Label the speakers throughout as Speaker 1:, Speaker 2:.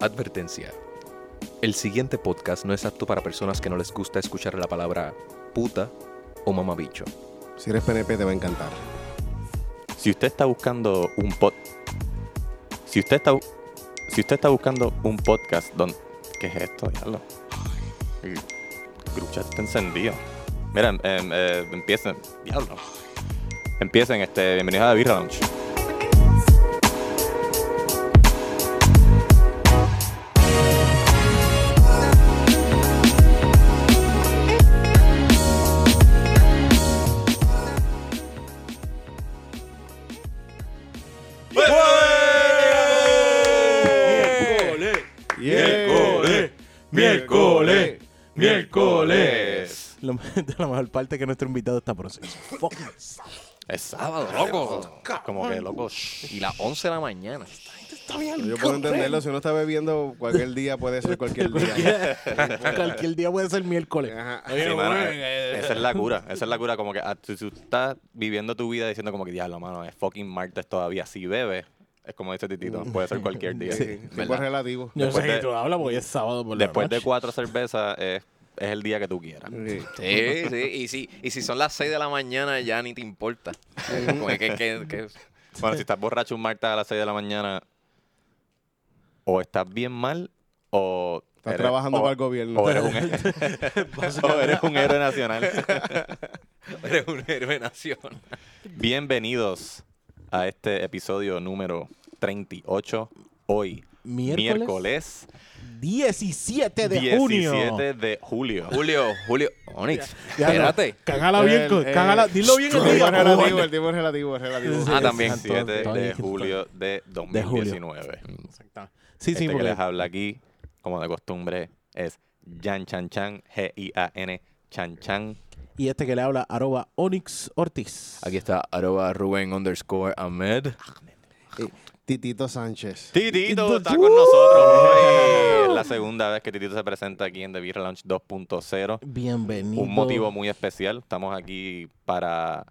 Speaker 1: Advertencia. El siguiente podcast no es apto para personas que no les gusta escuchar la palabra puta o mamabicho.
Speaker 2: Si eres PNP te va a encantar.
Speaker 3: Si usted está buscando un pod. Si usted está. bu- Si usted está buscando un podcast donde. ¿Qué es esto? Diablo. El group chat está encendido. Miren, em, eh, empiecen. Diablo. Empiecen, este. Bienvenidos a The Birra Lounge.
Speaker 2: ¡Miércoles! ¡Miércoles!
Speaker 3: ¡Miércoles!
Speaker 4: Lo, de la mejor parte es que nuestro invitado está proceso. Fuck.
Speaker 3: Es sábado,
Speaker 1: Ah, Loco.
Speaker 3: Como que loco. shh.
Speaker 1: Y las 11 de la mañana.
Speaker 2: Yo puedo entenderlo, si uno está bebiendo cualquier día puede ser cualquier día.
Speaker 4: Cualquier día puede ser miércoles.
Speaker 2: Ajá.
Speaker 4: Oye,
Speaker 3: Sí,
Speaker 4: bueno,
Speaker 3: mano,
Speaker 4: eh,
Speaker 3: eh, esa es la cura, esa es la cura, como que ah, tú, tú estás viviendo tu vida diciendo como que diablo, mano, es fucking martes todavía, si bebes, es como dice Titito, puede ser cualquier día.
Speaker 2: Sí, tiempo es
Speaker 3: ¿verdad?
Speaker 2: relativo.
Speaker 4: yo sé
Speaker 3: después
Speaker 4: que
Speaker 3: de-
Speaker 4: tú hablas porque es sábado por la
Speaker 3: Después de
Speaker 4: noche.
Speaker 3: cuatro cervezas es, es el día que tú quieras.
Speaker 2: Sí.
Speaker 1: Sí, sí. Y si, y si son las 6 de la mañana ya ni te importa. Como que- que- que- que-
Speaker 3: Bueno, si estás borracho un martes a las 6 de la mañana, o estás bien mal, o...
Speaker 2: Estás trabajando
Speaker 3: o-
Speaker 2: para el gobierno.
Speaker 3: O eres un, o eres un héroe nacional.
Speaker 1: eres un héroe nacional.
Speaker 3: Bienvenidos a este episodio número 38, hoy,
Speaker 4: Miércoles.
Speaker 3: miércoles
Speaker 4: 17 de
Speaker 3: 17
Speaker 4: junio.
Speaker 3: de julio.
Speaker 1: Julio, Julio. Onyx.
Speaker 4: Ya, no,
Speaker 1: Espérate.
Speaker 4: Cágala bien,
Speaker 2: El,
Speaker 4: con-
Speaker 2: eh,
Speaker 4: cágala. Dilo bien
Speaker 2: El
Speaker 4: el
Speaker 2: tiempo es
Speaker 4: día.
Speaker 2: relativo,
Speaker 4: cojones.
Speaker 2: el tiempo es relativo, es relativo.
Speaker 4: Sí,
Speaker 1: Ah, también.
Speaker 3: 17
Speaker 4: Tony,
Speaker 3: de
Speaker 4: Tony.
Speaker 3: julio de 2019.
Speaker 4: Exactamente. Sí, sí,
Speaker 3: este que
Speaker 4: porque
Speaker 3: les habla aquí, como de costumbre, es Jan Chan Chan, G-I-A-N, Chan Chan.
Speaker 4: Y este que le habla, arroba Onyx Ortiz.
Speaker 1: Aquí está arroba Rubén underscore Ahmed.
Speaker 2: Eh, Titito Sánchez.
Speaker 3: Titito está
Speaker 4: ¡uh!
Speaker 3: con nosotros hoy. Es la segunda vez que Titito se presenta aquí en The Beer Lounge 2.0.
Speaker 4: Bienvenido.
Speaker 3: Un motivo muy especial. Estamos aquí para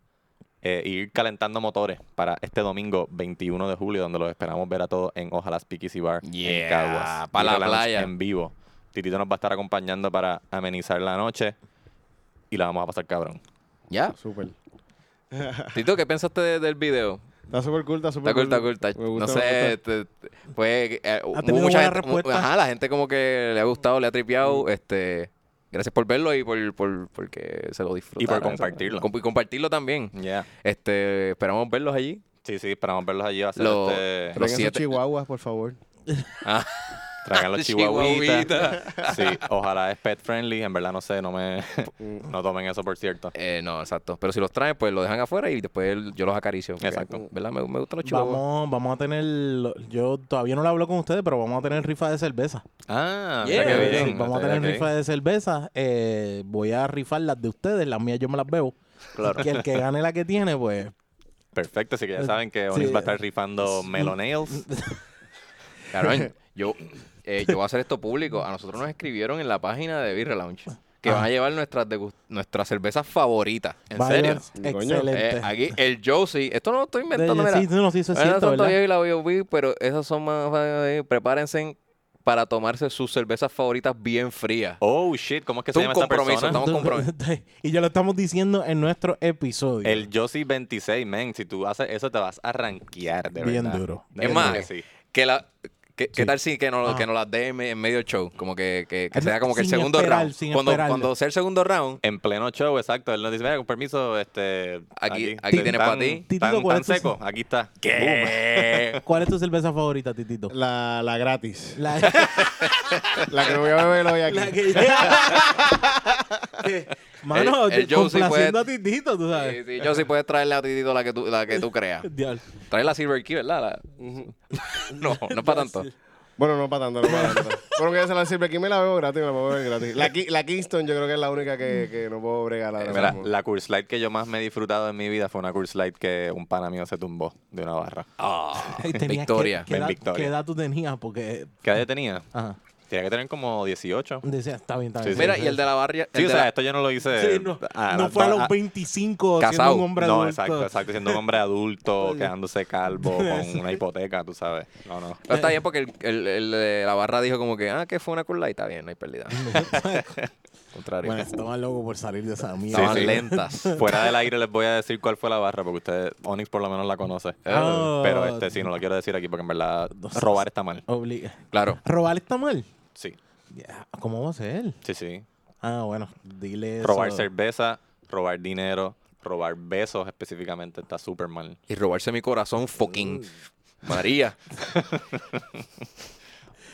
Speaker 3: eh, ir calentando motores para este domingo 21 de julio, donde los esperamos ver a todos en Ojalá Speakeasy Bar
Speaker 1: Yeah,
Speaker 3: en Caguas.
Speaker 1: pa' la
Speaker 3: Beer Lounge
Speaker 1: playa.
Speaker 3: En vivo. Titito nos va a estar acompañando para amenizar la noche y la vamos a pasar cabrón.
Speaker 1: Ya.
Speaker 2: Súper.
Speaker 1: Tito, ¿qué pensaste de- del video?
Speaker 2: Está súper cool, está súper
Speaker 1: Está cool, está cool. está-
Speaker 2: Me
Speaker 1: no
Speaker 2: gusta, me
Speaker 1: sé,
Speaker 2: gusta.
Speaker 1: te- te- pues eh,
Speaker 4: tenido
Speaker 1: mucha
Speaker 4: buena
Speaker 1: gente, mu-
Speaker 4: respuesta.
Speaker 1: ajá, la gente como que le ha gustado, le ha tripeado, este, gracias por verlo y por, por porque se lo disfrutaron.
Speaker 3: compartirlo.
Speaker 1: Com- y compartirlo también.
Speaker 3: Yeah.
Speaker 1: Este, esperamos verlos allí.
Speaker 3: Sí, sí, esperamos verlos allí. Va a ser
Speaker 1: Lo-
Speaker 3: este-
Speaker 1: Los
Speaker 2: Traigan esos
Speaker 1: siete-
Speaker 2: chihuahuas, por favor.
Speaker 1: Ah,
Speaker 3: Traigan los chihuahuitas.
Speaker 1: chihuahuita.
Speaker 3: Sí, ojalá es pet friendly. En verdad no sé, no me no tomen eso por cierto.
Speaker 1: Eh, no, exacto. Pero si los traen, pues los dejan afuera y después el- yo los acaricio. porque,
Speaker 3: Exacto.
Speaker 1: ¿Verdad? Me, me gustan los chihuahuas.
Speaker 4: Vamos, vamos a tener. Yo todavía no lo hablo con ustedes, pero vamos a tener rifa de cerveza.
Speaker 3: Ah,
Speaker 1: mira
Speaker 3: mira
Speaker 1: qué
Speaker 3: que
Speaker 1: bien.
Speaker 4: Sí, Vamos a tener rifa de cerveza. eh, voy a rifar las de ustedes, las mías yo me las bebo. Que el que gane la que tiene, pues.
Speaker 3: Perfecto, así que ya saben que
Speaker 4: Sí.
Speaker 3: Onis va a estar rifando Melonales.
Speaker 1: Cabrón, yo, eh, yo voy a hacer esto público. A nosotros nos escribieron en la página de Birra Lounge que
Speaker 4: Ah.
Speaker 1: van a llevar nuestras, degus- nuestras cervezas favoritas. ¿En
Speaker 4: va a
Speaker 1: serio?
Speaker 4: llevar-
Speaker 2: Coño.
Speaker 4: Excelente.
Speaker 1: Eh, aquí el Josie, esto no lo estoy inventando,
Speaker 4: De-
Speaker 1: mira.
Speaker 4: sí, no, sí, eso es
Speaker 1: Ahora
Speaker 4: cierto,
Speaker 1: todavía
Speaker 4: ¿verdad?
Speaker 1: la voy a oír, pero esas son más. eh, prepárense para tomarse sus cervezas favoritas bien frías.
Speaker 3: Oh shit, ¿cómo es que
Speaker 1: Esto
Speaker 3: se
Speaker 1: es un
Speaker 3: llama esta
Speaker 1: compromiso,
Speaker 3: persona?
Speaker 1: estamos-
Speaker 4: y ya lo estamos diciendo en nuestro episodio.
Speaker 3: El Josie 26, men. Si tú haces eso, te vas a rankear, de
Speaker 4: Bien
Speaker 3: verdad.
Speaker 4: duro.
Speaker 3: De
Speaker 1: Es
Speaker 3: verdad
Speaker 1: más,
Speaker 3: que sí.
Speaker 1: Que la, que, ¿Qué
Speaker 4: Sí.
Speaker 1: tal si que nos,
Speaker 4: Ah.
Speaker 1: que nos las dé en me- en medio show? Como que, que, que
Speaker 4: Es
Speaker 1: sea
Speaker 4: más,
Speaker 1: como que el
Speaker 4: sin
Speaker 1: segundo
Speaker 4: esperar,
Speaker 1: round.
Speaker 4: sin
Speaker 1: Cuando,
Speaker 4: esperarlo.
Speaker 1: cuando sea el segundo round,
Speaker 3: En pleno show, exacto. Él nos dice, mira, con permiso, este...
Speaker 1: Aquí- aquí tienes
Speaker 3: tan-
Speaker 1: pa' ti.
Speaker 4: Titito,
Speaker 3: Tan, tan
Speaker 4: ¿cuál es tu-
Speaker 3: seco, aquí está.
Speaker 4: ¿Cuál es tu cerveza favorita, Titito?
Speaker 2: La, la gratis.
Speaker 4: La,
Speaker 2: La que me voy a beber hoy aquí.
Speaker 4: la que Que- Mano,
Speaker 1: El- el
Speaker 4: yo-
Speaker 1: Josie, pues-
Speaker 4: complaciendo a Titito, tú
Speaker 1: sí,
Speaker 4: sabes.
Speaker 1: sí, yo sí puedes traerle a Titito la que tú, la que tú creas.
Speaker 4: Diablo.
Speaker 1: Trae la Silver Key, ¿verdad? La- no, no es para tanto.
Speaker 2: Bueno, no para tanto, no para tanto. Bueno, que ya se la sirve. Aquí me la veo gratis, me la puedo beber gratis. La, Ki- la Kingston yo creo que es la única que, que no puedo bregar ahora
Speaker 3: Eh, mira,
Speaker 2: mismo.
Speaker 3: la Curse Light que yo más me he disfrutado en mi vida fue una Curse Light que un pana mío se tumbó de una barra.
Speaker 1: Ah,
Speaker 4: Tenías que-
Speaker 1: Victoria.
Speaker 4: ¿Qué
Speaker 3: Ven,
Speaker 4: edad-
Speaker 3: Victoria.
Speaker 4: qué edad tú tenías? Porque.
Speaker 3: ¿Qué edad yo tenía?
Speaker 4: Ajá.
Speaker 3: Diablo, Tenía que tener como 18.
Speaker 4: Decía, está bien, está
Speaker 3: Sí,
Speaker 4: bien.
Speaker 3: sí.
Speaker 1: Mira, y el de la barria.
Speaker 3: Sí,
Speaker 1: el
Speaker 3: o
Speaker 1: de
Speaker 3: sea,
Speaker 1: la-
Speaker 3: esto yo no lo hice.
Speaker 4: Este Sí, no,
Speaker 3: ah,
Speaker 4: no fue a
Speaker 3: ah,
Speaker 4: los 25 siendo
Speaker 1: casado.
Speaker 4: un hombre
Speaker 3: No,
Speaker 4: adulto.
Speaker 3: exacto, exacto. Siendo un hombre
Speaker 4: Pues
Speaker 3: adulto, quedándose calvo, con una hipoteca, tú sabes. No, no.
Speaker 1: Pero está bien porque el, el- el de la barra dijo como que, ah, que fue una curla y está bien, no hay pérdida. Contrario.
Speaker 4: Bueno, estaban locos por salir de esa mierda.
Speaker 1: Estaban
Speaker 3: sí.
Speaker 1: lentas.
Speaker 3: Fuera del aire les voy a decir cuál fue la barra, porque usted, Onyx por lo menos la conoce.
Speaker 4: Ah.
Speaker 3: Pero este sí, no lo quiero decir aquí, porque en verdad robar está mal.
Speaker 4: Obliga.
Speaker 1: Claro.
Speaker 4: ¿Robar está mal?
Speaker 3: Sí,
Speaker 4: Ya, ¿Cómo va a ser?
Speaker 3: sí, sí.
Speaker 4: Ah, bueno, dile eso.
Speaker 3: Robar cerveza, robar dinero, robar besos específicamente está súper mal.
Speaker 1: Y robarse mi corazón, fucking
Speaker 3: Mm.
Speaker 1: María.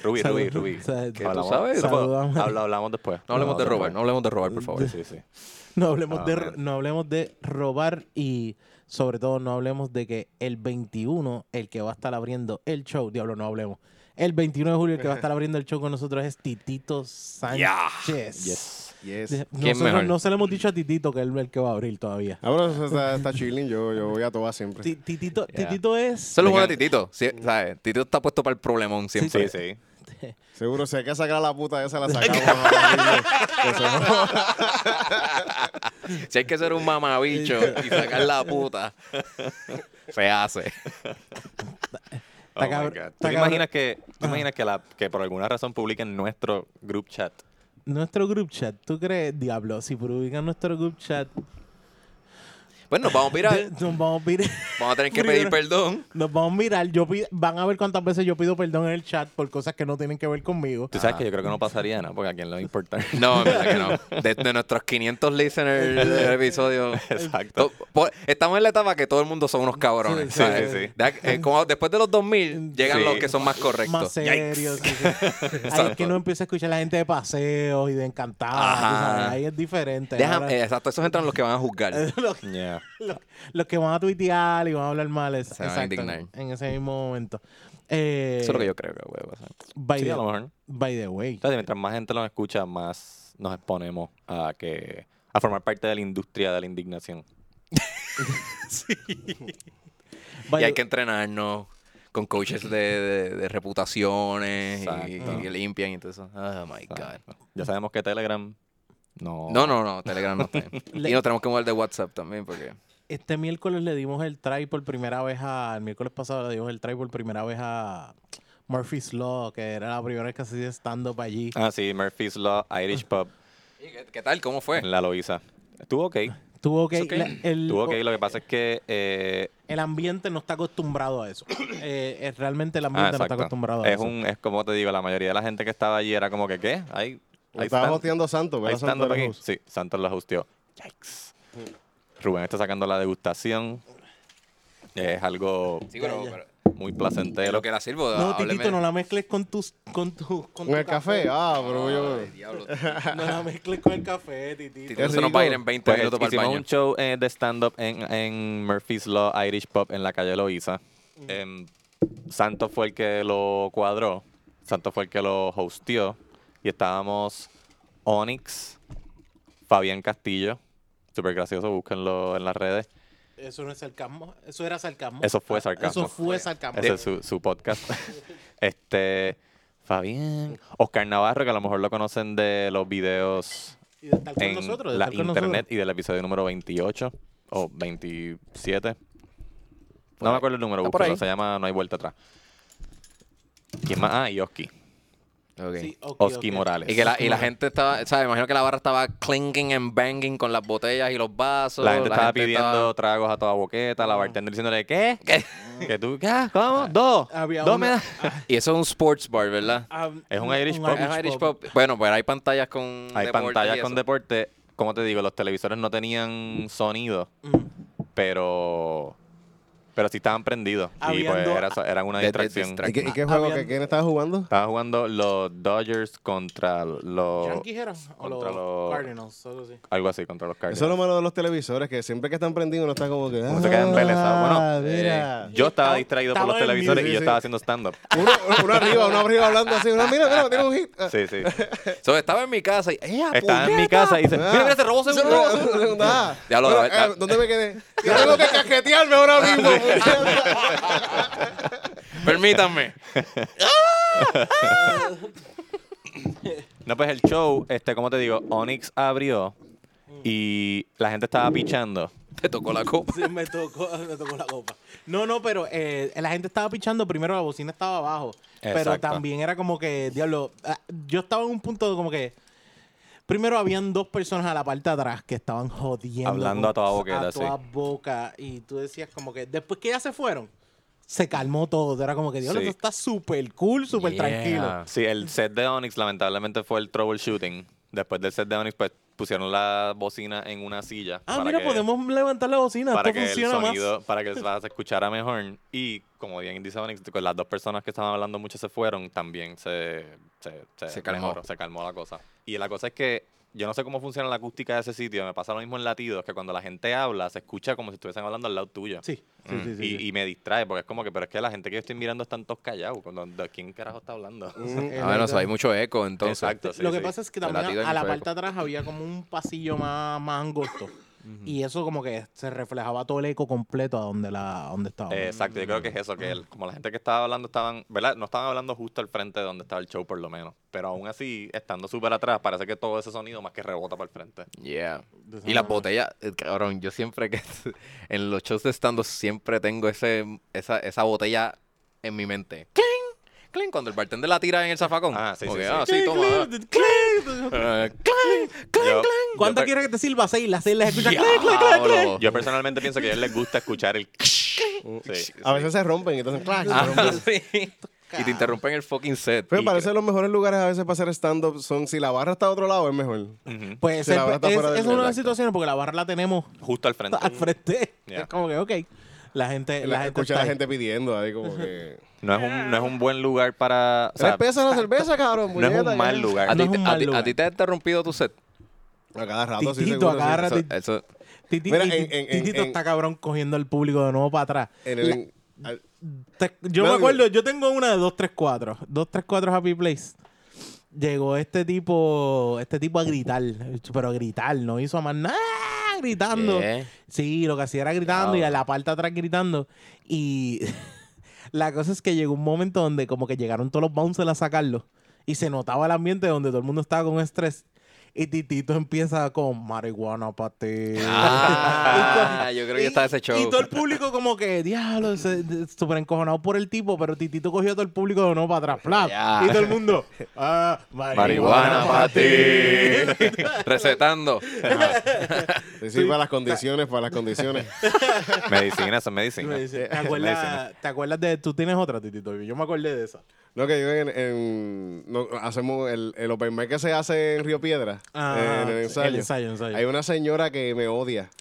Speaker 3: Rubí,
Speaker 4: Salud.
Speaker 3: Rubí, Rubí.
Speaker 4: Sal- ¿Qué tú
Speaker 3: Hablamos-
Speaker 1: sabes?
Speaker 3: Eso fue-
Speaker 4: Saludamos.
Speaker 3: habla- hablamos después. Oh,
Speaker 1: No hablemos de robar, no hablemos de robar, por favor.
Speaker 3: Sí, sí.
Speaker 4: No hablemos,
Speaker 3: Ah,
Speaker 4: de,
Speaker 3: man.
Speaker 4: no hablemos de robar y sobre todo no hablemos de que el 21, el que va a estar abriendo el show, diablo, no hablemos. El 21 de julio, el que va a estar abriendo el show con nosotros es Titito Sánchez.
Speaker 3: Yes.
Speaker 2: Yes.
Speaker 4: De-
Speaker 1: ¿Quién
Speaker 4: Nosotros
Speaker 1: mejor?
Speaker 4: no se lo hemos dicho a Titito que él es el que va a abrir todavía.
Speaker 2: Ah, pues. bueno, eso está, está chilling. Yo, yo voy a todas siempre.
Speaker 4: Ti- Titito,
Speaker 1: Yeah.
Speaker 4: Titito es...
Speaker 1: Eso es lo bueno de Titito. sí, ¿sabes? Titito está puesto para el problemón siempre.
Speaker 3: Sí, sí.
Speaker 2: Seguro, si hay que sacar a la puta esa, la sacamos. ahora mismo.
Speaker 1: Si hay que ser un mamabicho y sacar la puta, se hace.
Speaker 3: Oh my
Speaker 4: cabr-
Speaker 3: God. ¿Tú
Speaker 4: está
Speaker 3: te
Speaker 4: cabr-
Speaker 3: imaginas que, tú te imaginas que, la, que por alguna razón publiquen nuestro group chat?
Speaker 4: Nuestro group chat, ¿tú crees, diablo? Si publican nuestro group chat,
Speaker 1: Bueno, Pues nos vamos a pirar.
Speaker 4: de- nos vamos a mirar.
Speaker 1: Vamos a tener que pedir
Speaker 4: Primero-
Speaker 1: perdón.
Speaker 4: Nos vamos a mirar. Yo pi- van a ver cuántas veces yo pido perdón en el chat por cosas que no tienen que ver conmigo.
Speaker 3: Tú sabes que yo creo que no pasaría, ¿no? Porque a quién le va a importar.
Speaker 1: No, en verdad que no. De, de nuestros 500 listeners del episodio.
Speaker 3: Exacto.
Speaker 1: to- po- Estamos en la etapa que todo el mundo son unos
Speaker 4: Sí,
Speaker 1: cabrones.
Speaker 4: sí,
Speaker 1: ¿sabes?
Speaker 3: sí, sí.
Speaker 1: Deja que- eh, como después de los 2000 llegan
Speaker 3: Sí.
Speaker 1: los que son más
Speaker 4: Más
Speaker 1: correctos.
Speaker 4: serios. sí, sí. Ahí es que no empieza a escuchar a la gente de paseos y de encantados. tú
Speaker 1: Ajá.
Speaker 4: sabes, Ahí es diferente.
Speaker 1: Deja-
Speaker 4: Ahora,
Speaker 1: eh, exacto, esos entran los que van a juzgar.
Speaker 4: los,
Speaker 3: Yeah.
Speaker 4: los que van a tuitear y van a hablar mal. es-
Speaker 1: Se van a
Speaker 4: exacto,
Speaker 1: indignar.
Speaker 4: en- En ese mismo momento. Eh,
Speaker 1: Eso es lo que yo creo que puede pasar.
Speaker 4: By,
Speaker 3: Sí,
Speaker 4: the,
Speaker 3: a lo mejor.
Speaker 4: by the way.
Speaker 3: Entonces, mientras más gente nos escucha, más nos exponemos a que a formar parte de la industria de la indignación.
Speaker 1: Y
Speaker 4: by
Speaker 1: hay
Speaker 4: the-
Speaker 1: que entrenarnos con coaches de, de- de reputaciones y,
Speaker 3: Exacto.
Speaker 1: y que limpian y todo eso. Oh my God.
Speaker 3: Ya sabemos que Telegram no.
Speaker 1: No, no, no, Telegram no está.
Speaker 4: Le-
Speaker 1: Y nos tenemos que mover de WhatsApp también porque.
Speaker 4: Este miércoles le dimos el try por primera vez a. El miércoles pasado le dimos el try por primera vez a Murphy's Law, que era la primera vez que hacía stand-up allí.
Speaker 3: Ah, sí, Murphy's Law, Irish
Speaker 1: Ah.
Speaker 3: Pub,
Speaker 1: ¿Qué, qué tal? ¿Cómo fue?
Speaker 3: en la Loiza. Estuvo ok.
Speaker 4: Tuvo que.
Speaker 1: It's okay.
Speaker 4: la- el,
Speaker 3: Estuvo ok. Lo que pasa es que. eh,
Speaker 4: el ambiente no está acostumbrado a eso. Eh, eh, realmente el
Speaker 3: ah,
Speaker 4: ambiente no está
Speaker 3: exacto.
Speaker 4: acostumbrado a
Speaker 3: es,
Speaker 4: eso.
Speaker 3: un, es como te digo, la mayoría de la gente que estaba allí era como que, ¿qué? Ahí, ahí
Speaker 2: Estaba
Speaker 3: están.
Speaker 2: hosteando Santos,
Speaker 3: Ahí
Speaker 2: ¿verdad?
Speaker 3: están
Speaker 2: Santos
Speaker 3: por aquí.
Speaker 2: Ramos?
Speaker 3: Sí, Santos lo hosteó. Yikes. Rubén está sacando la degustación. Es algo
Speaker 1: Sí, pero,
Speaker 4: Ya, ya.
Speaker 1: pero-
Speaker 3: muy
Speaker 1: de
Speaker 3: placentero.
Speaker 1: lo que la sirvo.
Speaker 4: No,
Speaker 1: hábleme.
Speaker 4: Titito, no la mezcles con tus. Con tu, con
Speaker 2: Con
Speaker 4: tu
Speaker 2: el café. Ah, pero yo.
Speaker 1: Ay, diablo.
Speaker 4: No la mezcles con el café, Titito.
Speaker 1: Titito se nos va a ir en 20
Speaker 3: Pues,
Speaker 1: minutos para el
Speaker 3: hicimos
Speaker 1: baño.
Speaker 3: un show eh, de stand-up en, en Murphy's Law Irish Pub en la calle Loiza. Em, Santos fue el que lo cuadró. Santos fue el que lo hosteó. Y estábamos Onyx, Fabián Castillo. Súper gracioso, búsquenlo en las redes.
Speaker 4: Eso no es sarcasmo. Eso era sarcasmo. Ah,
Speaker 3: Eso fue sarcasmo.
Speaker 4: Eso fue sarcasmo.
Speaker 3: Ese es su, su podcast. este. Fabián. Oscar Navarro, que a lo mejor lo conocen de los videos
Speaker 4: Y de estar con
Speaker 3: en
Speaker 4: nosotros. de
Speaker 3: la
Speaker 4: estar con
Speaker 3: internet
Speaker 4: nosotros.
Speaker 3: y del episodio número 28 o 27.
Speaker 1: Por
Speaker 3: No
Speaker 1: ahí.
Speaker 3: me acuerdo el número,
Speaker 1: Está por
Speaker 3: búsquelo,
Speaker 1: ahí.
Speaker 3: se llama No hay vuelta atrás. ¿Quién más? Ah, y Oski.
Speaker 1: Ok.
Speaker 4: Sí, ok,
Speaker 3: Oski
Speaker 4: ok.
Speaker 3: Morales.
Speaker 1: Y que la, y la gente estaba, ¿sabes? Imagino que la barra estaba clinking and banging con las botellas y los vasos.
Speaker 3: La gente estaba pidiendo
Speaker 1: estaba-
Speaker 3: tragos a toda boqueta, la bartender diciéndole, ¿qué? ¿Qué? ¿Que tú? ¿Qué? ¿Cómo? ¿Dos?
Speaker 4: Había
Speaker 3: ¿Dos
Speaker 4: una-
Speaker 3: me das?
Speaker 1: Y eso es un sports bar, ¿verdad?
Speaker 4: Ah,
Speaker 3: Es un Irish pub.
Speaker 1: Es Irish pub. Bueno, pues hay pantallas con
Speaker 3: Hay
Speaker 1: deporte
Speaker 3: pantallas
Speaker 1: y
Speaker 3: con
Speaker 1: eso.
Speaker 3: deporte. Como te digo, los televisores no tenían sonido,
Speaker 4: Mm.
Speaker 3: pero... Pero sí estaban prendidos. Y
Speaker 4: Habían
Speaker 3: pues
Speaker 4: dos-
Speaker 3: era, era una
Speaker 1: De- de-
Speaker 3: distracción.
Speaker 1: distrac-
Speaker 2: ¿Y qué, y qué
Speaker 4: Ah,
Speaker 2: juego?
Speaker 4: habían-
Speaker 2: que ¿Quién estaba jugando?
Speaker 3: Estaba jugando los Dodgers contra los...
Speaker 4: ¿Yankees eran? O los
Speaker 3: contra los-
Speaker 4: Cardinals, algo así.
Speaker 3: Algo así contra los Cardinals.
Speaker 2: Eso es lo malo de los televisores, que siempre que están prendidos uno está como que...
Speaker 3: se queda embelesado. Bueno, eh,
Speaker 2: ah, mira.
Speaker 3: Yo estaba
Speaker 4: Estaba-
Speaker 3: distraído por
Speaker 4: estaba
Speaker 3: los
Speaker 4: en
Speaker 3: televisores
Speaker 2: mute, sí,
Speaker 3: y yo
Speaker 2: sí.
Speaker 3: estaba haciendo stand-up.
Speaker 2: Uno, uno arriba, uno arriba hablando así. Uno, mira, mira, tiene un hit. Ah.
Speaker 3: Sí, sí.
Speaker 1: So, estaba en mi casa y. ¡Ea,
Speaker 3: Estaba en mi
Speaker 1: puñeta!
Speaker 3: casa y dice,
Speaker 1: Mira, mira, se robó, se
Speaker 2: Segundo,
Speaker 1: robó.
Speaker 2: segundo, segundo. Ah.
Speaker 1: Ya lo-
Speaker 2: Bueno,
Speaker 1: ya-
Speaker 2: eh, ¿Dónde me quedé? Yo tengo que casquetearme ahora mismo.
Speaker 1: Permítanme.
Speaker 2: Ah.
Speaker 3: No, pues el show, este, como te digo, Onyx abrió y la gente
Speaker 2: Mm.
Speaker 3: estaba pichando.
Speaker 1: Te tocó la copa.
Speaker 4: Sí, me tocó, me tocó la copa. No, no, pero eh, la gente estaba pichando primero, la bocina estaba abajo. Pero
Speaker 3: Exacto.
Speaker 4: también era como que, diablo, ah, yo estaba en un punto de como que. Primero habían dos personas a la parte de atrás que estaban jodiendo.
Speaker 3: Hablando
Speaker 4: con-
Speaker 3: a toda boqueta,
Speaker 4: a toda
Speaker 3: sí.
Speaker 4: boca. Y tú decías como que después que ya se fueron, se calmó todo. Era como que, diablo,
Speaker 3: Sí.
Speaker 4: esto está súper cool, súper tranquilo. Ah,
Speaker 3: Sí, el set de Onyx lamentablemente fue el troubleshooting. Después del set de Onyx, pues pusieron la bocina en una silla.
Speaker 4: Ah,
Speaker 3: para
Speaker 4: mira,
Speaker 3: que-
Speaker 4: podemos levantar la bocina.
Speaker 3: para
Speaker 4: Esto
Speaker 3: que el
Speaker 4: funciona
Speaker 3: sonido,
Speaker 4: más.
Speaker 3: para que se se escuchara mejor. Y como bien dice Onyx, con las dos personas que estaban hablando mucho se fueron, también se, se,
Speaker 1: Se calmó.
Speaker 3: mejoró, se calmó la cosa. Y la cosa es que yo no sé cómo funciona la acústica de ese sitio, me pasa lo mismo en latidos, que cuando la gente habla se escucha como si estuviesen hablando al lado tuyo.
Speaker 4: Sí, sí, sí, sí,
Speaker 3: Mm. y,
Speaker 4: sí.
Speaker 3: y me distrae, porque es como que, pero es que la gente que yo estoy mirando están todos callados. cuando- ¿De quién carajo está hablando?
Speaker 1: Ah, bueno, o sea, hay mucho eco, entonces.
Speaker 3: Exacto, sí,
Speaker 4: lo que
Speaker 3: sí.
Speaker 4: pasa es que
Speaker 1: El
Speaker 4: también
Speaker 1: latido hay
Speaker 4: a la
Speaker 1: mucho
Speaker 4: parte
Speaker 1: eco.
Speaker 4: de atrás había como un pasillo más, más angosto. Y eso como que se reflejaba todo el eco completo a donde la a donde estaba.
Speaker 3: Eh, Exacto, yo creo que es eso, que el- como la gente que estaba hablando estaban, ¿verdad? No estaban hablando justo al frente de donde estaba el show, por lo menos. Pero aún así, estando súper atrás, parece que todo ese sonido más que rebota para el frente.
Speaker 1: Yeah. Y las botellas, eh, cabrón, yo siempre que en los shows de stand siempre tengo ese, esa, esa botella en mi mente. ¡Cling! ¡Cling! Cuando el bartender la tira en el zafacón.
Speaker 3: Ah, sí, sí,
Speaker 1: Como que,
Speaker 3: sí.
Speaker 1: Ah,
Speaker 4: ¡Clin,
Speaker 1: toma.
Speaker 4: clin,
Speaker 1: ah".
Speaker 4: clin!
Speaker 1: Eh, ¡Cling! ¡Cling!
Speaker 3: Yo-
Speaker 4: ¿Cuánto
Speaker 3: yo, per-
Speaker 4: quieres que te sirva? Seis, las seis las escuchas. ¡clin, clin, clin, clin!
Speaker 1: Diablo.
Speaker 3: yo personalmente pienso que a ellos les gusta escuchar el... Sí.
Speaker 2: A veces se rompen y entonces clac, se
Speaker 1: Ah,
Speaker 2: rompen.
Speaker 1: sí. Y te interrumpen el fucking set.
Speaker 2: Pero
Speaker 1: Y
Speaker 2: parece los mejores lugares a veces para hacer stand-up son si la barra está a otro lado es mejor.
Speaker 3: Ujú,
Speaker 4: Pues
Speaker 2: Sí, la
Speaker 4: el-
Speaker 2: barra
Speaker 4: es,
Speaker 2: está fuera del-
Speaker 4: es una de las
Speaker 2: Exacto.
Speaker 4: situaciones porque la barra la tenemos
Speaker 3: Justo al frente.
Speaker 4: al frente.
Speaker 3: Ya.
Speaker 4: Es como que, ok, la gente... La,
Speaker 2: La, escucha
Speaker 4: gente está
Speaker 2: a la
Speaker 4: ahí.
Speaker 2: gente pidiendo ahí como que...
Speaker 3: No es, un, no es un buen lugar para... o sea,
Speaker 2: Tres pesos la cerveza, cabrón.
Speaker 3: no es
Speaker 2: puñeta,
Speaker 3: un mal
Speaker 2: ya.
Speaker 1: A
Speaker 3: lugar.
Speaker 1: ti,
Speaker 4: No es un
Speaker 1: a
Speaker 4: mal
Speaker 1: ti-
Speaker 4: lugar.
Speaker 1: a ti te ha interrumpido tu set.
Speaker 2: A cada rato, sí,
Speaker 4: Titito,
Speaker 2: seguro. sí.
Speaker 4: agarra-
Speaker 1: Eso,
Speaker 4: ti-
Speaker 1: eso-
Speaker 4: Titi-
Speaker 2: Mira,
Speaker 4: Titi-
Speaker 2: en- en- en-
Speaker 4: Titito
Speaker 2: en-
Speaker 4: está cabrón cogiendo al público de nuevo para atrás.
Speaker 2: En
Speaker 4: La-
Speaker 2: el, al-
Speaker 4: Te- yo
Speaker 2: No, digo-
Speaker 4: me acuerdo, yo tengo una de 234. 234 Happy Place. Llegó este tipo, este tipo a gritar, pero a gritar, no hizo más nada gritando.
Speaker 1: Yeah.
Speaker 4: Sí, lo que hacía era gritando y a
Speaker 1: Claro.
Speaker 4: la parte de atrás gritando. Y la cosa es que llegó un momento donde como que llegaron todos los bouncers a sacarlo. Y se notaba el ambiente donde todo el mundo estaba con estrés. Y Titito empieza con marihuana para ti.
Speaker 1: Ah,
Speaker 4: Y
Speaker 1: yo creo que está ese show.
Speaker 4: Y todo el público como que, diablo, se- de- súper encojonado por el tipo, pero Titito cogió a todo el público de nuevo para atrás. plap.
Speaker 1: Ya.
Speaker 4: Y todo el mundo, ah, marihuana
Speaker 1: Marihuana
Speaker 4: para
Speaker 1: pa'
Speaker 4: ti.
Speaker 1: ti. Recetando.
Speaker 2: sí, sí, para las condiciones, para las condiciones.
Speaker 3: Medicina, eso es medicina.
Speaker 4: Me dice, ¿Te
Speaker 3: Medicina.
Speaker 4: acuerdas, ¿Te acuerdas de, tú tienes otra, Titito? Yo me acordé de esa.
Speaker 2: No, que yo en, en- no, hacemos el, el open mic que se hace en Río Piedra, eh,
Speaker 4: Ah,
Speaker 2: en el
Speaker 4: el
Speaker 2: ensayo.
Speaker 4: ensayo, ensayo.
Speaker 2: Hay una señora que me odia.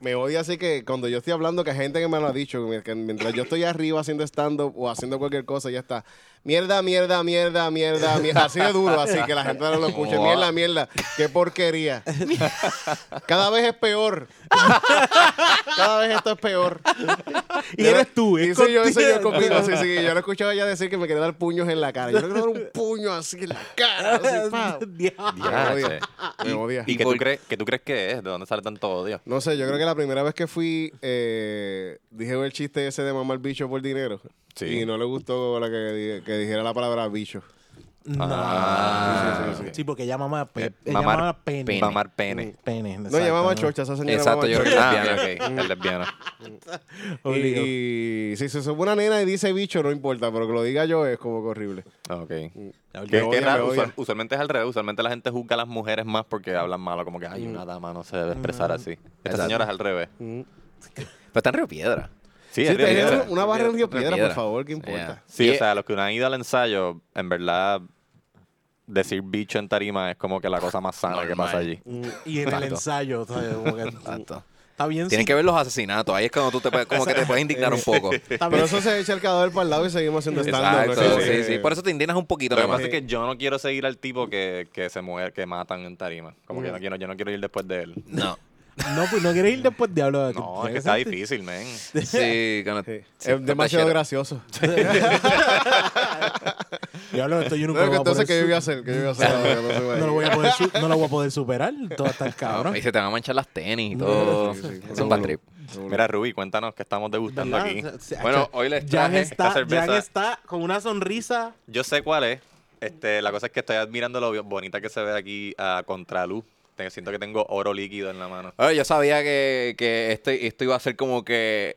Speaker 2: Me odia así que cuando yo estoy hablando, que gente que me lo ha dicho, que mientras yo estoy arriba haciendo stand-up o haciendo cualquier cosa, ya está. Mierda, mierda, mierda, mierda, mierda. Así de duro, así que la gente no lo escucha.
Speaker 1: Wow.
Speaker 2: Mierda, mierda. Qué porquería. Cada vez es peor. Cada vez esto es peor.
Speaker 4: Y eres tú, es
Speaker 2: Y soy yo, soy yo
Speaker 4: contigo.
Speaker 2: conmigo. Sí, sí, yo lo escuchaba ella decir que me quería dar puños en la cara. Yo le quiero dar un puño así en la cara. así, pa.
Speaker 4: Diablo.
Speaker 3: Ya,
Speaker 2: Me odia.
Speaker 3: che.
Speaker 2: Me odia.
Speaker 3: ¿Y qué tú, crees, qué tú crees que es? ¿De dónde sale tanto odio?
Speaker 2: No sé, yo creo que la primera vez que fui, eh, dije el chiste ese de mamar bicho por dinero.
Speaker 3: Sí.
Speaker 2: Y no le gustó la que, di- que dijera la palabra bicho.
Speaker 4: No.
Speaker 3: Ah,
Speaker 4: sí, sí, sí, sí. Sí, porque ella mamá pe-
Speaker 3: Eh,
Speaker 4: ella
Speaker 3: mamar
Speaker 4: mamá pene.
Speaker 1: pene.
Speaker 3: Mamar pene.
Speaker 4: Pene,
Speaker 2: No,
Speaker 4: exacto,
Speaker 2: llamaba
Speaker 4: ¿no?
Speaker 2: chocha, esa señora
Speaker 1: Exacto,
Speaker 2: llamaba
Speaker 1: yo creo
Speaker 2: chocha.
Speaker 1: Ah,
Speaker 3: Lesbiana, ok. Es lesbiana.
Speaker 4: ah,
Speaker 2: Y, y si se sube una nena y dice bicho, no importa, pero que lo diga yo es como que horrible.
Speaker 3: Ok.
Speaker 4: Ya,
Speaker 3: Que,
Speaker 2: Me
Speaker 3: que
Speaker 2: odia,
Speaker 3: raro,
Speaker 2: me odia.
Speaker 3: usual- usualmente es al revés, usualmente la gente juzga a las mujeres más porque hablan malo, como que hay una dama no se debe expresar así. Esta
Speaker 1: Exacto.
Speaker 3: señora es al revés.
Speaker 1: Pero está en Río Piedra.
Speaker 2: Sí,
Speaker 3: Sí, es
Speaker 2: te-
Speaker 3: Piedra.
Speaker 2: una barra en Río
Speaker 1: Río
Speaker 2: Piedra, por
Speaker 1: Piedra.
Speaker 2: favor, ¿qué
Speaker 1: Sí,
Speaker 2: importa?
Speaker 3: Sí,
Speaker 1: Y-
Speaker 3: o sea, los que no han ido al ensayo, en verdad, decir bicho en tarima es como que la cosa más sana que
Speaker 1: Normal.
Speaker 3: pasa allí.
Speaker 4: Y en el
Speaker 1: Exacto.
Speaker 4: ensayo, ¿sabes? Como que-
Speaker 1: Exacto.
Speaker 2: Ah,
Speaker 4: Está bien
Speaker 1: Tienen que ver los asesinatos. Ahí es cuando tú te, puedes- como que te puedes indignar un poco.
Speaker 4: está
Speaker 2: Pero
Speaker 4: bien-
Speaker 2: eso se echa el cadáver para el lado y seguimos haciendo stand-up. ¿no?
Speaker 1: Exacto.
Speaker 2: Es como
Speaker 1: Sí,
Speaker 2: que-
Speaker 1: sí. Por eso te indignas un poquito
Speaker 3: Lo que
Speaker 1: nada
Speaker 3: pasa
Speaker 1: más.
Speaker 3: es que yo no quiero seguir al tipo que, que se mueve, que matan en tarima. Como que no quiero, yo no quiero ir después de él.
Speaker 1: No.
Speaker 4: No, pues no quieres ir después de hablar.
Speaker 3: No, es que está difícil, men.
Speaker 1: Sí, gana-
Speaker 2: Sí.
Speaker 1: sí,
Speaker 2: es demasiado
Speaker 1: tachera.
Speaker 2: gracioso.
Speaker 4: Diablo, esto yo
Speaker 2: No,
Speaker 4: nunca lo
Speaker 2: que
Speaker 4: voy a
Speaker 2: entonces,
Speaker 4: poder
Speaker 2: ¿qué yo
Speaker 4: su-
Speaker 2: voy a hacer? ¿Qué yo voy a hacer? ahora? No se va a
Speaker 1: Pues,
Speaker 4: no
Speaker 2: ir.
Speaker 4: lo voy a poder su- no lo voy a poder superar. Todo está el cabrón.
Speaker 1: Y se te van a manchar las tenis y todo.
Speaker 2: Sí, sí, sí.
Speaker 1: Es un bad trip.
Speaker 2: Seguro.
Speaker 3: Mira, Ruby, cuéntanos qué estamos degustando
Speaker 4: ¿Verdad?
Speaker 3: aquí.
Speaker 4: O sea,
Speaker 1: Bueno, hoy les
Speaker 4: Jan
Speaker 1: este
Speaker 3: esta
Speaker 4: está,
Speaker 1: traje
Speaker 4: Jan
Speaker 3: cerveza.
Speaker 4: está con una sonrisa
Speaker 3: Yo sé cuál es. Este, la cosa es que estoy admirando lo bonita que se ve aquí a contraluz. Te- Siento que tengo oro líquido en la mano.
Speaker 1: Oye, yo sabía que, que este, esto iba a ser como que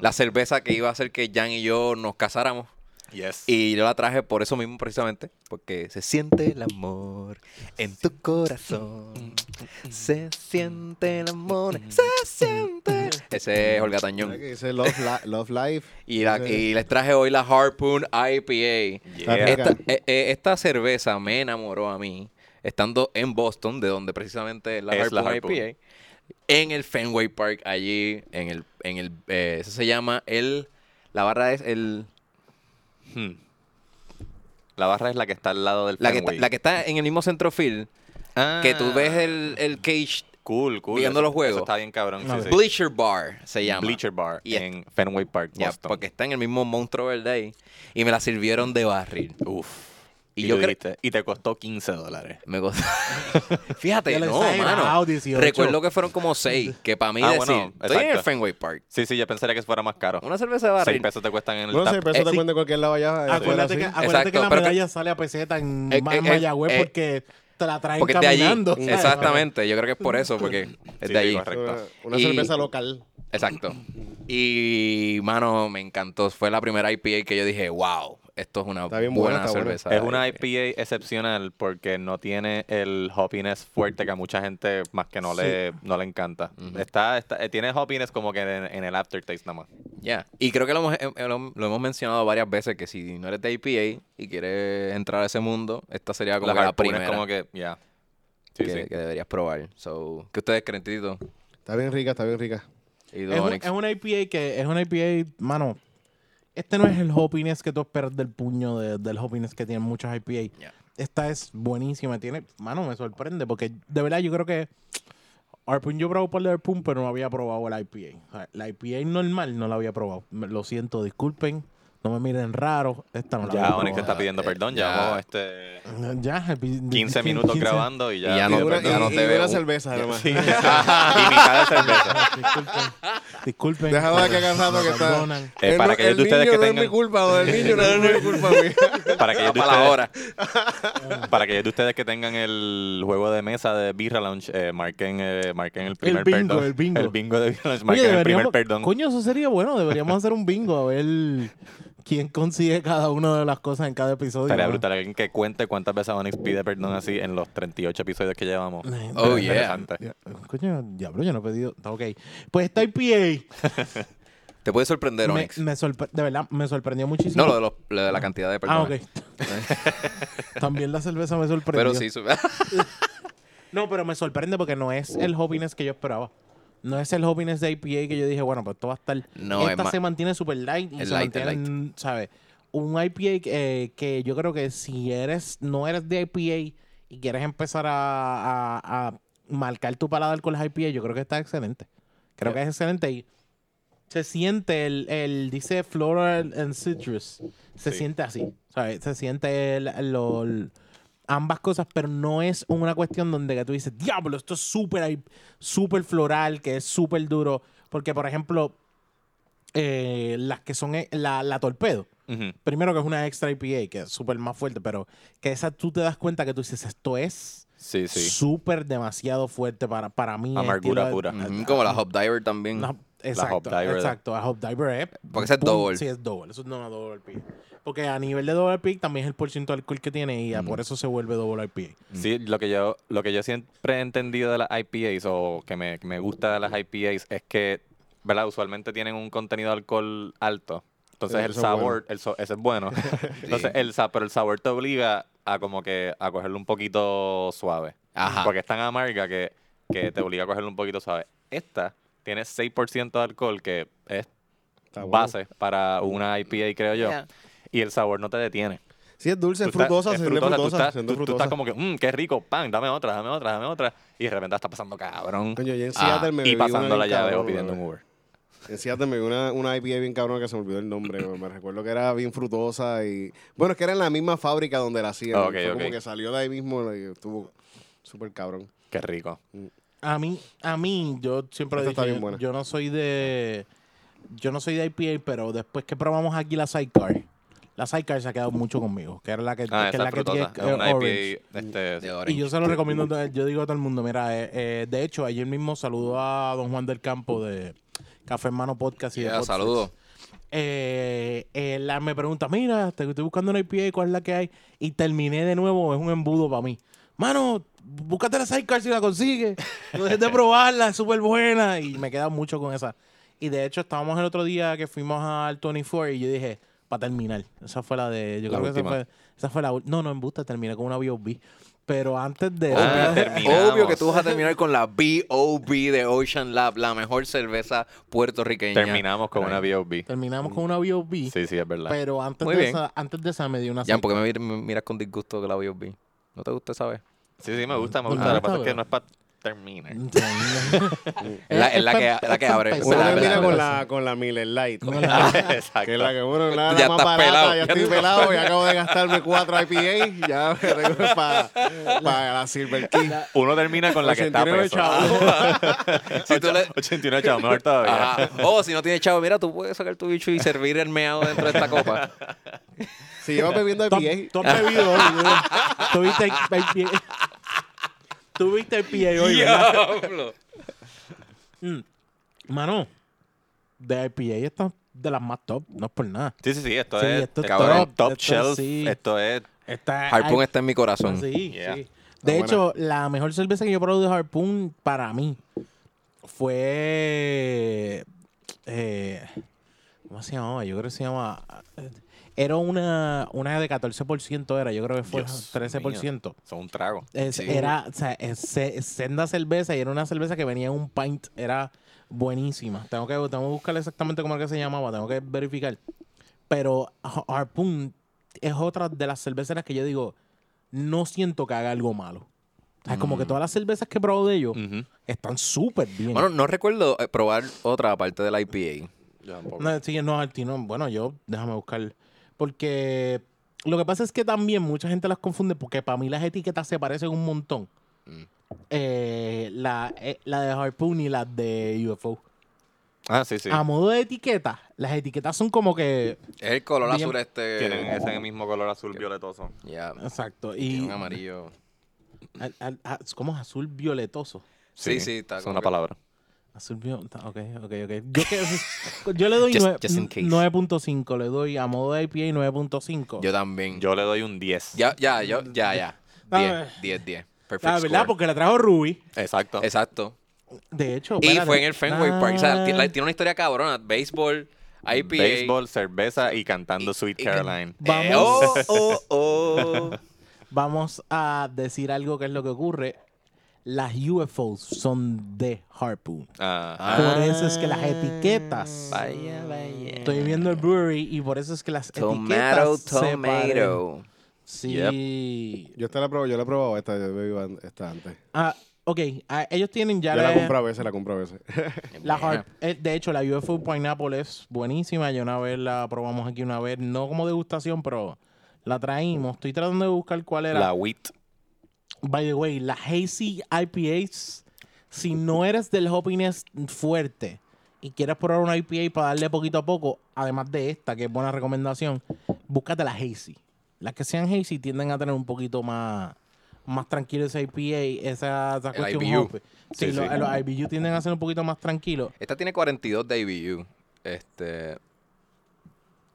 Speaker 1: la cerveza que iba a hacer que Jan y yo nos casáramos.
Speaker 3: Yes.
Speaker 1: Y yo la traje por eso mismo, precisamente. Porque se siente el amor en tu corazón. Se siente el amor. Se siente. Ese es Olga
Speaker 2: ¿Verdad
Speaker 1: Tañón.
Speaker 2: que Dice Love, Li- Love Life.
Speaker 1: Y, la-
Speaker 2: Ese-
Speaker 1: y les traje hoy la Harpoon IPA.
Speaker 3: Yeah.
Speaker 2: Está rica.
Speaker 1: Esta, eh, eh, esta cerveza me enamoró a mí, estando en Boston, de donde precisamente la
Speaker 3: Es la
Speaker 1: Harpoon,
Speaker 3: Harpoon.
Speaker 1: IPA, en el Fenway Park, allí, en el, en el, eh, eso se llama el, la barra es el,
Speaker 3: Hmm. La barra es la que está al lado del
Speaker 1: la que, está,
Speaker 3: Fenway. Ah.
Speaker 1: la que está en el mismo centro field, que tú ves el, el cage,
Speaker 3: Cool, cool.
Speaker 1: viendo
Speaker 3: eso-
Speaker 1: los juegos.
Speaker 3: Eso está bien cabrón.
Speaker 4: A
Speaker 3: sí,
Speaker 4: ver.
Speaker 3: sí.
Speaker 1: Bleacher Bar se llama.
Speaker 3: Bleacher Bar
Speaker 1: Y
Speaker 3: en Fenway Park,
Speaker 1: Ya,
Speaker 3: Boston.
Speaker 1: porque está en el mismo monstruo verde ahí, y me la sirvieron de barril.
Speaker 3: Uf.
Speaker 1: Y
Speaker 3: Y,
Speaker 1: yo
Speaker 3: yo
Speaker 1: cre-
Speaker 3: y te costó 15 dólares.
Speaker 1: Me gustó. Fíjate,
Speaker 4: Ya lo
Speaker 1: no,
Speaker 4: exagerado,
Speaker 2: Ah,
Speaker 1: mano.
Speaker 4: 18.
Speaker 1: Recuerdo que fueron como seis. Que para mí
Speaker 3: Ah,
Speaker 1: decir,
Speaker 3: bueno,
Speaker 1: estoy en el
Speaker 3: exacto.
Speaker 1: Fenway Park.
Speaker 3: Sí, sí, yo pensaría que fuera más caro.
Speaker 1: Una cerveza de
Speaker 3: 6
Speaker 1: barril.
Speaker 3: pesos te cuestan en el
Speaker 2: No
Speaker 3: tap.
Speaker 2: sé, pero eso
Speaker 1: eh,
Speaker 2: te
Speaker 1: sí.
Speaker 2: cuento en cualquier lado allá. eh,
Speaker 4: Acuérdate, que,
Speaker 2: afuera, sí.
Speaker 4: acuérdate
Speaker 1: Exacto,
Speaker 4: que la
Speaker 1: pero que-
Speaker 4: medalla sale a peseta en,
Speaker 1: Eh,
Speaker 4: Ma-
Speaker 1: eh, eh,
Speaker 4: Mayagüez
Speaker 1: eh,
Speaker 4: porque te la traen
Speaker 1: Porque es de allí.
Speaker 4: caminando. ¿sabes?
Speaker 1: Exactamente. Yo creo que es por eso, porque es
Speaker 3: Sí,
Speaker 1: de
Speaker 3: sí,
Speaker 1: allí.
Speaker 3: correcto.
Speaker 2: Una, una
Speaker 1: Y-
Speaker 2: cerveza local.
Speaker 1: Exacto. Y, mano, me encantó. Fue la primera IPA que yo dije, wow, esto es una
Speaker 2: Está bien
Speaker 1: buena,
Speaker 2: buena, está buena.
Speaker 1: cerveza.
Speaker 3: Es una IPA excepcional porque no tiene el hoppiness fuerte que a mucha gente más que no le no le encanta. Está, está- eh, tiene hoppiness como que en, en el aftertaste nada más.
Speaker 1: Ya. Y creo que lo hemos, eh, eh, lo, lo hemos mencionado varias veces que si no eres de IPA y quieres entrar a ese mundo, esta sería como
Speaker 3: Las
Speaker 1: que la
Speaker 3: harpoon
Speaker 1: primera
Speaker 3: es como que, ya. Sí,
Speaker 1: que,
Speaker 3: sí.
Speaker 1: que deberías probar. So, ¿Qué ustedes creen, Tito?
Speaker 2: Está bien rica, está bien rica.
Speaker 1: Y
Speaker 4: Es, un-
Speaker 1: Donix?
Speaker 4: es una IPA que es una IPA, mano. Este no es el hoppiness que tú esperas del puño de- del hoppiness que tienen muchos IPA.
Speaker 1: Ya.
Speaker 4: Esta es buenísima. Tiene, mano, me sorprende porque de verdad yo creo que Harpoon yo probé por el Harpoon, pero no había probado el IPA. O sea, La IPA normal no la había probado. Me- Lo siento, disculpen. No me miren raro. Esta no la
Speaker 3: Ya
Speaker 4: había
Speaker 3: Onyx te está
Speaker 4: probado.
Speaker 3: pidiendo
Speaker 1: Eh,
Speaker 3: perdón.
Speaker 1: ya.
Speaker 3: Llevamos este
Speaker 4: Ya,
Speaker 3: 15 minutos grabando y ya.
Speaker 1: Y ya
Speaker 2: Y
Speaker 1: no-
Speaker 2: una,
Speaker 1: ya
Speaker 2: y-
Speaker 1: no
Speaker 2: y
Speaker 1: te veo.
Speaker 2: una cerveza, además.
Speaker 3: Sí. y mitad de cerveza.
Speaker 4: Disculpen. Disculpen.
Speaker 2: Dejaba que hagan rato
Speaker 4: Me
Speaker 2: que está.
Speaker 4: perdonan.
Speaker 3: Eh,
Speaker 2: El
Speaker 3: para
Speaker 2: no-
Speaker 3: aquellos
Speaker 2: el
Speaker 3: de ustedes
Speaker 2: niño
Speaker 3: que
Speaker 2: no
Speaker 3: tengan-
Speaker 2: es mi culpa, o el niño no es mi culpa mía.
Speaker 3: Para aquellos de
Speaker 1: para la
Speaker 3: ustedes-
Speaker 1: hora.
Speaker 3: Para aquellos de ustedes que tengan el juego de mesa de Birra Lounge, eh, marquen, eh, marquen el primer
Speaker 4: bingo,
Speaker 3: perdón.
Speaker 4: el bingo.
Speaker 3: de Birra Lounge,
Speaker 4: Oye,
Speaker 3: marquen el primer
Speaker 4: deberíamos-
Speaker 3: perdón.
Speaker 4: Coño, eso sería bueno. Deberíamos hacer un bingo a ver quién consigue cada una de las cosas en cada episodio.
Speaker 3: Estaría
Speaker 4: ¿no?
Speaker 3: brutal alguien que cuente cuántas veces Onyx pide perdón así en los 38 episodios que llevamos.
Speaker 4: Ay,
Speaker 1: Oh,
Speaker 4: pero-
Speaker 1: yeah.
Speaker 3: Interesante.
Speaker 4: Ya, Coño, diablo, yo no he pedido. Está Ok. Pues esta IPA
Speaker 1: Te puede sorprender,
Speaker 4: me,
Speaker 1: Onyx.
Speaker 4: me sorpre- de verdad me sorprendió muchísimo.
Speaker 1: No, lo de, los- lo de la cantidad de
Speaker 4: Ah,
Speaker 1: personas.
Speaker 4: ok. También la cerveza me sorprendió.
Speaker 1: Pero sí, su-
Speaker 4: No, pero me sorprende porque no es el hoppiness que yo esperaba. No es el hoppiness de IPA que yo dije, bueno, pues esto va a estar.
Speaker 1: No, es
Speaker 4: Esta
Speaker 1: ma-
Speaker 4: se mantiene super light y
Speaker 1: Es
Speaker 4: se
Speaker 1: light, es
Speaker 4: mantiene, mm, ¿sabes? Un IPA eh, que yo creo que si eres, no eres de IPA y quieres empezar a, a- a marcar tu paladar con las IPA, yo creo que está excelente. Creo que es excelente y se siente el, el- dice floral and citrus. Se
Speaker 3: Sí.
Speaker 4: siente así, ¿sabes? Se siente el- lo- el- ambas cosas, pero no es una cuestión donde que tú dices, diablo, esto es súper hi- súper floral, que es súper duro. Porque, por ejemplo, eh, las que son eh, la, la torpedo.
Speaker 3: Ujú.
Speaker 4: Primero que es una extra IPA, que es súper más fuerte, pero que esa tú te das cuenta que tú dices, esto es
Speaker 3: Sí, sí.
Speaker 4: súper demasiado fuerte para, para mí. el
Speaker 3: Amargura
Speaker 4: estilo de-
Speaker 3: pura.
Speaker 1: Ujú, Como la Hop Diver también.
Speaker 4: No, exacto,
Speaker 3: Diver.
Speaker 4: exacto. La Hop Diver es.
Speaker 1: Porque esa es
Speaker 4: pum,
Speaker 1: double.
Speaker 4: Sí, es double. Eso no es una double IPA. Porque a nivel de double IPA también es el porcentaje de alcohol que tiene y ah, por eso se vuelve double IPA.
Speaker 3: Mm. Sí, lo que yo, lo que yo siempre he entendido de las IPAs o que me, que me gusta de las IPAs es que, ¿verdad? Usualmente tienen un contenido de alcohol alto. Entonces
Speaker 2: Eh,
Speaker 3: el
Speaker 2: eso es bueno.
Speaker 3: sabor, el so- ese es bueno. Entonces el sa- pero el sabor te obliga a como que a cogerlo un poquito suave.
Speaker 1: Ajá.
Speaker 3: Porque es tan amarga que, que te obliga a cogerlo un poquito suave. Esta tiene 6% de alcohol que es
Speaker 2: Está bueno.
Speaker 3: base para una IPA, creo yo.
Speaker 1: Yeah.
Speaker 3: Y el sabor no te detiene.
Speaker 2: Sí, es dulce, es
Speaker 3: Tú estás-
Speaker 2: frutosa,
Speaker 3: es
Speaker 2: se siente
Speaker 3: frutosa, tú
Speaker 2: frutosa,
Speaker 3: estás-
Speaker 2: se siente
Speaker 3: tú- tú
Speaker 2: frutosa.
Speaker 3: estás como que, mmm, qué rico, pan, dame otra, dame otra, dame otra. Y de repente está pasando cabrón.
Speaker 2: Coño, yo en
Speaker 1: Ah,
Speaker 2: Seattle me
Speaker 3: y
Speaker 2: bebí una
Speaker 3: pasando la
Speaker 2: bien
Speaker 3: llave o
Speaker 2: cabrona,
Speaker 3: pidiendo
Speaker 2: bro.
Speaker 3: un Uber.
Speaker 2: En Seattle me vi una, una IPA bien cabrona que se me olvidó el nombre. bro. me recuerdo que era bien frutosa y... Bueno, es que era en la misma fábrica donde la hacían.
Speaker 3: Ok,
Speaker 2: Fue
Speaker 3: ok.
Speaker 2: como que salió de ahí mismo y estuvo súper cabrón.
Speaker 3: Qué rico.
Speaker 4: A mí, a mí, yo siempre he
Speaker 2: Esta
Speaker 4: dicho,
Speaker 2: está bien
Speaker 4: yo-
Speaker 2: buena.
Speaker 4: yo no soy de, yo no soy de IPA, pero después que probamos aquí la Sidecar, La Sidecar se ha quedado mucho conmigo, que era la que,
Speaker 3: Ah, esa
Speaker 4: que es la
Speaker 3: es frutosa.
Speaker 4: que
Speaker 3: Es
Speaker 4: tiene, eh,
Speaker 3: una IPA,
Speaker 4: orange.
Speaker 3: este,
Speaker 1: De
Speaker 4: eh, Y
Speaker 1: Orange.
Speaker 4: yo se lo recomiendo, a todo el- yo digo a todo el mundo, mira, eh, eh, de hecho, ayer mismo saludo a don Juan del Campo de Café Hermano Podcast y de
Speaker 1: Ya,
Speaker 4: Podfest.
Speaker 1: saludos.
Speaker 4: Eh, él me pregunta, mira, te estoy buscando una IPA, ¿cuál es la que hay? Y terminé de nuevo, es un embudo para mí. Mano, búscate la Sidecar si la consigues. No dejes de probarla, es súper buena. Y me queda mucho con esa. Y de hecho, estábamos el otro día que fuimos al 24 y yo dije, para terminar. Esa fue la de. Yo
Speaker 3: La
Speaker 4: creo que esa
Speaker 3: última.
Speaker 4: fue, esa fue la ul- No, no, en Busta terminé con una BOB. Pero antes de.
Speaker 1: Ah,
Speaker 3: terminamos.
Speaker 1: obvio que tú vas a terminar con la B.O.B. de Ocean Lab, la mejor cerveza puertorriqueña.
Speaker 3: Terminamos con una
Speaker 1: Ay.
Speaker 3: B.O.B.
Speaker 4: terminamos con una BOB.
Speaker 3: Sí, sí, es verdad.
Speaker 4: Pero antes
Speaker 1: Muy
Speaker 4: de,
Speaker 1: bien.
Speaker 4: esa, antes de esa me dio una.
Speaker 1: Jan, ¿por qué me mir- me miras con disgusto de la B.O.B.? ¿No te gusta saber?
Speaker 3: Sí, sí, me gusta, me
Speaker 4: Pues
Speaker 3: gusta. Lo
Speaker 4: me
Speaker 3: que pasa
Speaker 4: gusta,
Speaker 3: es que
Speaker 4: pero-
Speaker 3: no es para terminar.
Speaker 1: Es la, es la
Speaker 4: pa-
Speaker 1: que, la que
Speaker 4: pa empezar.
Speaker 1: abre. la- pues,
Speaker 2: Uno
Speaker 1: la-
Speaker 2: termina
Speaker 1: la-
Speaker 2: con
Speaker 4: verdad,
Speaker 2: la, con la Miller Light.
Speaker 4: Con la-
Speaker 2: Que es la
Speaker 3: Exacto.
Speaker 2: que, bueno, la, la
Speaker 1: Ya
Speaker 2: más
Speaker 1: estás
Speaker 2: barata,
Speaker 1: pelado,
Speaker 2: ya
Speaker 1: ya
Speaker 2: estoy
Speaker 1: estás-
Speaker 2: pelado, ya acabo de gastarme cuatro IPA, ya me tengo para, para la Silver King.
Speaker 3: Uno termina con la que está
Speaker 2: 89
Speaker 3: preso.
Speaker 2: chavos.
Speaker 1: Si tú le-
Speaker 3: 89 chavos, mejor todavía.
Speaker 1: Ajá. Oh, si no tienes chavo, mira, tú puedes sacar tu bicho y servir el meado dentro de esta copa.
Speaker 2: Si llevas bebiendo
Speaker 4: Tú,
Speaker 2: IPA,
Speaker 4: tú has bebido hoy, ¿verdad? Tú viste el PA. Tú viste el PA hoy, ¿verdad?
Speaker 1: Diablo.
Speaker 4: Mm. Mano, de IPA está de las más top, no es por nada.
Speaker 3: Sí, sí, sí, esto
Speaker 4: Sí,
Speaker 3: es
Speaker 4: esto es
Speaker 3: cabrón,
Speaker 4: top,
Speaker 3: top,
Speaker 4: esto es
Speaker 3: shelf.
Speaker 4: sí.
Speaker 3: Esto es
Speaker 4: Está
Speaker 1: Harpoon
Speaker 4: hay-
Speaker 1: está en mi corazón.
Speaker 4: Sí,
Speaker 3: Yeah.
Speaker 4: sí.
Speaker 2: buena.
Speaker 4: De hecho, la mejor cerveza que yo probé de Harpoon para mí fue. eh, ¿Cómo se llamaba? Yo creo que se llama. eh, Era una, una de 14%, era. Yo creo que fue
Speaker 3: Dios
Speaker 4: 13%.
Speaker 3: son un trago.
Speaker 4: Es-
Speaker 1: Sí.
Speaker 4: Era, o sea, es, se- senda cerveza y era una cerveza que venía en un pint. Era buenísima. Tengo que, tengo que buscar exactamente cómo era que se llamaba. Tengo que verificar. Pero Ha- Harpoon es otra de las cerveceras que yo digo, no siento que haga algo malo. O sea, como que todas las cervezas que he probado de ellos están súper bien.
Speaker 1: Mm. Bueno, no recuerdo eh, probar otra parte de la IPA.
Speaker 4: No, sí, no, Arti, no. Bueno, yo, déjame buscar. Porque lo que pasa es que también mucha gente las confunde porque para mí las etiquetas se parecen un montón.
Speaker 1: Mm.
Speaker 4: Eh, la, eh, la de Harpoon y la de UFO.
Speaker 3: Ah, sí, sí.
Speaker 4: A modo de etiqueta, las etiquetas son como que...
Speaker 1: Es el color
Speaker 4: Bien.
Speaker 1: azul este.
Speaker 3: Tienen ese mismo color azul violetoso.
Speaker 1: Ya.
Speaker 4: Exacto.
Speaker 1: tiene
Speaker 4: Y,
Speaker 1: un amarillo.
Speaker 4: al- al- a- como es azul violetoso.
Speaker 1: Sí, sí, está
Speaker 3: Es
Speaker 1: como
Speaker 3: una
Speaker 1: que-
Speaker 3: palabra.
Speaker 4: Azul violetoso. Ok, ok, ok. Yo, que- yo le doy
Speaker 1: Just-
Speaker 4: nueve-
Speaker 1: just in case.
Speaker 4: 9.5. Le doy a modo de IPA 9.5.
Speaker 1: Yo también.
Speaker 3: Yo le doy un 10.
Speaker 1: Ya, ya, yo, ya, ya.
Speaker 4: Dame.
Speaker 1: 10, 10, 10. Perfect.
Speaker 4: La Ah, eh. verdad,
Speaker 1: score.
Speaker 4: porque la trajo Ruby.
Speaker 3: Exacto.
Speaker 1: Exacto.
Speaker 4: De hecho,
Speaker 1: Y
Speaker 4: Pues espérate.
Speaker 1: fue en el Fenway Park. O sea, ti-
Speaker 4: Ah.
Speaker 1: la- tiene una historia cabrona. Béisbol, IPA.
Speaker 3: Béisbol, cerveza y cantando Sweet
Speaker 1: y-
Speaker 3: Caroline.
Speaker 1: Eh,
Speaker 4: Vamos.
Speaker 1: oh, oh, oh.
Speaker 4: Vamos a decir algo que es lo que ocurre. Las UFOs son de Harpoon.
Speaker 3: Ajá.
Speaker 1: Ah.
Speaker 4: Por eso es que las etiquetas.
Speaker 1: Vaya, vaya.
Speaker 4: Estoy viendo el brewery y por eso es que las
Speaker 1: Tomato,
Speaker 4: etiquetas. se paren.
Speaker 1: tomato.
Speaker 4: Sí.
Speaker 2: yo esta la probé, yo la he probado esta, yo bebí an- esta antes.
Speaker 4: Ah, ok, ah, ellos tienen ya
Speaker 2: Yo la
Speaker 4: la-
Speaker 2: compro a veces, la compro a veces.
Speaker 4: La Harp- eh, de hecho, la UFO Pineapple es buenísima. Yo una vez la probamos aquí una vez, no como degustación, pero la traímos. Estoy tratando de buscar cuál era.
Speaker 3: La wheat.
Speaker 4: By the way, las hazy IPAs, si no eres del hoppiness fuerte y quieres probar una IPA para darle poquito a poco, además de esta, que es buena recomendación, búscate las hazy. Las que sean hazy tienden a tener un poquito más, más tranquilo ese IPA, esa, esa
Speaker 1: El
Speaker 4: cuestión
Speaker 1: IBU.
Speaker 4: hoppy. Sí,
Speaker 3: Sí,
Speaker 4: lo-
Speaker 3: sí.
Speaker 4: los, IBU tienden a ser un poquito más tranquilos.
Speaker 1: Esta tiene 42 de IBU. Este.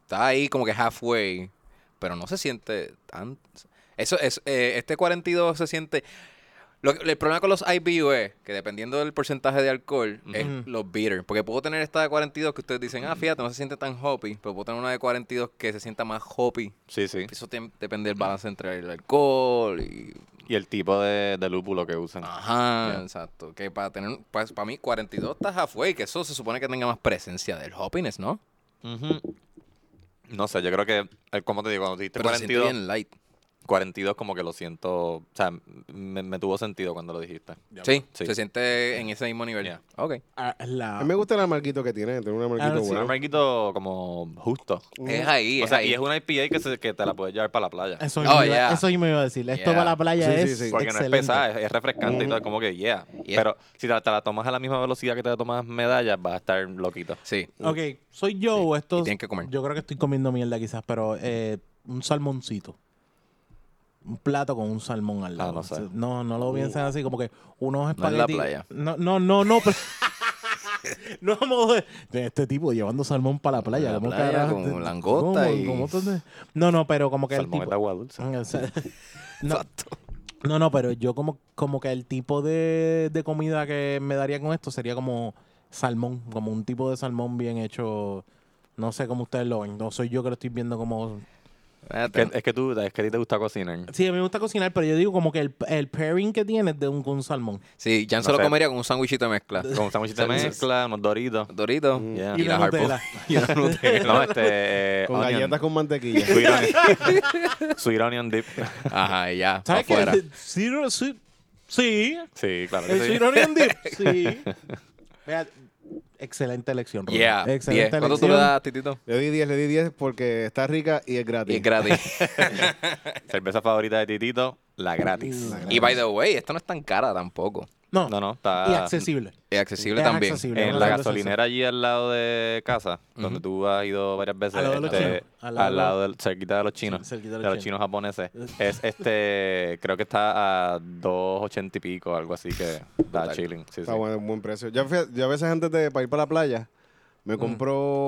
Speaker 1: Está ahí como que halfway. Pero no se siente tan. Eso es. eh, este 42 se siente. Lo que- el problema con los IBU es que dependiendo del porcentaje de alcohol, es
Speaker 4: Ujú.
Speaker 1: los bitter. Porque puedo tener esta de 42 que ustedes dicen, ah, fíjate, no se siente tan hoppy. Pero puedo tener una de 42 que se sienta más hoppy.
Speaker 3: Sí, sí.
Speaker 1: Eso tem- depende del balance entre el alcohol y.
Speaker 3: Y el tipo de, de lúpulo que usan.
Speaker 1: Ah. Ajá,
Speaker 3: Ya.
Speaker 1: exacto. Que para tener. Para, para mí, 42 está halfway. Que eso se supone que tenga más presencia del hoppiness, ¿no?
Speaker 3: Ujú. No sé, yo creo que, eh, como te digo, cuando te diste
Speaker 1: Pero se siente
Speaker 3: 42,
Speaker 1: bien light.
Speaker 3: 42 como que lo siento, o sea, me, me tuvo sentido cuando lo dijiste.
Speaker 1: Sí,
Speaker 3: Sí.
Speaker 1: se siente en ese mismo nivel.
Speaker 3: Yeah.
Speaker 1: Ok.
Speaker 4: Ah, la-
Speaker 2: A mí me gusta el marquito que tiene, tiene un marquito
Speaker 4: Ah, sí.
Speaker 3: Es un
Speaker 2: bueno.
Speaker 3: ranquito como justo.
Speaker 1: Es ahí,
Speaker 3: O
Speaker 1: es
Speaker 3: sea,
Speaker 1: ahí.
Speaker 3: y es una IPA que, se- que te la puedes llevar para la playa.
Speaker 4: Eso,
Speaker 1: Oh,
Speaker 4: mismo iba,
Speaker 1: yeah.
Speaker 4: eso mismo iba a decir. Esto
Speaker 1: Yeah.
Speaker 4: para la playa
Speaker 2: Sí, sí,
Speaker 4: es
Speaker 2: sí.
Speaker 3: Porque no
Speaker 4: excelente.
Speaker 3: es pesada, es, es refrescante y todo, como que, yeah.
Speaker 1: Mm. Yeah.
Speaker 3: Pero si te, te la tomas a la misma velocidad que te la tomas medallas, vas a estar loquito.
Speaker 1: Sí.
Speaker 4: Ok, soy yo o esto.
Speaker 1: Mm. y tienen que comer.
Speaker 4: Yo creo que estoy comiendo mierda quizás, pero eh, un salmoncito. Un plato con un salmón al lado.
Speaker 3: Ah, no sé.
Speaker 4: no, no lo piensen así, como que unos
Speaker 1: Uh. No en la
Speaker 4: espaguetis.
Speaker 1: playa.
Speaker 4: No, no, no, no. pero- no a modo de- de este tipo llevando salmón para la playa.
Speaker 1: A la
Speaker 4: ¿cómo
Speaker 1: playa
Speaker 4: carajo?
Speaker 1: con
Speaker 4: ¿Cómo-
Speaker 1: langosta y-
Speaker 4: cómo tú te- No, no, pero como que el
Speaker 3: Salmón es
Speaker 4: tipo-
Speaker 3: de agua dulce.
Speaker 4: O sea, no, no, no, pero yo como, como que el tipo de, de comida que me daría con esto sería como salmón, como un tipo de salmón bien hecho. No sé cómo ustedes lo ven, no soy yo que lo estoy viendo como...
Speaker 1: Espérate.
Speaker 3: Que- es que tú, es que a ti te gusta cocinar.
Speaker 4: Sí, a mí me gusta cocinar, pero yo digo como que el, el pairing que tiene es de un, con un salmón.
Speaker 1: Sí, Jan
Speaker 3: No
Speaker 1: se lo
Speaker 3: sé.
Speaker 1: comería con un sándwichito de mezcla.
Speaker 3: Con sándwiches de
Speaker 1: Salsas.
Speaker 3: mezcla, unos doritos.
Speaker 1: Dorito
Speaker 3: Yeah.
Speaker 1: Ah, y,
Speaker 4: Y
Speaker 1: la
Speaker 4: una
Speaker 1: Harpo.
Speaker 4: Nutella.
Speaker 1: Mm. y una Nutella.
Speaker 3: No, este. eh,
Speaker 2: Con
Speaker 3: onion.
Speaker 2: galletas con mantequilla.
Speaker 3: Sweet onion. Sweet onion dip.
Speaker 1: Ajá, y ya. pa'
Speaker 4: ¿Sabes
Speaker 1: afuera.
Speaker 4: qué? Sí, no, sí, sí.
Speaker 3: Sí, claro.
Speaker 4: El
Speaker 3: que sí.
Speaker 4: Sweet Onion Dip, sí. Vea, excelente elección, Rolando.
Speaker 1: Yeah. diez.
Speaker 4: Excelente
Speaker 1: ¿Cuánto tú
Speaker 4: elección.
Speaker 1: le das, Titito?
Speaker 2: Le di 10, le di 10 porque está rica y es
Speaker 1: Y
Speaker 2: gratis.
Speaker 1: es gratis.
Speaker 3: Cerveza favorita de Titito, la gratis.
Speaker 4: La gratis.
Speaker 1: y by the way, esta no es tan cara tampoco.
Speaker 4: No,
Speaker 3: No, no, está.
Speaker 4: y
Speaker 1: ah,
Speaker 4: accesible.
Speaker 1: Es accesible
Speaker 4: Es
Speaker 1: también.
Speaker 4: accesible.
Speaker 3: En
Speaker 4: Una
Speaker 3: la
Speaker 4: cerveza
Speaker 3: gasolinera allí al lado de casa, donde tú has ido varias veces,
Speaker 4: Al lado de los
Speaker 3: este,
Speaker 4: chinos.
Speaker 3: al
Speaker 4: Al
Speaker 3: lado,
Speaker 4: lado-
Speaker 3: del, cerquita de los chinos,
Speaker 4: Sí, cerquita
Speaker 3: de
Speaker 4: de
Speaker 3: los
Speaker 4: los
Speaker 3: chinos, japoneses, es este, creo que está a 2.80 y pico, algo así que está
Speaker 1: Brutal.
Speaker 3: chilling. Sí, sí.
Speaker 2: Está bueno, buen precio. Yo, fui- yo a veces antes de para ir para la playa me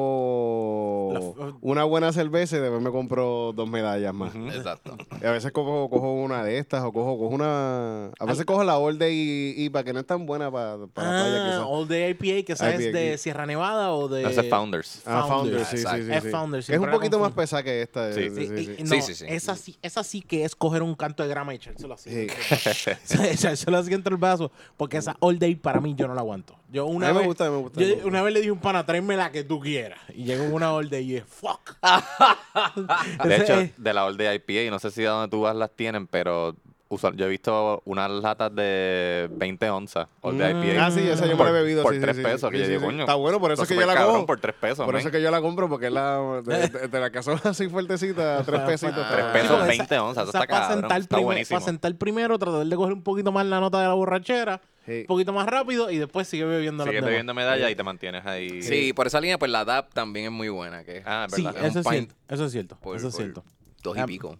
Speaker 2: compro
Speaker 4: La f-
Speaker 2: una buena cerveza y después me compro dos medallas más.
Speaker 1: Exacto.
Speaker 2: Y a veces cojo, cojo una de estas o cojo, cojo una... A veces cojo la Old Day y, para que no es tan buena para, para la playa
Speaker 4: Ah,
Speaker 2: quizás.
Speaker 4: All Day IPA, que esa es
Speaker 2: IPA.
Speaker 4: de Sierra Nevada o de...
Speaker 3: No, ese es Founders.
Speaker 2: Ah, Founder,
Speaker 4: Founder.
Speaker 2: sí, sí,
Speaker 1: Exacto.
Speaker 2: sí,
Speaker 4: Es
Speaker 2: sí.
Speaker 4: Founder,
Speaker 2: Que es un
Speaker 4: siempre la
Speaker 2: poquito más
Speaker 4: confundo.
Speaker 2: pesada que esta.
Speaker 3: Sí.
Speaker 2: Sí,
Speaker 4: Sí,
Speaker 2: sí,
Speaker 4: y-
Speaker 2: sí.
Speaker 4: y no,
Speaker 1: Sí, sí, sí.
Speaker 4: Esa sí, esa sí que es coger un canto de grama y echárselo así.
Speaker 2: Sí.
Speaker 4: Echárselo así entre el vaso, porque esa All Day para mí yo no la aguanto. Yo una
Speaker 2: A mí me
Speaker 4: vez,
Speaker 2: gusta, a mí me gusta,
Speaker 4: yo
Speaker 2: me gusta.
Speaker 4: una vez le dije a un pana, tráeme la que tú quieras. Y llegó una All Day y es fuck.
Speaker 3: Ah,
Speaker 4: eh,
Speaker 3: De
Speaker 4: Ese
Speaker 3: hecho,
Speaker 4: es-
Speaker 3: de la Old Day IPA, y no sé si a donde tú vas las tienen, pero usual- yo he visto unas latas de 20 onzas Old Day IPA.
Speaker 2: Ah, sí, esa yo me
Speaker 3: por-
Speaker 2: la he bebido.
Speaker 3: Por
Speaker 2: sí, sí,
Speaker 3: 3
Speaker 2: sí.
Speaker 3: pesos, que
Speaker 2: Sí,
Speaker 3: yo
Speaker 2: sí,
Speaker 3: digo,
Speaker 2: sí.
Speaker 3: coño.
Speaker 2: Está bueno, por eso
Speaker 3: está
Speaker 2: es que yo la
Speaker 3: supercabrón
Speaker 2: cojo.
Speaker 3: Por 3 pesos,
Speaker 2: Por eso es que yo la compro, porque es la, de, de- de la cazuela así fuertecita, tres pesitos.
Speaker 3: Tres
Speaker 2: está-
Speaker 3: pesos,
Speaker 4: Digo, esa-
Speaker 3: 20 onzas, eso está
Speaker 4: esa para
Speaker 3: cabrón,
Speaker 4: sentar,
Speaker 3: está
Speaker 4: primer-
Speaker 3: buenísimo.
Speaker 4: para sentar primero, tratar de coger un poquito más la nota de la borrachera,
Speaker 2: Sí.
Speaker 4: un poquito más rápido y después sigue bebiendo
Speaker 3: Sigues
Speaker 4: las demás.
Speaker 3: bebiendo medallas y te mantienes ahí.
Speaker 1: Sí, por esa línea, pues la DAP también es muy buena. Que
Speaker 3: Ah, es
Speaker 4: Sí,
Speaker 3: verdad.
Speaker 1: es
Speaker 4: eso
Speaker 1: un
Speaker 4: es
Speaker 1: pint
Speaker 4: cierto, eso es cierto,
Speaker 1: por-
Speaker 4: eso es
Speaker 1: por
Speaker 4: cierto.
Speaker 1: dos y
Speaker 4: Ah,
Speaker 1: pico.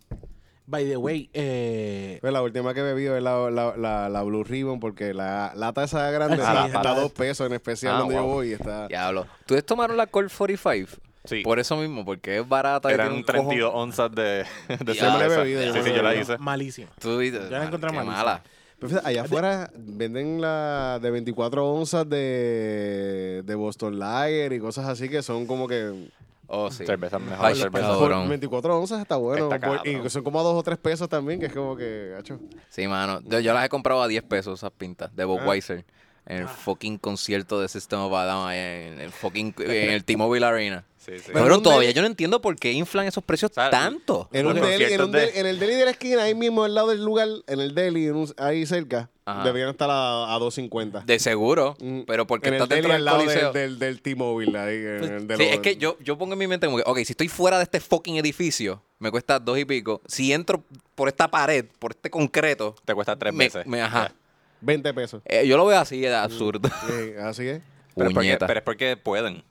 Speaker 4: By the way, eh,
Speaker 2: Pues la última que he bebido es la, la, la, la Blue Ribbon, porque la lata esa grande
Speaker 4: Ah, sí,
Speaker 2: está-
Speaker 4: esa
Speaker 2: está a
Speaker 4: lata.
Speaker 2: dos pesos en especial
Speaker 3: Ah,
Speaker 2: donde yo
Speaker 3: wow.
Speaker 2: voy. y Está...
Speaker 1: Diablo. ¿Ustedes tomaron la Col 45?
Speaker 3: Sí.
Speaker 1: Por eso mismo, porque es barata. y tiene
Speaker 3: Eran
Speaker 1: un cojón.
Speaker 3: 32 onzas de, de
Speaker 1: Ya, yo me la he
Speaker 3: cerveza.
Speaker 2: bebido, yo
Speaker 3: Sí,
Speaker 2: me
Speaker 3: sí,
Speaker 2: la he
Speaker 3: yo la
Speaker 2: bebido.
Speaker 3: hice.
Speaker 4: malísima.
Speaker 1: Tú dices,
Speaker 4: Yo la encontré
Speaker 1: "Ah, qué
Speaker 4: malísima".
Speaker 1: mala.
Speaker 2: Pero fíjate, allá afuera venden la de 24 onzas de, de Boston Lager y cosas así que son como que...
Speaker 1: Oh, sí.
Speaker 3: Cerveza mejor,
Speaker 1: Ay,
Speaker 3: cerveza
Speaker 1: cabrón.
Speaker 2: por 24 onzas está bueno.
Speaker 3: Está
Speaker 2: por-
Speaker 3: cabrón.
Speaker 2: y son como a dos o tres pesos también, que es como que... gacho.
Speaker 1: Sí, mano. Yo, yo las he comprado a 10 pesos esas pintas de Budweiser. En el fucking concierto de System of a Down allá en el fucking en el T-Mobile Arena.
Speaker 3: Sí, sí.
Speaker 1: Pero,
Speaker 2: Pero un eh,
Speaker 1: todavía
Speaker 2: del-
Speaker 1: yo no entiendo por qué inflan esos precios
Speaker 3: sea,
Speaker 1: tanto.
Speaker 2: En, un
Speaker 3: Los
Speaker 2: deli, en,
Speaker 3: conciertos
Speaker 2: un deli-
Speaker 3: de-
Speaker 2: en el deli de la esquina, ahí mismo, al lado del lugar, en el deli, en un- ahí cerca,
Speaker 1: Ajá.
Speaker 2: deberían estar a, a 2.50.
Speaker 1: De seguro,
Speaker 2: Mm,
Speaker 1: pero porque
Speaker 2: en
Speaker 1: está
Speaker 2: el deli
Speaker 1: dentro del
Speaker 2: al lado
Speaker 1: coliseo. Pues,
Speaker 2: del, del, del T-Mobile. ahí, en el de
Speaker 1: Sí,
Speaker 2: los-
Speaker 1: es que yo, yo pongo en mi mente como que, ok, si estoy fuera de este fucking edificio, me cuesta dos y pico. Si entro por esta pared, por este concreto,
Speaker 3: Te cuesta tres
Speaker 1: me-
Speaker 3: veces.
Speaker 1: me- ajá.
Speaker 2: 20 pesos.
Speaker 1: Eh, yo lo veo así, es absurdo.
Speaker 2: Sí, así es.
Speaker 3: Pero es, porque,
Speaker 1: Puñeta.
Speaker 3: pero es porque pueden.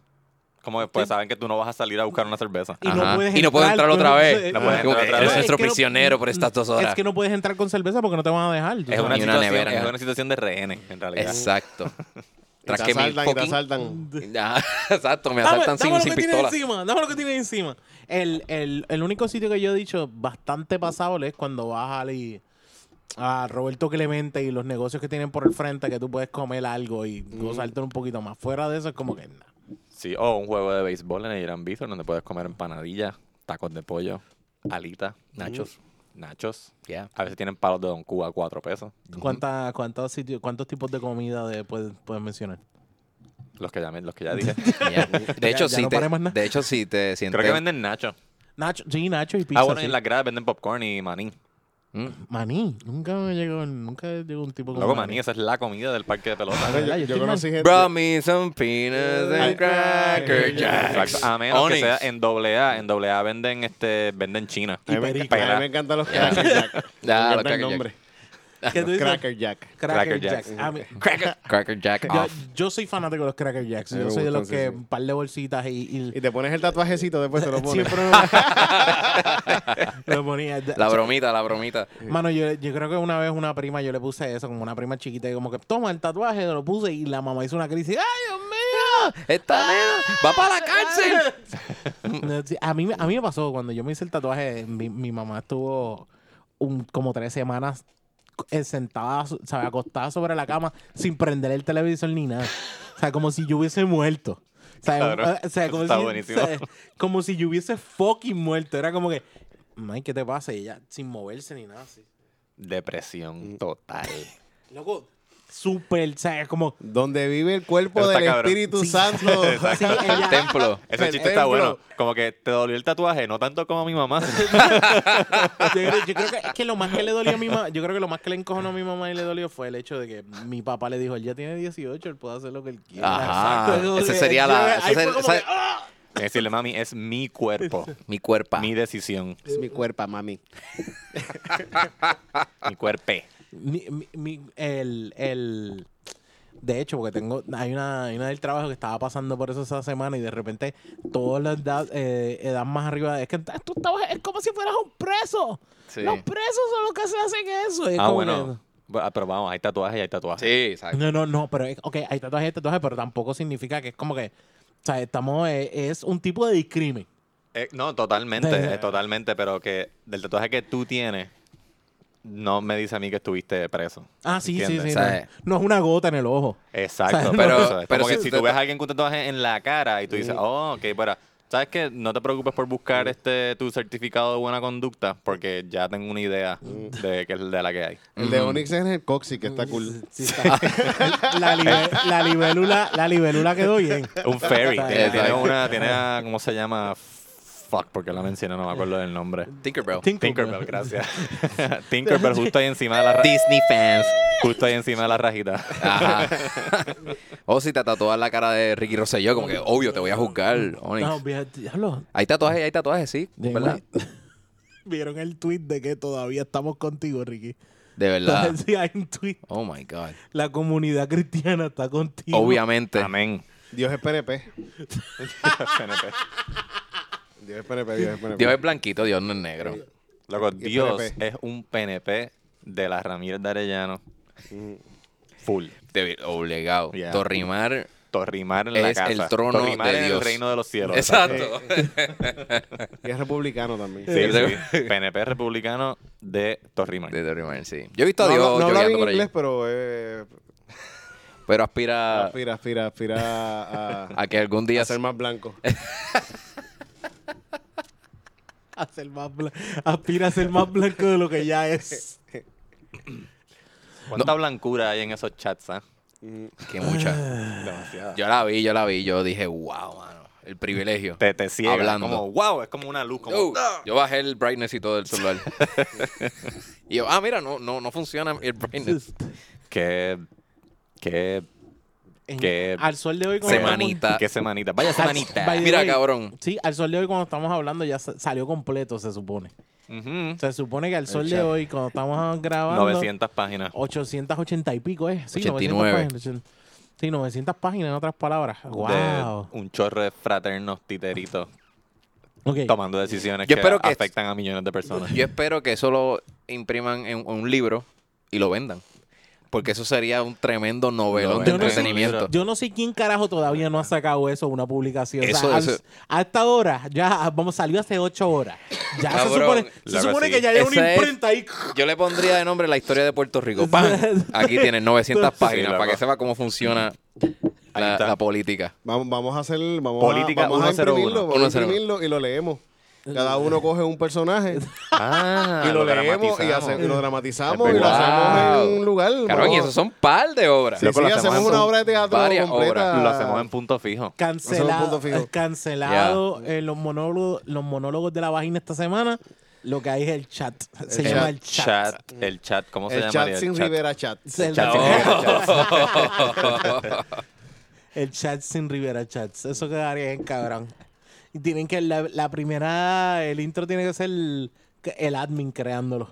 Speaker 3: Como después saben que tú no vas a salir a buscar una cerveza.
Speaker 4: Y
Speaker 1: Ajá.
Speaker 4: no puedes
Speaker 1: y no puedo
Speaker 4: entrar,
Speaker 1: entrar otra
Speaker 4: no-
Speaker 1: vez.
Speaker 4: no
Speaker 3: puedes
Speaker 1: Como
Speaker 3: entrar
Speaker 1: que
Speaker 3: otra
Speaker 1: eres
Speaker 3: vez.
Speaker 1: nuestro
Speaker 4: Es que no-
Speaker 1: prisionero por estas dos horas.
Speaker 4: Es que no puedes entrar con cerveza porque no te van a dejar. tú
Speaker 3: Es una,
Speaker 4: sabes.
Speaker 1: Ni una
Speaker 3: situación,
Speaker 1: nevera,
Speaker 3: es
Speaker 1: ajá.
Speaker 3: una situación de rehenes, en realidad.
Speaker 1: Exacto.
Speaker 2: Y te
Speaker 1: Tras que mi
Speaker 2: asaltan, y te
Speaker 1: fucking-
Speaker 2: asaltan.
Speaker 1: Ajá, Exacto, me
Speaker 4: Dame,
Speaker 1: asaltan
Speaker 4: dame
Speaker 1: sin,
Speaker 4: lo
Speaker 1: sin
Speaker 4: que tienes
Speaker 1: pistola.
Speaker 4: encima, dame lo que tienes encima. El, el, el único sitio que yo he dicho bastante pasable es cuando vas al y- a Roberto Clemente y los negocios que tienen por el frente que tú puedes comer algo y gozarte un poquito más. Fuera de eso es como que nada.
Speaker 3: Sí, o un juego de béisbol en el Irán Bistro donde puedes comer empanadillas, tacos de pollo, alitas, nachos. Nachos.
Speaker 1: Yeah.
Speaker 3: A veces tienen palos de Don Cuba a cuatro pesos.
Speaker 4: ¿Cuánta- cuántos, sitios, ¿Cuántos tipos de comida de- puedes, puedes mencionar?
Speaker 3: Los que ya, me- los que ya dije.
Speaker 1: Yeah. De hecho,
Speaker 4: ya
Speaker 1: si
Speaker 4: no
Speaker 1: te,
Speaker 4: paremos nada.
Speaker 1: de hecho, si te sientes.
Speaker 3: Creo que venden nachos.
Speaker 4: Nacho, sí, Nacho y pizza.
Speaker 3: Ah, bueno,
Speaker 4: sí.
Speaker 3: en las gradas venden popcorn y maní.
Speaker 1: Mm.
Speaker 4: Maní. Nunca me llegó, nunca llegó un tipo como
Speaker 3: Loco, maní, esa es la comida del parque de pelotas.
Speaker 2: Yo,
Speaker 4: ¿verdad? Yo
Speaker 2: yo
Speaker 4: estoy
Speaker 2: conocí gente.
Speaker 1: Brought me some peanuts and cracker jacks.
Speaker 3: Exacto, A menos que
Speaker 1: Onyx.
Speaker 3: sea en doble A. En doble A venden, este, venden China.
Speaker 2: A mí, me,
Speaker 4: perico.
Speaker 2: a mí me encantan los Cracker Jack. Me
Speaker 1: Ah, los
Speaker 2: encanta el
Speaker 1: Cracker Jack.
Speaker 2: nombre.
Speaker 4: ¿Qué tú
Speaker 2: Los
Speaker 4: dices?
Speaker 2: Cracker Jack.
Speaker 4: Cracker
Speaker 3: Cracker
Speaker 4: Jacks.
Speaker 3: Jacks.
Speaker 4: Ah, mi-
Speaker 1: Cracker, cracker jack Ah,
Speaker 4: yo,
Speaker 1: off.
Speaker 4: yo soy fanático de los Cracker Jacks.
Speaker 2: A mí
Speaker 4: Yo
Speaker 2: me
Speaker 4: soy de
Speaker 2: gustan,
Speaker 4: los
Speaker 2: sí,
Speaker 4: que
Speaker 2: sí.
Speaker 4: un par de bolsitas y, y
Speaker 2: Y te pones el tatuajecito después te lo pones.
Speaker 4: siempre lo ponía.
Speaker 1: La bromita, la bromita.
Speaker 4: Mano, yo, yo creo que una vez una prima yo le puse eso, como una prima chiquita, y como que toma el tatuaje, lo puse y la mamá hizo una crisis. ¡Ay, Dios mío!
Speaker 1: Esta nena va para la cárcel.
Speaker 4: No, sí, A mí, me- a mí me pasó cuando yo me hice el tatuaje, mi, mi mamá estuvo un- como tres semanas eh, sentada, so- sabe, acostada sobre la cama sin prender el televisor ni nada. O sea, como si yo hubiese muerto. O sea,
Speaker 3: Claro,
Speaker 4: eh, o sea,
Speaker 3: eso
Speaker 4: como,
Speaker 3: está
Speaker 4: si,
Speaker 3: buenísimo.
Speaker 4: o sea, como si yo hubiese fucking muerto. Era como que, ay, ¿qué te pasa? Y ella sin moverse ni nada. Así.
Speaker 2: Mm.
Speaker 3: Depresión total.
Speaker 4: Loco, súper, o sea, como...
Speaker 2: Donde vive el cuerpo
Speaker 3: Eso está
Speaker 2: del
Speaker 3: cabrón.
Speaker 2: Espíritu Santo.
Speaker 4: Sí, ella-
Speaker 1: El templo.
Speaker 3: Ese chiste
Speaker 2: Por
Speaker 3: está
Speaker 2: ejemplo.
Speaker 3: bueno. Como que te dolió el tatuaje, no tanto como a mi mamá.
Speaker 4: Yo creo, yo creo que, es que lo más que le dolió a mi mamá, yo creo que lo más que le encojonó a mi mamá y le dolió fue el hecho de que mi papá le dijo, él ya tiene 18, él puede hacer lo que él quiera.
Speaker 1: Ajá.
Speaker 4: Exacto, eso
Speaker 1: Esa
Speaker 4: que-
Speaker 1: sería
Speaker 4: ahí
Speaker 1: la- esa
Speaker 4: fue
Speaker 1: ser-
Speaker 4: como
Speaker 1: esa-
Speaker 4: que, ¡ah!
Speaker 3: Decirle, mami, es mi cuerpo,
Speaker 1: Mi cuerpo.
Speaker 3: mi decisión,
Speaker 2: Es mi cuerpo, mami.
Speaker 3: mi cuerpe.
Speaker 4: Mi- mi- mi- el, el- de hecho, porque tengo, hay una, hay una del trabajo que estaba pasando por eso esa semana y de repente todas las edad, eh, edad más arriba, es que tú estabas- es como si fueras un preso.
Speaker 1: Sí.
Speaker 4: Los presos son los que se hacen eso. Y es
Speaker 3: Ah,
Speaker 4: como
Speaker 3: bueno. Ah, Pero vamos, hay tatuajes y hay tatuajes.
Speaker 1: Sí, exacto.
Speaker 4: No, no, no, pero es- ok, hay tatuajes, hay tatuajes, pero tampoco significa que es como que, o sea, estamos, eh, es un tipo de discrimen.
Speaker 3: Eh, no, totalmente,
Speaker 4: Del-
Speaker 3: eh, totalmente, pero que del tatuaje que tú tienes, no me dice a mí que estuviste preso.
Speaker 4: Ah, sí, sí,
Speaker 3: ¿Entiendes?
Speaker 4: sí.
Speaker 1: O
Speaker 4: no.
Speaker 1: sea, eh.
Speaker 4: No, es una gota en el ojo.
Speaker 3: Exacto,
Speaker 4: O sea, no-
Speaker 3: pero,
Speaker 1: Pero-
Speaker 3: eso, es
Speaker 1: pero
Speaker 3: como que
Speaker 1: sí,
Speaker 3: si
Speaker 1: te-
Speaker 3: tú ves a alguien con un tatuaje en la cara y tú dices, oh, ok, pero, ¿sabes qué? No te preocupes por buscar este tu certificado de buena conducta, porque ya tengo una idea de, que, de la que hay.
Speaker 2: El de
Speaker 1: Ujú.
Speaker 2: Onyx es el coxi, que está cool.
Speaker 4: Sí, está. la, libe- la libélula, la libélula quedó bien.
Speaker 3: Un ferry,
Speaker 4: Exacto.
Speaker 3: tiene, tiene una, tiene a- ¿cómo se llama? Fuck, porque la mencioné, no me acuerdo del nombre.
Speaker 1: Tinkerbell.
Speaker 3: Tinkerbell, gracias. Tinkerbell justo ahí encima de la ra-
Speaker 1: Disney fans.
Speaker 3: justo ahí encima de la rajita.
Speaker 1: Ajá. o si te tatúas la cara de Ricky Rosselló, como que obvio te voy a juzgar, Onyx.
Speaker 4: No, viejo, diablo.
Speaker 1: Hay tatuajes, hay tatuajes, sí,
Speaker 4: De
Speaker 1: ¿verdad?
Speaker 4: Vieron el tweet de que todavía estamos contigo, Ricky.
Speaker 1: De verdad.
Speaker 4: Sí, hay un tweet.
Speaker 1: Oh my God.
Speaker 4: La comunidad cristiana está contigo.
Speaker 1: Obviamente.
Speaker 3: Amén.
Speaker 2: Dios es PNP.
Speaker 3: PNP.
Speaker 2: Dios es PNP, Dios es PNP.
Speaker 1: Dios es blanquito, Dios no es negro.
Speaker 3: Loco,
Speaker 2: Y
Speaker 3: Dios
Speaker 2: PNP.
Speaker 3: es un PNP de la Ramírez de Arellano. Mm. Full.
Speaker 1: Debe- obligado.
Speaker 3: Yeah.
Speaker 1: Torrimar.
Speaker 3: Torrimar en la
Speaker 1: Es
Speaker 3: casa.
Speaker 1: el trono
Speaker 3: Torrimar
Speaker 1: de
Speaker 3: en
Speaker 1: Dios.
Speaker 3: el reino de los cielos.
Speaker 1: Exacto.
Speaker 2: Y es republicano también.
Speaker 3: Sí,
Speaker 1: Exacto.
Speaker 3: sí. PNP republicano de Torrimar.
Speaker 1: De Torrimar, sí. Yo he visto
Speaker 2: No,
Speaker 1: a Dios
Speaker 2: habla- no habla
Speaker 1: yogueando
Speaker 2: bien
Speaker 1: por
Speaker 2: inglés,
Speaker 1: allí.
Speaker 2: pero eh,
Speaker 1: Pero
Speaker 3: Ah.
Speaker 1: aspira
Speaker 2: aspira, aspira, aspira a, a-
Speaker 1: a que algún día
Speaker 2: a ser más blanco.
Speaker 3: Eh.
Speaker 4: a ser más blan- aspira a ser más blanco de lo que ya es.
Speaker 3: ¿Cuánta blancura hay en esos chats? ah?
Speaker 1: que mucha.
Speaker 3: Demasiada.
Speaker 1: Yo la vi, yo la vi, yo dije, wow, mano. El privilegio.
Speaker 3: Te, te ciega.
Speaker 1: Hablando.
Speaker 3: Como, wow, es como una luz. Como, ¡Ah!".
Speaker 1: Uh, yo bajé el brightness y todo del celular. y yo, ah, mira, no, no, no funciona el brightness.
Speaker 3: Qué, qué,
Speaker 4: En-
Speaker 3: Qué
Speaker 4: al sol de hoy como
Speaker 1: semanita. Ta-
Speaker 3: qué semanita. Vaya
Speaker 4: Al-
Speaker 3: semanita.
Speaker 4: by the
Speaker 1: Mira,
Speaker 4: way,
Speaker 1: cabrón.
Speaker 4: Sí, al sol de hoy cuando estamos hablando ya sa- salió completo, se supone.
Speaker 3: Ujú.
Speaker 4: Se supone que al sol de
Speaker 2: chat.
Speaker 4: hoy cuando estamos grabando
Speaker 3: 900 páginas.
Speaker 4: 880 y pico, eh. Sí,
Speaker 1: 89.
Speaker 4: 900 páginas. Sí, 900 páginas en otras palabras.
Speaker 3: de
Speaker 4: Wow.
Speaker 3: un chorro de fraternos titeritos
Speaker 4: Ok.
Speaker 3: tomando decisiones
Speaker 1: Yo
Speaker 3: que
Speaker 1: espero que-
Speaker 3: afectan a millones de personas.
Speaker 1: Yo espero que eso lo impriman en un libro y lo vendan. Porque eso sería un tremendo novelón
Speaker 4: Yo
Speaker 1: de
Speaker 4: no,
Speaker 3: venden
Speaker 1: entretenimiento.
Speaker 4: sé, yo no sé quién carajo todavía no ha sacado eso, una publicación. O sea,
Speaker 1: Eso-
Speaker 4: al-
Speaker 1: eso-
Speaker 4: Hasta ahora, ya, vamos, salió hace ocho horas. Ya se
Speaker 1: Cabrón,
Speaker 4: supone, se
Speaker 3: la
Speaker 4: supone que
Speaker 3: verdad,
Speaker 4: ya hay
Speaker 1: sí.
Speaker 4: una
Speaker 1: Ese es-
Speaker 4: imprenta ahí.
Speaker 1: Yo le pondría de nombre la historia de Puerto Rico. ¡Pam! Aquí tienen 900
Speaker 4: Sí,
Speaker 1: páginas
Speaker 3: loco.
Speaker 1: para que sepa cómo funciona
Speaker 3: Ahí
Speaker 1: la,
Speaker 3: está.
Speaker 1: la política.
Speaker 2: Vamos, vamos a hacer. Vamos
Speaker 3: Política
Speaker 2: a, vamos a
Speaker 3: 101.
Speaker 2: imprimirlo, vamos a
Speaker 1: 101.
Speaker 2: imprimirlo y lo leemos. Cada uno coge un personaje
Speaker 3: Ah,
Speaker 2: y lo, leemos y,
Speaker 3: dramatizamos.
Speaker 2: hace- y lo dramatizamos
Speaker 3: Es
Speaker 2: y lo hacemos
Speaker 1: verdad.
Speaker 2: en un lugar.
Speaker 1: Cabrón, y
Speaker 2: Vamos-
Speaker 1: eso son par de obras.
Speaker 2: Sí,
Speaker 3: Loco,
Speaker 2: sí,
Speaker 3: lo hacemos
Speaker 2: hacemos
Speaker 3: en
Speaker 2: una
Speaker 3: un-
Speaker 2: obra de teatro
Speaker 1: varias
Speaker 2: completa.
Speaker 1: obras.
Speaker 3: Lo hacemos en punto fijo.
Speaker 2: Eso es un punto
Speaker 4: Cancelado,
Speaker 2: fijo.
Speaker 4: cancelado eh, los, monólogos, los monólogos de la vagina esta semana. Lo que hay es el chat. Se
Speaker 2: El
Speaker 4: llama
Speaker 2: chat.
Speaker 4: el chat.
Speaker 3: El chat, ¿cómo se
Speaker 2: El
Speaker 3: llama?
Speaker 2: chat sin Rivera chat.
Speaker 4: El
Speaker 3: Chat sin
Speaker 4: No.
Speaker 3: Rivera Chat.
Speaker 4: El chat sin Rivera Chats. Eso quedaría en cabrón. Y tienen que. La, la primera. El intro tiene que ser el, el admin creándolo.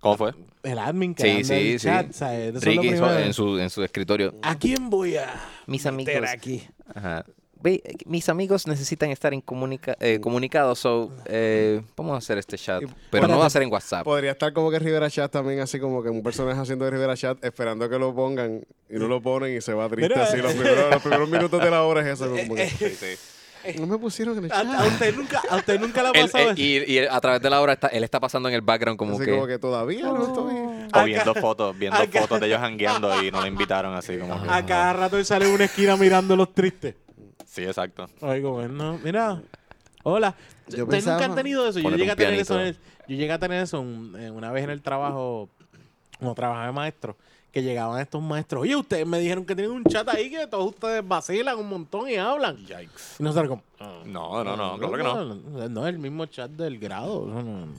Speaker 3: ¿Cómo fue?
Speaker 4: El admin
Speaker 1: Sí,
Speaker 4: creando
Speaker 1: sí,
Speaker 4: el
Speaker 1: sí.
Speaker 4: chat. ¿sabes? Eso es lo
Speaker 1: Ricky hizo
Speaker 4: primero.
Speaker 1: en su, en su escritorio.
Speaker 4: ¿A quién voy a
Speaker 1: Mis
Speaker 4: meter aquí?
Speaker 1: Ajá. Ve, eh, Mis amigos necesitan estar en comunica- eh, comunicados, so eh, vamos a hacer este chat.
Speaker 2: Y-
Speaker 1: Pero no
Speaker 4: Espérate.
Speaker 1: va a ser en
Speaker 4: Ah,
Speaker 1: WhatsApp.
Speaker 4: pues.
Speaker 2: Podría estar como que Rivera Chat también, así como que un personaje haciendo de Rivera Chat, esperando a que lo pongan y no lo ponen y se va triste.
Speaker 4: Mira,
Speaker 2: así, los primeros, los primeros minutos de la obra es eso. como que, no me pusieron en el
Speaker 4: ¿A,
Speaker 2: chat.
Speaker 4: a usted nunca, a usted nunca la ha
Speaker 1: Él-
Speaker 4: pasado
Speaker 1: él- eh, y, y a través de la obra está- él está pasando en el background como
Speaker 2: así
Speaker 1: que,
Speaker 2: como que todavía
Speaker 4: Oh.
Speaker 2: no estoy.
Speaker 3: O viendo fotos, viendo
Speaker 4: acá-
Speaker 3: fotos de ellos jangueando y no lo invitaron así como que-
Speaker 4: A cada rato él sale en una esquina mirando los tristes.
Speaker 3: Sí, exacto.
Speaker 4: Ay, como él, no. Mira. Hola.
Speaker 2: Yo
Speaker 4: Ustedes
Speaker 2: pensaba-
Speaker 4: nunca han tenido eso. Yo
Speaker 1: Ponete
Speaker 4: llegué a
Speaker 1: un
Speaker 4: tener eso. en
Speaker 1: pianito.
Speaker 4: el- yo llegué a tener eso un- eh, una vez en el trabajo, cuando trabajaba de maestro, que llegaban estos maestros. Oye, ustedes me dijeron que tienen un chat ahí que todos ustedes vacilan un montón y hablan.
Speaker 3: Yikes.
Speaker 4: Y nosotros como... "Ah,
Speaker 3: No, no, no, claro que no.
Speaker 4: No, no es el mismo chat del grado. No, no, no.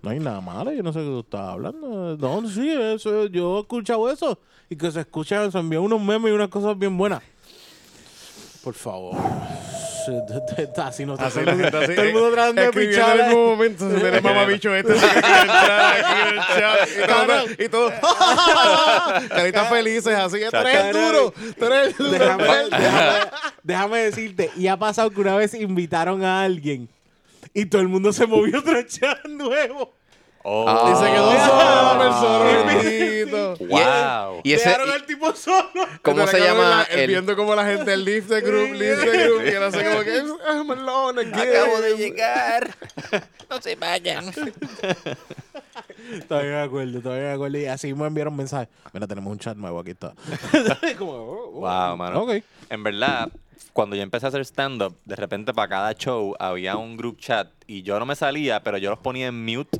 Speaker 4: No hay nada malo, yo no sé qué tú estás hablando. No, sí, eso, yo he escuchado eso. Y que se escuchan, se envían unos memes y unas cosas bien buenas. Por favor. Sí, t- t- t- Así no se
Speaker 2: Así
Speaker 4: hace.
Speaker 2: la gente así.
Speaker 4: Todo el mundo tratando de
Speaker 2: escribiendo
Speaker 4: pichar.
Speaker 2: en algún momento. Se tiene mamabicho este. Se quiere entrar aquí en el chat. Y todo- Y todo. Caritas felices así. Tú eres el duro. Tú eres el duro.
Speaker 4: Déjame, déjame- déjame decirte, y ha pasado que una vez invitaron a alguien y todo el mundo se movió a otro chat nuevo.
Speaker 3: Oh.
Speaker 1: Ah.
Speaker 2: Y se quedó sola la persona. bendito.
Speaker 1: Y-
Speaker 3: Wow.
Speaker 1: Y, ese,
Speaker 4: Dejaron al tipo solo.
Speaker 1: ¿Cómo
Speaker 2: Entonces,
Speaker 1: se
Speaker 2: la cara de
Speaker 1: llama?
Speaker 2: la- él
Speaker 1: El,
Speaker 2: eh, Viendo como la gente, el lift de group, lift de group, y él hace como que, "Ah, I'm alone again.
Speaker 1: llegar. No se vayan.
Speaker 4: Todavía me acuerdo, todavía me acuerdo. Y así me enviaron mensajes. Mira, tenemos un chat nuevo, aquí está. Como, oh, oh.
Speaker 3: Wow, mano.
Speaker 4: Ok.
Speaker 3: En verdad, cuando yo empecé a hacer stand-up, de repente para cada show había un group chat y yo no me salía, pero yo los ponía en mute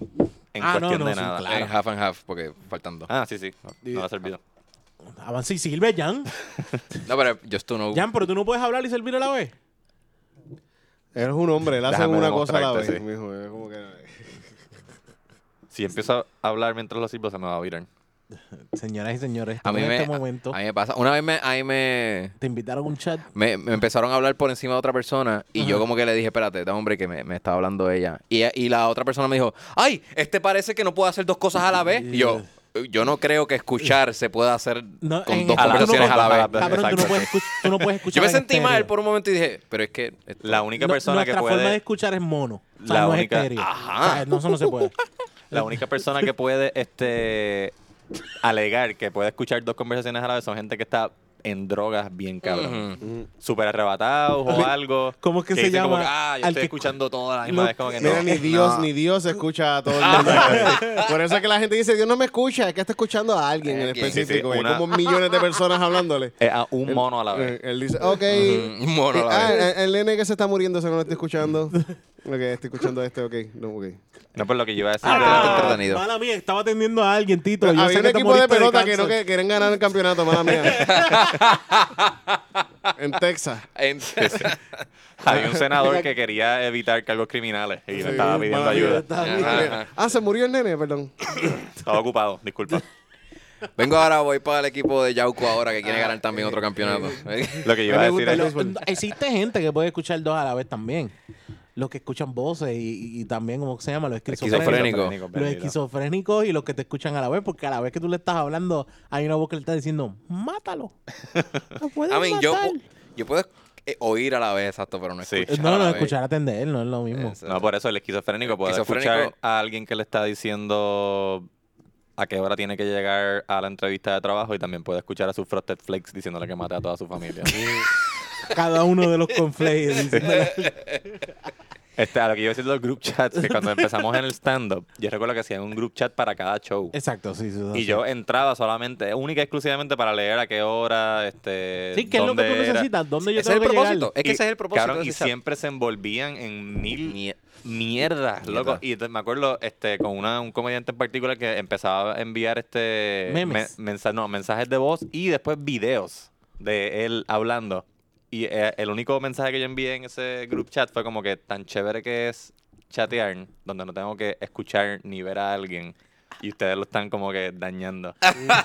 Speaker 3: en
Speaker 4: Ah, no,
Speaker 3: cuestión
Speaker 4: no,
Speaker 3: de
Speaker 4: sí,
Speaker 3: nada.
Speaker 4: claro.
Speaker 1: half and half, porque faltan dos.
Speaker 3: Ah, sí, sí. No, no ha servido.
Speaker 4: Avance y sirve, Jan.
Speaker 1: No, pero yo estoy no.
Speaker 4: Jan, pero tú no puedes hablar y servir a la vez.
Speaker 2: Él es un hombre, él hace
Speaker 3: Déjame
Speaker 2: una cosa a la vez,
Speaker 3: demostrarte, sí.
Speaker 2: mijo, es como que-
Speaker 3: Si empiezo a hablar mientras lo sirvo, se me va a virar.
Speaker 4: Señoras y señores,
Speaker 1: A
Speaker 4: estamos
Speaker 1: mí
Speaker 4: en
Speaker 1: me,
Speaker 4: este momento.
Speaker 1: a mí me pasa. Una vez me, ahí me,
Speaker 4: Te invitaron a un chat.
Speaker 1: me, me empezaron a hablar por encima de otra persona y yo como que le dije, espérate, da hombre que me, me estaba hablando ella. Y, y la otra persona me dijo, ay, este parece que no puede hacer dos cosas a la vez. Y yo, yo no creo que escuchar se pueda hacer
Speaker 4: No,
Speaker 1: con
Speaker 4: en
Speaker 1: dos
Speaker 4: el- tú no
Speaker 1: conversaciones a
Speaker 4: puedes-
Speaker 1: la vez.
Speaker 4: Cabrón, tú no
Speaker 3: Exacto.
Speaker 4: puedes, escu- tú no puedes escuchar.
Speaker 1: Yo me
Speaker 4: en
Speaker 1: sentí mal
Speaker 4: estéreo.
Speaker 1: por un momento y dije, pero es que... esto-
Speaker 3: La única
Speaker 4: No,
Speaker 3: persona que
Speaker 4: nuestra forma de
Speaker 3: puede.
Speaker 4: escuchar es mono. O sea,
Speaker 3: La
Speaker 4: no
Speaker 3: única-
Speaker 4: es estéreo.
Speaker 1: Ajá.
Speaker 4: O sea, no, eso no se puede.
Speaker 3: La única persona que puede este alegar que puede escuchar dos conversaciones a la vez son gente que está en drogas bien cabrón.
Speaker 1: Ujú.
Speaker 3: Súper arrebatados o algo.
Speaker 4: ¿Cómo es que se
Speaker 3: dicen como
Speaker 4: llama?
Speaker 3: que, ah, yo
Speaker 4: Al
Speaker 3: estoy
Speaker 4: que-
Speaker 3: escuchando todo a la misma
Speaker 4: Lo-
Speaker 3: vez. Como que no.
Speaker 2: Mira, ni Dios, ni Dios escucha a todo el mundo. Por eso es que la gente dice, Dios no me escucha, es que está escuchando a alguien en
Speaker 1: Alguien.
Speaker 2: específico.
Speaker 3: Sí, sí,
Speaker 2: hay
Speaker 3: una-
Speaker 2: como millones de personas hablándole.
Speaker 3: Es a un mono a la vez.
Speaker 2: Eh, Él dice, ok.
Speaker 1: Ujú, un mono a la
Speaker 2: Ah,
Speaker 1: vez.
Speaker 2: eh, el nene que se está muriendo, ese no lo está escuchando. Ok, estoy escuchando a este, ok. No, ok.
Speaker 3: No, por lo que yo iba a decir.
Speaker 1: Ah.
Speaker 3: era-
Speaker 1: entretenido.
Speaker 4: mala mía, estaba atendiendo a alguien, Tito. Yo sé
Speaker 2: Había un
Speaker 4: que te
Speaker 2: equipo de
Speaker 4: moriste
Speaker 2: pelota que no
Speaker 4: cáncer.
Speaker 2: que- querían ganar el campeonato, mala mía. en Texas.
Speaker 1: Entonces,
Speaker 3: Había un senador que quería evitar cargos criminales y le estaba pidiendo
Speaker 2: mala mía,
Speaker 3: ayuda.
Speaker 4: estaba
Speaker 1: Ajá, ajá.
Speaker 2: Ah, se murió el nene, perdón.
Speaker 3: Estaba ocupado, disculpa.
Speaker 1: Vengo ahora, voy para el equipo de Yauco ahora que
Speaker 4: Ah,
Speaker 1: quiere ganar también
Speaker 4: eh,
Speaker 1: otro campeonato.
Speaker 3: Lo que yo
Speaker 2: A mí
Speaker 3: iba
Speaker 2: me
Speaker 3: a
Speaker 2: gusta
Speaker 3: decir
Speaker 2: el
Speaker 3: es...
Speaker 2: béisbol.
Speaker 4: No, Existe gente que puede escuchar dos a la vez también. Los que escuchan voces y, y también, ¿cómo se llama? Los esquizofrénicos.
Speaker 1: Esquizofrénico.
Speaker 4: Los esquizofrénicos y los que te escuchan a la vez, porque a la vez que tú le estás hablando, hay una voz que le está diciendo, mátalo. Lo puedes
Speaker 1: I mean, yo,
Speaker 4: matar".
Speaker 1: pu- yo puedo eh, oír a la vez, exacto, pero no
Speaker 3: Sí.
Speaker 1: escuchar.
Speaker 4: No,
Speaker 1: a la
Speaker 4: no,
Speaker 1: vez.
Speaker 4: escuchar atender, no es lo mismo.
Speaker 1: Exacto.
Speaker 3: No, por eso el esquizofrénico puede
Speaker 1: Esquizofrénico-
Speaker 3: escuchar a alguien que le está diciendo a qué hora tiene que llegar a la entrevista de trabajo y también puede escuchar a sus Frosted Flakes diciéndole que mate a toda su familia.
Speaker 4: Cada uno de los conflictos.
Speaker 3: este, a lo que yo iba a decir de los group chats, que cuando empezamos en el stand-up, yo recuerdo que hacían un group chat para cada show.
Speaker 4: Exacto, sí, sí.
Speaker 3: Y
Speaker 4: sí.
Speaker 3: yo entraba solamente, única y exclusivamente para leer a qué hora, este...
Speaker 4: Sí, ¿qué es lo que
Speaker 3: dónde
Speaker 4: tú
Speaker 3: era.
Speaker 4: necesitas? ¿Dónde yo
Speaker 1: eh, Ese es el
Speaker 4: tengo que llegar?
Speaker 1: propósito. Es que
Speaker 3: Y,
Speaker 1: ese es el propósito.
Speaker 3: cabrón,
Speaker 1: de
Speaker 3: y
Speaker 1: ese chat.
Speaker 3: siempre se envolvían en mil
Speaker 1: Mie-
Speaker 3: mierdas,
Speaker 1: Mierda.
Speaker 3: loco. Y entonces me acuerdo este, con una, un comediante en particular que empezaba a enviar este
Speaker 4: Memes.
Speaker 3: mensa- no, mensajes de voz y después videos de él hablando. Y eh, el único mensaje que yo envié en ese group chat fue como que tan chévere que es chatear, donde no tengo que escuchar ni ver a alguien y ustedes lo están como que dañando. Ah,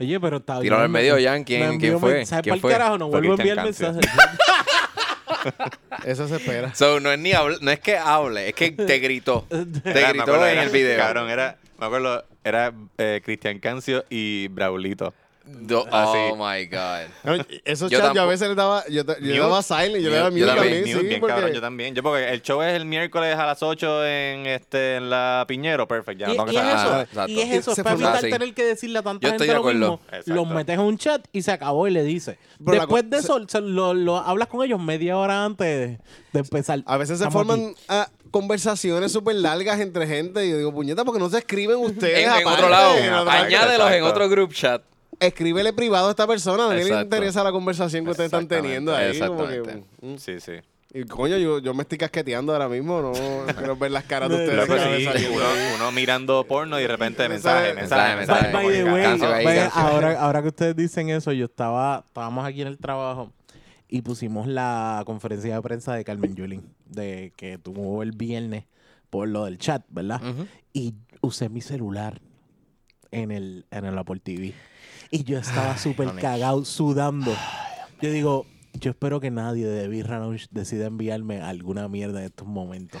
Speaker 4: Oye, pero está bien.
Speaker 1: Tíralo al medio,
Speaker 4: me-
Speaker 1: Jan, ¿quién-
Speaker 4: me
Speaker 1: quién
Speaker 4: envió
Speaker 1: fue?
Speaker 4: mensaje
Speaker 1: ¿Quién
Speaker 4: pa'l
Speaker 1: fue?
Speaker 4: carajo, no
Speaker 3: Fue
Speaker 4: vuelvo a enviar
Speaker 3: Cristian Cancio.
Speaker 4: mensajes.
Speaker 2: Eso se espera.
Speaker 1: So, no es ni habl- no es que hable, es que te gritó. Te
Speaker 3: Era- me
Speaker 1: gritó
Speaker 3: acuerdo,
Speaker 1: en
Speaker 3: era-
Speaker 1: el video.
Speaker 3: Cabrón, era, me acuerdo, era eh, Cristian Cancio y Braulito.
Speaker 1: Do-
Speaker 3: Así.
Speaker 1: oh my God.
Speaker 2: Bueno, Esos
Speaker 1: Yo
Speaker 2: chats yo a
Speaker 1: tampoco.
Speaker 2: veces le daba, yo, ta- yo le
Speaker 3: Mute.
Speaker 2: daba silent, yo le daba
Speaker 1: Yo
Speaker 2: mute
Speaker 1: también,
Speaker 2: también,
Speaker 3: mute,
Speaker 2: sí,
Speaker 3: bien,
Speaker 2: porque
Speaker 3: cabrón, yo también. Yo porque el show es el miércoles a las 8 en, este, en la Piñero, perfecto. Ya no
Speaker 4: Y,
Speaker 3: tengo que
Speaker 4: y es
Speaker 3: saber
Speaker 4: eso,
Speaker 3: nada.
Speaker 1: Ah, exacto.
Speaker 4: y es eso,
Speaker 2: Se
Speaker 4: para
Speaker 2: formaba
Speaker 4: evitar
Speaker 1: así.
Speaker 4: tener que decirle a tanta
Speaker 1: Yo
Speaker 4: gente
Speaker 1: estoy de
Speaker 4: lo
Speaker 1: acuerdo.
Speaker 4: mismo,
Speaker 3: Exacto.
Speaker 4: los metes en un chat y se acabó y le dices.
Speaker 2: Pero la
Speaker 4: Después
Speaker 2: co-
Speaker 4: de
Speaker 2: se-
Speaker 4: eso, se- lo, lo hablas con ellos media hora antes de, de empezar.
Speaker 2: a veces se
Speaker 4: Estamos
Speaker 2: forman ah, conversaciones súper largas entre gente y yo digo, puñeta, porque no se escriben ustedes
Speaker 1: En, en otro
Speaker 2: aparte?
Speaker 1: lado,
Speaker 2: En otro lado.
Speaker 3: Añade-
Speaker 1: añádelos en
Speaker 3: Exacto.
Speaker 1: otro group chat.
Speaker 2: Escríbele privado a esta persona, a nadie le
Speaker 1: Exacto.
Speaker 2: interesa la conversación que ustedes están
Speaker 3: Exactamente,
Speaker 2: teniendo ahí. como que,
Speaker 1: exactamente.
Speaker 2: mm, mm.
Speaker 3: Sí, sí.
Speaker 2: y coño, yo, yo me estoy casqueteando ahora mismo, no quiero ver las caras de
Speaker 4: Loco,
Speaker 2: ustedes.
Speaker 3: Loco,
Speaker 2: cada vez
Speaker 3: sí,
Speaker 2: aquí.
Speaker 3: uno, uno mirando porno y de repente mensaje, mensaje,
Speaker 1: Mensaje,
Speaker 4: By-
Speaker 3: mensaje.
Speaker 1: mensaje,
Speaker 4: by
Speaker 3: como
Speaker 4: the
Speaker 3: que
Speaker 4: way,
Speaker 1: cancio ahí,
Speaker 4: by-
Speaker 1: cancio.
Speaker 4: ahora, ahora que ustedes dicen eso, yo estaba, estábamos aquí en el trabajo y pusimos la conferencia de prensa de Carmen Yulín, de que tuvo el viernes por lo del chat, ¿verdad? Y usé mi celular en el, en el Apple TV. Y yo estaba súper cagado, sudando. Yo digo, yo espero que nadie de Birra Lounge decida enviarme alguna mierda en estos momentos.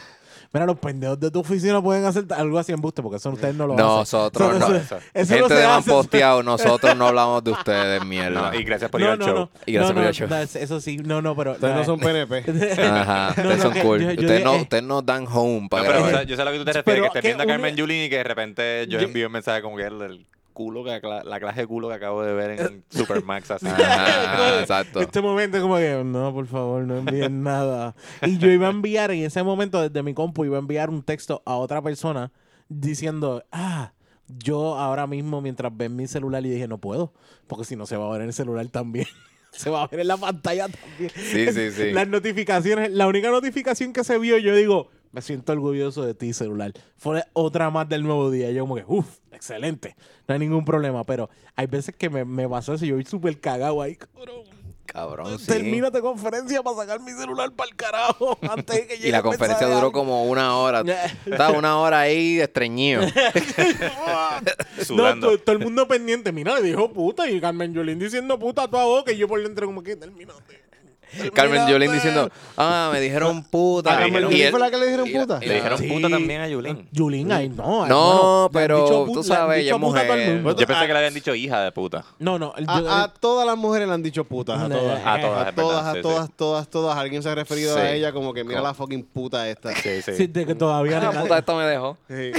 Speaker 4: Mira, los pendejos de tu oficina pueden hacer algo así en buste, porque eso ustedes no lo hacen.
Speaker 1: Nosotros
Speaker 4: Eso-
Speaker 1: no.
Speaker 4: eso- eso no
Speaker 1: Gente
Speaker 4: se
Speaker 1: de
Speaker 4: hace.
Speaker 1: Manposteado, nosotros no hablamos de ustedes, mierda.
Speaker 3: No, y gracias por ir
Speaker 4: No,
Speaker 3: al
Speaker 4: no,
Speaker 3: show.
Speaker 4: no.
Speaker 1: Y gracias
Speaker 4: No,
Speaker 1: por ir
Speaker 4: no,
Speaker 1: al show.
Speaker 4: das- Eso sí, no, no, pero.
Speaker 2: Ustedes no son PNP.
Speaker 1: Ajá,
Speaker 4: No,
Speaker 1: ustedes
Speaker 4: no,
Speaker 1: son
Speaker 4: que
Speaker 1: cool.
Speaker 4: yo- yo
Speaker 1: ustedes, no,
Speaker 4: dije- eh.
Speaker 1: ustedes no dan home para
Speaker 3: No, pero
Speaker 1: grabar.
Speaker 3: yo sé a lo que tú te
Speaker 4: Pero
Speaker 3: refieres, que te
Speaker 4: que
Speaker 3: viendo a
Speaker 4: uno-
Speaker 3: Carmen Yulín y que de repente yo
Speaker 4: Yo-
Speaker 3: envío un mensaje como que el, el culo que acla- la clase de culo que acabo de ver
Speaker 4: Eh.
Speaker 3: en Supermax así.
Speaker 1: Ajá, exacto.
Speaker 4: Este momento como que, no, por favor, no envíen nada. Y yo iba a enviar en ese momento desde mi compu, iba a enviar un texto a otra persona diciendo, ah, yo ahora mismo mientras ven mi celular y dije, no puedo, porque si no se va a ver en el celular también. Se va a ver en la pantalla también.
Speaker 1: Sí, sí, sí.
Speaker 4: Las notificaciones, la única notificación que se vio, yo digo, me siento orgulloso de ti, celular. Fue otra más del nuevo día. Yo como que, uff, excelente. No hay ningún problema, pero hay veces que me, me pasó eso y yo voy súper cagado ahí, cabrón.
Speaker 1: Cabrón, sí.
Speaker 4: Termínate conferencia para sacar mi celular para el carajo antes de que llegue
Speaker 1: Y la
Speaker 4: el
Speaker 1: conferencia
Speaker 4: mensaje.
Speaker 1: duró como una hora. Estaba una hora ahí estreñido.
Speaker 4: No,
Speaker 3: sudando.
Speaker 4: to- todo el mundo pendiente. Mira, le dijo puta y Carmen Yolín diciendo puta a toda boca y yo por dentro como que termínate.
Speaker 1: Carmen
Speaker 4: Termínate".
Speaker 1: Yolín diciendo, ah, me dijeron puta.
Speaker 2: ¿A
Speaker 1: Y
Speaker 2: pues. Carmen
Speaker 1: el-
Speaker 2: Yulín
Speaker 1: y el-
Speaker 2: fue la que le dijeron
Speaker 1: y la-
Speaker 2: puta?
Speaker 1: y
Speaker 3: Le
Speaker 1: la-
Speaker 3: dijeron
Speaker 4: Sí.
Speaker 3: puta también a Yulín.
Speaker 4: Yulín, ay, no. ay,
Speaker 1: No,
Speaker 4: bueno, le han
Speaker 1: pero
Speaker 4: dicho put-
Speaker 1: tú
Speaker 4: le han
Speaker 1: sabes,
Speaker 4: dicho
Speaker 1: ella es
Speaker 4: puta a todo el
Speaker 1: mujer.
Speaker 4: mundo. Ah,
Speaker 3: Yo pensé que le habían dicho hija de puta.
Speaker 4: No, no. el-
Speaker 1: Ah,
Speaker 4: yo-
Speaker 2: A, a todas las mujeres le han dicho putas, a
Speaker 4: No,
Speaker 2: todas.
Speaker 4: a
Speaker 3: todas,
Speaker 2: a
Speaker 3: es verdad,
Speaker 2: todas, a
Speaker 3: sí, sí.
Speaker 2: todas, todas, todas. Alguien se ha referido
Speaker 1: Sí.
Speaker 2: a ella como que mira
Speaker 1: Co-
Speaker 2: la fucking puta esta.
Speaker 3: Sí, sí.
Speaker 4: sí, de que todavía
Speaker 1: Ah,
Speaker 4: le-
Speaker 1: puta, esto me dejó.
Speaker 2: Sí.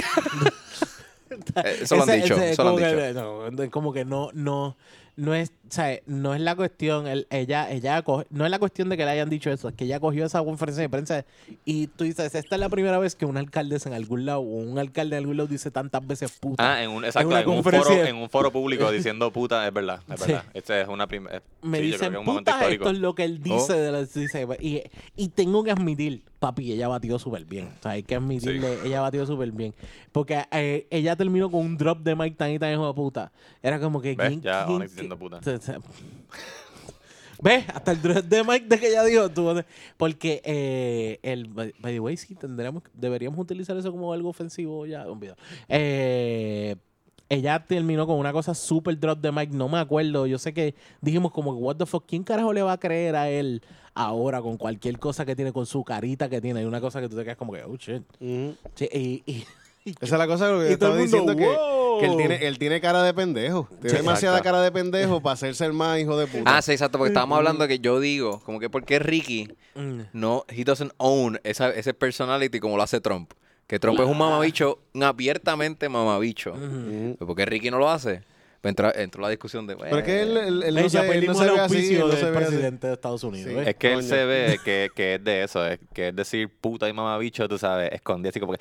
Speaker 1: Eh, Eso lo han
Speaker 4: Ese-
Speaker 1: dicho,
Speaker 4: ese-
Speaker 1: eso lo han
Speaker 4: como
Speaker 1: dicho.
Speaker 4: que, no, de- como que no, no, no es, o sea, no es la cuestión, el- ella, ella, coge- no es la cuestión de que le hayan dicho eso, es que ella cogió esa conferencia de prensa y tú dices, esta es la primera vez que una alcaldesa en algún lado o un alcalde en algún lado dice tantas veces puta.
Speaker 3: Ah, en un, exacto,
Speaker 4: una
Speaker 3: en, un
Speaker 4: conferencia.
Speaker 3: foro, en un foro público diciendo puta, es verdad, es
Speaker 4: Sí.
Speaker 3: verdad. Este es una primera.
Speaker 4: Me
Speaker 3: sí, yo creo
Speaker 4: dicen
Speaker 3: que es un momento
Speaker 4: puta, esto
Speaker 3: histórico. Oh.
Speaker 4: es lo que él dice, de las- dice, y, y tengo que admitir, papi, ella batió súper bien, o sea, hay que admitirle, ella batió súper bien, porque eh, ella terminó con un drop de Mike Tan y tan hijo de puta, era como que...
Speaker 3: ¿Ves?
Speaker 4: ¿quién-
Speaker 3: Ya,
Speaker 4: quién-
Speaker 3: Onyx diciendo
Speaker 4: quién-
Speaker 3: puta.
Speaker 4: Se- se- ¿Ves? Hasta el dress de Mike de que ella dijo. tú- porque eh, el. By by the way, sí, tendríamos, deberíamos utilizar eso como algo ofensivo ya. olvidado. Eh, ella terminó con una cosa super drop de Mike. No me acuerdo. Yo sé que dijimos como, what the fuck, ¿quién carajo le va a creer a él ahora con cualquier cosa que tiene, con su carita que tiene? Hay una cosa que tú te quedas como que, oh shit.
Speaker 2: Ujú.
Speaker 4: Sí, y, y-
Speaker 2: Esa es la cosa que
Speaker 4: y
Speaker 2: yo estaba
Speaker 4: todo el
Speaker 2: diciendo
Speaker 4: mundo,
Speaker 2: que, que él,
Speaker 4: "Wow".
Speaker 2: tiene, él tiene cara de pendejo. Tiene
Speaker 3: Sí.
Speaker 2: demasiada
Speaker 3: Exacto.
Speaker 2: cara de pendejo para hacerse el más hijo de puta.
Speaker 1: Ah, sí, exacto, porque estábamos hablando que yo digo, como que porque Ricky
Speaker 4: Mm.
Speaker 1: no, he doesn't own esa, ese personality como lo hace Trump. Que Trump
Speaker 4: Ah.
Speaker 1: es un mamabicho, un abiertamente mamabicho.
Speaker 4: Mm.
Speaker 2: Ujú.
Speaker 1: Pues porque Ricky no lo hace. Pues entra- entró la discusión de.
Speaker 2: Pero es que él, él- él
Speaker 4: Ey,
Speaker 2: no
Speaker 4: ya
Speaker 2: se, él no
Speaker 4: perdimos
Speaker 2: se
Speaker 4: el
Speaker 2: ve así.
Speaker 4: auspicio
Speaker 2: él no
Speaker 4: del
Speaker 2: se ve así.
Speaker 4: presidente de Estados Unidos.
Speaker 2: Sí.
Speaker 4: ¿ves?
Speaker 3: Es que él
Speaker 2: Coño.
Speaker 3: se ve que, que es de eso, es, que es decir puta y mamabicho, tú sabes, escondido así como que...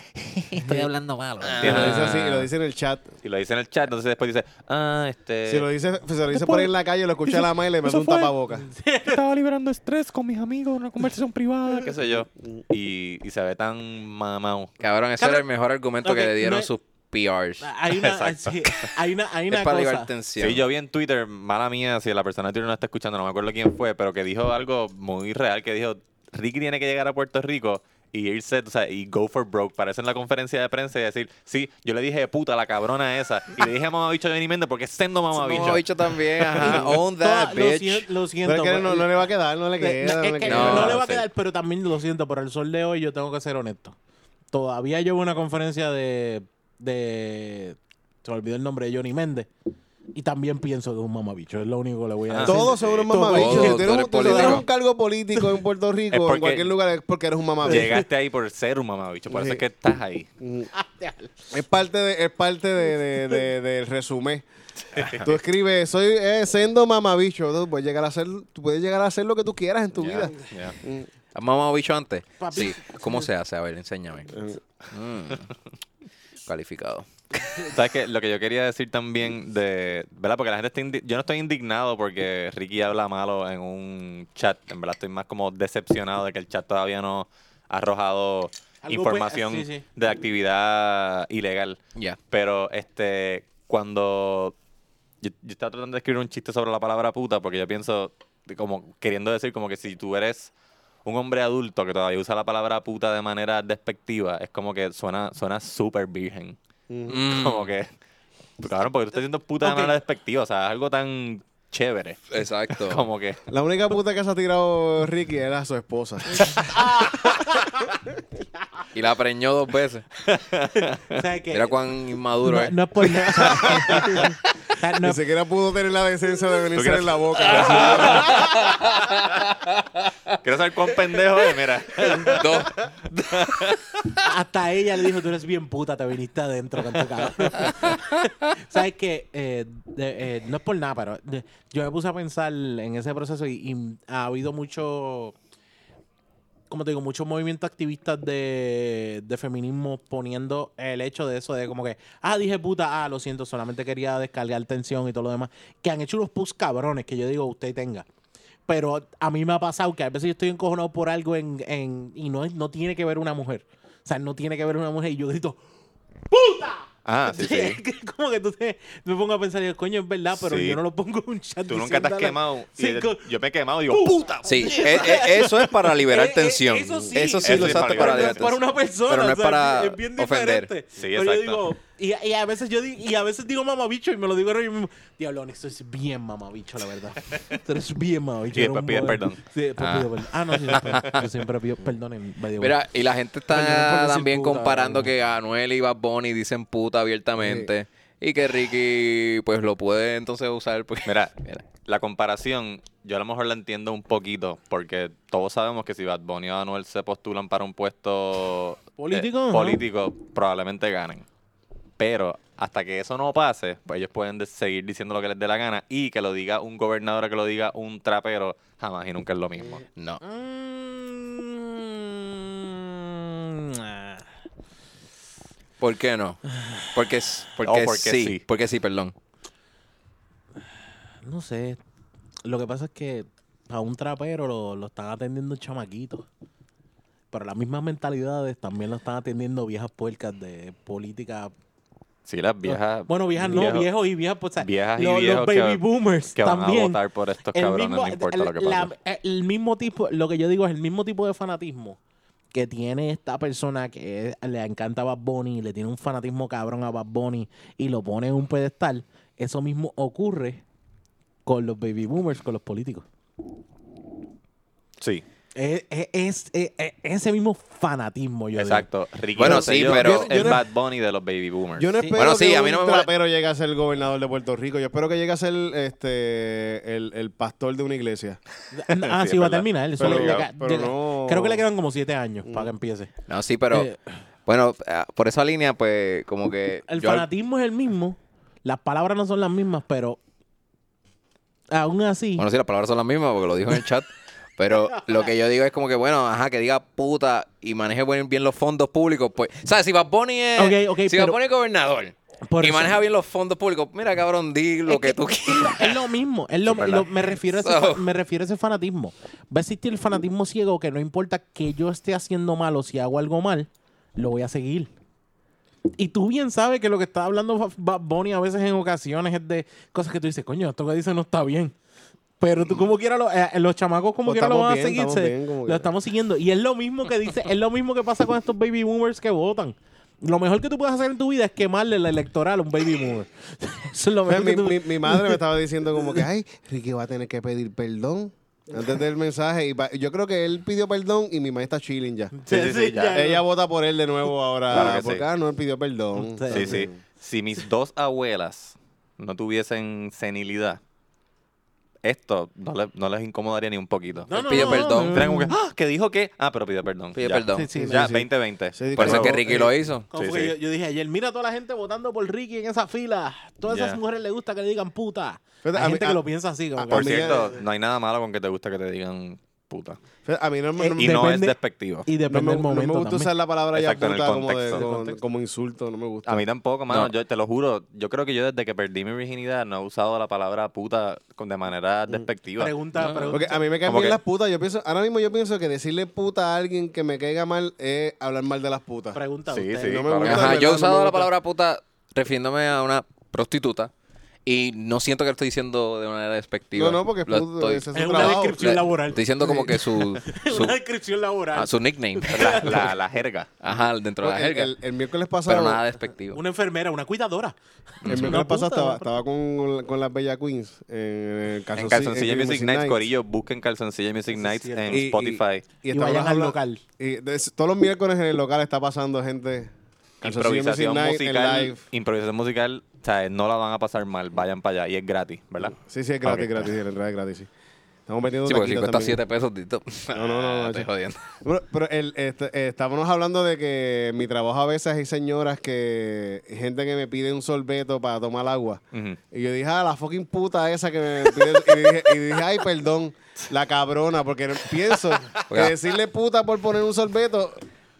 Speaker 5: Estoy hablando malo.
Speaker 2: Ah. Y lo dice
Speaker 3: Ah.
Speaker 2: así, y lo dice en el chat.
Speaker 3: Y lo dice en el chat, entonces después dice, ah, este...
Speaker 2: Si lo dice, si lo dice
Speaker 4: Después-
Speaker 2: por ahí en la calle, lo escucha la madre y le mete
Speaker 4: eso
Speaker 2: un
Speaker 4: fue-
Speaker 2: tapaboca.
Speaker 3: estaba liberando estrés con mis amigos, una conversación privada, ah, qué sé yo. Y, y se ve tan mamado.
Speaker 1: Cabrón, ese
Speaker 4: Cabrón,
Speaker 1: era el mejor argumento
Speaker 4: ok,
Speaker 1: que le dieron
Speaker 4: no es-
Speaker 1: sus PRs.
Speaker 4: Hay una,
Speaker 3: Exacto.
Speaker 4: sí, hay una, hay
Speaker 1: es
Speaker 4: una
Speaker 1: para liberar
Speaker 4: cosa.
Speaker 1: tensión.
Speaker 3: Sí, yo vi en Twitter, mala mía, si la persona de Twitter no está escuchando, no me acuerdo quién fue, pero que dijo algo muy real, que dijo, Ricky tiene que llegar a Puerto Rico y irse, o sea, y go for broke, parecer en la conferencia de prensa y decir, sí, yo le dije de puta a la cabrona esa y le dije a mamabicho de Benny Méndez porque es sendo mamabicho.
Speaker 1: No, bicho también, ajá. Own
Speaker 4: Toda-
Speaker 1: that,
Speaker 4: lo,
Speaker 1: bitch.
Speaker 4: siento, lo siento,
Speaker 2: Pero es que
Speaker 4: pues,
Speaker 2: no, no le va a quedar, no le
Speaker 4: le-
Speaker 2: queda.
Speaker 4: no,
Speaker 2: no
Speaker 4: es
Speaker 2: le
Speaker 4: que
Speaker 2: queda.
Speaker 4: no le va a
Speaker 3: sí.
Speaker 4: quedar, pero también lo siento, por el sol de hoy yo tengo que ser honesto. Todavía yo vi una conferencia de, de se me olvidó el nombre de Johnny Méndez y también pienso que es un mamabicho, es lo único que le voy a
Speaker 3: Ah,
Speaker 4: decir.
Speaker 2: Todos
Speaker 3: sí,
Speaker 2: son unos
Speaker 4: todo.
Speaker 2: mamabichos. Si tú
Speaker 1: Todo, tú
Speaker 2: eres
Speaker 1: eres
Speaker 2: un- tú eres
Speaker 1: político.
Speaker 2: un cargo político en Puerto
Speaker 3: Es
Speaker 2: Rico,
Speaker 3: porque-
Speaker 2: en cualquier lugar, es porque eres un mamabicho.
Speaker 3: Llegaste ahí por ser un mamabicho, por eso es
Speaker 2: Sí.
Speaker 3: que estás ahí.
Speaker 2: Es parte, de, es parte de, de- de- del resumen. Tú escribes, soy eh, sendo mamabicho. Tú puedes, llegar a ser, tú puedes llegar a hacer lo que tú quieras en tu
Speaker 3: Ya,
Speaker 2: vida.
Speaker 3: ya.
Speaker 1: ¿Has mamado bicho antes?
Speaker 4: Papi. Eh.
Speaker 1: Sí. ¿Cómo se hace? A ver, enséñame. Mm. Calificado.
Speaker 3: ¿Sabes qué? Lo que yo quería decir también de... ¿Verdad? Porque la gente está... indi- Yo no estoy indignado porque Ricky habla malo en un chat. En verdad estoy más como decepcionado de que el chat todavía no ha arrojado
Speaker 4: Algo
Speaker 3: información
Speaker 4: pues- sí, sí.
Speaker 3: de actividad ilegal.
Speaker 1: Ya.
Speaker 3: Pero este, cuando yo, yo estaba tratando de escribir un chiste sobre la palabra puta, porque yo pienso, de como queriendo decir, como que si tú eres un hombre adulto que todavía usa la palabra puta de manera despectiva, es como que suena suena súper virgen.
Speaker 1: Mm.
Speaker 3: Como que, claro, porque tú estás diciendo puta
Speaker 4: Ok.
Speaker 3: de manera despectiva, o sea, es algo tan chévere.
Speaker 1: Exacto.
Speaker 3: Como que,
Speaker 2: La única puta que se ha tirado Ricky era su esposa.
Speaker 1: Y la preñó dos veces.
Speaker 4: O sea, que
Speaker 1: Mira cuán inmaduro
Speaker 4: no,
Speaker 1: es.
Speaker 4: no es por nada. O sea, no
Speaker 2: Ni
Speaker 4: es-
Speaker 2: siquiera pudo tener la decencia de venirse
Speaker 3: quieres-
Speaker 2: en la boca.
Speaker 3: quiero saber cuán pendejo es, mira.
Speaker 1: Dos.
Speaker 4: Hasta ella le dijo, tú eres bien puta, te viniste adentro, tanto cabrón. Sabes que eh, no es por nada, pero de- yo me puse a pensar en ese proceso y, y ha habido mucho, como te digo, muchos movimientos activistas de, de feminismo poniendo el hecho de eso, de como que, ah, dije puta, ah, lo siento, solamente quería descargar tensión y todo lo demás, que han hecho unos pus cabrones que yo digo, usted tenga. Pero a mí me ha pasado que a veces yo estoy encojonado por algo en, en- y no, es- no tiene que ver una mujer. O sea, no tiene que ver una mujer y yo grito,
Speaker 3: Ah, sí, sí.
Speaker 4: como que tú te, me pongo a pensar, y yo, coño, es verdad, pero
Speaker 3: Sí.
Speaker 4: yo no lo pongo en un chat.
Speaker 3: Tú nunca te has
Speaker 4: diciéndole-
Speaker 3: quemado. y
Speaker 4: Sí, co-
Speaker 3: yo me he quemado y digo, puta.
Speaker 1: Sí, e- e- eso es para liberar
Speaker 4: Eh, eh,
Speaker 1: tensión.
Speaker 4: eso
Speaker 1: Eso
Speaker 4: sí.
Speaker 1: sí,
Speaker 3: Eso
Speaker 1: lo
Speaker 3: es
Speaker 1: usaste
Speaker 3: para
Speaker 1: para
Speaker 3: liberar
Speaker 1: liberar
Speaker 4: es para
Speaker 1: tensión.
Speaker 4: una persona.
Speaker 1: Pero no es
Speaker 4: o sea,
Speaker 1: para
Speaker 4: es bien
Speaker 1: ofender.
Speaker 4: diferente.
Speaker 3: Sí,
Speaker 4: Pero yo
Speaker 3: exacto.
Speaker 4: digo, y, y a veces yo di- y a veces digo mamabicho y me lo digo ahora mismo. Diablo, esto es bien mamabicho, la verdad. Tú eres bien mamabicho.
Speaker 3: Y
Speaker 4: eres
Speaker 3: después
Speaker 4: un
Speaker 3: pides
Speaker 4: buen-
Speaker 3: perdón.
Speaker 4: Sí, después
Speaker 3: Ah.
Speaker 4: pido perdón. Ah, no, siempre, yo siempre pido perdón en medio.
Speaker 1: Mira, y la gente
Speaker 4: Coño, no puedes
Speaker 1: está
Speaker 4: decir
Speaker 1: también
Speaker 4: puta,
Speaker 1: comparando
Speaker 4: no.
Speaker 1: que Anuel y Bad Bunny dicen puta abiertamente. Y que Ricky, pues lo puede entonces usar. pues. Porque...
Speaker 3: Mira, la comparación, yo a lo mejor la entiendo un poquito, porque todos sabemos que si Bad Bunny o Anuel se postulan para un puesto eh,
Speaker 4: Político, ajá.
Speaker 3: político, probablemente ganen. Pero hasta que eso no pase, pues ellos pueden de- seguir diciendo lo que les dé la gana y que lo diga un gobernador o que lo diga un trapero, jamás y nunca es lo mismo.
Speaker 1: No.
Speaker 4: Mm, ah.
Speaker 1: ¿Por qué no? Porque, s- porque,
Speaker 3: porque
Speaker 1: sí.
Speaker 3: sí.
Speaker 1: Porque sí, perdón.
Speaker 4: No sé. Lo que pasa es que a un trapero lo, lo están atendiendo chamaquitos. Pero las mismas mentalidades también lo están atendiendo viejas puercas de política.
Speaker 3: Sí, las viejas.
Speaker 4: bueno, viejas no,
Speaker 3: viejo-
Speaker 4: viejos y viejas. Pues, o sea,
Speaker 3: viejas y
Speaker 4: lo- los,
Speaker 3: viejos que-
Speaker 4: baby boomers
Speaker 3: Que van
Speaker 4: también.
Speaker 3: a votar por estos cabrones, no importa
Speaker 4: el-
Speaker 3: lo que pase.
Speaker 4: la- el mismo tipo, lo que yo digo es el mismo tipo de fanatismo que tiene esta persona que le encanta Bad Bunny, le tiene un fanatismo cabrón a Bad Bunny y lo pone en un pedestal. Eso mismo ocurre con los baby boomers, con los políticos.
Speaker 3: Sí,
Speaker 4: Es, es- es- es- es ese mismo fanatismo, yo
Speaker 3: exacto. Ricky
Speaker 1: Bueno,
Speaker 3: Rosselló
Speaker 1: sí, pero-
Speaker 3: es
Speaker 2: Yo no-
Speaker 3: Bad Bunny de los baby boomers.
Speaker 2: Yo no
Speaker 4: Sí.
Speaker 2: espero
Speaker 1: Bueno, sí,
Speaker 2: que
Speaker 1: a mí no
Speaker 2: un
Speaker 1: me mole-
Speaker 2: trapero llegue a ser gobernador de Puerto Rico. Yo espero que llegue a ser este, el, el pastor de una iglesia.
Speaker 4: digo. Ah,
Speaker 3: Sí,
Speaker 4: sí,
Speaker 3: es
Speaker 4: va
Speaker 3: verdad.
Speaker 4: a terminar. Eso
Speaker 2: Pero-
Speaker 4: le- le ca-
Speaker 2: pero
Speaker 4: le-
Speaker 2: no-
Speaker 4: Creo que le quedan como siete años para
Speaker 3: Mm.
Speaker 4: que empiece.
Speaker 1: No, sí, pero.
Speaker 4: Eh.
Speaker 1: Bueno, ah, por esa línea, pues, como que.
Speaker 4: El
Speaker 1: yo al-
Speaker 4: fanatismo es el mismo. Las palabras no son las mismas, pero aún así.
Speaker 1: Bueno, sí, las palabras son las mismas porque lo dijo en el chat. Pero lo que yo digo es como que, bueno, ajá, que diga puta y maneje buen- bien los fondos públicos. Pues, ¿sabes? Si Bad Bunny es.
Speaker 4: Ok, ok,
Speaker 1: si
Speaker 4: pero-
Speaker 1: Bad Bunny es gobernador
Speaker 4: Por
Speaker 1: y
Speaker 4: eso-
Speaker 1: maneja bien los fondos públicos, mira, cabrón, di lo
Speaker 4: es
Speaker 1: que, tú quieras.
Speaker 4: Es lo mismo, es lo,
Speaker 3: Sí, verdad.
Speaker 4: lo- me, refiero a ese,
Speaker 1: So-
Speaker 4: fa- me refiero a ese fanatismo. Va a existir el fanatismo ciego que no importa que yo esté haciendo mal o si hago algo mal, lo voy a seguir. Y tú bien sabes que lo que está hablando Bad- Bad Bunny a veces en ocasiones es de cosas que tú dices, coño, esto que dice no está bien. Pero tú como quiera, lo- eh, los chamacos como
Speaker 2: Pues
Speaker 4: quiera lo
Speaker 2: estamos
Speaker 4: van
Speaker 2: bien,
Speaker 4: a seguirse.
Speaker 2: estamos bien, como
Speaker 4: lo
Speaker 2: quiera.
Speaker 4: estamos siguiendo. Y es lo mismo que dice, es lo mismo que pasa con estos baby boomers que votan. Lo mejor que tú puedes hacer en tu vida es quemarle la electoral a un baby boomer. Eso es lo mejor
Speaker 2: Pues Mi,
Speaker 4: que tú...
Speaker 2: mi- mi madre me estaba diciendo como que, ay, Ricky va a tener que pedir perdón antes del mensaje. Y pa- yo creo que él pidió perdón y mi madre está chilling ya.
Speaker 3: Sí, sí, sí, ya.
Speaker 2: Ella vota por él de nuevo ahora.
Speaker 3: Claro que
Speaker 2: porque
Speaker 3: sí.
Speaker 2: ah, no, él pidió perdón.
Speaker 3: Sí, sí. Si mis dos abuelas no tuviesen senilidad, esto no, le- no les incomodaría ni un poquito.
Speaker 1: Él pidió perdón.
Speaker 3: Serían como que, "Ah, ¿qué dijo que Ah, pero pidió perdón.
Speaker 1: Pidió
Speaker 3: Ya.
Speaker 4: Sí,
Speaker 1: perdón.
Speaker 4: sí,
Speaker 3: ya,
Speaker 4: sí. eh,
Speaker 3: 2020.
Speaker 2: Sí,
Speaker 1: Por eso es
Speaker 2: pero-
Speaker 1: que Ricky lo hizo.
Speaker 4: ¿Cómo
Speaker 3: Sí,
Speaker 4: fue
Speaker 3: sí.
Speaker 4: que Yo, yo dije ayer, mira a toda la gente votando por Ricky en esa fila. Todas
Speaker 3: Ya.
Speaker 4: esas mujeres le gusta que le digan puta. Hay
Speaker 2: Fíjate, a mí-
Speaker 4: gente
Speaker 2: a-
Speaker 4: que lo piensa así. como
Speaker 2: a-
Speaker 4: que-
Speaker 3: Por
Speaker 2: Miguel-
Speaker 3: cierto, no hay nada malo con que te gusta que te digan puta.
Speaker 2: A mí no, me-
Speaker 4: Eh,
Speaker 2: no me-
Speaker 3: Y no es
Speaker 4: Depende-
Speaker 3: despectivo.
Speaker 4: y
Speaker 2: no
Speaker 4: depende
Speaker 2: me,
Speaker 4: del
Speaker 2: no me
Speaker 4: momento
Speaker 2: gusta
Speaker 4: también.
Speaker 2: usar la palabra ya
Speaker 3: Exacto, en el
Speaker 2: puta como, de-
Speaker 3: contexto.
Speaker 4: En el
Speaker 2: con-
Speaker 4: contexto.
Speaker 2: como insulto, no me gusta.
Speaker 3: A mí tampoco, mano.
Speaker 1: No.
Speaker 3: Yo te lo juro. Yo creo que yo desde que perdí mi virginidad no he usado la palabra puta con, de manera
Speaker 2: Mm,
Speaker 3: despectiva.
Speaker 4: Pregunta,
Speaker 1: No.
Speaker 4: pregunta.
Speaker 2: Porque a mí me caen
Speaker 3: Como
Speaker 2: bien
Speaker 3: que-
Speaker 2: las putas. Yo pienso, ahora mismo yo pienso que decirle puta a alguien que me caiga mal es hablar mal de las putas.
Speaker 4: Pregunta
Speaker 3: Sí,
Speaker 4: usted.
Speaker 3: sí.
Speaker 2: No me
Speaker 3: claro que
Speaker 2: gusta,
Speaker 3: sí.
Speaker 1: Ajá,
Speaker 2: ¿verdad?
Speaker 1: yo he
Speaker 2: No me
Speaker 1: usado la
Speaker 2: gusta.
Speaker 1: palabra puta refiriéndome a una prostituta y no siento que lo estoy diciendo de manera despectiva.
Speaker 2: No, no, porque es
Speaker 1: Lo
Speaker 2: puto,
Speaker 1: estoy-
Speaker 2: ese es
Speaker 4: Es
Speaker 2: su
Speaker 4: una
Speaker 2: trabajo.
Speaker 4: descripción.
Speaker 1: le-
Speaker 4: laboral.
Speaker 1: Estoy diciendo como que su, su,
Speaker 4: Una descripción laboral.
Speaker 1: ah, su nickname.
Speaker 3: La, la- la jerga.
Speaker 1: Ajá, dentro de la
Speaker 2: El-
Speaker 1: jerga.
Speaker 2: el- el miércoles
Speaker 1: pero
Speaker 2: pasado.
Speaker 1: nada despectivo.
Speaker 4: Una enfermera, una cuidadora.
Speaker 2: El
Speaker 4: Una
Speaker 2: miércoles pasado
Speaker 4: puta,
Speaker 2: estaba,
Speaker 4: una
Speaker 2: estaba con, con las Bella Queens en el
Speaker 3: En
Speaker 2: calzoncillo,
Speaker 3: Calzoncilla
Speaker 2: en
Speaker 3: Music Nights,
Speaker 2: Nights.
Speaker 3: Corillo, busquen Calzoncilla Music
Speaker 4: Eso es
Speaker 3: Nights
Speaker 4: cierto.
Speaker 3: en
Speaker 2: Y- y-
Speaker 3: Spotify.
Speaker 4: Y
Speaker 2: estábamos
Speaker 4: vayan al
Speaker 2: hablando-
Speaker 4: local.
Speaker 2: y de- todos los miércoles en el local está pasando gente. Calzoncillo Music
Speaker 3: improvisación
Speaker 2: Night en
Speaker 3: musical.
Speaker 2: live.
Speaker 3: Improvisación musical, o sea, no la van a pasar mal. Vayan para allá y es gratis, ¿verdad?
Speaker 2: Sí, sí, es gratis,
Speaker 3: Ok.
Speaker 2: gratis, sí, la entrada es gratis, sí. Estamos vendiendo
Speaker 1: Sí, porque
Speaker 2: taquitos
Speaker 1: 57 pesos, Tito.
Speaker 2: No, no, no, no,
Speaker 1: Estoy
Speaker 2: chico.
Speaker 1: jodiendo.
Speaker 2: Pero, pero el, este, eh, estábamos hablando de que en mi trabajo a veces hay señoras que. gente que me pide un sorbeto para tomar agua.
Speaker 3: Ujú.
Speaker 2: Y yo dije, ah, la fucking puta esa que me pide. y, dije, y dije, ay, perdón, la cabrona, porque no- pienso que
Speaker 1: Oiga.
Speaker 2: decirle puta por poner un sorbeto.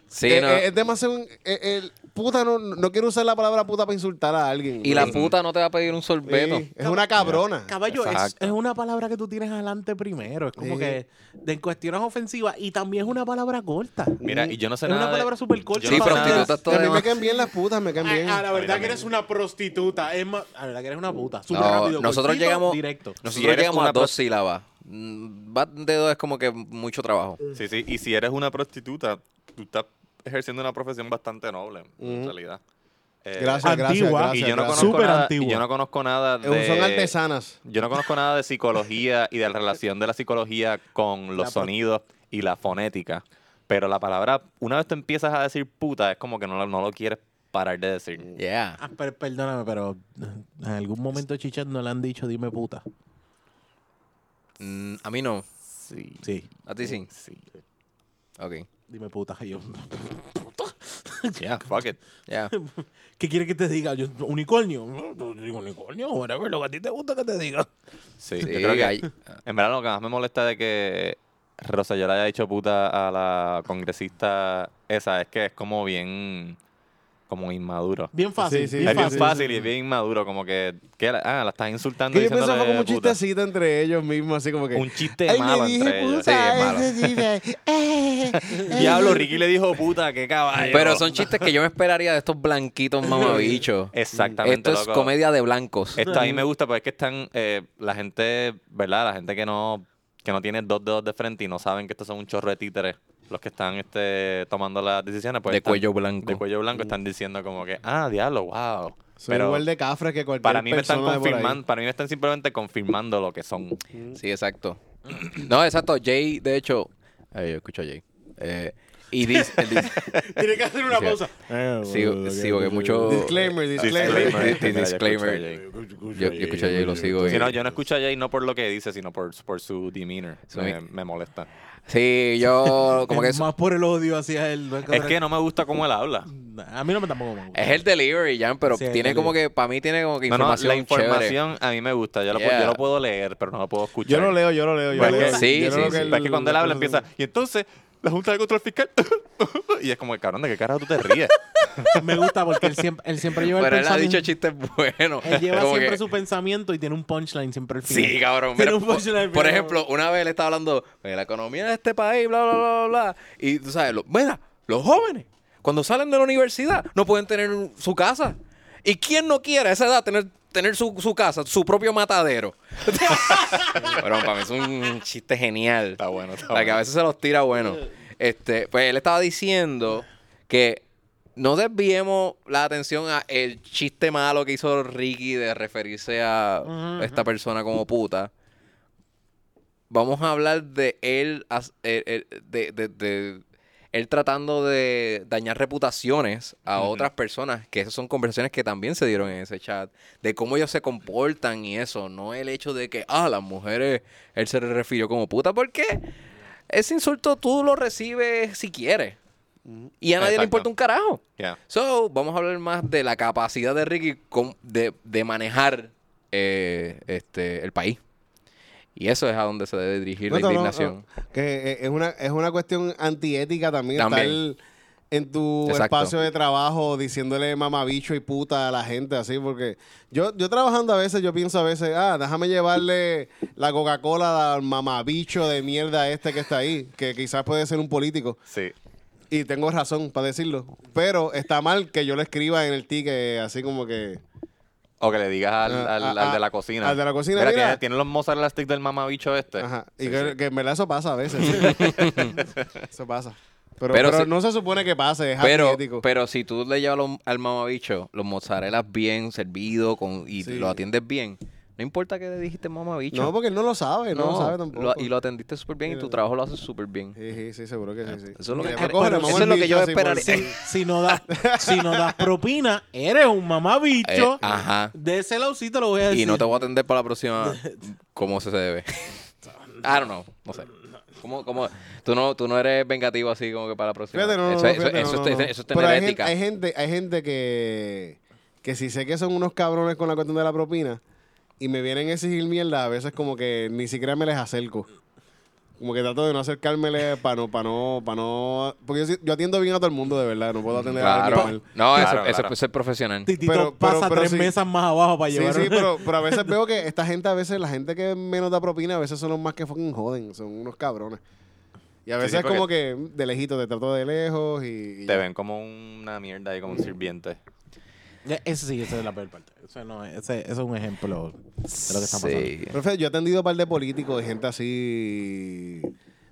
Speaker 1: Sí,
Speaker 2: eh,
Speaker 1: no.
Speaker 2: eh, es demasiado. un- eh, el, puta, no, no quiero usar la palabra puta para insultar a alguien.
Speaker 1: y la
Speaker 2: Sí,
Speaker 1: puta no te va a pedir un sorbeto.
Speaker 2: es una cabrona.
Speaker 4: Caballo, es,
Speaker 3: Exacto.
Speaker 4: es una palabra que tú tienes adelante primero. Es como
Speaker 2: Sí.
Speaker 4: que de cuestiones ofensivas y también es una palabra corta.
Speaker 3: Mira, y yo no sé
Speaker 4: Es
Speaker 3: nada.
Speaker 4: una
Speaker 3: de-
Speaker 4: palabra súper corta.
Speaker 3: yo
Speaker 1: Sí,
Speaker 3: no sé nada-
Speaker 1: prostituta es
Speaker 2: Y
Speaker 1: todo
Speaker 2: a mí me
Speaker 1: demás.
Speaker 2: caen bien las putas, me caen bien.
Speaker 4: A, a la verdad que
Speaker 3: también.
Speaker 4: eres una prostituta. Es más, a la verdad que eres una puta. Súper
Speaker 1: No,
Speaker 4: rápido,
Speaker 1: nosotros
Speaker 4: cortito,
Speaker 1: llegamos,
Speaker 4: directo.
Speaker 1: nosotros
Speaker 3: Si eres
Speaker 1: llegamos
Speaker 3: una
Speaker 1: a dos
Speaker 3: pro-
Speaker 1: sílabas. Mm, Va de dos es como que mucho trabajo.
Speaker 3: Sí, sí. Y si eres una prostituta, tú estás ejerciendo una profesión bastante noble, en
Speaker 2: Ujú.
Speaker 3: realidad. Eh,
Speaker 2: Gracias, gracias,
Speaker 4: Antigua.
Speaker 2: gracias.
Speaker 3: Y yo no
Speaker 2: gracias.
Speaker 3: conozco
Speaker 4: Súper
Speaker 3: nada,
Speaker 4: antigua.
Speaker 3: y yo no conozco nada de.
Speaker 2: Eh, Son artesanas.
Speaker 3: Yo no conozco nada de psicología y de la relación de la psicología con los
Speaker 4: La pro-
Speaker 3: sonidos y la fonética. Pero la palabra, una vez tú empiezas a decir puta, es como que no, lo- no lo quieres parar de
Speaker 2: Mm,
Speaker 3: decir.
Speaker 1: Yeah.
Speaker 4: Ah, per- perdóname, pero eh, en algún momento Chichat no le han dicho dime puta.
Speaker 1: Mm, a mí no.
Speaker 3: Sí.
Speaker 4: Sí,
Speaker 1: A ti sí.
Speaker 3: Sí.
Speaker 1: Ok.
Speaker 4: dime puta. Y yo,
Speaker 3: Yeah, fuck it.
Speaker 1: Yeah.
Speaker 4: ¿Qué quieres que te diga? Yo, unicornio. No, no digo unicornio, whatever, lo que a ti te gusta que te diga.
Speaker 3: Sí,
Speaker 1: Sí,
Speaker 3: yo creo que-
Speaker 1: gall-
Speaker 3: En verdad lo que más me molesta de que Rosselló le haya dicho puta a la congresista esa es que es como bien como inmaduro.
Speaker 4: Bien fácil.
Speaker 2: Sí, sí,
Speaker 4: bien
Speaker 3: es bien
Speaker 4: fácil.
Speaker 3: fácil y es bien inmaduro, como que, que la- ah, la estás insultando
Speaker 2: Que yo pienso
Speaker 3: diciéndole
Speaker 2: que fue como un
Speaker 3: puta.
Speaker 2: chistecito entre ellos mismos, así como que.
Speaker 3: Un chiste
Speaker 2: Ay,
Speaker 3: malo
Speaker 2: le dije
Speaker 3: entre ellos. Sí,
Speaker 2: puta,
Speaker 3: es malo.
Speaker 2: ese sí, de- eh, eh.
Speaker 3: Diablo, Ricky le dijo puta, qué caballo.
Speaker 1: Pero son chistes que yo me esperaría de estos blanquitos mamabichos.
Speaker 3: Exactamente,
Speaker 1: Esto es
Speaker 3: loco.
Speaker 1: comedia de blancos.
Speaker 3: Esto a mí me gusta porque es que están eh, la gente, ¿verdad? La gente que no que no tiene dos dedos de frente y no saben que estos son un chorro de títeres los que están este, tomando las decisiones. Pues
Speaker 1: De
Speaker 3: están-
Speaker 1: cuello blanco.
Speaker 3: De cuello blanco están diciendo como que, ah, diablo, wow.
Speaker 2: Soy
Speaker 3: Pero
Speaker 2: igual de cafre que cualquier
Speaker 3: para mí me están
Speaker 2: persona de por ahí.
Speaker 3: confirmando, para mí me están simplemente confirmando lo que son.
Speaker 1: Sí, exacto. No, exacto. Jay, de hecho. Ay, yo escucho a Jay. Eh, y dice. él dice-
Speaker 4: Tiene que hacer una
Speaker 1: Sí.
Speaker 4: pausa.
Speaker 1: sí, sí, porque mucho. eh,
Speaker 2: Disclaimer, disclaimer.
Speaker 3: Mira,
Speaker 1: Disclaimer.
Speaker 3: yo escucho a
Speaker 1: Disclaimer.
Speaker 3: Jay.
Speaker 1: Yo, yo escucho a Jay, lo sigo.
Speaker 3: Si
Speaker 1: y-
Speaker 3: no, yo no escucho a Jay no por lo que dice, sino por, por su demeanor.
Speaker 1: Su-
Speaker 3: me, me molesta.
Speaker 1: Sí, yo. Como que
Speaker 4: es
Speaker 1: eso-
Speaker 4: más por el odio hacia él. no
Speaker 3: Es
Speaker 4: otra-
Speaker 3: que no me gusta cómo él habla.
Speaker 4: A mí no me tampoco me gusta.
Speaker 1: Es el delivery, Jan, pero
Speaker 4: Sí, el
Speaker 1: tiene como que. Para mí tiene como que
Speaker 3: No, no,
Speaker 1: información.
Speaker 3: la información a mí me gusta. Yo lo, pu-
Speaker 1: Yeah.
Speaker 3: yo lo puedo leer, pero no lo puedo escuchar.
Speaker 2: Yo lo leo, yo lo leo. Yo
Speaker 3: Pues
Speaker 2: lo leo.
Speaker 3: que-
Speaker 1: sí,
Speaker 2: Yo creo
Speaker 1: sí, sí.
Speaker 2: el-
Speaker 3: Pero es pues que cuando él
Speaker 2: la
Speaker 3: habla
Speaker 2: cosa-
Speaker 3: empieza, y entonces, la Junta de Control Fiscal. y es como, cabrón, ¿de qué carajo tú te ríes?
Speaker 4: Me gusta porque él siempre, él siempre lleva
Speaker 1: chévere. Pero
Speaker 4: el
Speaker 1: él ha
Speaker 4: pensamiento.
Speaker 1: dicho chistes buenos.
Speaker 4: él lleva
Speaker 1: Como
Speaker 4: siempre
Speaker 1: que-
Speaker 4: su pensamiento y tiene un punchline siempre al final.
Speaker 1: Sí, cabrón.
Speaker 4: Tiene
Speaker 1: mira,
Speaker 4: un
Speaker 1: por,
Speaker 4: punchline al
Speaker 1: por
Speaker 4: final.
Speaker 1: ejemplo, una vez le estaba hablando de la economía de este país, bla, bla, bla, bla, bla. Y tú sabes, lo- mira, los jóvenes, cuando salen de la universidad, no pueden tener un- su casa. ¿Y quién no quiere a esa edad tener tener su, su casa, su propio matadero. Pero para mí es un chiste genial.
Speaker 3: Está bueno, está
Speaker 1: La que a
Speaker 3: bueno.
Speaker 1: veces se los tira bueno. Este, pues él estaba diciendo que no desviemos la atención a el chiste malo que hizo Ricky de referirse a esta persona como puta. Vamos a hablar de él, as- el- el- de, de- de él tratando de dañar reputaciones a otras personas, que esas son conversaciones que también se dieron en ese chat, de cómo ellos se comportan y eso, no el hecho de que, ah, las mujeres, él se le refirió como puta, porque ese insulto tú lo recibes si quieres. Y a nadie
Speaker 3: Exacto.
Speaker 1: le importa un carajo.
Speaker 3: Ya.
Speaker 1: So, vamos a hablar más de la capacidad de Ricky con- de, de manejar eh, este, el país. Y eso es a donde se debe dirigir
Speaker 2: No,
Speaker 1: la
Speaker 2: no, no,
Speaker 1: indignación.
Speaker 2: no. Que eh, es una, es una cuestión antiética también,
Speaker 1: También.
Speaker 2: estar en tu
Speaker 1: Exacto.
Speaker 2: espacio de trabajo diciéndole mamabicho y puta a la gente así, porque yo, yo trabajando a veces, yo pienso a veces, ah, déjame llevarle la Coca-Cola al mamabicho de mierda este que está ahí, que quizás puede ser un político.
Speaker 3: Sí.
Speaker 2: Y tengo razón para decirlo, pero está mal que yo le escriba en el ticket así como que...
Speaker 3: O que le digas al,
Speaker 2: Ah,
Speaker 3: al-
Speaker 2: ah,
Speaker 3: al de
Speaker 2: ah,
Speaker 3: la cocina.
Speaker 2: al de la cocina,
Speaker 3: Mira,
Speaker 2: mira.
Speaker 3: Tiene, tiene los mozzarella sticks del mamabicho este.
Speaker 2: Ajá. Y
Speaker 3: Sí,
Speaker 2: que,
Speaker 3: sí.
Speaker 2: que en verdad eso pasa a veces. eso pasa. Pero,
Speaker 1: Pero
Speaker 2: pero
Speaker 1: si-
Speaker 2: no se supone que pase, es
Speaker 1: Pero,
Speaker 2: antiético.
Speaker 1: pero si tú le llevas los- al mamabicho los mozzarelas bien servidos con, y
Speaker 2: Sí.
Speaker 1: lo atiendes bien, no importa que le dijiste mamabicho.
Speaker 2: No, porque él no lo sabe, no, lo sabe tampoco.
Speaker 1: lo- y lo atendiste súper bien y tu trabajo lo haces súper bien.
Speaker 2: Sí, sí, sí, seguro que sí. sí.
Speaker 1: Eso es
Speaker 2: Y
Speaker 1: lo que-
Speaker 2: después
Speaker 1: pero-
Speaker 2: coge la
Speaker 1: eso
Speaker 2: mamá
Speaker 1: es
Speaker 2: del
Speaker 1: lo que
Speaker 2: bicho
Speaker 1: yo
Speaker 2: así por-
Speaker 1: esperaría.
Speaker 4: Si, si no das, si no das propina, eres un mamabicho.
Speaker 1: Eh, ajá.
Speaker 4: De ese laucito lo voy a decir.
Speaker 1: Y no te voy a atender para la próxima como se debe. I don't know. No sé. ¿Cómo, cómo? Tú, no, tú no eres vengativo así como que para la próxima.
Speaker 2: Fíjate, no, no,
Speaker 1: eso,
Speaker 2: no,
Speaker 1: eso-
Speaker 2: fíjate,
Speaker 1: eso
Speaker 2: no,
Speaker 1: es-
Speaker 2: no.
Speaker 1: eso es
Speaker 2: Pero
Speaker 1: tener
Speaker 2: hay gente,
Speaker 1: ética.
Speaker 2: hay gente, hay gente que, que si sé que son unos cabrones con la cuestión de la propina y me vienen a exigir mierda, a veces como que ni siquiera me les acerco. Como que trato de no acercármele para no, para no, para no. Porque yo, sí- yo atiendo bien a todo el mundo, de verdad. No puedo atender a alguien
Speaker 1: Claro.
Speaker 2: mal.
Speaker 1: No, eso,
Speaker 3: Claro,
Speaker 1: eso
Speaker 3: claro.
Speaker 1: es ser profesional.
Speaker 4: Titito
Speaker 2: pero- pero-
Speaker 4: pasa
Speaker 2: pero
Speaker 4: tres
Speaker 2: sí.
Speaker 4: mesas más abajo para
Speaker 2: Sí,
Speaker 4: llevar.
Speaker 2: sí, pero, pero a veces veo que esta gente, a veces, la gente que menos da propina, a veces son los más que fucking joden, son unos cabrones. Y a
Speaker 3: Sí,
Speaker 2: veces
Speaker 3: sí,
Speaker 2: es como que de lejito, te trato de lejos y. y
Speaker 3: Te
Speaker 2: ya.
Speaker 3: ven como una mierda ahí, como un sirviente.
Speaker 4: Ya, Eh, Ese sí, esa es la peor parte. Eso no, es- ese, ese es un ejemplo de lo que está pasando.
Speaker 1: Sí.
Speaker 2: Profe, yo he atendido a un par de políticos, de gente así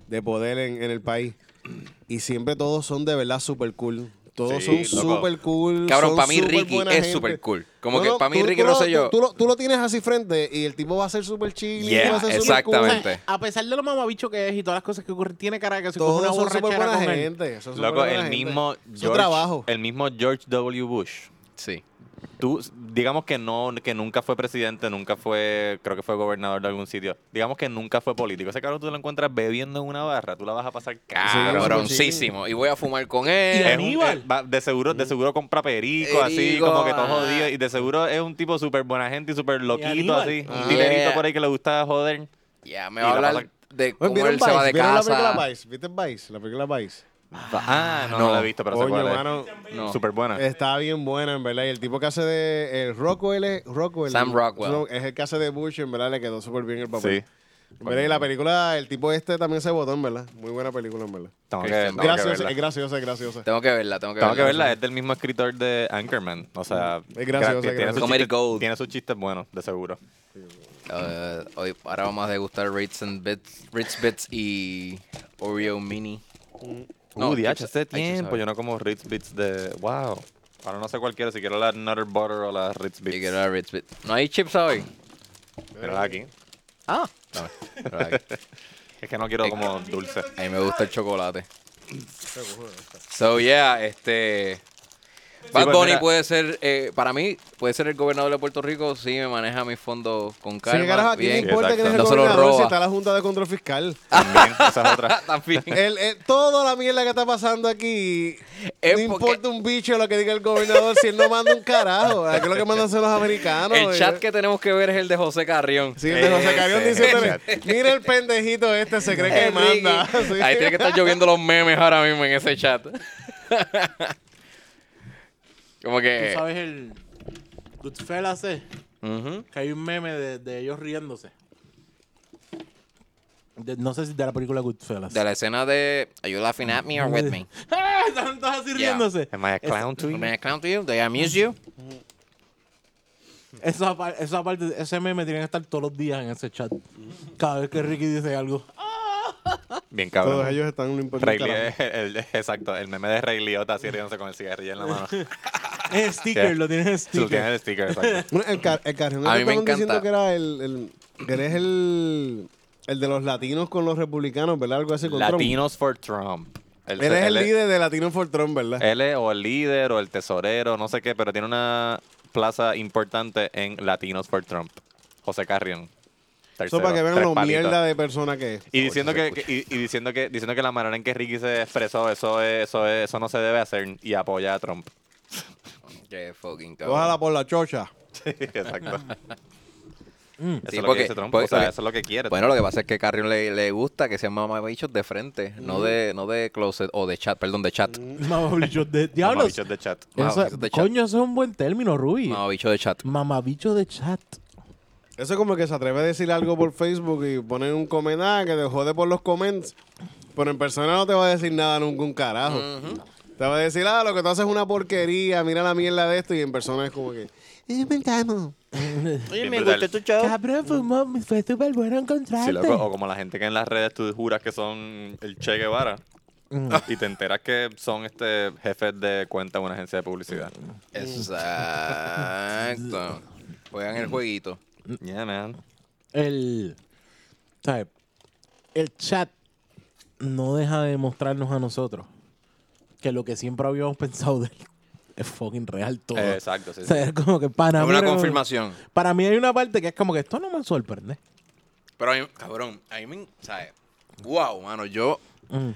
Speaker 2: de poder en, en el país. Y siempre todos son de verdad super cool. Todos
Speaker 3: Sí,
Speaker 2: son
Speaker 3: loco.
Speaker 2: super cool.
Speaker 1: Cabrón,
Speaker 2: son
Speaker 1: para mí
Speaker 2: súper
Speaker 1: Ricky
Speaker 2: buena
Speaker 1: es
Speaker 2: gente.
Speaker 1: súper cool. Como
Speaker 2: No,
Speaker 1: que
Speaker 2: no,
Speaker 1: para mí
Speaker 2: tú-
Speaker 1: Ricky
Speaker 2: tú
Speaker 1: no
Speaker 2: lo-
Speaker 1: sé yo.
Speaker 2: Tú, tú lo, tú lo tienes así frente y el tipo va a ser super chill. y
Speaker 1: Yeah,
Speaker 2: va a ser super cool.
Speaker 4: O sea,
Speaker 1: exactamente.
Speaker 4: a pesar de lo mamabicho que es y todas las cosas que ocurren, tiene cara de que se coge una
Speaker 2: Todos son súper
Speaker 4: borrachera
Speaker 2: buena
Speaker 4: con él.
Speaker 2: gente. son
Speaker 3: Loco,
Speaker 2: superbuena
Speaker 3: el
Speaker 2: gente.
Speaker 3: mismo
Speaker 2: Su
Speaker 3: George,
Speaker 2: trabajo.
Speaker 3: el mismo George W. Bush.
Speaker 1: Sí.
Speaker 3: Tú, digamos que no, que nunca fue presidente, nunca fue, creo que fue gobernador de algún sitio. Digamos que nunca fue político. Ese cabrón tú lo encuentras bebiendo en una barra, tú la vas a pasar cabrón.
Speaker 1: Cabroncísimo. Y voy a fumar con
Speaker 4: Y
Speaker 3: Es
Speaker 1: él.
Speaker 3: un-
Speaker 4: Aníbal.
Speaker 3: eh, va- de seguro,
Speaker 2: Mm.
Speaker 3: de seguro compra perico, así,
Speaker 1: Perico,
Speaker 3: como que todo
Speaker 1: ajá.
Speaker 3: jodido. Y de seguro es un tipo súper buena gente y súper loquito,
Speaker 4: Aníbal.
Speaker 3: así.
Speaker 1: Ah.
Speaker 3: Un dinerito
Speaker 1: Yeah.
Speaker 3: por ahí que le gusta joder.
Speaker 1: Ya, me
Speaker 3: Y
Speaker 1: va a
Speaker 3: la
Speaker 1: hablar de
Speaker 2: Oye,
Speaker 1: cómo él se va de
Speaker 2: ¿Vieron la película
Speaker 1: casa.
Speaker 2: Vice? ¿Viste Vice? La película Vice.
Speaker 3: Ah, no,
Speaker 1: no.
Speaker 3: no lo he visto, pero
Speaker 2: Coño,
Speaker 3: se puede.
Speaker 2: mano,
Speaker 1: No.
Speaker 3: Súper buena.
Speaker 2: Está bien buena, en verdad. Y el tipo que hace de el Rockwell, es- Rockwell
Speaker 1: Sam Rockwell.
Speaker 2: no, es el que hace de Bush, en verdad le quedó súper bien el papel.
Speaker 3: sí.
Speaker 2: En verdad, y la película, el tipo este también se votó, en verdad. Muy buena película, en verdad.
Speaker 3: Tengo que,
Speaker 1: Christian
Speaker 3: tengo que
Speaker 2: Graciosa,
Speaker 3: verla.
Speaker 2: es graciosa, es graciosa.
Speaker 1: Tengo que verla, tengo que
Speaker 3: Tengo que verla,
Speaker 1: verla.
Speaker 3: es del mismo escritor de Anchorman. O sea,
Speaker 2: Es gracioso,
Speaker 3: gra-
Speaker 2: es
Speaker 3: tiene,
Speaker 2: gracioso.
Speaker 3: sus
Speaker 1: Comedy
Speaker 3: chistes,
Speaker 1: Gold.
Speaker 3: tiene sus chistes buenos, de seguro.
Speaker 1: Eh, hoy, ahora vamos a degustar Ritz, and Bits, Ritz Bits y Oreo Mini. No,
Speaker 3: No, DH,
Speaker 1: Chips- ay,
Speaker 3: Uh, hace
Speaker 1: Chips
Speaker 3: tiempo
Speaker 1: Ahoy.
Speaker 3: yo no como Ritz Bits de. ¡Wow! Ahora no sé cuál quiero, si quiero la Nutter Butter o la Ritz Bits.
Speaker 1: Y quiero la Ritz Bits. ¿No hay chips hoy?
Speaker 3: Míralas aquí.
Speaker 1: Ah. No, pero ahí.
Speaker 3: Es que no quiero como dulce.
Speaker 1: a mí me gusta el chocolate. So, yeah, este... Bad
Speaker 3: pues,
Speaker 1: Bunny
Speaker 3: mira.
Speaker 1: puede ser, eh, para mí, puede ser el gobernador de Puerto Rico si me maneja mis fondos con
Speaker 2: Sí, carajo,
Speaker 1: calma.
Speaker 2: ¿a quién
Speaker 1: bien.
Speaker 2: le importa quién es el
Speaker 1: No se lo
Speaker 2: gobernador si
Speaker 1: roba.
Speaker 2: está la Junta de Control Fiscal?
Speaker 3: También, esa es otra.
Speaker 1: También.
Speaker 2: El, el- toda la mierda que está pasando aquí,
Speaker 1: Es
Speaker 2: no
Speaker 1: porque-
Speaker 2: importa un bicho lo que diga el gobernador si él no manda un carajo. Aquí lo que mandan son los americanos.
Speaker 1: El chat
Speaker 2: eh.
Speaker 1: que tenemos que ver es el de José Carrión.
Speaker 2: Sí, el de José Carrión
Speaker 3: Ese,
Speaker 2: diciéndole, mira el pendejito este, se cree que
Speaker 1: El Ricky.
Speaker 2: manda. Sí.
Speaker 1: Ahí tiene que estar lloviendo los memes ahora mismo en ese chat. Como
Speaker 4: Tú
Speaker 1: que.
Speaker 4: sabes el Goodfellas, eh,
Speaker 1: Ujú.
Speaker 4: que hay un meme de, de ellos riéndose. De- no sé si de la película Goodfellas.
Speaker 1: De la escena de Are you laughing at me or with me?
Speaker 4: ¡Ah! Están todos así
Speaker 1: Yeah.
Speaker 4: riéndose.
Speaker 3: Am I a clown to you?
Speaker 1: Am I a clown to you? Do I amuse you?
Speaker 4: Eso, apar- eso aparte, ese meme tiene que estar todos los días en ese chat. Cada vez que Ricky dice algo.
Speaker 3: Bien
Speaker 2: Todos
Speaker 3: cabrón.
Speaker 2: ellos están un poquito
Speaker 3: Ray
Speaker 2: carajo.
Speaker 3: Liotta, el- el- exacto, el meme de Ray Liotta así riéndose con el cigarrillo en la mano.
Speaker 4: Es sticker,
Speaker 3: Sí.
Speaker 4: lo tienes en
Speaker 3: Tú
Speaker 4: sticker.
Speaker 3: tienes el sticker, exacto.
Speaker 2: Bueno, el, car el carrilero
Speaker 1: A mí
Speaker 2: que
Speaker 1: me
Speaker 2: estaban diciendo
Speaker 1: encanta.
Speaker 2: que era el, el que eres el el de los latinos con los republicanos, ¿verdad? Algo así con Trump.
Speaker 3: Latinos for Trump. Él-
Speaker 2: Él es el
Speaker 3: él-
Speaker 2: líder de Latino for Trump, ¿verdad?
Speaker 1: Eh,
Speaker 3: Él es o el líder o el tesorero, no sé qué, pero tiene una plaza importante en Latinos for Trump. José Carrión.
Speaker 2: Eso
Speaker 3: Tercero,
Speaker 2: para que vean
Speaker 3: tres
Speaker 2: lo
Speaker 3: palitos.
Speaker 2: mierda de persona que es.
Speaker 3: Y diciendo que, que- y, y diciendo que diciendo que la manera en que Ricky se expresó, eso es- eso es- eso no se debe hacer y apoya a Trump.
Speaker 1: Qué fucking cabrón.
Speaker 2: Ojalá por la chocha.
Speaker 3: Exacto. Eso
Speaker 1: Mm. Sí,
Speaker 3: es lo que
Speaker 1: porque-
Speaker 3: dice Trump.
Speaker 1: porque-
Speaker 3: o sea,
Speaker 1: porque-
Speaker 3: eso es lo que quiere.
Speaker 1: Bueno, lo que pasa es que Carrion le, le gusta que sean mamabichos de frente, eh. no de no de closet o de chat, perdón, de chat.
Speaker 4: Mamabichos de diablos.
Speaker 3: Mamabichos de chat.
Speaker 4: Eso-
Speaker 1: Mamabichos de chat.
Speaker 4: coño, eso es un buen término, Ruby.
Speaker 1: Mamabicho de chat.
Speaker 4: Mamabicho de chat.
Speaker 2: Eso es como que se atreve a decir algo por Facebook y ponen un comentario que te jode por los comments. Pero en persona no te va a decir nada nunca un carajo. Te va a decir, ah, lo que tú haces es una porquería, mira la mierda de esto. Y en persona es como que, es mentamo.
Speaker 3: Oye, me gustó tu show.
Speaker 4: Cabrón, fumó, fue súper bueno encontrarte.
Speaker 3: o como la gente que en las redes tú juras que son el Che Guevara y te enteras que son este jefes de cuenta de una agencia de publicidad.
Speaker 4: Mm.
Speaker 1: Exacto. Juegan el jueguito.
Speaker 3: Yeah, man.
Speaker 4: el, ¿sabes? el chat no deja de mostrarnos a nosotros que lo que siempre habíamos pensado de él es fucking real todo.
Speaker 3: Eh, exacto, sí,
Speaker 4: O sea, es como que para
Speaker 1: Es
Speaker 4: mí
Speaker 1: una
Speaker 4: era-
Speaker 1: confirmación.
Speaker 4: Para mí hay una parte que es como que esto no me sorprende.
Speaker 1: Pero a mí, cabrón, a mí me, ¿sabes? Wow, mano, yo
Speaker 4: Mm.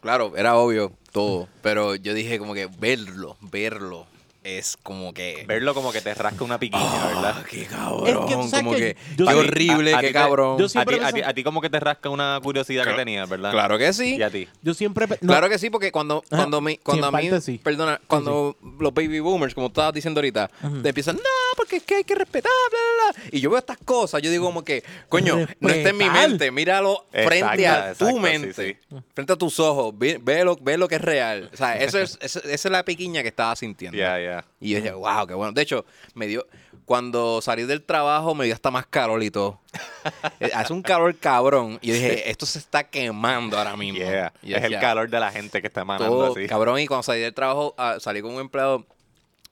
Speaker 1: claro, era obvio todo, pero yo dije como que verlo, verlo es como que
Speaker 3: Verlo como que te rasca una piquilla, ¿verdad?
Speaker 1: Ah, qué cabrón,
Speaker 4: tú sabes
Speaker 1: como
Speaker 4: que
Speaker 1: que,
Speaker 4: yo
Speaker 1: qué
Speaker 4: siempre-
Speaker 1: horrible,
Speaker 3: a- a
Speaker 1: qué
Speaker 3: ti te-
Speaker 1: cabrón.
Speaker 4: yo
Speaker 3: A
Speaker 4: siempre
Speaker 3: ti, a, ti,
Speaker 4: pensaba-
Speaker 3: a ti como que te rasca una curiosidad que tenías, ¿verdad?
Speaker 1: Claro que sí.
Speaker 3: Y a ti.
Speaker 4: Yo siempre... pe- no,
Speaker 1: Claro que sí, porque cuando,
Speaker 4: Ajá.
Speaker 1: cuando, mi,
Speaker 4: Sí,
Speaker 1: cuando
Speaker 4: en
Speaker 1: a mí,
Speaker 4: parte sí.
Speaker 1: perdona, cuando los baby boomers, como estabas diciendo ahorita, te empiezan, no, porque es que hay que respetar, bla, bla, bla. Y yo veo estas cosas, yo digo como que, coño, no está en mi
Speaker 4: Respetar.
Speaker 1: mente, míralo frente
Speaker 3: Exacto,
Speaker 1: a
Speaker 3: exacto,
Speaker 1: tu
Speaker 3: sí,
Speaker 1: mente, frente a tus ojos, ve, ve lo, ve lo que es real. O sea, eso es, eso- esa es la piquiña que estaba sintiendo.
Speaker 3: Ya, ya.
Speaker 1: Y yo dije, wow, qué bueno. De hecho, me dio, cuando salí del trabajo, me dio hasta más calor y todo. Eh, Hace un calor cabrón. Y yo dije, esto se está quemando ahora mismo.
Speaker 3: Yeah.
Speaker 1: Y yo
Speaker 3: Es el
Speaker 1: decía,
Speaker 3: calor de la gente que está emanando
Speaker 1: todo,
Speaker 3: así.
Speaker 1: cabrón. Y cuando salí del trabajo, ah, salí con un empleado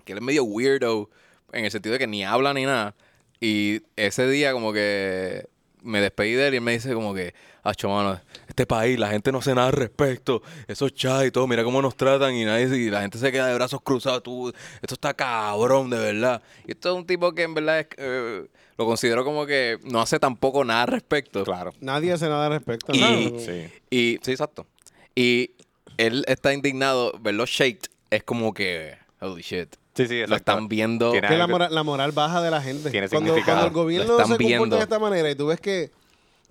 Speaker 1: que él es medio weirdo, en el sentido de que ni habla ni nada. Y ese día como que me despedí de él y él me dice como que, acho, mano, este país, la gente no hace nada al respecto. Esos chats y todo, mira cómo nos tratan y, nadie, y la gente se queda de brazos cruzados. Tú, esto está cabrón, de verdad. Y esto es un tipo que en verdad es, eh, lo considero como que no hace tampoco nada al respecto.
Speaker 3: Claro.
Speaker 2: Nadie hace nada al respecto.
Speaker 1: Y-
Speaker 2: ¿no?
Speaker 3: Sí.
Speaker 1: Y, sí, exacto. Y él está indignado, verlo shaked es como que, holy shit.
Speaker 3: Sí, sí,
Speaker 1: Lo
Speaker 3: exacto.
Speaker 1: están viendo.
Speaker 3: Tiene-
Speaker 2: Que la moral, la moral baja de la gente.
Speaker 3: Tiene
Speaker 2: cuando,
Speaker 3: significado.
Speaker 2: cuando el gobierno
Speaker 1: Lo
Speaker 2: se
Speaker 1: están
Speaker 2: comporta
Speaker 1: viendo.
Speaker 2: de esta manera y tú ves que,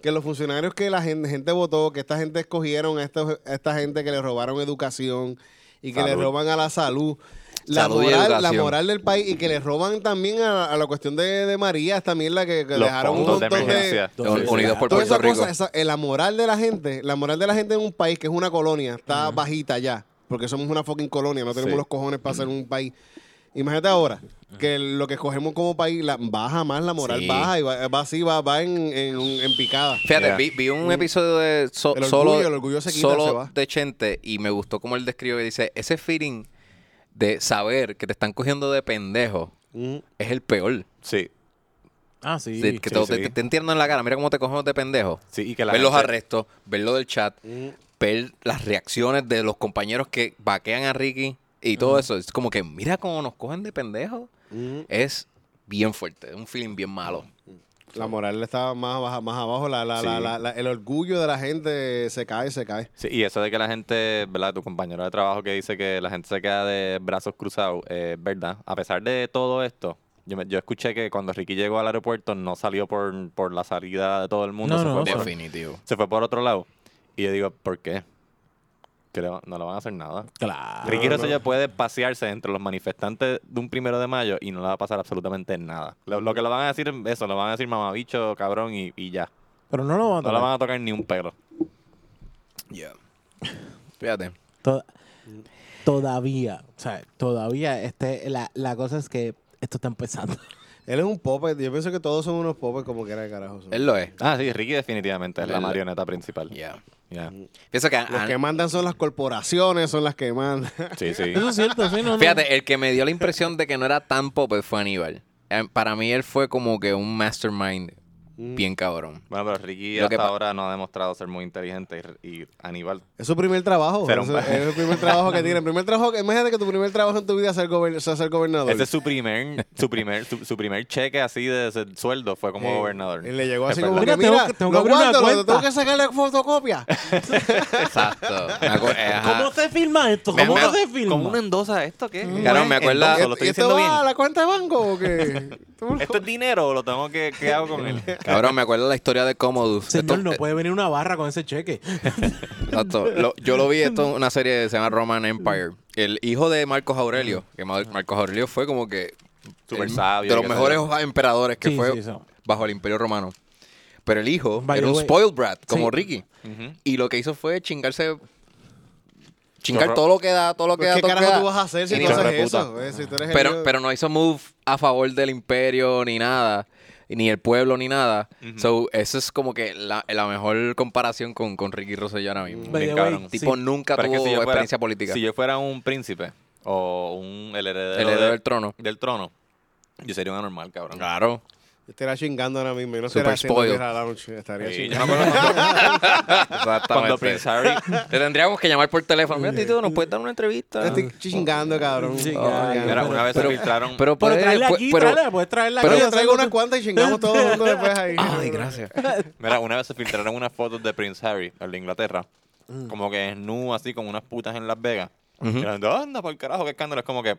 Speaker 2: que los funcionarios que la gente, gente votó, que esta gente escogieron a, estos- a esta gente que le robaron educación y que
Speaker 3: Salud.
Speaker 2: le roban a la salud. La,
Speaker 1: Salud y
Speaker 2: moral, la
Speaker 1: educación.
Speaker 2: moral del país y que le roban también a, a la cuestión de, de María, también la que, que
Speaker 3: Los
Speaker 2: dejaron un
Speaker 3: fondos de
Speaker 2: montón
Speaker 3: emergencia.
Speaker 4: Entonces,
Speaker 1: Unidos por
Speaker 2: Toda
Speaker 1: Puerto
Speaker 2: esa
Speaker 1: Rico.
Speaker 2: cosa, esa- eh, la moral de la gente, la moral de la gente en un país que es una colonia, está bajita ya, porque somos una fucking colonia, no tenemos
Speaker 3: Sí.
Speaker 2: los cojones para ser un país. Imagínate ahora que lo que escogemos como país la, baja más, la moral
Speaker 1: Sí.
Speaker 2: baja y va, va así, va, va en, en, en picada.
Speaker 1: Fíjate,
Speaker 3: Yeah.
Speaker 1: vi, vi un episodio de so-
Speaker 2: El orgullo,
Speaker 1: solo,
Speaker 2: el orgullo se quita,
Speaker 1: solo
Speaker 2: se va.
Speaker 1: de Chente y me gustó como él describe. Dice, ese feeling de saber que te están cogiendo de pendejo
Speaker 2: Mm.
Speaker 1: es el peor.
Speaker 3: Sí.
Speaker 4: Ah, sí.
Speaker 1: De- que
Speaker 3: sí,
Speaker 1: te,
Speaker 3: sí.
Speaker 1: te, te entiendan en la cara, mira cómo te cogemos de pendejo.
Speaker 3: Sí, y que la
Speaker 1: ver los
Speaker 3: gente- Mm.
Speaker 1: arrestos, ver lo del chat, ver las reacciones de los compañeros que vaquean a Ricky y todo
Speaker 3: Mm.
Speaker 1: eso. Es como que mira cómo nos cogen de pendejo. Es bien fuerte, es un feeling bien malo.
Speaker 2: La moral está más, baja, más abajo, la, la,
Speaker 3: Sí.
Speaker 2: la- la- la- el orgullo de la gente se cae, se cae.
Speaker 3: Sí, y eso de que la gente, ¿verdad? Tu compañero de trabajo que dice que la gente se queda de brazos cruzados, eh, ¿verdad? A pesar de todo esto, yo, me- yo escuché que cuando Ricky llegó al aeropuerto no salió por, por la salida de todo el mundo,
Speaker 4: No,
Speaker 3: se,
Speaker 4: no,
Speaker 3: fue por,
Speaker 4: sí.
Speaker 1: Definitivo.
Speaker 3: se fue por otro lado. Y yo digo, ¿por qué? Que le va- no le van a hacer nada.
Speaker 4: Claro.
Speaker 3: Ricky
Speaker 2: no.
Speaker 3: Rosselló puede pasearse entre los manifestantes de un primero de mayo y no le va a pasar absolutamente nada. Lo, lo que le van a decir es eso, le van a decir mamabicho, cabrón y, y ya.
Speaker 4: Pero no lo van a
Speaker 3: No
Speaker 4: tocar.
Speaker 3: le van a tocar ni un pelo.
Speaker 1: Yeah. Fíjate.
Speaker 4: To- todavía, o sea, todavía este, la, la cosa es que esto está empezando.
Speaker 2: Él es un popper. Yo pienso que todos son unos poppers como que era de carajo. son.
Speaker 1: Él lo es.
Speaker 3: Ah, sí, Ricky definitivamente es la
Speaker 1: El-
Speaker 3: marioneta principal.
Speaker 1: Yeah. Mm.
Speaker 3: Yeah.
Speaker 1: Pienso que, ah, han-
Speaker 2: Los que mandan son las corporaciones, son las que mandan.
Speaker 3: Sí, sí.
Speaker 4: Eso es cierto, sí, no, no.
Speaker 1: Fíjate, el que me dio la impresión de que no era tan popper fue Aníbal. Eh, Para mí él fue como que un mastermind
Speaker 3: Mm.
Speaker 1: bien cabrón.
Speaker 3: Bueno, pero Ricky
Speaker 1: Lo que
Speaker 3: hasta
Speaker 1: pa-
Speaker 3: ahora no ha demostrado ser muy inteligente y, y Aníbal.
Speaker 2: Es su primer trabajo.
Speaker 3: Ser
Speaker 2: es,
Speaker 3: un pa-
Speaker 2: es el primer trabajo que tiene. El primer trabajo que, imagínate que tu primer trabajo en tu vida sea ser, gober- sea ser gobernador.
Speaker 3: Ese es su primer, su primer, su, su primer cheque así de ese sueldo fue como
Speaker 2: Eh,
Speaker 3: gobernador.
Speaker 2: Y le llegó
Speaker 3: Es
Speaker 2: así
Speaker 3: verdad.
Speaker 2: como que,
Speaker 4: Mira, tengo
Speaker 2: mira,
Speaker 4: que- tengo que
Speaker 2: los
Speaker 4: abrir una
Speaker 2: guantes, los-
Speaker 4: cuenta".
Speaker 2: tengo que sacarle fotocopia.
Speaker 1: Exacto. Me acu- eh, ajá.
Speaker 4: ¿Cómo se filma esto?
Speaker 1: Me-
Speaker 4: ¿Cómo
Speaker 1: me-
Speaker 4: no se filma?
Speaker 3: ¿Cómo uno endosa esto?
Speaker 4: Mm.
Speaker 3: ¿Qué?
Speaker 1: Claro, me acuerda-
Speaker 3: Endoso, lo estoy
Speaker 2: ¿Y esto
Speaker 3: diciendo
Speaker 2: Este va
Speaker 3: bien. Este
Speaker 2: a la cuenta de banco o qué? Tú-
Speaker 3: ¿Esto es dinero o lo tengo que... ¿Qué hago con él?
Speaker 1: Cabrón, me acuerdo la historia de Commodus. Esto- eh,
Speaker 4: Señor, no puede venir una barra con ese cheque.
Speaker 1: Exacto. Lo- yo lo vi esto en una serie que se llama Roman Empire. El hijo de Marcos Aurelio, que Mar- Marcos Aurelio fue como que
Speaker 3: Súper
Speaker 1: el-
Speaker 3: sabio,
Speaker 1: de los
Speaker 3: qué sé
Speaker 1: mejores
Speaker 3: yo.
Speaker 1: emperadores que
Speaker 4: Sí,
Speaker 1: fue
Speaker 4: sí, eso.
Speaker 1: bajo el Imperio Romano. Pero el hijo
Speaker 4: By
Speaker 1: era
Speaker 4: the
Speaker 1: un
Speaker 4: way.
Speaker 1: spoiled brat, como
Speaker 4: Sí.
Speaker 1: Ricky.
Speaker 3: Ujú.
Speaker 1: Y lo que hizo fue chingarse chingar
Speaker 3: Chorro.
Speaker 1: todo lo que da, todo lo que
Speaker 2: Pues,
Speaker 1: da,
Speaker 2: ¿Qué
Speaker 1: todo lo que
Speaker 2: carajo
Speaker 1: da.
Speaker 2: tú vas a hacer si
Speaker 1: Y
Speaker 2: tú
Speaker 1: ni-
Speaker 3: hijo
Speaker 2: haces
Speaker 3: de puta.
Speaker 2: eso? Eh, si tú eres
Speaker 1: pero,
Speaker 2: el-
Speaker 1: pero no hizo move a favor del imperio ni nada, ni el pueblo ni nada. So, eso es como que la, la mejor comparación con, con Ricky Rosselló ahora mismo.
Speaker 4: By
Speaker 3: Bien
Speaker 4: the
Speaker 3: cabrón.
Speaker 4: way, sí.
Speaker 1: Tipo, nunca
Speaker 3: Pero es
Speaker 1: tuvo
Speaker 3: que si yo fuera-
Speaker 1: experiencia política.
Speaker 3: Si yo fuera un príncipe o un el heredero,
Speaker 1: el heredero
Speaker 3: de-
Speaker 1: del trono. Ah,
Speaker 3: del trono, yo sería un anormal, cabrón.
Speaker 1: Claro.
Speaker 2: Estaría chingando ahora mismo. y No estaría
Speaker 1: Super
Speaker 2: haciendo
Speaker 1: spoiled.
Speaker 2: Guerra Lounge, Estaría
Speaker 3: Sí, yo me
Speaker 2: chingando.
Speaker 3: acuerdo cuando
Speaker 1: Exactamente.
Speaker 3: Prince Harry...
Speaker 1: Te tendríamos que llamar por teléfono. Mira, Tito, nos puedes dar una entrevista.
Speaker 4: Este-
Speaker 2: Estoy chingando, cabrón.
Speaker 4: Sí,
Speaker 2: Oh,
Speaker 4: claro.
Speaker 2: chingando.
Speaker 3: Mira, una vez se
Speaker 1: Pero-
Speaker 3: filtraron...
Speaker 1: Pero,
Speaker 4: Pero
Speaker 1: puede-
Speaker 4: tráela
Speaker 1: pu-
Speaker 4: aquí,
Speaker 1: pero-
Speaker 4: tráela, puedes traerla
Speaker 2: Pero
Speaker 4: aquí.
Speaker 2: yo traigo unas cuantas y chingamos todo el mundo después ahí.
Speaker 1: Ay, gracias.
Speaker 3: Mira, una vez se filtraron unas fotos de Prince Harry, el de Inglaterra, como que desnudo, así, con unas putas en Las Vegas. Y la gente, anda, por carajo, qué escándalo. Es como que,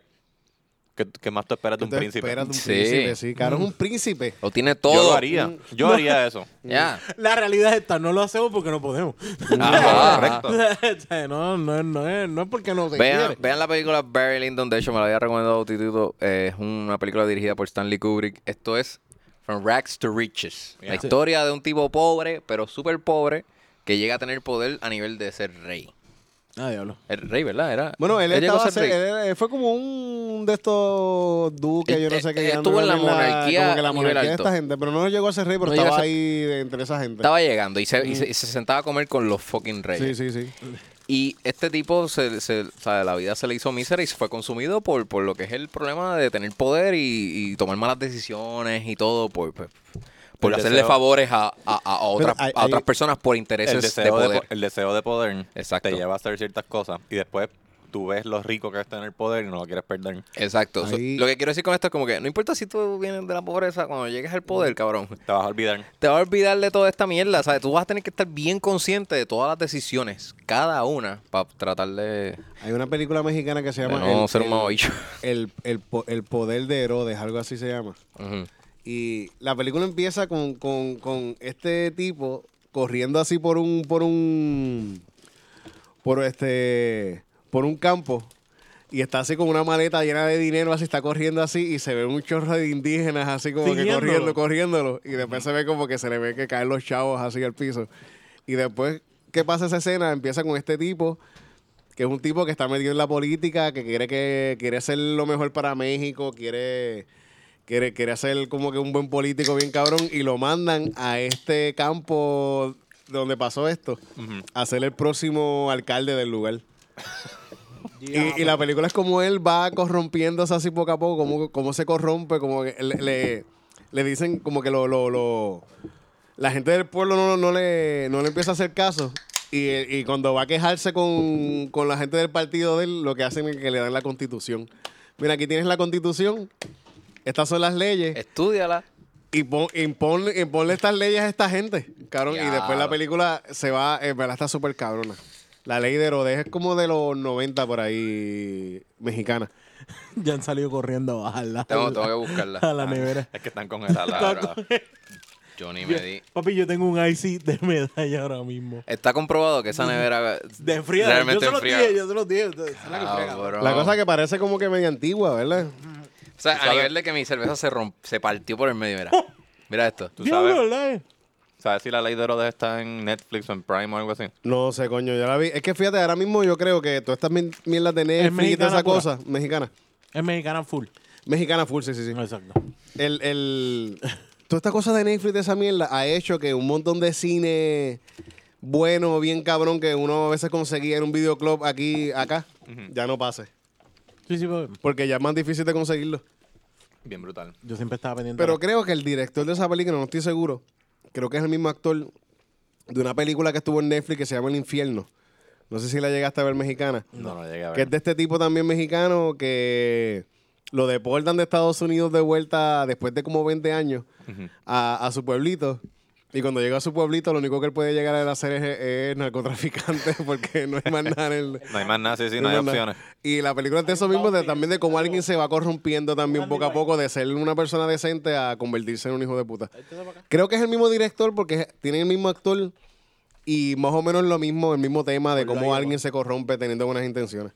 Speaker 3: ¿qué, qué más te esperas de un
Speaker 2: Te
Speaker 3: príncipe?
Speaker 2: esperas de un
Speaker 1: Sí.
Speaker 2: príncipe, sí. Claro, es un príncipe.
Speaker 1: Lo tiene todo.
Speaker 3: Yo lo haría, yo haría eso.
Speaker 1: Ya.
Speaker 4: La realidad es esta, no lo hacemos porque no podemos.
Speaker 1: Ajá.
Speaker 3: Correcto.
Speaker 4: O sea, no, no, no, es, no es porque
Speaker 2: Pues
Speaker 4: no se
Speaker 1: Vean,
Speaker 4: quiere.
Speaker 1: vean la película Barry Lyndon, de hecho me la había recomendado Titito. Eh, Es una película dirigida por Stanley Kubrick. Esto es From Rags to Riches. La
Speaker 3: Yeah.
Speaker 1: historia de un tipo pobre, pero súper pobre, que llega a tener poder a nivel de ser rey.
Speaker 4: Ah, diablo.
Speaker 1: El rey, ¿verdad? Era,
Speaker 2: Bueno, él,
Speaker 1: llegó
Speaker 2: estaba,
Speaker 1: a ser
Speaker 2: se-
Speaker 1: rey.
Speaker 2: él era- él fue como un de estos duques,
Speaker 1: Él-
Speaker 2: yo no sé qué.
Speaker 1: él
Speaker 2: que
Speaker 1: estuvo en la
Speaker 2: andaban
Speaker 1: monarquía
Speaker 2: Como que la
Speaker 1: a nivel
Speaker 2: monarquía de
Speaker 1: alto.
Speaker 2: esta gente, pero no llegó a ser rey, pero
Speaker 1: No llegó a
Speaker 2: estaba
Speaker 1: ser-
Speaker 2: ahí de- entre esa gente.
Speaker 1: Estaba llegando y se, y se- y se sentaba a comer con los fucking reyes.
Speaker 2: Sí, sí, sí.
Speaker 1: Y este tipo, se, se- o sea, la vida se le hizo mísera y se fue consumido por, por lo que es el problema de tener poder y, y tomar malas decisiones y todo por, por, por
Speaker 3: El
Speaker 1: hacerle
Speaker 3: deseo-
Speaker 1: favores a, a- a- a otras,
Speaker 2: hay-
Speaker 1: a otras
Speaker 2: hay-
Speaker 1: personas por intereses
Speaker 3: El
Speaker 1: de
Speaker 3: deseo de,
Speaker 1: poder.
Speaker 3: po- el deseo de poder
Speaker 1: Exacto.
Speaker 3: te lleva a hacer ciertas cosas y después tú ves lo rico que es tener poder y no lo quieres perder.
Speaker 1: Exacto. So,
Speaker 2: Ahí-
Speaker 1: lo que quiero decir con esto es como que no importa si tú vienes de la pobreza, cuando llegues al poder, cabrón,
Speaker 3: Te vas a olvidar.
Speaker 1: te vas a olvidar de toda esta mierda. ¿sabes? Tú vas a tener que estar bien consciente de todas las decisiones, cada una, para tratar de,
Speaker 2: Hay una película mexicana que se
Speaker 1: de
Speaker 2: llama
Speaker 1: no
Speaker 2: el,
Speaker 1: ser
Speaker 2: el-
Speaker 1: un mamabicho.
Speaker 2: el- el po- el poder de Herodes, algo así se llama.
Speaker 1: Ujú.
Speaker 2: Y la película empieza con, con- con este tipo corriendo así por un, por un, por este, por un campo. Y está así con una maleta llena de dinero, así está corriendo así y se ve un chorro de indígenas así como que
Speaker 4: Siguiéndolo.
Speaker 2: corriendo, corriéndolo. Y después se ve como que se le ve que caen los chavos así al piso. Y después, ¿qué pasa esa escena? Empieza con este tipo que es un tipo que está metido en la política, que quiere que quiere ser lo mejor para México, quiere quiere quiere ser como que un buen político bien cabrón y lo mandan a este campo donde pasó esto a ser el próximo alcalde del lugar. Y, y la película es como él va corrompiéndose así poco a poco, como, como se corrompe, como que le, le- le dicen como que lo, lo- lo- la gente del pueblo no, no, le, no le empieza a hacer caso. Y, y cuando va a quejarse con, con la gente del partido de él, lo que hacen es que le dan la constitución. Mira, aquí tienes la constitución, estas son las leyes.
Speaker 1: Estúdiala.
Speaker 2: Y pon, impon- imponle estas leyes a esta gente, cabrón. Y después la
Speaker 1: Diablo.
Speaker 2: película se va, eh, en verdad está súper cabrona. La ley de Herodes es como de los 90 por ahí, mexicana.
Speaker 4: Ya han salido corriendo a bajarla.
Speaker 1: Tengo, tengo que buscarla.
Speaker 4: A la nevera.
Speaker 3: Es que están congeladas. ahora.
Speaker 1: Yo ni me di.
Speaker 4: Papi, yo tengo un IC de medalla ahora mismo.
Speaker 1: Está comprobado que esa nevera
Speaker 4: De fría.
Speaker 1: realmente
Speaker 4: yo se
Speaker 1: Ah,
Speaker 4: los
Speaker 1: enfría.
Speaker 4: dije, yo se los dije. ustedes, es la que friega.
Speaker 1: Cabrón.
Speaker 2: La cosa que parece como que media antigua, ¿verdad?
Speaker 1: O sea, a nivel de que mi cerveza se romp- se partió por el medio, mira. Mira esto.
Speaker 3: Tú
Speaker 4: Diablo,
Speaker 3: sabes,
Speaker 4: ¿verdad? eh?
Speaker 3: ¿Sabes si la ley de Herodes está en Netflix o en Prime o algo así?
Speaker 2: No sé, coño, yo la vi. Es que fíjate, ahora mismo yo creo que todas estas mi- mierdas de Netflix y
Speaker 4: mexicana
Speaker 2: toda esa
Speaker 4: pura.
Speaker 2: cosa, mexicana.
Speaker 4: Es mexicana full.
Speaker 2: Mexicana full, sí, sí, sí.
Speaker 4: Exacto.
Speaker 2: El, el- toda esta cosa de Netflix, de esa mierda, ha hecho que un montón de cine bueno, bien cabrón, que uno a veces conseguía en un videoclub aquí, acá, ya no pase.
Speaker 4: Sí, sí, pues,
Speaker 2: Porque ya es más difícil de conseguirlo.
Speaker 1: Bien brutal.
Speaker 4: yo siempre estaba pendiente.
Speaker 2: Pero creo que el director de esa película, no estoy seguro, creo que es el mismo actor de una película que estuvo en Netflix que se llama El Infierno. No sé si la llegaste a ver mexicana.
Speaker 1: No, no, llegué a
Speaker 2: Que es
Speaker 1: ver.
Speaker 2: de este tipo también mexicano que lo deportan de Estados Unidos de vuelta después de como 20 años a, a su pueblito. Y cuando llega a su pueblito, lo único que él puede llegar a hacer es, es narcotraficante porque no hay más nada en el-
Speaker 3: No hay más nada, sí, sí,
Speaker 2: no
Speaker 3: no hay
Speaker 2: hay más nada.
Speaker 3: opciones.
Speaker 2: Y la película es de eso mismo, de, también de cómo alguien se va corrompiendo también poco a poco de ser una persona decente a convertirse en un hijo de puta. Creo que es el mismo director porque es- tiene el mismo actor y más o menos lo mismo, el mismo tema de cómo alguien se corrompe teniendo buenas intenciones.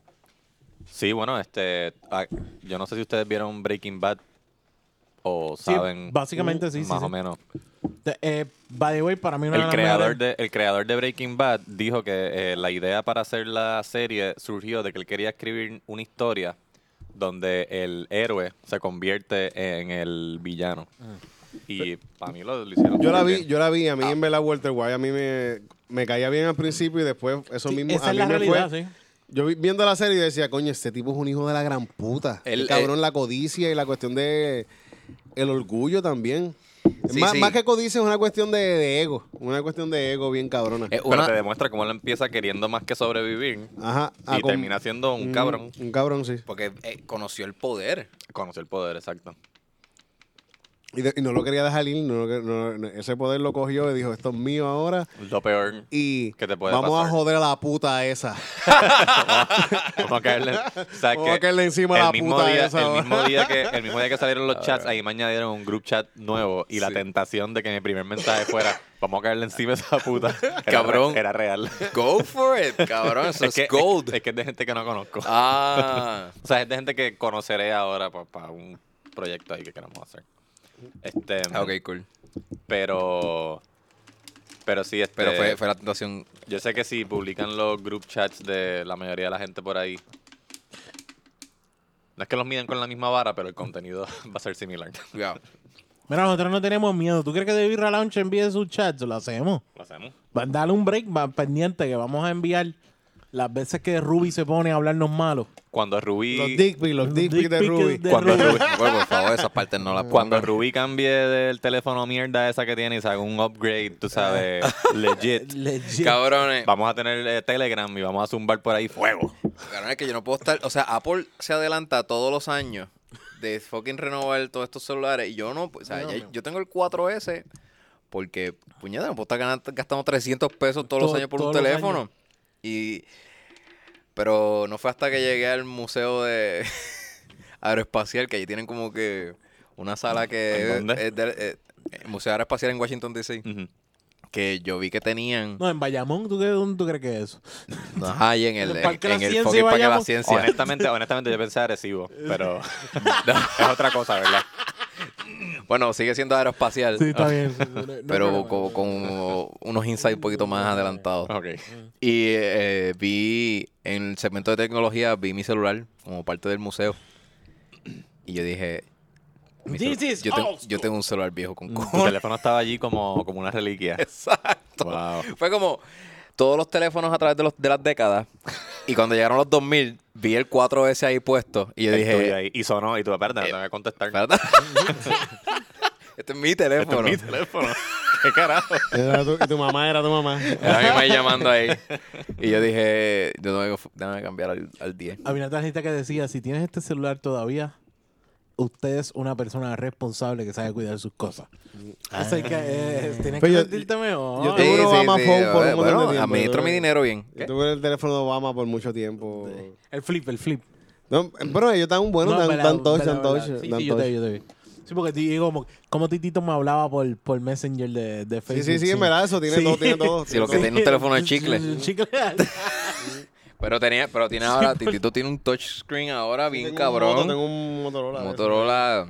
Speaker 3: Sí, bueno, este, ah, yo no sé si ustedes vieron Breaking Bad o saben.
Speaker 4: básicamente sí, sí,
Speaker 3: Más
Speaker 4: sí.
Speaker 3: o menos.
Speaker 4: Te- eh, by the way, para mí no
Speaker 3: El creador, de, el creador de Breaking Bad dijo que eh, la idea para hacer la serie surgió de que él quería escribir una historia donde el héroe se convierte en el villano. Y para mí lo, lo hicieron.
Speaker 2: Yo la
Speaker 3: súper
Speaker 2: vi,
Speaker 3: bien.
Speaker 2: yo la vi, a
Speaker 3: Ah.
Speaker 2: mí en verdad Walter White, a mí me, me caía bien al principio y después eso mismo
Speaker 4: Esa
Speaker 2: a
Speaker 4: es
Speaker 2: mí
Speaker 4: la
Speaker 2: me
Speaker 4: realidad,
Speaker 2: fue.
Speaker 4: sí.
Speaker 2: Yo vi- viendo la serie y decía, coño, este tipo es un hijo de la gran puta. El,
Speaker 1: Él,
Speaker 2: cabrón,
Speaker 1: eh,
Speaker 2: la codicia y la cuestión de el orgullo también.
Speaker 1: Sí,
Speaker 2: más,
Speaker 1: sí.
Speaker 2: más que codicia es una cuestión de, de ego, una cuestión de ego bien cabrona.
Speaker 1: Es
Speaker 3: Pero
Speaker 1: una-
Speaker 3: te demuestra cómo él empieza queriendo más que sobrevivir
Speaker 2: Ajá. ah,
Speaker 3: y
Speaker 2: con-
Speaker 3: termina siendo un cabrón.
Speaker 2: Un cabrón, sí.
Speaker 1: porque eh, conoció el poder.
Speaker 3: Conoció el poder, exacto.
Speaker 2: Y, de- y no lo quería dejar ir, no lo que- no- no- ese poder lo cogió y dijo, esto es mío ahora.
Speaker 3: Lo peor.
Speaker 2: Y
Speaker 3: ¿Qué te puede
Speaker 2: vamos a
Speaker 3: pasar?
Speaker 2: joder a la puta esa.
Speaker 3: Vamos a caerle, o sea,
Speaker 2: Vamos
Speaker 3: que
Speaker 2: a caerle encima a
Speaker 3: el
Speaker 2: la
Speaker 3: mismo
Speaker 2: puta
Speaker 3: día,
Speaker 2: esa,
Speaker 3: el
Speaker 2: ¿verdad?
Speaker 3: mismo día que El mismo día que salieron los chats, ahí me añadieron un group chat nuevo y la tentación de que mi primer mensaje fuera vamos a caerle encima a esa puta. Era re-
Speaker 1: Cabrón.
Speaker 3: Era real.
Speaker 1: Go for it, cabrón. Eso es,
Speaker 3: que,
Speaker 1: gold.
Speaker 3: Es, que es de gente que no conozco.
Speaker 1: Ah.
Speaker 3: O sea, es de gente que conoceré ahora para un proyecto ahí que queremos hacer. Este,
Speaker 1: Ah, Ok, cool.
Speaker 3: pero... Pero sí, este,
Speaker 1: Pero fue, fue la tentación.
Speaker 3: yo sé que si publican los group chats de la mayoría de la gente por ahí, no es que los miden con la misma vara, pero el contenido va a ser similar.
Speaker 1: cuidado.
Speaker 4: Mira, nosotros no tenemos miedo. ¿Tú crees que de Birra Lounge envíe sus chats? Lo hacemos.
Speaker 3: ¿Lo hacemos?
Speaker 4: Va- Dale un break va, pendiente que vamos a enviar las veces que Ruby se pone a hablarnos malo.
Speaker 3: Cuando Rubí,
Speaker 2: Los dick pics, los
Speaker 4: Los
Speaker 2: dick
Speaker 4: dick
Speaker 2: pics de
Speaker 4: pics
Speaker 2: Ruby.
Speaker 4: de-
Speaker 3: cuando,
Speaker 4: Rubí.
Speaker 3: Rubí,
Speaker 1: Bueno, por favor, esas partes no las
Speaker 3: cuando Rubí cambie del teléfono mierda esa que tiene y se haga un upgrade, tú sabes, legit,
Speaker 4: Legit.
Speaker 1: Cabrones.
Speaker 3: vamos a tener eh, Telegram y vamos a zumbar por ahí fuego.
Speaker 1: Cabrones, que yo no puedo estar. O sea, Apple se adelanta todos los años de fucking renovar todos estos celulares. Y yo no. pues, O sea, ya- yo tengo el 4S porque, puñeta, no puedo estar ganando- gastando 300 pesos todos los
Speaker 4: Todo-
Speaker 1: años por un
Speaker 4: todos los
Speaker 1: teléfono.
Speaker 4: años.
Speaker 1: Y. Pero no fue hasta que llegué al museo de aeroespacial, que allí tienen como que una sala que.
Speaker 3: ¿En dónde? Mm.
Speaker 1: es del- eh, el Museo Aeroespacial en Washington DC.
Speaker 3: Ujú.
Speaker 1: Que yo vi que tenían.
Speaker 4: No, en Bayamón, ¿tú crees, dónde tú crees que es eso?
Speaker 1: Ajá, y en el,
Speaker 4: En el
Speaker 1: en,
Speaker 4: Parque de la
Speaker 1: en el
Speaker 4: Ciencia,
Speaker 1: fucking Parque de la
Speaker 4: vayamos.
Speaker 1: Ciencia.
Speaker 3: Honestamente, honestamente yo pensé agresivo, pero es otra cosa, ¿verdad?
Speaker 1: Bueno, sigue siendo aeroespacial.
Speaker 4: Sí, está bien. sí, sí, no- no hay
Speaker 1: pero
Speaker 4: problema.
Speaker 1: co- con, unos insights un poquito más adelantados.
Speaker 3: Ok.
Speaker 4: Mm.
Speaker 1: Y eh, eh, vi en el segmento de tecnología, vi mi celular como parte del museo. Y yo dije, mi
Speaker 4: This
Speaker 1: celu-
Speaker 4: is Mm.
Speaker 1: yo, tengo-
Speaker 4: old
Speaker 1: yo tengo un celular viejo con
Speaker 3: Tu
Speaker 1: cojones.
Speaker 3: teléfono estaba allí como, como una reliquia.
Speaker 1: Exacto.
Speaker 3: Wow.
Speaker 1: Fue como todos los teléfonos a través de, los, de las décadas. Y cuando llegaron los 2000, vi el 4S ahí puesto. Y yo
Speaker 3: El
Speaker 1: dije,
Speaker 3: tuyo ahí. Eh, Y sonó, y tú, espérate, no te voy a contestar.
Speaker 1: "Espérate". este es mi
Speaker 3: Este
Speaker 1: teléfono.
Speaker 3: es mi teléfono. ¿Qué carajo?
Speaker 2: Era tu, y tu mamá era tu mamá.
Speaker 1: Era mi mamá llamando ahí. Y yo dije, yo tengo que- déjame cambiar al, al 10.
Speaker 4: Había una tarjeta que decía, si tienes este celular todavía, usted es una persona responsable que sabe cuidar sus cosas. Así que eh,
Speaker 2: Pero Ah.
Speaker 4: tienes que
Speaker 2: Pues yo-
Speaker 4: sentirte mejor.
Speaker 2: yo tengo- uno Obama Phone por un montón de
Speaker 1: bueno,
Speaker 2: tiempo,
Speaker 1: administro
Speaker 2: ¿no?
Speaker 1: mi dinero bien.
Speaker 2: Yo tuve el teléfono de Obama por mucho tiempo.
Speaker 4: El flip, el flip.
Speaker 2: No, pero ellos tan buenos,
Speaker 4: No,
Speaker 2: tan,
Speaker 4: verdad,
Speaker 2: tan touch,
Speaker 4: verdad,
Speaker 2: tan touch.
Speaker 4: verdad. Sí,
Speaker 2: tan
Speaker 4: sí, yo
Speaker 2: touch.
Speaker 4: te vi, yo te vi. Sí, porque ti- como, como Titito me hablaba por, por Messenger de, de
Speaker 2: Sí,
Speaker 4: Facebook.
Speaker 2: sí, sí, en verdad, eso tiene
Speaker 4: Sí.
Speaker 2: todo, tiene todo.
Speaker 1: Sí, lo que tenía un teléfono de chicle.
Speaker 4: Sí, sí, sí, chicle.
Speaker 1: Pero tenía, pero tiene ahora, Titito tiene un touchscreen ahora bien
Speaker 2: Tengo un
Speaker 1: cabrón.
Speaker 2: moto- tengo un Motorola. de
Speaker 1: Motorola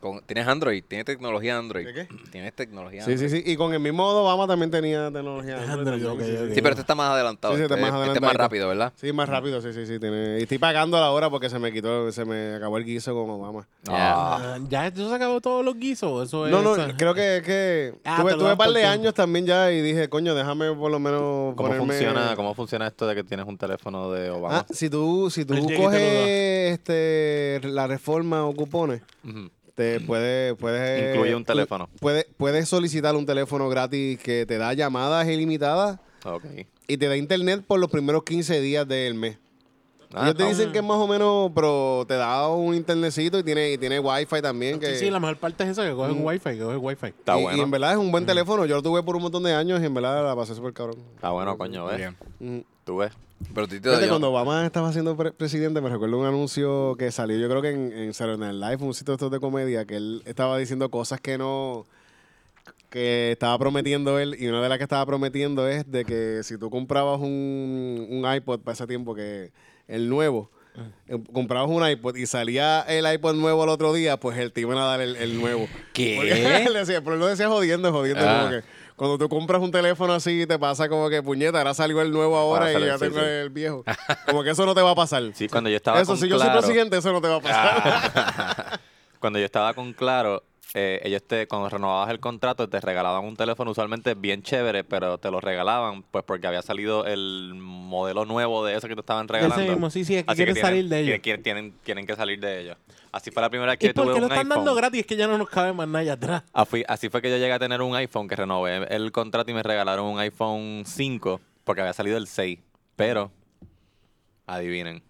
Speaker 1: Con- tienes Android, tienes tecnología Android.
Speaker 2: ¿De qué?
Speaker 1: Tienes tecnología
Speaker 2: Sí, sí,
Speaker 1: Android.
Speaker 2: sí. Y con el mismo Obama también tenía tecnología.
Speaker 4: Android,
Speaker 2: también,
Speaker 4: ok,
Speaker 2: sí, sí,
Speaker 4: ok.
Speaker 2: sí.
Speaker 1: Sí, pero este está más adelantado.
Speaker 2: Sí, sí, está
Speaker 1: este,
Speaker 2: más
Speaker 1: este es más
Speaker 2: adelantadito.
Speaker 1: rápido, ¿verdad?
Speaker 2: Sí, más rápido, sí, sí, sí. Tiene... Y estoy pagando la hora porque se me quitó, se me acabó el guiso con Obama.
Speaker 1: Ah.
Speaker 4: Ah, ¿Ya eso se acabó todos los guisos? Eso
Speaker 2: No,
Speaker 4: es-
Speaker 2: no, creo que es que
Speaker 4: Pues Ah, te
Speaker 2: tuve,
Speaker 4: lo
Speaker 2: tuve
Speaker 4: dan
Speaker 2: un par
Speaker 4: por
Speaker 2: de
Speaker 4: tiempo.
Speaker 2: años también ya y dije, coño, déjame por lo menos
Speaker 3: ¿Cómo
Speaker 2: ponerme...
Speaker 3: funciona, ¿Cómo funciona esto de que tienes un teléfono de Obama?
Speaker 2: Ah, si tú, si tú
Speaker 4: El llegue te lo
Speaker 2: coges
Speaker 4: da.
Speaker 2: este, la reforma o cupones,
Speaker 3: Ujú.
Speaker 2: te puedes... puedes
Speaker 3: Incluye un teléfono.
Speaker 2: Puedes, puedes solicitar un teléfono gratis que te da llamadas ilimitadas
Speaker 4: Ah.
Speaker 3: Ok.
Speaker 2: y te da internet por los primeros 15 días del mes.
Speaker 3: Ah,
Speaker 2: Ellos te
Speaker 3: no.
Speaker 2: dicen que es más o menos, pero te da un internetcito y tiene, y tiene wifi también. Que, Mm.
Speaker 4: Sí, sí, la mejor parte es esa que coge un wifi, que coge wifi.
Speaker 3: Está
Speaker 2: y, y
Speaker 3: bueno.
Speaker 2: en verdad es un buen teléfono. Yo lo tuve por un montón de años y en verdad la pasé súper cabrón.
Speaker 3: Está bueno, coño,
Speaker 1: Muy
Speaker 3: ves.
Speaker 1: bien.
Speaker 2: Mm.
Speaker 3: Tú ves.
Speaker 1: Pero Tito,
Speaker 2: Fíjate,
Speaker 1: yo-
Speaker 2: cuando Obama estaba siendo pre- presidente, me recuerdo un anuncio que salió, yo creo que en, en Saturday Night Live, un sitio de estos de comedia, que él estaba diciendo cosas que no que estaba prometiendo él y una de las que estaba prometiendo es de que si tú comprabas un, un iPod para ese tiempo que el nuevo
Speaker 1: Ah.
Speaker 2: eh, comprabas un iPod y salía el iPod nuevo al otro día pues el te iban a dar el, el nuevo
Speaker 1: ¿Qué?
Speaker 2: Porque él decía, pero él lo decía jodiendo jodiendo
Speaker 1: Ah.
Speaker 2: como que cuando tú compras un teléfono así te pasa como que puñeta ahora salió el nuevo ahora
Speaker 3: Ah,
Speaker 2: y
Speaker 3: sale,
Speaker 2: ya
Speaker 3: sí,
Speaker 2: tengo
Speaker 3: sí.
Speaker 2: el viejo como que eso no te va a pasar
Speaker 3: Sí, cuando yo estaba
Speaker 2: eso
Speaker 3: con
Speaker 2: si yo soy
Speaker 3: Claro.
Speaker 2: presidente eso no te va a pasar
Speaker 3: Ah. cuando yo estaba con Claro, eh, ellos te, cuando renovabas el contrato, te regalaban un teléfono usualmente bien chévere, pero te lo regalaban pues porque había salido el modelo nuevo de eso que te estaban regalando.
Speaker 4: Ese mismo, sí, sí, es que
Speaker 3: Así
Speaker 4: quieren
Speaker 3: tienen-
Speaker 4: salir de ellos.
Speaker 3: que- que tienen, tienen que salir de ellos. Así fue la primera vez que
Speaker 4: ¿Y
Speaker 3: yo tuve
Speaker 4: por qué
Speaker 3: un
Speaker 4: lo están
Speaker 3: iPhone.
Speaker 4: dando gratis? Es que ya no nos cabe más nada allá atrás.
Speaker 3: Ah, fui- así fue que yo llegué a tener un iPhone que renové el contrato y me regalaron un iPhone 5 porque había salido el 6. Pero, adivinen,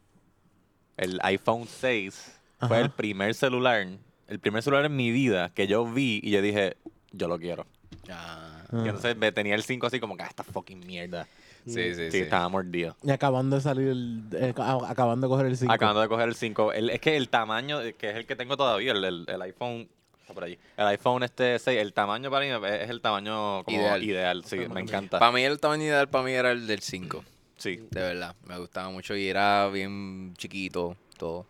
Speaker 3: el iPhone 6 fue
Speaker 4: Ajá.
Speaker 3: el primer celular, el primer celular en mi vida que yo vi y yo dije, yo lo quiero.
Speaker 1: Ah,
Speaker 3: Y entonces me tenía el 5 así como que "Ah, esta fucking mierda.
Speaker 1: sí,
Speaker 3: Sí,
Speaker 1: sí, sí.
Speaker 3: estaba mordido.
Speaker 4: Y acabando de salir, el, eh, a- acabando de coger el 5.
Speaker 3: Acabando de coger el 5. El- es que el tamaño, eh, que es el que tengo todavía, el, el- el iPhone. está Por allí. El iPhone este 6, el tamaño para mí es el tamaño como
Speaker 1: Ideal.
Speaker 3: ideal. sí, me encanta.
Speaker 1: Para mí el tamaño ideal para mí era el del 5.
Speaker 3: Sí.
Speaker 1: De verdad. Me gustaba mucho y era bien chiquito todo.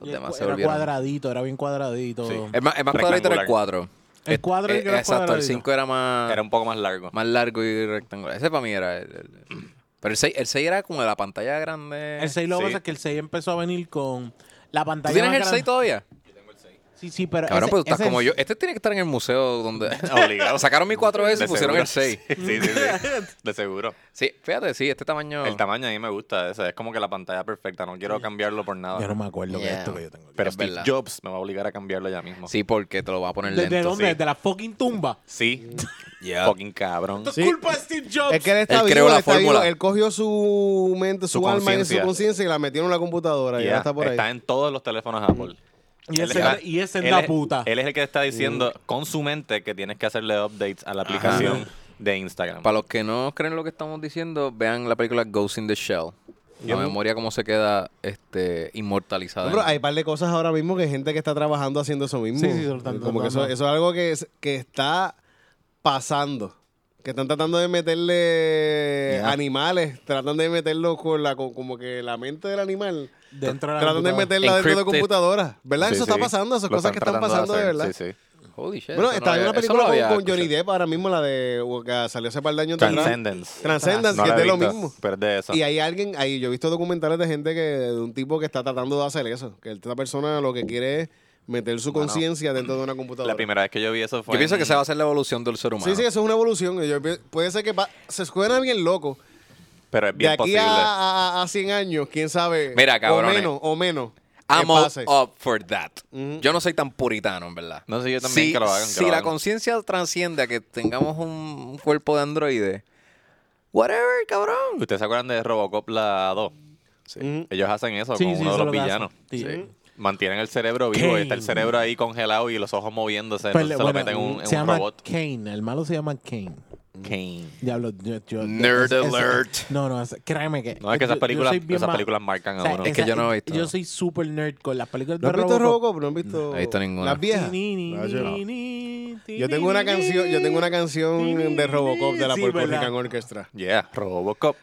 Speaker 1: Los
Speaker 4: Y el
Speaker 1: demás
Speaker 4: cua-
Speaker 1: se
Speaker 4: era
Speaker 1: volvieron.
Speaker 4: cuadradito, era bien cuadradito.
Speaker 3: Sí.
Speaker 1: El más, el más cuadradito era el 4.
Speaker 4: El cuadro y que era
Speaker 1: Eh, Exacto, el
Speaker 4: cuadradito.
Speaker 1: 5 era más,
Speaker 3: Era un poco más largo.
Speaker 1: Ah. más largo y rectangular. Ese para mí era el... el- pero el 6, el 6 era como de la pantalla grande.
Speaker 4: El 6 lo que
Speaker 3: Sí.
Speaker 4: pasa es que el 6 empezó a venir con la
Speaker 1: ¿Tú
Speaker 4: pantalla.
Speaker 1: tienes
Speaker 4: más
Speaker 1: el 6
Speaker 4: grande.
Speaker 1: todavía?
Speaker 4: Sí, sí, pero.
Speaker 1: Cabrón,
Speaker 4: ese-
Speaker 1: pero tú estás
Speaker 4: ese-
Speaker 1: como yo. Este tiene que estar en el museo donde...
Speaker 3: Obligado.
Speaker 1: Sacaron mi 4S
Speaker 3: De
Speaker 1: y pusieron
Speaker 3: seguro.
Speaker 1: el 6.
Speaker 3: Sí, sí, sí. De seguro.
Speaker 1: Sí, fíjate, sí, este tamaño...
Speaker 3: El tamaño a mí me gusta. ese, Es como que la pantalla perfecta. No quiero cambiarlo por nada.
Speaker 4: Yo no me acuerdo que
Speaker 1: Yeah.
Speaker 4: esto que yo tengo. aquí.
Speaker 3: Pero
Speaker 1: Es
Speaker 3: Steve
Speaker 1: verdad.
Speaker 3: Jobs me va a obligar a cambiarlo ya mismo.
Speaker 1: Sí, porque te lo va a poner
Speaker 4: ¿De, de
Speaker 1: lento.
Speaker 4: dónde?
Speaker 3: sí.
Speaker 4: ¿De la fucking tumba?
Speaker 3: Sí.
Speaker 1: Yeah.
Speaker 3: Fucking cabrón.
Speaker 4: Esto
Speaker 2: Sí.
Speaker 4: es culpa de Steve Jobs.
Speaker 2: Es que él está
Speaker 1: Él
Speaker 2: vivo,
Speaker 1: creó la
Speaker 2: él está
Speaker 1: fórmula.
Speaker 2: vivo. Él cogió su mente, su,
Speaker 3: Su
Speaker 2: alma y su
Speaker 3: conciencia.
Speaker 2: conciencia y la metió en una computadora. y
Speaker 3: Yeah,
Speaker 2: ahora está por ahí.
Speaker 3: en todos los teléfonos Apple.
Speaker 4: Y
Speaker 3: Él
Speaker 4: ese-
Speaker 3: es-
Speaker 4: y ese es
Speaker 3: él
Speaker 4: la puta.
Speaker 3: Él es el que
Speaker 2: Mm.
Speaker 3: está diciendo con su mente que tienes que hacerle updates a la
Speaker 1: Ajá.
Speaker 3: aplicación de Instagram.
Speaker 1: Para los que no creen lo que estamos diciendo, vean la película Ghost in the Shell. La memoria cómo se queda este,
Speaker 2: No,
Speaker 1: inmortalizada.
Speaker 2: pero
Speaker 1: en-
Speaker 2: hay par de cosas ahora mismo que hay gente que está trabajando haciendo eso mismo.
Speaker 4: Sí, sí, lo están
Speaker 2: Como que eso,
Speaker 4: tratando.
Speaker 2: eso es algo que, es- que está pasando. Que están tratando de meterle
Speaker 3: Yeah.
Speaker 2: animales, tratan de meterlo con la con- como que la mente del animal.
Speaker 4: Dentro de la
Speaker 2: Tratan de
Speaker 4: computadora.
Speaker 2: meterla dentro de
Speaker 1: Encrypted.
Speaker 2: computadora. ¿Verdad?
Speaker 3: Sí,
Speaker 2: eso está
Speaker 3: sí.
Speaker 2: pasando, esas
Speaker 3: Lo
Speaker 2: cosas que están
Speaker 3: tratando
Speaker 2: pasando de
Speaker 3: hacer,
Speaker 2: verdad.
Speaker 3: Sí, sí.
Speaker 1: Holy shit.
Speaker 2: Bueno,
Speaker 1: eso no
Speaker 2: está en
Speaker 1: había-
Speaker 2: una
Speaker 1: eso
Speaker 2: película
Speaker 1: lo había
Speaker 2: con, con Johnny
Speaker 1: escuchado.
Speaker 2: Depp ahora mismo, la de que salió hace par de años atrás.
Speaker 3: Transcendence.
Speaker 2: Transcendence,
Speaker 3: No
Speaker 2: que
Speaker 3: la
Speaker 2: es
Speaker 3: he
Speaker 2: de lo
Speaker 3: visto,
Speaker 2: mismo.
Speaker 3: pero es de esa.
Speaker 2: Y hay alguien, ahí yo he visto documentales de gente que, de un tipo que está tratando de hacer eso, que esta persona lo que quiere es meter su conciencia dentro de una computadora.
Speaker 3: La primera vez que yo vi eso fue.
Speaker 1: Yo pienso
Speaker 3: en-
Speaker 1: que esa va a ser la evolución del ser humano.
Speaker 2: Sí, sí, eso es una evolución. Yo pi- puede ser que va- se suena bien loco.
Speaker 3: Pero es
Speaker 2: De
Speaker 3: bien
Speaker 2: aquí
Speaker 3: posible.
Speaker 2: a, a- a 100 años, quién sabe.
Speaker 1: Mira,
Speaker 2: O
Speaker 1: cabrones.
Speaker 2: menos, o menos. que
Speaker 1: I'm all
Speaker 2: pase.
Speaker 1: up for that. Yo no soy tan puritano, en verdad.
Speaker 3: No sé, yo también
Speaker 1: Si,
Speaker 3: que lo hagan, que
Speaker 1: si
Speaker 3: lo
Speaker 1: la
Speaker 3: hagan.
Speaker 1: conciencia transciende a que tengamos un un cuerpo de androide, whatever, cabrón.
Speaker 3: ¿Ustedes se acuerdan de Robocop la 2?
Speaker 2: Ujú.
Speaker 3: Ellos hacen eso
Speaker 4: Sí,
Speaker 3: con
Speaker 4: sí,
Speaker 3: uno de
Speaker 4: eso
Speaker 3: los
Speaker 4: lo que hacen.
Speaker 3: villanos.
Speaker 4: Sí.
Speaker 3: Mantienen el cerebro vivo y está el
Speaker 4: Kane.
Speaker 3: cerebro ahí congelado y los ojos moviéndose.
Speaker 4: Pues,
Speaker 3: entonces se lo
Speaker 4: bueno,
Speaker 3: meten en un, en
Speaker 4: se
Speaker 3: un
Speaker 4: llama
Speaker 3: robot.
Speaker 4: Kane. El malo se llama Kane.
Speaker 3: Kane.
Speaker 4: Diablo, yo, yo-
Speaker 1: Nerd alert.
Speaker 4: no, no, es- créeme que.
Speaker 3: No, es que
Speaker 4: yo-
Speaker 3: esas
Speaker 4: yo
Speaker 3: películas,
Speaker 4: soy bien
Speaker 3: esas
Speaker 4: ma-
Speaker 3: películas marcan
Speaker 4: o sea,
Speaker 3: a uno.
Speaker 1: es que yo no he visto.
Speaker 4: Yo soy super nerd con las películas
Speaker 2: ¿No
Speaker 4: de
Speaker 2: has visto
Speaker 4: Robocop.
Speaker 2: Robocop? ¿No has visto?
Speaker 1: No he visto ninguna.
Speaker 2: Las viejas.
Speaker 4: Ni, ni,
Speaker 2: No,
Speaker 4: ni,
Speaker 2: Ah, yo no.
Speaker 4: ni, ni,
Speaker 2: Yo tengo una
Speaker 4: ni,
Speaker 2: canción, yo tengo una canción de Robocop de la
Speaker 4: Sí,
Speaker 2: Puerto
Speaker 4: ¿verdad?
Speaker 2: Rican Orchestra.
Speaker 3: Yeah, Robocop.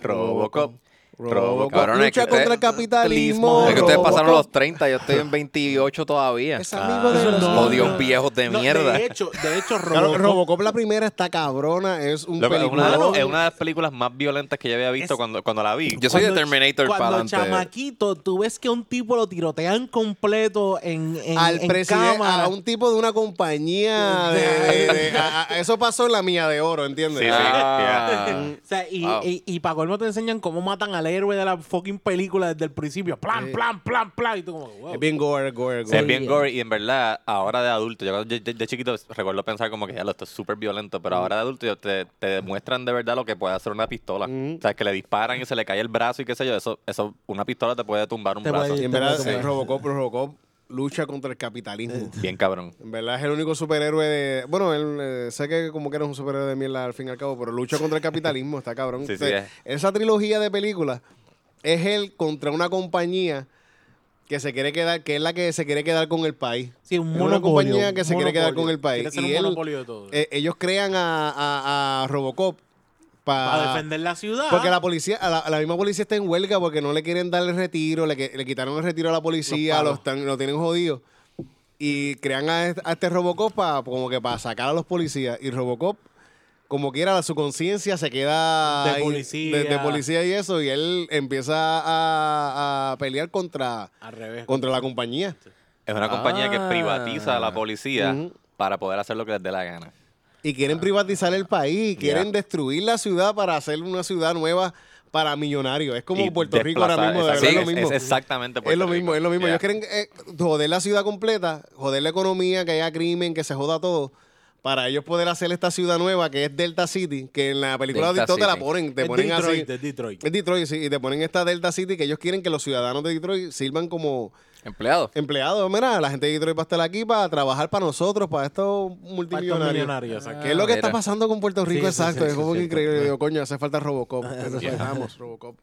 Speaker 3: Robocop.
Speaker 2: Provoca
Speaker 1: Cabrón, es
Speaker 2: lucha
Speaker 1: que usted-
Speaker 2: contra el capitalismo.
Speaker 1: Es que ustedes
Speaker 2: provoca-
Speaker 1: pasaron los 30, yo estoy en 28 todavía.
Speaker 2: Es amigo de
Speaker 4: Eso
Speaker 2: los-
Speaker 4: no.
Speaker 1: Jodidos viejos de
Speaker 4: No,
Speaker 1: mierda.
Speaker 4: De hecho, de hecho
Speaker 2: Claro,
Speaker 4: Robocop,
Speaker 2: Robocop la primera está cabrona, es un
Speaker 3: Loco, es, una de
Speaker 2: peliculón.
Speaker 3: las,
Speaker 1: eh,
Speaker 3: es una de las películas más violentas que yo había visto
Speaker 4: Es-
Speaker 3: cuando, cuando la vi.
Speaker 1: Yo soy de
Speaker 4: cuando-
Speaker 1: Terminator para
Speaker 4: Cuando
Speaker 1: adelante.
Speaker 4: chamaquito, tú ves que a un tipo lo tirotean completo en, en,
Speaker 2: al
Speaker 4: en
Speaker 2: presidente,
Speaker 4: cámara.
Speaker 2: a un tipo de una compañía. de- de- de- a- a- eso pasó en la mía de oro, ¿entiendes?
Speaker 3: Sí, sí.
Speaker 1: Ah.
Speaker 4: O sea, y,
Speaker 1: Wow.
Speaker 4: y, para colmo te enseñan cómo matan al héroe de la fucking película desde el principio. Plan, plan, plan, plan. Y tú como, wow.
Speaker 2: Es bien gore, gore,
Speaker 3: Sí,
Speaker 2: gore.
Speaker 3: es bien
Speaker 4: Sí.
Speaker 3: gore y en verdad ahora de adulto, yo de, de- de chiquito recuerdo pensar como que ya lo esto es súper violento,
Speaker 2: Mm.
Speaker 3: pero ahora de adulto yo- te, te demuestran de verdad lo que puede hacer una pistola.
Speaker 2: Mm.
Speaker 3: O sea, que le disparan y se le cae el brazo y qué sé yo, eso, eso una pistola te puede tumbar un
Speaker 4: Te
Speaker 3: brazo.
Speaker 2: Y en
Speaker 4: Te
Speaker 2: verdad,
Speaker 4: mato,
Speaker 2: eh,
Speaker 4: sí.
Speaker 2: Robocop, Robocop lucha contra el capitalismo.
Speaker 3: Bien cabrón.
Speaker 2: En verdad es el único superhéroe de... Bueno, él, eh, sé que como que era un superhéroe de mierda al fin y al cabo, pero lucha contra el capitalismo, está cabrón.
Speaker 3: Sí, sí,
Speaker 2: Entonces, Esa trilogía de películas es él contra una compañía que se quiere quedar, que es la que se quiere quedar con el país.
Speaker 4: Sí, un
Speaker 2: Es
Speaker 4: monopolio.
Speaker 2: Una compañía que
Speaker 4: un
Speaker 2: se quiere quedar
Speaker 4: monopolio.
Speaker 2: con el país.
Speaker 4: Quiere ser
Speaker 2: Y
Speaker 4: un
Speaker 2: él-
Speaker 4: monopolio de todo.
Speaker 2: eh, ellos crean a, a- a Robocop
Speaker 4: para
Speaker 2: para...
Speaker 4: defender la ciudad.
Speaker 2: ah, porque la policía, a la, a la misma policía está en huelga porque no le quieren dar el retiro, le, que- le quitaron el retiro a la policía,
Speaker 4: Los
Speaker 2: lo,
Speaker 4: palos.
Speaker 2: están, lo tienen jodido. Y crean a, est- a este Robocop para como que para sacar a los policías. Y Robocop, como quiera, su conciencia se queda
Speaker 4: De
Speaker 2: ahí,
Speaker 4: policía.
Speaker 2: de, de policía y eso. Y él empieza a, a pelear contra,
Speaker 4: Al revés.
Speaker 2: contra la compañía.
Speaker 3: Es una compañía que
Speaker 1: Ah.
Speaker 3: privatiza a la policía
Speaker 2: Ujú.
Speaker 3: para poder hacer lo que les dé la gana.
Speaker 2: Y quieren
Speaker 3: Ah.
Speaker 2: privatizar el país, y quieren destruir la ciudad para hacer una ciudad nueva para millonarios. Es como
Speaker 3: Y
Speaker 2: Puerto Rico ahora
Speaker 3: desplazar-
Speaker 2: mismo, de
Speaker 3: exacto,
Speaker 2: verdad, es
Speaker 1: sí,
Speaker 2: lo mismo.
Speaker 3: Es exactamente
Speaker 2: Es
Speaker 3: Puerto
Speaker 2: lo mismo,
Speaker 3: Rico.
Speaker 2: es lo mismo.
Speaker 3: Yeah.
Speaker 2: Ellos quieren eh, joder la ciudad completa, joder la economía, que haya crimen, que se joda todo, para ellos poder hacer esta ciudad nueva que es Delta City, que en la película
Speaker 1: Delta
Speaker 2: de Detroit te la
Speaker 1: City.
Speaker 2: ponen, te
Speaker 4: Es
Speaker 2: ponen
Speaker 4: Detroit,
Speaker 2: así.
Speaker 4: es Detroit.
Speaker 2: Es Detroit, sí, y te ponen esta Delta City que ellos quieren que los ciudadanos de Detroit sirvan como
Speaker 1: Empleado.
Speaker 2: empleados. Mira, la gente de Detroit va a estar aquí para trabajar para nosotros, para estos
Speaker 4: Para estos
Speaker 2: multimillonarios.
Speaker 4: millonarios, exacto.
Speaker 2: ¿Qué es lo que
Speaker 1: Ah, mira.
Speaker 2: está pasando con Puerto Rico?
Speaker 4: Sí, sí,
Speaker 2: Exacto,
Speaker 4: sí,
Speaker 2: es
Speaker 4: sí,
Speaker 2: como
Speaker 4: sí,
Speaker 2: que
Speaker 4: sí.
Speaker 2: increíble. Digo, coño, hace falta Robocop. Eso
Speaker 4: Yeah.
Speaker 2: faltamos, Robocop.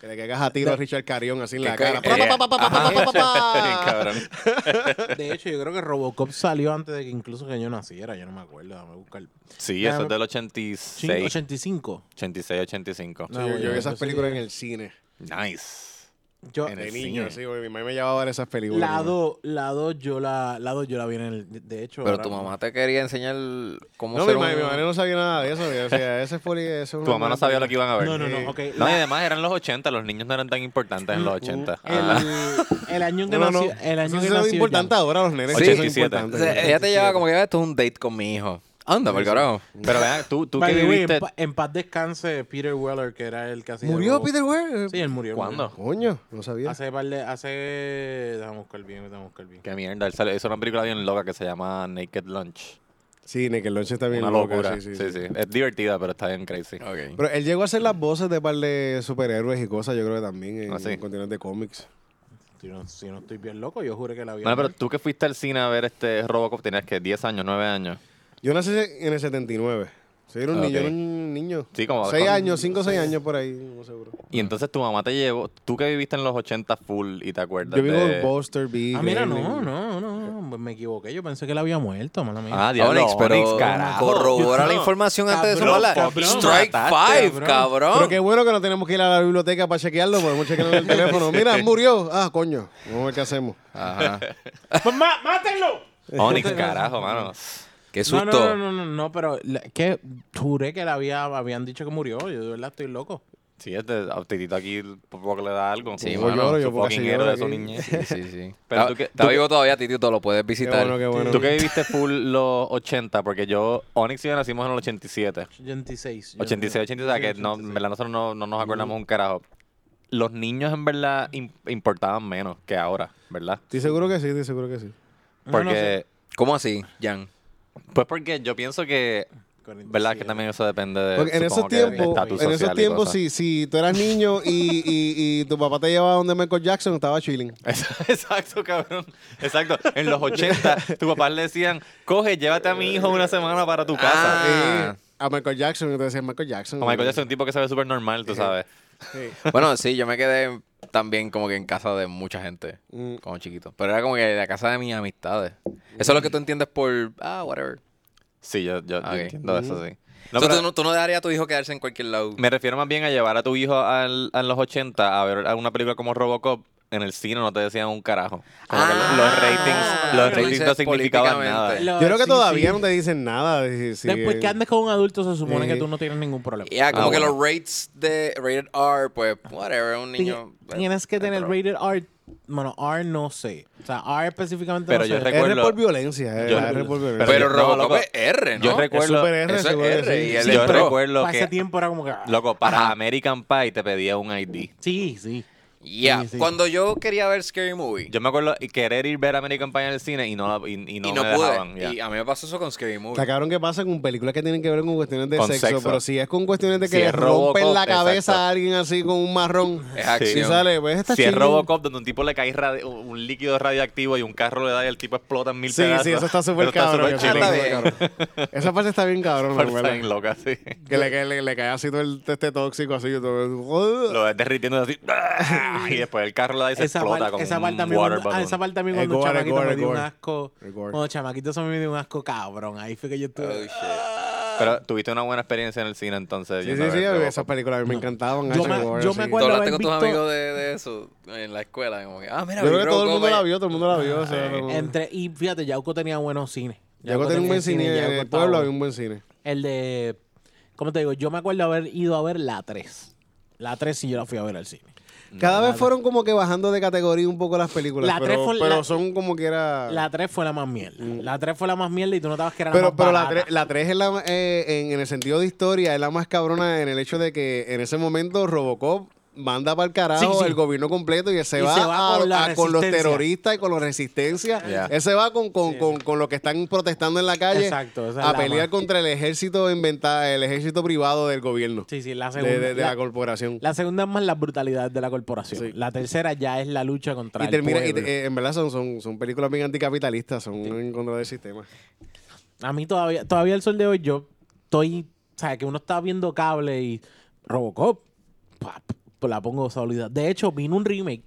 Speaker 2: Que le caigas a tiro a Richard Carión así en la
Speaker 1: Que eh,
Speaker 2: cara.
Speaker 1: caiga-
Speaker 2: Pa, pa, pa, pa, pa, pa, pa, pa, pa.
Speaker 3: Bien eh, cabrón.
Speaker 4: De hecho, yo creo que Robocop salió antes de que incluso que yo naciera. Yo no me acuerdo. Déjame buscar.
Speaker 3: Sí,
Speaker 4: Ya,
Speaker 3: eso es del
Speaker 4: Chin-
Speaker 3: 86.
Speaker 4: 85.
Speaker 3: 86, 85.
Speaker 4: No.
Speaker 2: Ah, Sí, Yo, yo vi esas
Speaker 4: Entonces,
Speaker 2: películas en el cine.
Speaker 3: Nice.
Speaker 4: Yo,
Speaker 3: En
Speaker 2: De
Speaker 3: el
Speaker 2: niño,
Speaker 3: cine.
Speaker 2: sí, porque mi mamá me llevaba a ver esas películas.
Speaker 4: la 2, la 2 yo la, la 2 yo la vi en el. De hecho.
Speaker 1: Pero
Speaker 4: ahora-
Speaker 1: tu mamá te quería enseñar cómo
Speaker 2: No, mi
Speaker 1: ser
Speaker 2: mamá,
Speaker 1: un-
Speaker 2: mi mamá no sabía nada de eso. yo decía, ese es poli- ese es
Speaker 3: Tu
Speaker 2: una
Speaker 3: mamá no
Speaker 2: mala
Speaker 3: sabía lo que
Speaker 2: película.
Speaker 3: iban a ver.
Speaker 4: No, no, no. Okay,
Speaker 3: No, y
Speaker 4: la- Uh,
Speaker 3: además eran los 80, los niños no eran tan importantes en los 80. Ah,
Speaker 4: el, el año en que
Speaker 2: No, no,
Speaker 4: nació.
Speaker 2: no.
Speaker 4: El año
Speaker 2: Eso
Speaker 4: en que
Speaker 2: es
Speaker 4: nació
Speaker 2: importante
Speaker 4: yo.
Speaker 2: ahora, los nenes.
Speaker 1: Sí.
Speaker 2: son
Speaker 3: 87.
Speaker 1: O
Speaker 2: importantes.
Speaker 1: sea, ella te lleva como que esto es un date con mi hijo. Anda, por carajo.
Speaker 3: Pero vean, tú, tú
Speaker 4: By
Speaker 3: que
Speaker 4: the way, en
Speaker 3: viviste.
Speaker 4: pa- en, paz descanse Peter Weller, que era el que hacía.
Speaker 2: ¿Murió
Speaker 4: Robocop.
Speaker 2: Peter Weir?
Speaker 4: Sí, él murió. él
Speaker 3: ¿Cuándo?
Speaker 2: Coño, no sabía.
Speaker 4: murió. Hace par de. Hace. Déjame buscar bien, déjame buscar bien.
Speaker 3: Qué mierda. él sale- Es una película bien loca que se llama Naked Lunch.
Speaker 2: Sí, Nickelodeon está bien
Speaker 3: Una
Speaker 2: loca,
Speaker 3: locura.
Speaker 2: sí, sí, sí.
Speaker 3: Es divertida, pero está bien crazy.
Speaker 1: Ok.
Speaker 2: Pero él llegó a hacer las voces de par de superhéroes y cosas, yo creo que también en,
Speaker 3: Ah, sí.
Speaker 2: en continentes de cómics.
Speaker 4: Si no, si no estoy bien loco, yo juro que la vi.
Speaker 3: Bueno, pero tú que fuiste al cine a ver este Robocop, tenías que 10 años, 9 años.
Speaker 2: Yo nací en el 79. Sí, era un
Speaker 3: Ah, Ok.
Speaker 2: niño, era un niño.
Speaker 3: Sí, como-
Speaker 2: 6
Speaker 3: con-
Speaker 2: años, 5 o 6 años por ahí, no seguro.
Speaker 3: Y entonces tu mamá te llevó. Tú que viviste en los 80 full y te acuerdas.
Speaker 2: Yo vivo
Speaker 3: de...
Speaker 2: en Buster Beat.
Speaker 4: Ah, mira, no, no, no, no, me equivoqué. Yo pensé que la había muerto, mala mía.
Speaker 3: Ah, diablo,
Speaker 1: Onyx, pero
Speaker 3: Onyx, carajo.
Speaker 1: corrobora la
Speaker 4: No,
Speaker 1: información antes de
Speaker 4: cabrón,
Speaker 1: sumarla.
Speaker 4: cabrón,
Speaker 1: Strike
Speaker 3: mataste,
Speaker 1: 5, cabrón.
Speaker 2: Pero qué bueno que no tenemos que ir a la biblioteca para chequearlo, podemos chequearlo en el teléfono. Mira, murió. Ah, coño, vamos a ver qué hacemos.
Speaker 1: Ajá.
Speaker 4: ¡Mamá, Pues mátenlo!
Speaker 3: Onyx, carajo, mano.
Speaker 1: Qué
Speaker 4: No,
Speaker 1: susto.
Speaker 4: no, no, no, no, no, pero la- que juré que la había, habían dicho que murió. Yo de verdad estoy loco.
Speaker 3: Sí, este a Titito aquí por poco le da algo.
Speaker 1: Sí,
Speaker 3: Su-
Speaker 1: mano,
Speaker 3: su
Speaker 2: yo por casi
Speaker 3: fucking
Speaker 2: lloro
Speaker 3: héroe de su
Speaker 2: aquí.
Speaker 3: niñez.
Speaker 1: Sí, sí, sí.
Speaker 3: Pero
Speaker 1: Pero
Speaker 3: tú
Speaker 1: tú
Speaker 3: que-
Speaker 1: está
Speaker 3: tú que-
Speaker 1: vivo todavía, Titito, lo puedes
Speaker 2: Qué
Speaker 1: visitar.
Speaker 2: bueno, qué bueno.
Speaker 3: Tú que viviste full los 80, porque yo, Onyx y yo nacimos en el 87.
Speaker 4: 86. yo
Speaker 3: 86, 86, o sea, que no, en verdad nosotros no, no nos acordamos un carajo. Los niños en verdad im- importaban menos que ahora, ¿verdad?
Speaker 2: Estoy seguro que sí, estoy seguro que sí.
Speaker 3: Eh,
Speaker 4: No, no
Speaker 3: Porque,
Speaker 4: sé.
Speaker 1: ¿Cómo así, Jan?
Speaker 3: pues porque yo pienso que,
Speaker 4: 47.
Speaker 3: ¿verdad? Que también eso depende de
Speaker 2: Porque en
Speaker 3: supongo
Speaker 2: esos
Speaker 3: que del
Speaker 2: tiempos,
Speaker 3: estatus
Speaker 2: en esos
Speaker 3: social y
Speaker 2: tiempos,
Speaker 3: cosas.
Speaker 2: si, si tú eras niño y, y, y tu papá te llevaba donde Michael Jackson, estaba chilling.
Speaker 3: Exacto, cabrón. Exacto. En los 80, tu papá le decían, coge, llévate a mi hijo una semana para tu casa.
Speaker 2: Eh,
Speaker 1: Ah.
Speaker 2: a Michael Jackson, y te decían Michael Jackson.
Speaker 3: O Michael Jackson es un tipo que se ve súper normal, tú sabes.
Speaker 1: Bueno, sí, yo me quedé también como que en casa de mucha gente,
Speaker 2: Mm.
Speaker 1: como chiquito. Pero era como que la casa de mis amistades. Eso es lo que tú entiendes por, ah, whatever.
Speaker 3: Sí, yo, yo, yo
Speaker 1: Ok.
Speaker 3: entiendo eso, sí. No,
Speaker 1: So,
Speaker 3: pero-
Speaker 1: tú, no, tú no dejarías a tu hijo quedarse en cualquier lado.
Speaker 3: Me refiero más bien a llevar a tu hijo al- a los 80 a ver a una película como Robocop. En el cine no te decían un carajo. Como que lo-
Speaker 1: Ah.
Speaker 3: los ratings, los
Speaker 1: tú
Speaker 3: ratings
Speaker 1: dices
Speaker 3: no significaban
Speaker 1: políticamente.
Speaker 3: nada.
Speaker 4: Lo-
Speaker 2: Yo creo que
Speaker 4: sí,
Speaker 2: todavía
Speaker 4: sí.
Speaker 2: no te dicen nada. de si- si-
Speaker 4: Después que andes con un adulto se supone que
Speaker 2: Sí.
Speaker 4: tú no tienes ningún problema.
Speaker 1: Ya, como
Speaker 3: Ah,
Speaker 1: que
Speaker 3: bueno.
Speaker 1: los rates de rated R, pues, whatever, un niño.
Speaker 4: Ti- Tienes que
Speaker 1: eh,
Speaker 4: tener
Speaker 1: pero-
Speaker 4: rated R. Bueno, R no sé. O sea, R específicamente
Speaker 3: Pero
Speaker 4: no
Speaker 3: yo
Speaker 4: sé.
Speaker 3: recuerdo-
Speaker 2: R
Speaker 3: Recuerdo-
Speaker 2: por violencia. eh,
Speaker 3: Yo-
Speaker 2: R por violencia.
Speaker 1: Pero
Speaker 3: no,
Speaker 1: Robocop
Speaker 3: loco.
Speaker 1: es R, ¿no?
Speaker 3: Yo recuerdo,
Speaker 2: Super R,
Speaker 1: Eso es
Speaker 2: seguro que
Speaker 1: R,
Speaker 2: sí.
Speaker 1: y él
Speaker 3: yo
Speaker 1: entró.
Speaker 3: recuerdo
Speaker 4: Eh, Para ese
Speaker 3: que,
Speaker 4: tiempo era como que. ah,
Speaker 3: loco, para American Pie te pedía un ID.
Speaker 4: Sí, sí.
Speaker 1: Ya,
Speaker 4: Sí, sí.
Speaker 1: cuando yo quería ver Scary Movie.
Speaker 3: Yo me acuerdo y querer ir ver American Pie en el cine y no, la- y, y no,
Speaker 1: y no
Speaker 3: me
Speaker 1: pude.
Speaker 3: dejaban. ya.
Speaker 1: Y a mí me pasó eso con Scary Movie.
Speaker 2: Está cabrón que pasa con películas que tienen que ver con cuestiones de
Speaker 3: Con
Speaker 2: sexo,
Speaker 3: sexo.
Speaker 2: pero si es con cuestiones de que
Speaker 3: Si
Speaker 2: le
Speaker 3: es Robocop,
Speaker 2: rompen la cabeza
Speaker 3: exacto.
Speaker 2: a alguien así con un marrón.
Speaker 3: Sí.
Speaker 1: Es
Speaker 2: Si
Speaker 1: acción.
Speaker 2: sale, pues esta
Speaker 3: Si es
Speaker 2: chingada.
Speaker 3: Robocop, donde un tipo le cae radi- un líquido radioactivo y un carro le da y el tipo explota en mil
Speaker 2: Sí,
Speaker 3: pedazos.
Speaker 2: sí, eso está súper cabrón.
Speaker 3: súper
Speaker 2: eso está
Speaker 3: chilling.
Speaker 1: chilling.
Speaker 2: súper cabrón. Esa parte está bien cabrón,
Speaker 3: Fuerza
Speaker 2: hermano.
Speaker 3: en loca, sí.
Speaker 2: Que le, que le, le cae así todo el este tóxico, así. Todo,
Speaker 3: Lo ves derritiendo así. ¡ah! Y después el carro le da y se
Speaker 4: Esa
Speaker 3: explota
Speaker 4: parte
Speaker 3: con
Speaker 4: esa parte
Speaker 3: un
Speaker 4: a mí
Speaker 3: water
Speaker 4: cuando- ah,
Speaker 3: balloon.
Speaker 4: esa parte a mí
Speaker 2: El
Speaker 4: cuando
Speaker 2: Eh, gore, el
Speaker 4: chamaquito
Speaker 2: gore,
Speaker 4: me
Speaker 2: el
Speaker 4: dio un
Speaker 2: gore.
Speaker 4: asco.
Speaker 2: El gore.
Speaker 4: Cuando chamaquito se me dio un asco cabrón. Ahí fue que yo
Speaker 1: Oh,
Speaker 4: estuve.
Speaker 1: shit.
Speaker 3: Pero tuviste una buena experiencia en el cine entonces.
Speaker 2: Sí,
Speaker 3: yendo
Speaker 2: sí,
Speaker 3: a
Speaker 2: sí,
Speaker 3: ver
Speaker 2: a mí
Speaker 3: Robocop.
Speaker 2: esas películas a mí me encantaban.
Speaker 4: Yo
Speaker 2: H.
Speaker 4: me-
Speaker 2: Gore,
Speaker 4: yo
Speaker 2: sí.
Speaker 4: me
Speaker 1: Tú
Speaker 4: acuerdo- Cuando
Speaker 1: hablaste
Speaker 4: ven
Speaker 1: con tus
Speaker 4: visto-
Speaker 1: amigos de, de eso en la escuela. Como que, ah, mira,
Speaker 2: Yo creo
Speaker 1: vi
Speaker 2: que todo el mundo
Speaker 1: Robocop
Speaker 2: la
Speaker 1: ahí.
Speaker 2: vio, todo el mundo
Speaker 4: ah,
Speaker 2: la vio. o sea, todo el mundo-
Speaker 4: Entre, y fíjate, Yauco tenía buenos cines.
Speaker 2: Llegó a tener un buen cine en
Speaker 4: Yauco
Speaker 2: el
Speaker 4: estaba
Speaker 2: pueblo,
Speaker 4: bueno.
Speaker 2: había un buen cine.
Speaker 4: El de. ¿Cómo te digo? Yo me acuerdo haber ido a ver la 3. La 3 sí yo la fui a ver al cine.
Speaker 2: Cada vez fueron como que bajando de categoría un poco las películas.
Speaker 4: La tres
Speaker 2: pero,
Speaker 4: fue la-
Speaker 2: pero son como que era.
Speaker 4: La 3 fue la más mierda. La 3 fue la más mierda y tú notabas que era la
Speaker 2: Ah. Mm. pero pero
Speaker 4: más
Speaker 2: la,
Speaker 4: barata.
Speaker 2: 3, la tres es la, eh, en, en el sentido de historia, es la más cabrona en el hecho de que en ese momento Robocop manda para el carajo
Speaker 4: Sí, sí.
Speaker 2: el gobierno completo y se
Speaker 4: Y
Speaker 2: va,
Speaker 4: se va
Speaker 2: a-
Speaker 4: con la
Speaker 2: a- con los
Speaker 4: resistencia.
Speaker 2: terroristas y con los resistencias.
Speaker 1: Yeah.
Speaker 2: Él se va con, con, con, con los que están protestando en la calle
Speaker 4: Exacto, esa es
Speaker 2: a
Speaker 4: la
Speaker 2: pelear
Speaker 4: más.
Speaker 2: contra el ejército inventado, el ejército privado del gobierno,
Speaker 4: Sí, sí, la
Speaker 2: de,
Speaker 4: segunda.
Speaker 2: de- de la,
Speaker 4: la,
Speaker 2: corporación.
Speaker 4: la segunda es más la brutalidad de la corporación.
Speaker 2: Sí.
Speaker 4: La tercera ya es la lucha contra
Speaker 2: y
Speaker 4: el
Speaker 2: termina, y
Speaker 4: pueblo.
Speaker 2: te- eh, en verdad son, son, son películas bien anticapitalistas, son en contra del sistema.
Speaker 4: A mí todavía, todavía el sol de hoy, yo estoy. O sea, que uno está viendo cable y Robocop. pa, pa, la pongo sólida. De hecho, vino un remake.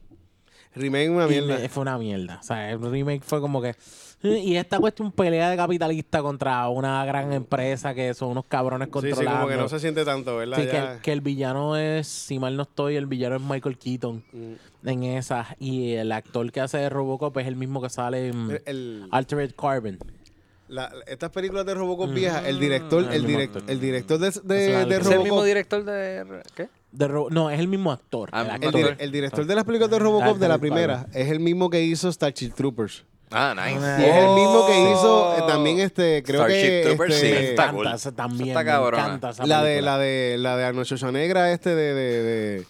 Speaker 2: Remake una
Speaker 4: y
Speaker 2: mierda.
Speaker 4: me- fue una mierda. O sea, el remake fue como que. eh, Y esta cuestión pelea de capitalista contra una gran empresa que son unos cabrones
Speaker 2: Sí,
Speaker 4: controlados.
Speaker 2: sí, como que no se siente tanto, ¿verdad?
Speaker 4: Sí, que,
Speaker 2: Ya-
Speaker 4: el, que el villano es, si mal no estoy, el villano es Michael Keaton
Speaker 2: Mm.
Speaker 4: en esas. Y el actor que hace de Robocop es el mismo que sale en
Speaker 2: El-
Speaker 4: Altered Carbon.
Speaker 2: la- estas películas de Robocop viejas, el director, el
Speaker 4: Mm.
Speaker 2: director, el director de, de-
Speaker 4: Es la-
Speaker 2: de
Speaker 4: es
Speaker 1: ¿Es el mismo
Speaker 2: Robocop,
Speaker 1: director de. ¿Qué?
Speaker 4: De Ro- no, es el mismo actor.
Speaker 1: Ah,
Speaker 4: el
Speaker 1: el
Speaker 2: el,
Speaker 4: actor. Ah,
Speaker 2: dire- el director de las películas de Robocop de la
Speaker 4: Altered
Speaker 2: primera, es el mismo que hizo Starship Troopers.
Speaker 3: Ah, nice.
Speaker 2: Y es el mismo que hizo eh,
Speaker 1: Oh.
Speaker 2: también este, creo que
Speaker 1: Starship Troopers,
Speaker 2: este,
Speaker 1: sí,
Speaker 4: Me
Speaker 3: está
Speaker 4: encanta
Speaker 3: cool.
Speaker 4: esa también.
Speaker 1: Eso está
Speaker 4: me
Speaker 1: cabrona.
Speaker 4: encanta esa
Speaker 2: la de
Speaker 4: película.
Speaker 2: la de la de Arnold Schwarzenegger este de de de,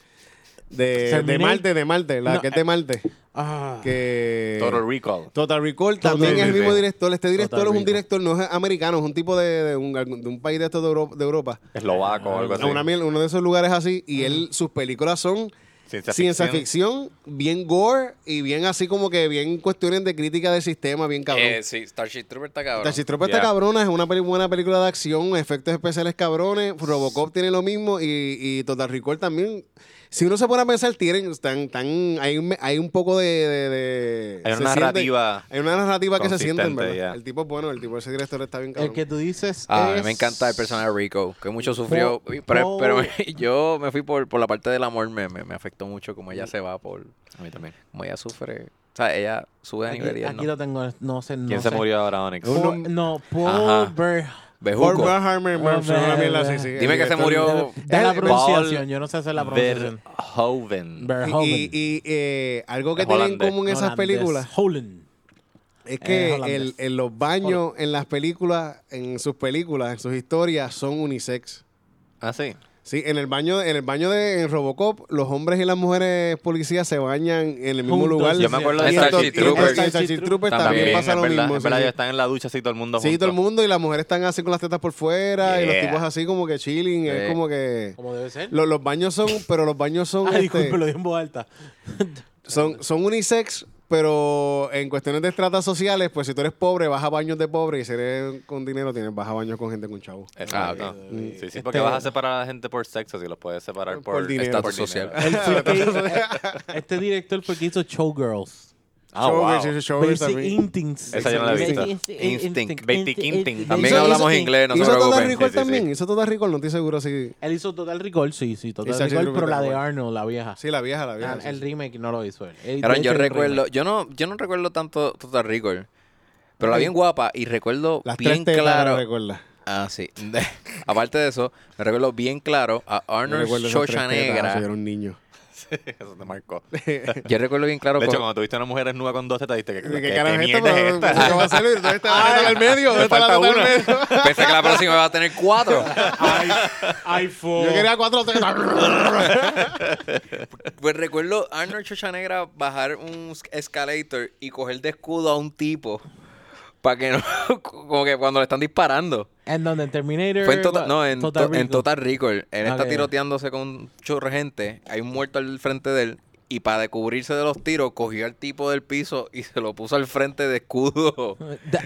Speaker 2: de, de
Speaker 4: Terminator.
Speaker 2: Marte, de Marte, la
Speaker 4: No, eh,
Speaker 2: que es de Marte,
Speaker 4: Ah,
Speaker 2: que
Speaker 3: Total Recall.
Speaker 2: Total Recall
Speaker 4: Total
Speaker 2: también es el
Speaker 3: Recall.
Speaker 2: mismo director. Este director
Speaker 4: Total
Speaker 2: es un
Speaker 4: Recall.
Speaker 2: director, no es americano, es un tipo de, de un, de un país de estos de Europa. De Europa.
Speaker 3: Eslovaco o Oh, algo así.
Speaker 2: Una miel- uno de esos lugares así. Y él, sus películas son
Speaker 3: Ciencia
Speaker 2: ciencia
Speaker 3: ficción.
Speaker 2: ficción, bien gore y bien así como que bien cuestiones de crítica del sistema, bien cabrón.
Speaker 1: Eh, sí, Starship Trooper está cabrón.
Speaker 2: Taxi Tropa está
Speaker 3: Yeah.
Speaker 2: cabrona, es una peli- buena película de acción, efectos especiales cabrones, Robocop tiene lo mismo y, y Total Recall también. Si uno se pone a pensar, tienen, están, están, hay, un- hay un poco de... de- de-
Speaker 3: Hay una
Speaker 2: se siente-
Speaker 3: narrativa
Speaker 2: hay una narrativa que se siente, en
Speaker 3: consistente,
Speaker 2: ¿verdad?
Speaker 3: yeah.
Speaker 2: El tipo es bueno, el tipo ese director está bien
Speaker 4: el
Speaker 2: cabrón.
Speaker 4: que tú dices
Speaker 1: Ah, a mí
Speaker 4: es-
Speaker 1: me encanta el personaje de Rico, que mucho sufrió.
Speaker 4: Paul-
Speaker 1: pero pero
Speaker 4: Paul-
Speaker 1: yo me fui por, por la parte del amor, me, me, me afectó mucho como ella se va por. A mí también. Como ella sufre. O sea, ella sube de
Speaker 4: Aquí,
Speaker 1: nivel y él
Speaker 4: aquí
Speaker 1: no.
Speaker 4: lo tengo, no sé. No
Speaker 3: ¿Quién
Speaker 4: sé.
Speaker 3: se murió ahora, Onyx?
Speaker 2: Uno-
Speaker 4: Paul- no, Paul
Speaker 1: Ajá.
Speaker 4: Ber-
Speaker 2: Paul
Speaker 1: Bejuco.
Speaker 2: Verhoeven,
Speaker 4: Hombre,
Speaker 2: Verhoeven, una mierda así, sí,
Speaker 4: Dime
Speaker 2: el
Speaker 1: que se
Speaker 2: director-
Speaker 1: murió.
Speaker 4: de- de la
Speaker 2: Él-
Speaker 4: pronunciación. Yo no sé hacer la pronunciación.
Speaker 2: Pues
Speaker 3: Verhoeven.
Speaker 4: Verhoeven.
Speaker 2: Y, y- y, eh, algo que
Speaker 3: Es
Speaker 2: tienen en
Speaker 3: holandés.
Speaker 2: común esas
Speaker 4: Holandés.
Speaker 2: películas
Speaker 4: Holland.
Speaker 2: Es que
Speaker 4: Eh, holandés.
Speaker 2: el- en los baños, en las películas, en sus películas, en sus historias, son unisex.
Speaker 3: Ah, sí.
Speaker 2: Sí, en el baño, en el baño de en Robocop, los hombres y las mujeres policías se bañan en el mismo
Speaker 4: Juntos,
Speaker 2: lugar.
Speaker 4: sí,
Speaker 3: Yo me acuerdo de
Speaker 2: Y
Speaker 3: Starship
Speaker 2: entonces- y en
Speaker 3: Troopers.
Speaker 2: Starship
Speaker 4: Starship
Speaker 2: Troopers también,
Speaker 3: También,
Speaker 2: pasa
Speaker 3: es
Speaker 2: lo
Speaker 3: verdad,
Speaker 2: mismo.
Speaker 3: es
Speaker 2: sí,
Speaker 3: verdad,
Speaker 2: sí.
Speaker 3: ellos están en la ducha así todo el mundo
Speaker 2: Sí,
Speaker 3: junto.
Speaker 2: todo el mundo y las mujeres están así con las tetas por fuera y los
Speaker 3: Yeah.
Speaker 2: tipos así como que chilling. Es
Speaker 1: Sí.
Speaker 2: como que
Speaker 4: Como debe ser.
Speaker 2: lo- los baños son, pero los baños son,
Speaker 4: Ah,
Speaker 2: este,
Speaker 4: disculpe, lo dije en voz alta.
Speaker 2: son, son unisex, pero en cuestiones de estratas sociales, pues si tú eres pobre, vas a baños de pobre y si eres con dinero, tienes vas a baños con gente con chavo.
Speaker 1: Ah,
Speaker 3: Exacto.
Speaker 1: ok.
Speaker 3: Sí, sí,
Speaker 4: Este-
Speaker 3: porque vas a separar a la gente por sexo si los puedes separar
Speaker 2: Por
Speaker 3: por,
Speaker 2: dinero.
Speaker 3: por
Speaker 1: Estatus social.
Speaker 4: Él fue el que- este director fue el que hizo Showgirls.
Speaker 3: Ah, wow.
Speaker 2: Showbiz, showbiz
Speaker 4: Basic
Speaker 2: también.
Speaker 4: Instincts.
Speaker 3: Esa yo no la he
Speaker 4: Basic
Speaker 3: visto.
Speaker 4: Insti-
Speaker 1: Instinct.
Speaker 3: Basic Instinct.
Speaker 1: También
Speaker 2: Hizo-
Speaker 1: hablamos
Speaker 2: hizo-
Speaker 1: inglés, no se
Speaker 2: hizo Total
Speaker 1: preocupen.
Speaker 2: Recall
Speaker 1: Sí, sí, sí.
Speaker 2: también, hizo Total Recall, no estoy seguro si...
Speaker 4: Él hizo Total Recall, sí, sí, Total
Speaker 2: Esa sí
Speaker 4: Recall,
Speaker 2: creo que
Speaker 4: pero la de
Speaker 2: tengo.
Speaker 4: Arnold, la vieja.
Speaker 2: Sí, la vieja, la
Speaker 4: Ah,
Speaker 2: vieja. sí,
Speaker 4: el
Speaker 2: sí.
Speaker 4: remake no lo hizo él. Él-
Speaker 1: Cabrón,
Speaker 4: de
Speaker 1: yo
Speaker 4: hecho, el
Speaker 1: recuerdo,
Speaker 4: remake.
Speaker 1: yo no, yo no recuerdo tanto Total Recall, pero la vi en guapa y recuerdo
Speaker 2: Las
Speaker 1: bien
Speaker 2: tres tetas, no
Speaker 1: claro.
Speaker 2: recuerda.
Speaker 1: Ah, sí. Aparte de eso, me recuerdo bien claro a
Speaker 2: No
Speaker 1: Arnold
Speaker 2: recuerdo esas tres tetas,
Speaker 1: Schwarzenegger.
Speaker 2: ah, Yo era un niño.
Speaker 3: Eso te marcó.
Speaker 1: Yo recuerdo bien claro.
Speaker 3: De hecho,
Speaker 1: con-
Speaker 3: cuando tuviste una mujer desnuda con 12, te diste que, que,
Speaker 2: ¿Qué,
Speaker 3: que
Speaker 2: carajo
Speaker 3: mierda es esta.
Speaker 2: ¿Qué pues, va a hacer? ¿Dónde está la teta del medio? ¿Dónde
Speaker 3: Me
Speaker 2: está la
Speaker 3: falta
Speaker 2: teta del
Speaker 3: una.
Speaker 2: medio?
Speaker 1: Pensé que la próxima iba a tener cuatro.
Speaker 5: Ay, ay, fo.
Speaker 2: Yo quería cuatro tetas.
Speaker 1: Pues recuerdo Arnold Schwarzenegger bajar un s- escalator y coger de escudo a un tipo para que no, como que cuando le están disparando.
Speaker 4: En donde en Terminator.
Speaker 1: Fue en Total, no, en,
Speaker 4: Total
Speaker 1: to- en
Speaker 4: Recall.
Speaker 1: Total Recall. Él
Speaker 4: Ok.
Speaker 1: está tiroteándose con un chorro de gente. Hay un muerto al frente de él. Y para cubrirse de los tiros, cogió al tipo del piso y se lo puso al frente de escudo.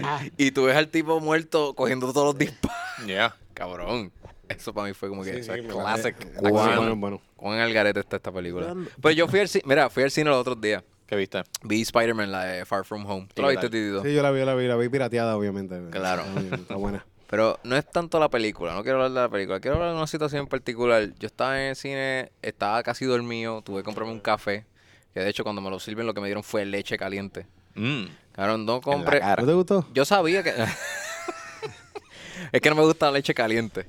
Speaker 4: Ah,
Speaker 1: Y tú ves al tipo muerto cogiendo todos los disparos.
Speaker 3: Yeah.
Speaker 1: Cabrón. Eso para mí fue como que
Speaker 2: Sí,
Speaker 1: eso
Speaker 2: sí,
Speaker 1: es
Speaker 2: me
Speaker 1: classic.
Speaker 2: Wow.
Speaker 1: acción.
Speaker 2: Bueno, bueno.
Speaker 1: Cuán al garete está esta película.
Speaker 4: Dando-
Speaker 1: Pues yo fui al cine, mira, fui al cine los otros días.
Speaker 3: ¿Qué viste?
Speaker 1: Vi Spider-Man, la de Far From Home.
Speaker 3: Sí,
Speaker 1: ¿Tú la viste,
Speaker 3: tal.
Speaker 1: Titito?
Speaker 2: Sí, yo la vi, la vi, la vi pirateada, obviamente.
Speaker 1: Claro.
Speaker 2: Está bien, Está buena.
Speaker 1: Pero no es tanto la película, no quiero hablar de la película, quiero hablar de una situación en particular. Yo estaba en el cine, estaba casi dormido, tuve que comprarme un café, que de hecho cuando me lo sirven lo que me dieron fue leche caliente.
Speaker 3: Mm.
Speaker 1: Claro, no
Speaker 3: En la
Speaker 1: compré...
Speaker 3: cara.
Speaker 2: ¿No te gustó?
Speaker 1: Yo sabía que... es que no me gusta la leche caliente.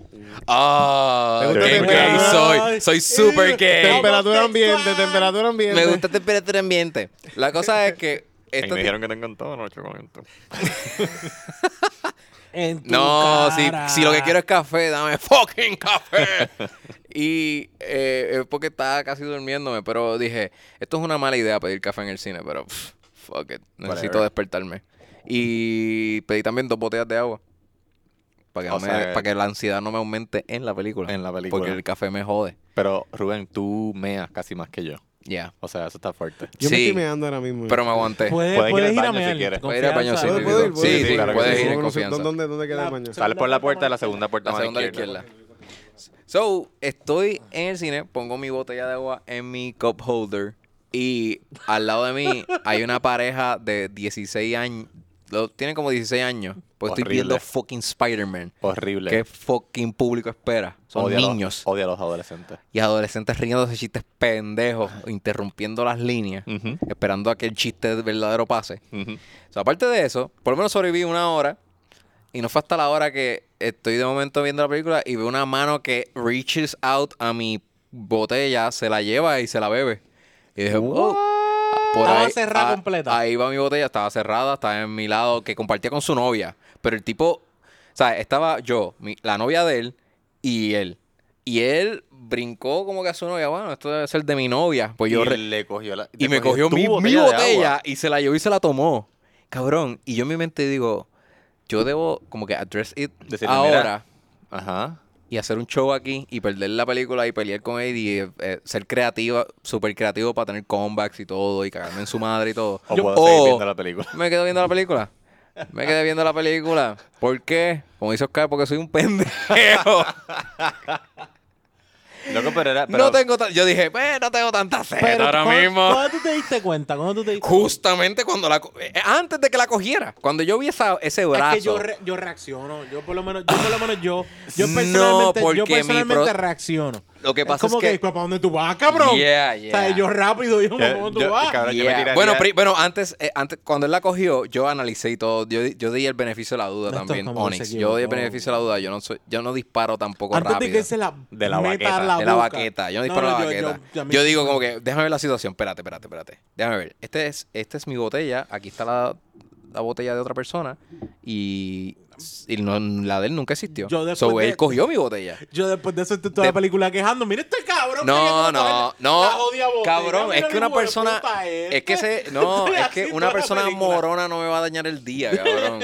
Speaker 1: ¡Ah!
Speaker 2: ¿Te gusta
Speaker 1: ¡Qué
Speaker 2: temperatura?
Speaker 1: gay soy! ¡Soy súper gay!
Speaker 2: Temperatura ambiente, temperatura ambiente.
Speaker 1: Me gusta temperatura ambiente. La cosa es que...
Speaker 3: Y
Speaker 1: esto
Speaker 3: me dijeron que te encantó, no, chocolate.
Speaker 4: en tu
Speaker 1: No, si,
Speaker 4: cara.
Speaker 1: si lo que quiero es café, dame fucking café. y eh, es porque estaba casi durmiéndome, pero dije, esto es una mala idea pedir café en el cine, pero pff, fuck it, necesito
Speaker 3: Whatever.
Speaker 1: despertarme. Y pedí también dos botellas de agua. Para que,
Speaker 3: O
Speaker 1: no me-
Speaker 3: sea,
Speaker 1: para que la ansiedad no me aumente en la película.
Speaker 3: en la película.
Speaker 1: Porque el café me jode.
Speaker 3: Pero Rubén, tú meas casi más que yo.
Speaker 1: Ya.
Speaker 3: O sea, eso está fuerte.
Speaker 2: Yo me
Speaker 1: Sí.
Speaker 2: estoy meando ahora mismo.
Speaker 1: Pero me aguanté.
Speaker 4: Puedes,
Speaker 3: Puedes ir
Speaker 4: puedes
Speaker 3: al
Speaker 4: ir a
Speaker 3: baño si
Speaker 4: mear.
Speaker 3: quieres.
Speaker 1: Puedes ir al baño, sí,
Speaker 2: ¿Puedo,
Speaker 1: Tito.
Speaker 2: puedo ir?
Speaker 1: Sí,
Speaker 2: ¿Puedo
Speaker 1: sí,
Speaker 3: ir? Claro que
Speaker 1: puedes
Speaker 3: sí.
Speaker 1: ir en
Speaker 2: ¿Dónde-
Speaker 1: confianza.
Speaker 2: ¿Dónde, dónde queda el baño?
Speaker 3: Sales por la puerta de la segunda puerta
Speaker 1: La
Speaker 3: más
Speaker 1: segunda a la izquierda. So, estoy en el cine, pongo mi botella de agua en mi cup holder y al lado de mí hay una pareja de 16 años. Lo, tienen como 16 años. Pues estoy
Speaker 3: Horrible.
Speaker 1: viendo fucking Spider-Man.
Speaker 3: Horrible.
Speaker 1: ¿Qué fucking público espera? Son
Speaker 3: Odia a los-
Speaker 1: niños
Speaker 3: Odia a los adolescentes.
Speaker 1: y adolescentes riéndose chistes pendejos, interrumpiendo las líneas,
Speaker 3: Ujú.
Speaker 1: esperando a que el chiste verdadero pase.
Speaker 3: Ujú.
Speaker 1: O sea, aparte de eso, por lo menos sobreviví una hora. Y no fue hasta la hora que estoy de momento viendo la película y veo una mano que reaches out a mi botella, se la lleva y se la bebe. Y dije, wow. Por
Speaker 4: Estaba cerrada
Speaker 1: ah,
Speaker 4: completa.
Speaker 1: Ahí va mi botella, estaba cerrada, estaba en mi lado, que compartía con su novia. Pero el tipo, o sea, estaba yo, mi- la novia de él y él. Y él brincó como que a su novia, bueno, esto debe ser de mi novia. Pues yo
Speaker 3: y
Speaker 1: re-
Speaker 3: le cogió la-
Speaker 1: y
Speaker 3: te
Speaker 1: me cogió
Speaker 3: tu
Speaker 1: mi mi
Speaker 3: de
Speaker 1: botella,
Speaker 3: agua.
Speaker 1: y se la llevó y se la tomó. Cabrón. Y yo en mi mente digo, yo debo como que address it
Speaker 3: Decirle,
Speaker 1: ahora
Speaker 3: Ajá.
Speaker 1: y hacer un show aquí y perder la película y pelear con él y eh, ser creativa, súper creativo para tener comebacks y todo y cagarme en su madre y todo.
Speaker 3: O
Speaker 1: Yo-
Speaker 3: puedo seguir
Speaker 1: o
Speaker 3: viendo la película.
Speaker 1: me quedo viendo la película. Me quedé viendo la película. ¿Por qué? Como dice Oscar, porque soy un pendejo.
Speaker 3: Loco, pero era. Pero,
Speaker 1: no tengo tan- Yo dije, "Eh, no tengo tanta sed
Speaker 4: Pero,
Speaker 1: ahora
Speaker 4: ¿cuándo-
Speaker 1: mismo.
Speaker 4: ¿Cuándo tú te diste cuenta? ¿Cuándo tú te diste
Speaker 1: Justamente cuando la... co- eh, Antes de que la cogiera. Cuando yo vi esa- ese brazo...
Speaker 4: Es que yo, re- yo reacciono. Yo por lo menos, yo por lo menos yo. Yo
Speaker 1: No,
Speaker 4: personalmente, yo
Speaker 1: porque mi
Speaker 4: personalmente
Speaker 1: pro-
Speaker 4: reacciono.
Speaker 1: Lo que pasa
Speaker 4: es como
Speaker 1: es que-
Speaker 4: ¿para dónde tú vas, cabrón?
Speaker 1: Yeah,
Speaker 4: O sea,
Speaker 1: yeah.
Speaker 4: yo rápido, yo, ¿para
Speaker 3: Ya-
Speaker 4: dónde tú
Speaker 3: yo-
Speaker 4: vas?
Speaker 3: cabrón, yo me
Speaker 1: Yeah.
Speaker 3: tiraría-
Speaker 1: Bueno, pri- bueno antes, eh, antes, cuando él la cogió, yo analicé y todo. Yo, di- yo di el beneficio de la duda
Speaker 4: Néstor,
Speaker 1: también,
Speaker 4: como que
Speaker 1: Onyx.
Speaker 4: se
Speaker 1: Yo di el
Speaker 4: equivocó.
Speaker 1: beneficio de la duda. Yo no soy, yo no disparo tampoco
Speaker 4: Antes
Speaker 1: rápido.
Speaker 4: de que se la
Speaker 3: De la
Speaker 4: meta
Speaker 3: baqueta,
Speaker 4: a la
Speaker 1: de la
Speaker 4: boca.
Speaker 1: baqueta. Yo no disparo
Speaker 4: No,
Speaker 1: la
Speaker 4: no,
Speaker 1: baqueta. Yo,
Speaker 4: yo- a mí-
Speaker 1: digo como que, déjame ver la situación. Espérate, espérate, espérate. Déjame ver. Este es, esta es mi botella. Aquí está la, la botella de otra persona. Y, y no- la de él nunca existió.
Speaker 4: Yo después
Speaker 1: so,
Speaker 4: de-
Speaker 1: él cogió mi botella.
Speaker 4: Yo después de eso estoy toda
Speaker 1: De-
Speaker 4: la película quejando. Mira este cabrón.
Speaker 1: No,
Speaker 4: queriendo
Speaker 1: no,
Speaker 4: saber la
Speaker 1: no.
Speaker 4: jodida botella.
Speaker 1: Cabrón,
Speaker 4: Mira
Speaker 1: es
Speaker 4: el
Speaker 1: que una
Speaker 4: hijo de
Speaker 1: persona.
Speaker 4: puta este.
Speaker 1: Es que se. No,
Speaker 4: Estoy
Speaker 1: es que
Speaker 4: así
Speaker 1: una
Speaker 4: toda la
Speaker 1: persona
Speaker 4: película.
Speaker 1: morona no me va a dañar el día, cabrón.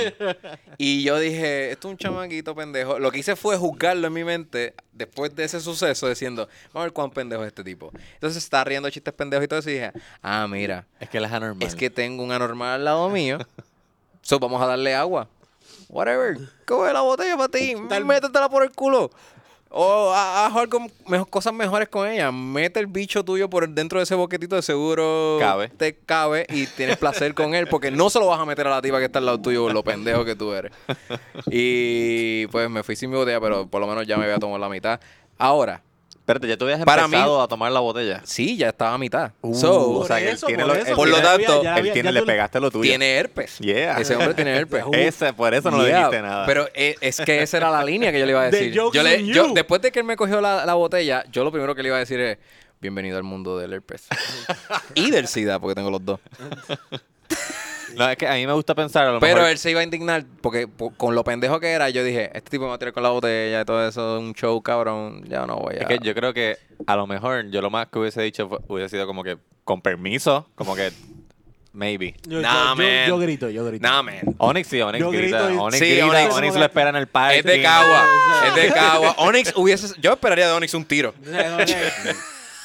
Speaker 1: Y yo dije, esto es un chamaquito pendejo. Lo que hice fue juzgarlo en mi mente después de ese suceso, diciendo, vamos a ver cuán pendejo es este tipo. Entonces está riendo chistes pendejos y todo eso. Y dije, ah, mira,
Speaker 3: Es que él es anormal.
Speaker 1: es que tengo un anormal al lado mío. So, vamos a darle agua. Whatever. Coge la botella para ti.
Speaker 4: Tal-
Speaker 1: Métetela por el culo. O haz algo mejor, cosas mejores con ella. Mete el bicho tuyo por dentro de ese boquetito de seguro.
Speaker 3: Cabe.
Speaker 1: Te cabe y tienes placer con él porque no se lo vas a meter a la tipa que está al lado tuyo, lo pendejo que tú eres. Y pues me fui sin mi botella, pero por lo menos ya me había tomado la mitad. Ahora,
Speaker 3: Espérate, ya tú habías
Speaker 1: Para mí-
Speaker 3: empezado a tomar la botella.
Speaker 1: sí, ya estaba a mitad.
Speaker 3: Uh,
Speaker 1: so,
Speaker 3: o sea, que él
Speaker 4: eso,
Speaker 3: tiene
Speaker 4: por
Speaker 3: lo,
Speaker 4: eso,
Speaker 3: él
Speaker 1: por lo
Speaker 3: tiene-
Speaker 1: tanto,
Speaker 4: ya
Speaker 3: él
Speaker 4: había-
Speaker 3: tiene,
Speaker 4: ya
Speaker 3: le
Speaker 4: tú-
Speaker 3: pegaste lo tuyo.
Speaker 1: tiene herpes.
Speaker 3: Yeah.
Speaker 1: Ese hombre tiene herpes.
Speaker 3: Ese, por eso no
Speaker 1: Yeah,
Speaker 3: le dijiste nada.
Speaker 1: Pero eh, es que esa era la línea que yo le iba a
Speaker 5: The
Speaker 1: decir.
Speaker 5: joke's
Speaker 1: Yo le-
Speaker 5: on
Speaker 1: yo-
Speaker 5: you.
Speaker 1: después de que él me cogió la, la botella, yo lo primero que le iba a decir es: Bienvenido al mundo del herpes. y del SIDA, porque tengo los dos.
Speaker 3: no, es que a mí me gusta pensar a lo
Speaker 1: Pero
Speaker 3: mejor-
Speaker 1: él se iba a indignar, porque po- con lo pendejo que era, yo dije: Este tipo me va a tirar con la botella y todo eso, un show cabrón. Ya no voy a.
Speaker 3: Es que yo creo que a lo mejor yo lo más que hubiese dicho fue- hubiese sido como que con permiso, como que maybe.
Speaker 4: Yo,
Speaker 1: Nah,
Speaker 4: yo- yo-
Speaker 1: man.
Speaker 4: yo grito, yo grito.
Speaker 1: Nah, man.
Speaker 3: Onyx sí, Onyx
Speaker 4: Yo grito
Speaker 3: grita.
Speaker 4: y-
Speaker 3: Onyx
Speaker 1: Sí,
Speaker 3: grita,
Speaker 1: Onyx.
Speaker 3: Onyx, lo espera en el parque.
Speaker 1: Es de Cagua. Es de Cagua. Onyx hubiese. Yo esperaría de Onyx un tiro.
Speaker 4: O sea, como que-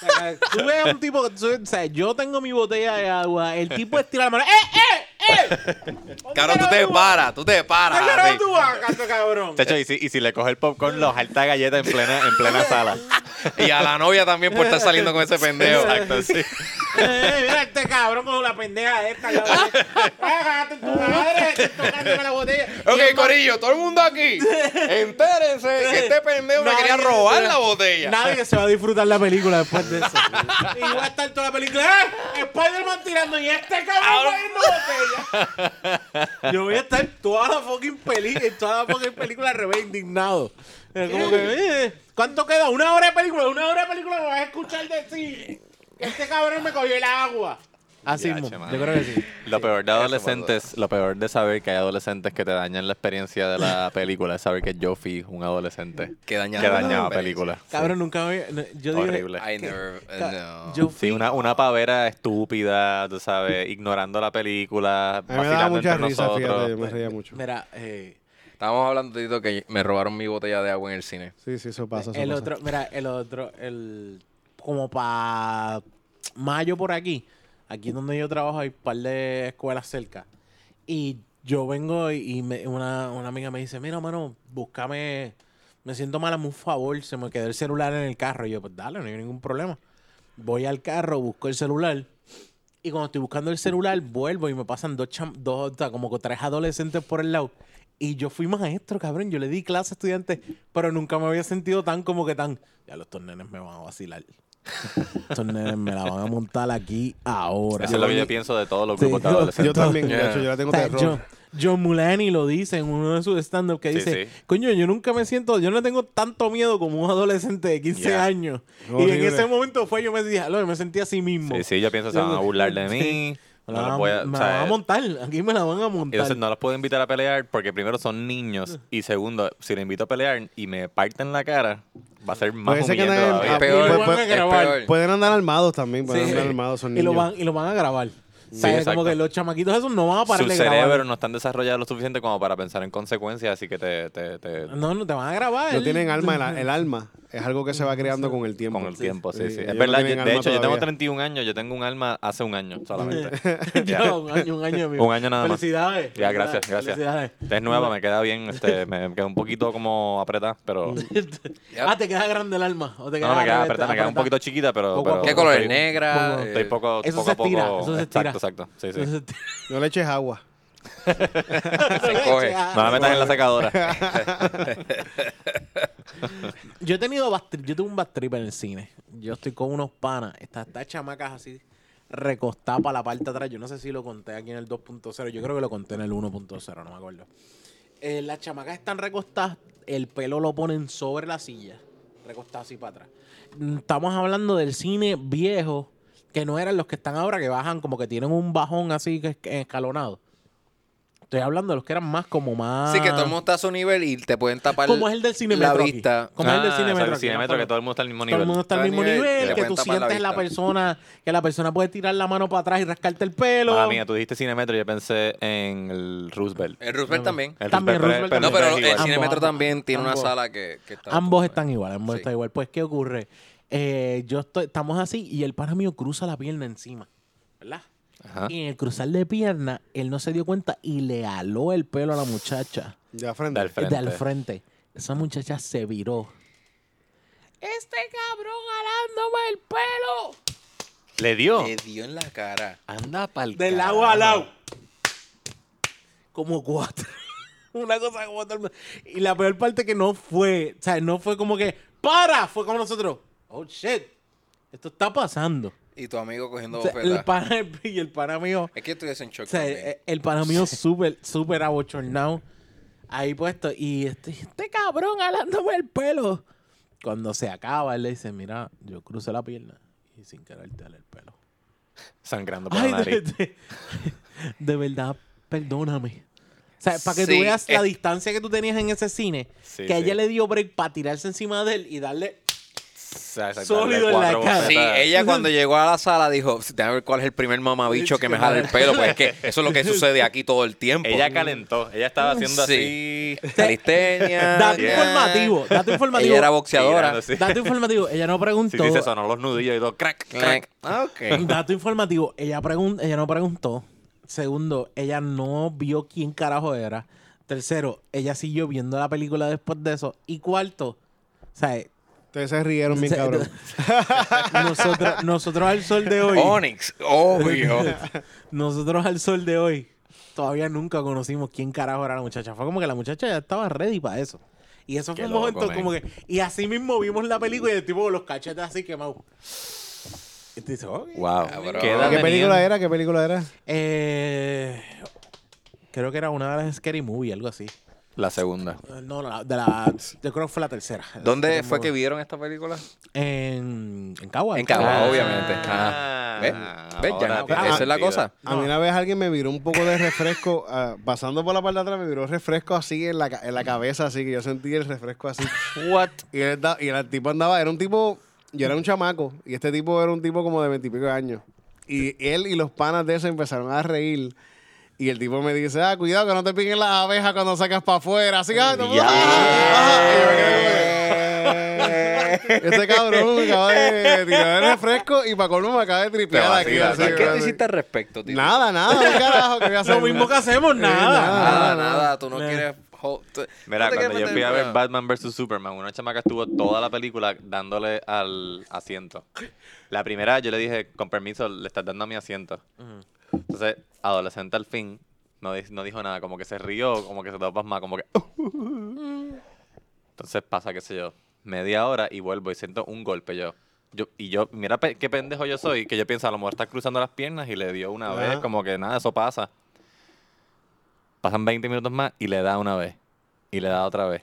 Speaker 4: o sea, eh, Tú ves a un tipo que tú- o sea, yo tengo mi botella de agua, el tipo estira la mano, ¡eh, eh, eh!
Speaker 1: Cabrón, tú te paras, tú te paras. así.
Speaker 4: cabrón.
Speaker 3: De hecho, y si, y si le coge el popcorn, los alta galleta en plena, en plena sala.
Speaker 1: Y a la novia también por estar saliendo con ese pendejo.
Speaker 3: Exacto, sí.
Speaker 4: Eh, mira este cabrón con la pendeja esta, cabrón. Hágate tu madre, estoy tocando con la botella.
Speaker 1: Ok, Corillo, todo el mundo aquí. Entérense que este pendejo me
Speaker 4: Nadie
Speaker 1: quería
Speaker 4: se
Speaker 1: robar
Speaker 4: entera.
Speaker 1: la botella.
Speaker 4: Nadie se va a disfrutar la película después de eso. y va a estar toda la película. ¡Eh! Spider-Man tirando y este cabrón poniendo botella. Yo voy a estar toda la fucking película, toda la fucking película al revés, indignado. Eh, Como que, eh, ¿cuánto queda? Una hora de película, una hora de película me vas a escuchar decir. que Este cabrón me cogió el agua. Así
Speaker 3: Ya,
Speaker 4: mismo,
Speaker 3: che,
Speaker 4: yo
Speaker 3: mano.
Speaker 4: creo que sí.
Speaker 3: Lo peor de adolescentes, lo peor de saber que hay adolescentes que te dañan la experiencia de la película es saber que yo fui un adolescente
Speaker 1: Que dañaba
Speaker 3: que
Speaker 1: la
Speaker 3: dañaba
Speaker 1: experiencia.
Speaker 3: película.
Speaker 4: Cabrón, nunca me. no, Yo dije-
Speaker 3: Horrible.
Speaker 1: I never, eh, no.
Speaker 4: Yo fui
Speaker 3: Sí, una, una pavera estúpida, tú sabes, ignorando la película,
Speaker 2: A mí me daba
Speaker 3: vacilando
Speaker 2: mucha
Speaker 3: entre
Speaker 2: risa, fíjate,
Speaker 3: nosotros.
Speaker 2: me reía mucho.
Speaker 4: Mira, eh,
Speaker 1: Estábamos hablando Tito, que me robaron mi botella de agua en el cine.
Speaker 2: Sí, sí, eso pasa. eso
Speaker 4: el
Speaker 2: pasa.
Speaker 4: otro, mira, el otro, el como para mayo por aquí, aquí donde yo trabajo hay un par de escuelas cerca. Y yo vengo y, y me- una, una amiga me dice, mira, mano, búscame, me siento mal, hazme un favor, se me quedó el celular en el carro. Y yo, pues dale, no hay ningún problema. Voy al carro, busco el celular. Y cuando estoy buscando el celular, vuelvo y me pasan dos, cham- dos o sea, como que tres adolescentes por el lado. Y yo fui maestro, cabrón. Yo le di clase a estudiantes, pero nunca me había sentido tan como que tan. Ya los tornenes me van a vacilar. Estos nenes me la van a montar aquí ahora.
Speaker 3: Eso es lo que yo pienso de todos los
Speaker 4: Sí,
Speaker 3: grupos de
Speaker 4: yo-
Speaker 2: Yo
Speaker 3: adolescentes.
Speaker 2: también,
Speaker 1: Yeah.
Speaker 2: de hecho, yo la tengo
Speaker 4: O sea,
Speaker 2: terror.
Speaker 4: John, John Mulaney lo dice en uno de sus stand-up que
Speaker 3: Sí,
Speaker 4: dice,
Speaker 3: sí.
Speaker 4: coño, yo nunca me siento, yo no tengo tanto miedo como un adolescente de 15
Speaker 3: Yeah.
Speaker 4: años. Y en
Speaker 2: Horrible.
Speaker 4: ese momento fue, yo me dije, "Aló, yo me sentí así mismo.
Speaker 3: Sí, sí, yo pienso se van a burlar de mí.
Speaker 4: Sí. Me la
Speaker 3: No los
Speaker 4: van-
Speaker 3: voy a,
Speaker 4: Ah, me
Speaker 3: o
Speaker 4: la
Speaker 3: sea,
Speaker 4: van a montar, aquí me la van a montar.
Speaker 3: entonces no los puedo invitar a pelear porque primero son niños y segundo, si le invito a pelear y me parten la cara, va a ser más
Speaker 2: Puede ser que
Speaker 3: humillante
Speaker 2: nadie-
Speaker 3: todavía.
Speaker 2: Ah,
Speaker 1: Es peor,
Speaker 2: pues,
Speaker 1: es
Speaker 2: pues,
Speaker 1: peor.
Speaker 4: es grabar.
Speaker 2: Pueden andar armados también,
Speaker 4: Sí.
Speaker 2: pueden andar armados, Ah, son
Speaker 4: y,
Speaker 2: niños.
Speaker 4: lo van, y lo van a grabar. O sea,
Speaker 3: exacto.
Speaker 4: como que los chamaquitos esos no van a parar
Speaker 3: Sus
Speaker 4: de grabar.
Speaker 3: cerebros no están desarrollados lo suficiente como para pensar en consecuencias, así que te, te- te-
Speaker 4: No, no, te van a grabar. eh.
Speaker 2: No tienen alma, el, el alma es algo que se va creando con el tiempo.
Speaker 3: con el tiempo. Sí, sí.
Speaker 2: ellos
Speaker 3: Es
Speaker 2: no
Speaker 3: verdad,
Speaker 2: tienen
Speaker 3: yo- de
Speaker 2: alma
Speaker 3: hecho, yo tengo
Speaker 2: todavía.
Speaker 3: 31 años, yo tengo un alma hace un año solamente.
Speaker 4: Ya, un año, un año. amigo.
Speaker 3: Un año nada más.
Speaker 4: Felicidades.
Speaker 3: Ya, gracias, gracias.
Speaker 4: Felicidades.
Speaker 3: Es nueva, me queda bien, este, me queda un poquito como apretada, pero...
Speaker 4: Ah, te queda grande el alma. ¿O te
Speaker 3: No, no, me queda
Speaker 4: queda
Speaker 3: apretada, me queda un poquito chiquita, pero...
Speaker 4: Poco a
Speaker 3: pero-
Speaker 4: poco.
Speaker 1: ¿Qué color?
Speaker 3: estoy-
Speaker 1: es? ¿Negra?
Speaker 3: Estoy
Speaker 1: Eh,
Speaker 3: poco,
Speaker 4: Eso
Speaker 3: poco
Speaker 4: se
Speaker 3: a poco...
Speaker 4: estira, eso se estira.
Speaker 3: Exacto, exacto. Eh, Sí, sí.
Speaker 4: Entonces,
Speaker 2: No le eches agua. pues,
Speaker 1: Se coge.
Speaker 3: No la metas en la secadora.
Speaker 4: Yo he tenido bad trip, yo tuve un bad trip en el cine. Yo estoy con unos panas, estas, estas chamacas así recostadas para la parte de atrás. Yo no sé si lo conté aquí en el 2.0, yo creo que lo conté en el 1.0, no me acuerdo. Eh, las chamacas están recostadas, el pelo lo ponen sobre la silla, recostado así para atrás. Mm, Estamos hablando del cine viejo, que no eran los que están ahora, que bajan como que tienen un bajón así que es- escalonado. Estoy hablando de los que eran más como más...
Speaker 1: Sí, que todo el mundo está a su nivel y te pueden tapar
Speaker 4: Como Ah. es el del cine
Speaker 1: la
Speaker 4: metro aquí.
Speaker 1: vista.
Speaker 4: Como es el del
Speaker 3: Ah,
Speaker 4: cine
Speaker 3: o sea,
Speaker 4: metro
Speaker 3: el
Speaker 4: aquí,
Speaker 3: cinemetro,
Speaker 4: vamos a-
Speaker 3: que todo el mundo está al mismo
Speaker 4: todo el
Speaker 3: nivel.
Speaker 4: mundo está al
Speaker 1: Todo
Speaker 4: mismo
Speaker 1: nivel,
Speaker 4: nivel,
Speaker 1: te
Speaker 4: que
Speaker 1: cuentan
Speaker 4: tú
Speaker 1: para la
Speaker 4: sientes la
Speaker 1: vista.
Speaker 4: persona, que la persona puede tirar la mano para atrás y rascarte el pelo.
Speaker 3: Mala mía, tú dijiste cinemetro, yo pensé en el Roosevelt.
Speaker 1: El Roosevelt también.
Speaker 3: El
Speaker 4: También
Speaker 3: Roosevelt,
Speaker 4: Roosevelt
Speaker 3: pero-
Speaker 1: No,
Speaker 4: también.
Speaker 1: pero
Speaker 3: es
Speaker 1: el
Speaker 3: igual.
Speaker 4: Ambos,
Speaker 1: cinemetro
Speaker 4: ambos,
Speaker 1: también tiene una
Speaker 4: ambos.
Speaker 1: sala que, que está...
Speaker 4: ambos están igual, ambos
Speaker 1: Sí.
Speaker 4: están igual. Pues, ¿qué ocurre? Eh, yo estoy, estamos así y el pana mío cruza la pierna encima, ¿verdad?
Speaker 3: Ajá.
Speaker 4: Y en el cruzar de pierna, él no se dio cuenta y le aló el pelo a la muchacha
Speaker 2: Ya
Speaker 3: De al
Speaker 2: frente.
Speaker 3: frente.
Speaker 4: de al frente. Esa muchacha se viró Este cabrón alándome el pelo.
Speaker 3: Le dio.
Speaker 1: Le dio en la cara.
Speaker 4: Ah.
Speaker 3: Anda pa'l
Speaker 5: Del lado a lado.
Speaker 4: como cuatro. Una cosa como todo el mundo. Y la peor parte que no fue, o sea, no fue como que, ¡para! Fue como nosotros, ¡oh, shit! Esto está pasando.
Speaker 1: Y tu amigo cogiendo
Speaker 4: O sea,
Speaker 1: bofetadas.
Speaker 4: el pana, y el pana mío,
Speaker 1: Es que estuviese en shock
Speaker 4: o sea,
Speaker 1: también.
Speaker 4: el- el pana mío súper, súper abochornado. Ahí puesto, y este, este cabrón alándome el pelo. Cuando se acaba, él le dice, mira, yo crucé la pierna y sin querer te alé el pelo.
Speaker 3: Sangrando por
Speaker 4: Ay,
Speaker 3: la
Speaker 4: de,
Speaker 3: nariz.
Speaker 4: de- de verdad, perdóname. O sea, para que tú
Speaker 1: Sí,
Speaker 4: veas la
Speaker 1: es-
Speaker 4: distancia que tú tenías en ese cine,
Speaker 3: eh, Sí,
Speaker 4: que a ella
Speaker 3: sí.
Speaker 4: le dio break para tirarse encima de él y darle.
Speaker 3: Sólido
Speaker 4: Sólido en la
Speaker 3: Ah,
Speaker 4: cara.
Speaker 1: Sí, ella cuando llegó a la sala dijo, déjame ver cuál es el primer mamabicho que me jala el pelo, pues es que eso es lo que sucede aquí todo el tiempo. Mm.
Speaker 3: Ella calentó. Ella estaba haciendo así. Ah,
Speaker 1: Calistenia.
Speaker 4: Dato
Speaker 1: yeah.
Speaker 4: informativo, dato informativo.
Speaker 1: Ella era boxeadora.
Speaker 3: Tirando, sí.
Speaker 4: Dato informativo, ella no
Speaker 3: Si
Speaker 4: preguntó.
Speaker 3: tú dices, sonó los nudillos y todo, crack, crack.
Speaker 1: Crack. Ah, ok.
Speaker 4: Dato informativo, ella, pregun- ella no preguntó. Segundo, ella no vio quién carajo era. Tercero, ella siguió viendo la película después de eso. Y cuarto, o sea, eh,
Speaker 2: Ustedes se rieron bien
Speaker 4: Se-
Speaker 2: cabrón.
Speaker 4: nosotros, nosotros al sol de hoy.
Speaker 1: Onyx, obvio.
Speaker 4: Nosotros al sol de hoy. Todavía nunca conocimos quién carajo era la muchacha. Fue como que la muchacha ya estaba ready para eso. Y eso
Speaker 1: Qué
Speaker 4: fue un
Speaker 1: loco,
Speaker 4: momento
Speaker 1: man.
Speaker 4: como que. Y así mismo vimos la película y el tipo con los cachetes así quemados. Y tú dices, ok.
Speaker 3: Wow.
Speaker 1: Cabrón.
Speaker 3: ¿Qué
Speaker 1: ¿Qué
Speaker 3: edad
Speaker 2: ¿Qué
Speaker 3: tenían?
Speaker 2: película era? ¿Qué película era?
Speaker 4: Eh, creo que era una de las Scary Movie, algo así.
Speaker 3: La segunda.
Speaker 4: Eh, No, la- de la. Yo creo que fue la tercera.
Speaker 1: ¿Dónde
Speaker 4: Scary
Speaker 1: fue que
Speaker 4: Movie.
Speaker 1: vieron esta película?
Speaker 4: En, en Cagua.
Speaker 1: En Cagua,
Speaker 3: Ah,
Speaker 1: obviamente.
Speaker 3: ah.
Speaker 1: Ah. ¿Ves? ¿Ves? Ya,
Speaker 3: Ahora
Speaker 1: esa es la
Speaker 3: tiene
Speaker 1: cosa.
Speaker 2: A mí una vez alguien me viró un poco de refresco, ah, pasando por la parte de atrás, me viró refresco así en la, ca- en la cabeza, así que yo sentí el refresco así.
Speaker 1: What?
Speaker 2: Y el, da- y el tipo andaba, era un tipo, yo era un chamaco, y este tipo era un tipo como de veintipico de años. Y él y los panas de ese empezaron a reír. Y el tipo me dice, ah, cuidado que no te piquen las abejas cuando sacas para afuera. Así que, ah, no,
Speaker 3: Ya.
Speaker 2: ah, y yo me quedé como que, Ese cabrón me acaba de tirar el refresco y para colmo me acaba de tripear aquí.
Speaker 3: vacila,
Speaker 2: así,
Speaker 3: ¿sabes
Speaker 1: ¿Qué
Speaker 2: así.
Speaker 1: te hiciste al respecto, tío?
Speaker 2: Ah, Nada, nada, ¿qué carajo que voy a hacer?
Speaker 4: Lo mismo que hacemos, nada.
Speaker 1: Nada, nada. Tú no
Speaker 4: Nah.
Speaker 1: quieres... jo- tú-
Speaker 3: Mira,
Speaker 1: no
Speaker 3: cuando
Speaker 1: te quieres
Speaker 3: yo
Speaker 1: meter
Speaker 3: fui a
Speaker 1: en
Speaker 3: ver
Speaker 1: nada.
Speaker 3: Batman vs. Superman, una chamaca estuvo toda la película dándole al asiento. La primera yo le dije, con permiso, le estás dando a mi asiento. Entonces, adolescente al fin, no, di- no dijo nada, como que se rió, como que se quedó pasmada, como que... Entonces pasa, qué sé yo, media hora y vuelvo y siento un golpe yo. Yo, y yo, mira pe- qué pendejo yo soy, que yo pienso, a lo mejor está cruzando las piernas y le dio una
Speaker 2: Ajá.
Speaker 3: vez, como que nada, eso pasa. Pasan 20 minutos más y le da una vez. Y le da otra vez.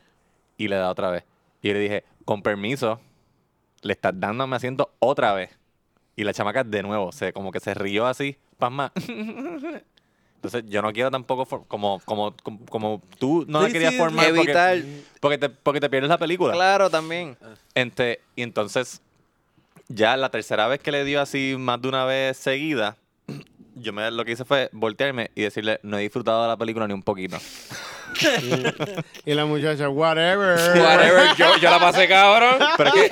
Speaker 3: Y le da otra vez. Y yo le dije, con permiso, le estás dando a mi asiento otra vez. Y la chamaca de nuevo, se, como que se rió así, pasma. Entonces, yo no quiero tampoco, for- como, como, como, como tú no la
Speaker 1: Sí,
Speaker 3: querías
Speaker 1: sí,
Speaker 3: formar. porque-
Speaker 1: evitar.
Speaker 3: Porque, te, porque te pierdes la película.
Speaker 1: Claro, también.
Speaker 3: Ente- y entonces, ya la tercera vez que le dio así más de una vez seguida, yo me, lo que hice fue voltearme y decirle, no he disfrutado de la película ni un poquito.
Speaker 2: Y la muchacha, whatever.
Speaker 1: Whatever, yo, yo la pasé cabrón.
Speaker 3: Pero es que,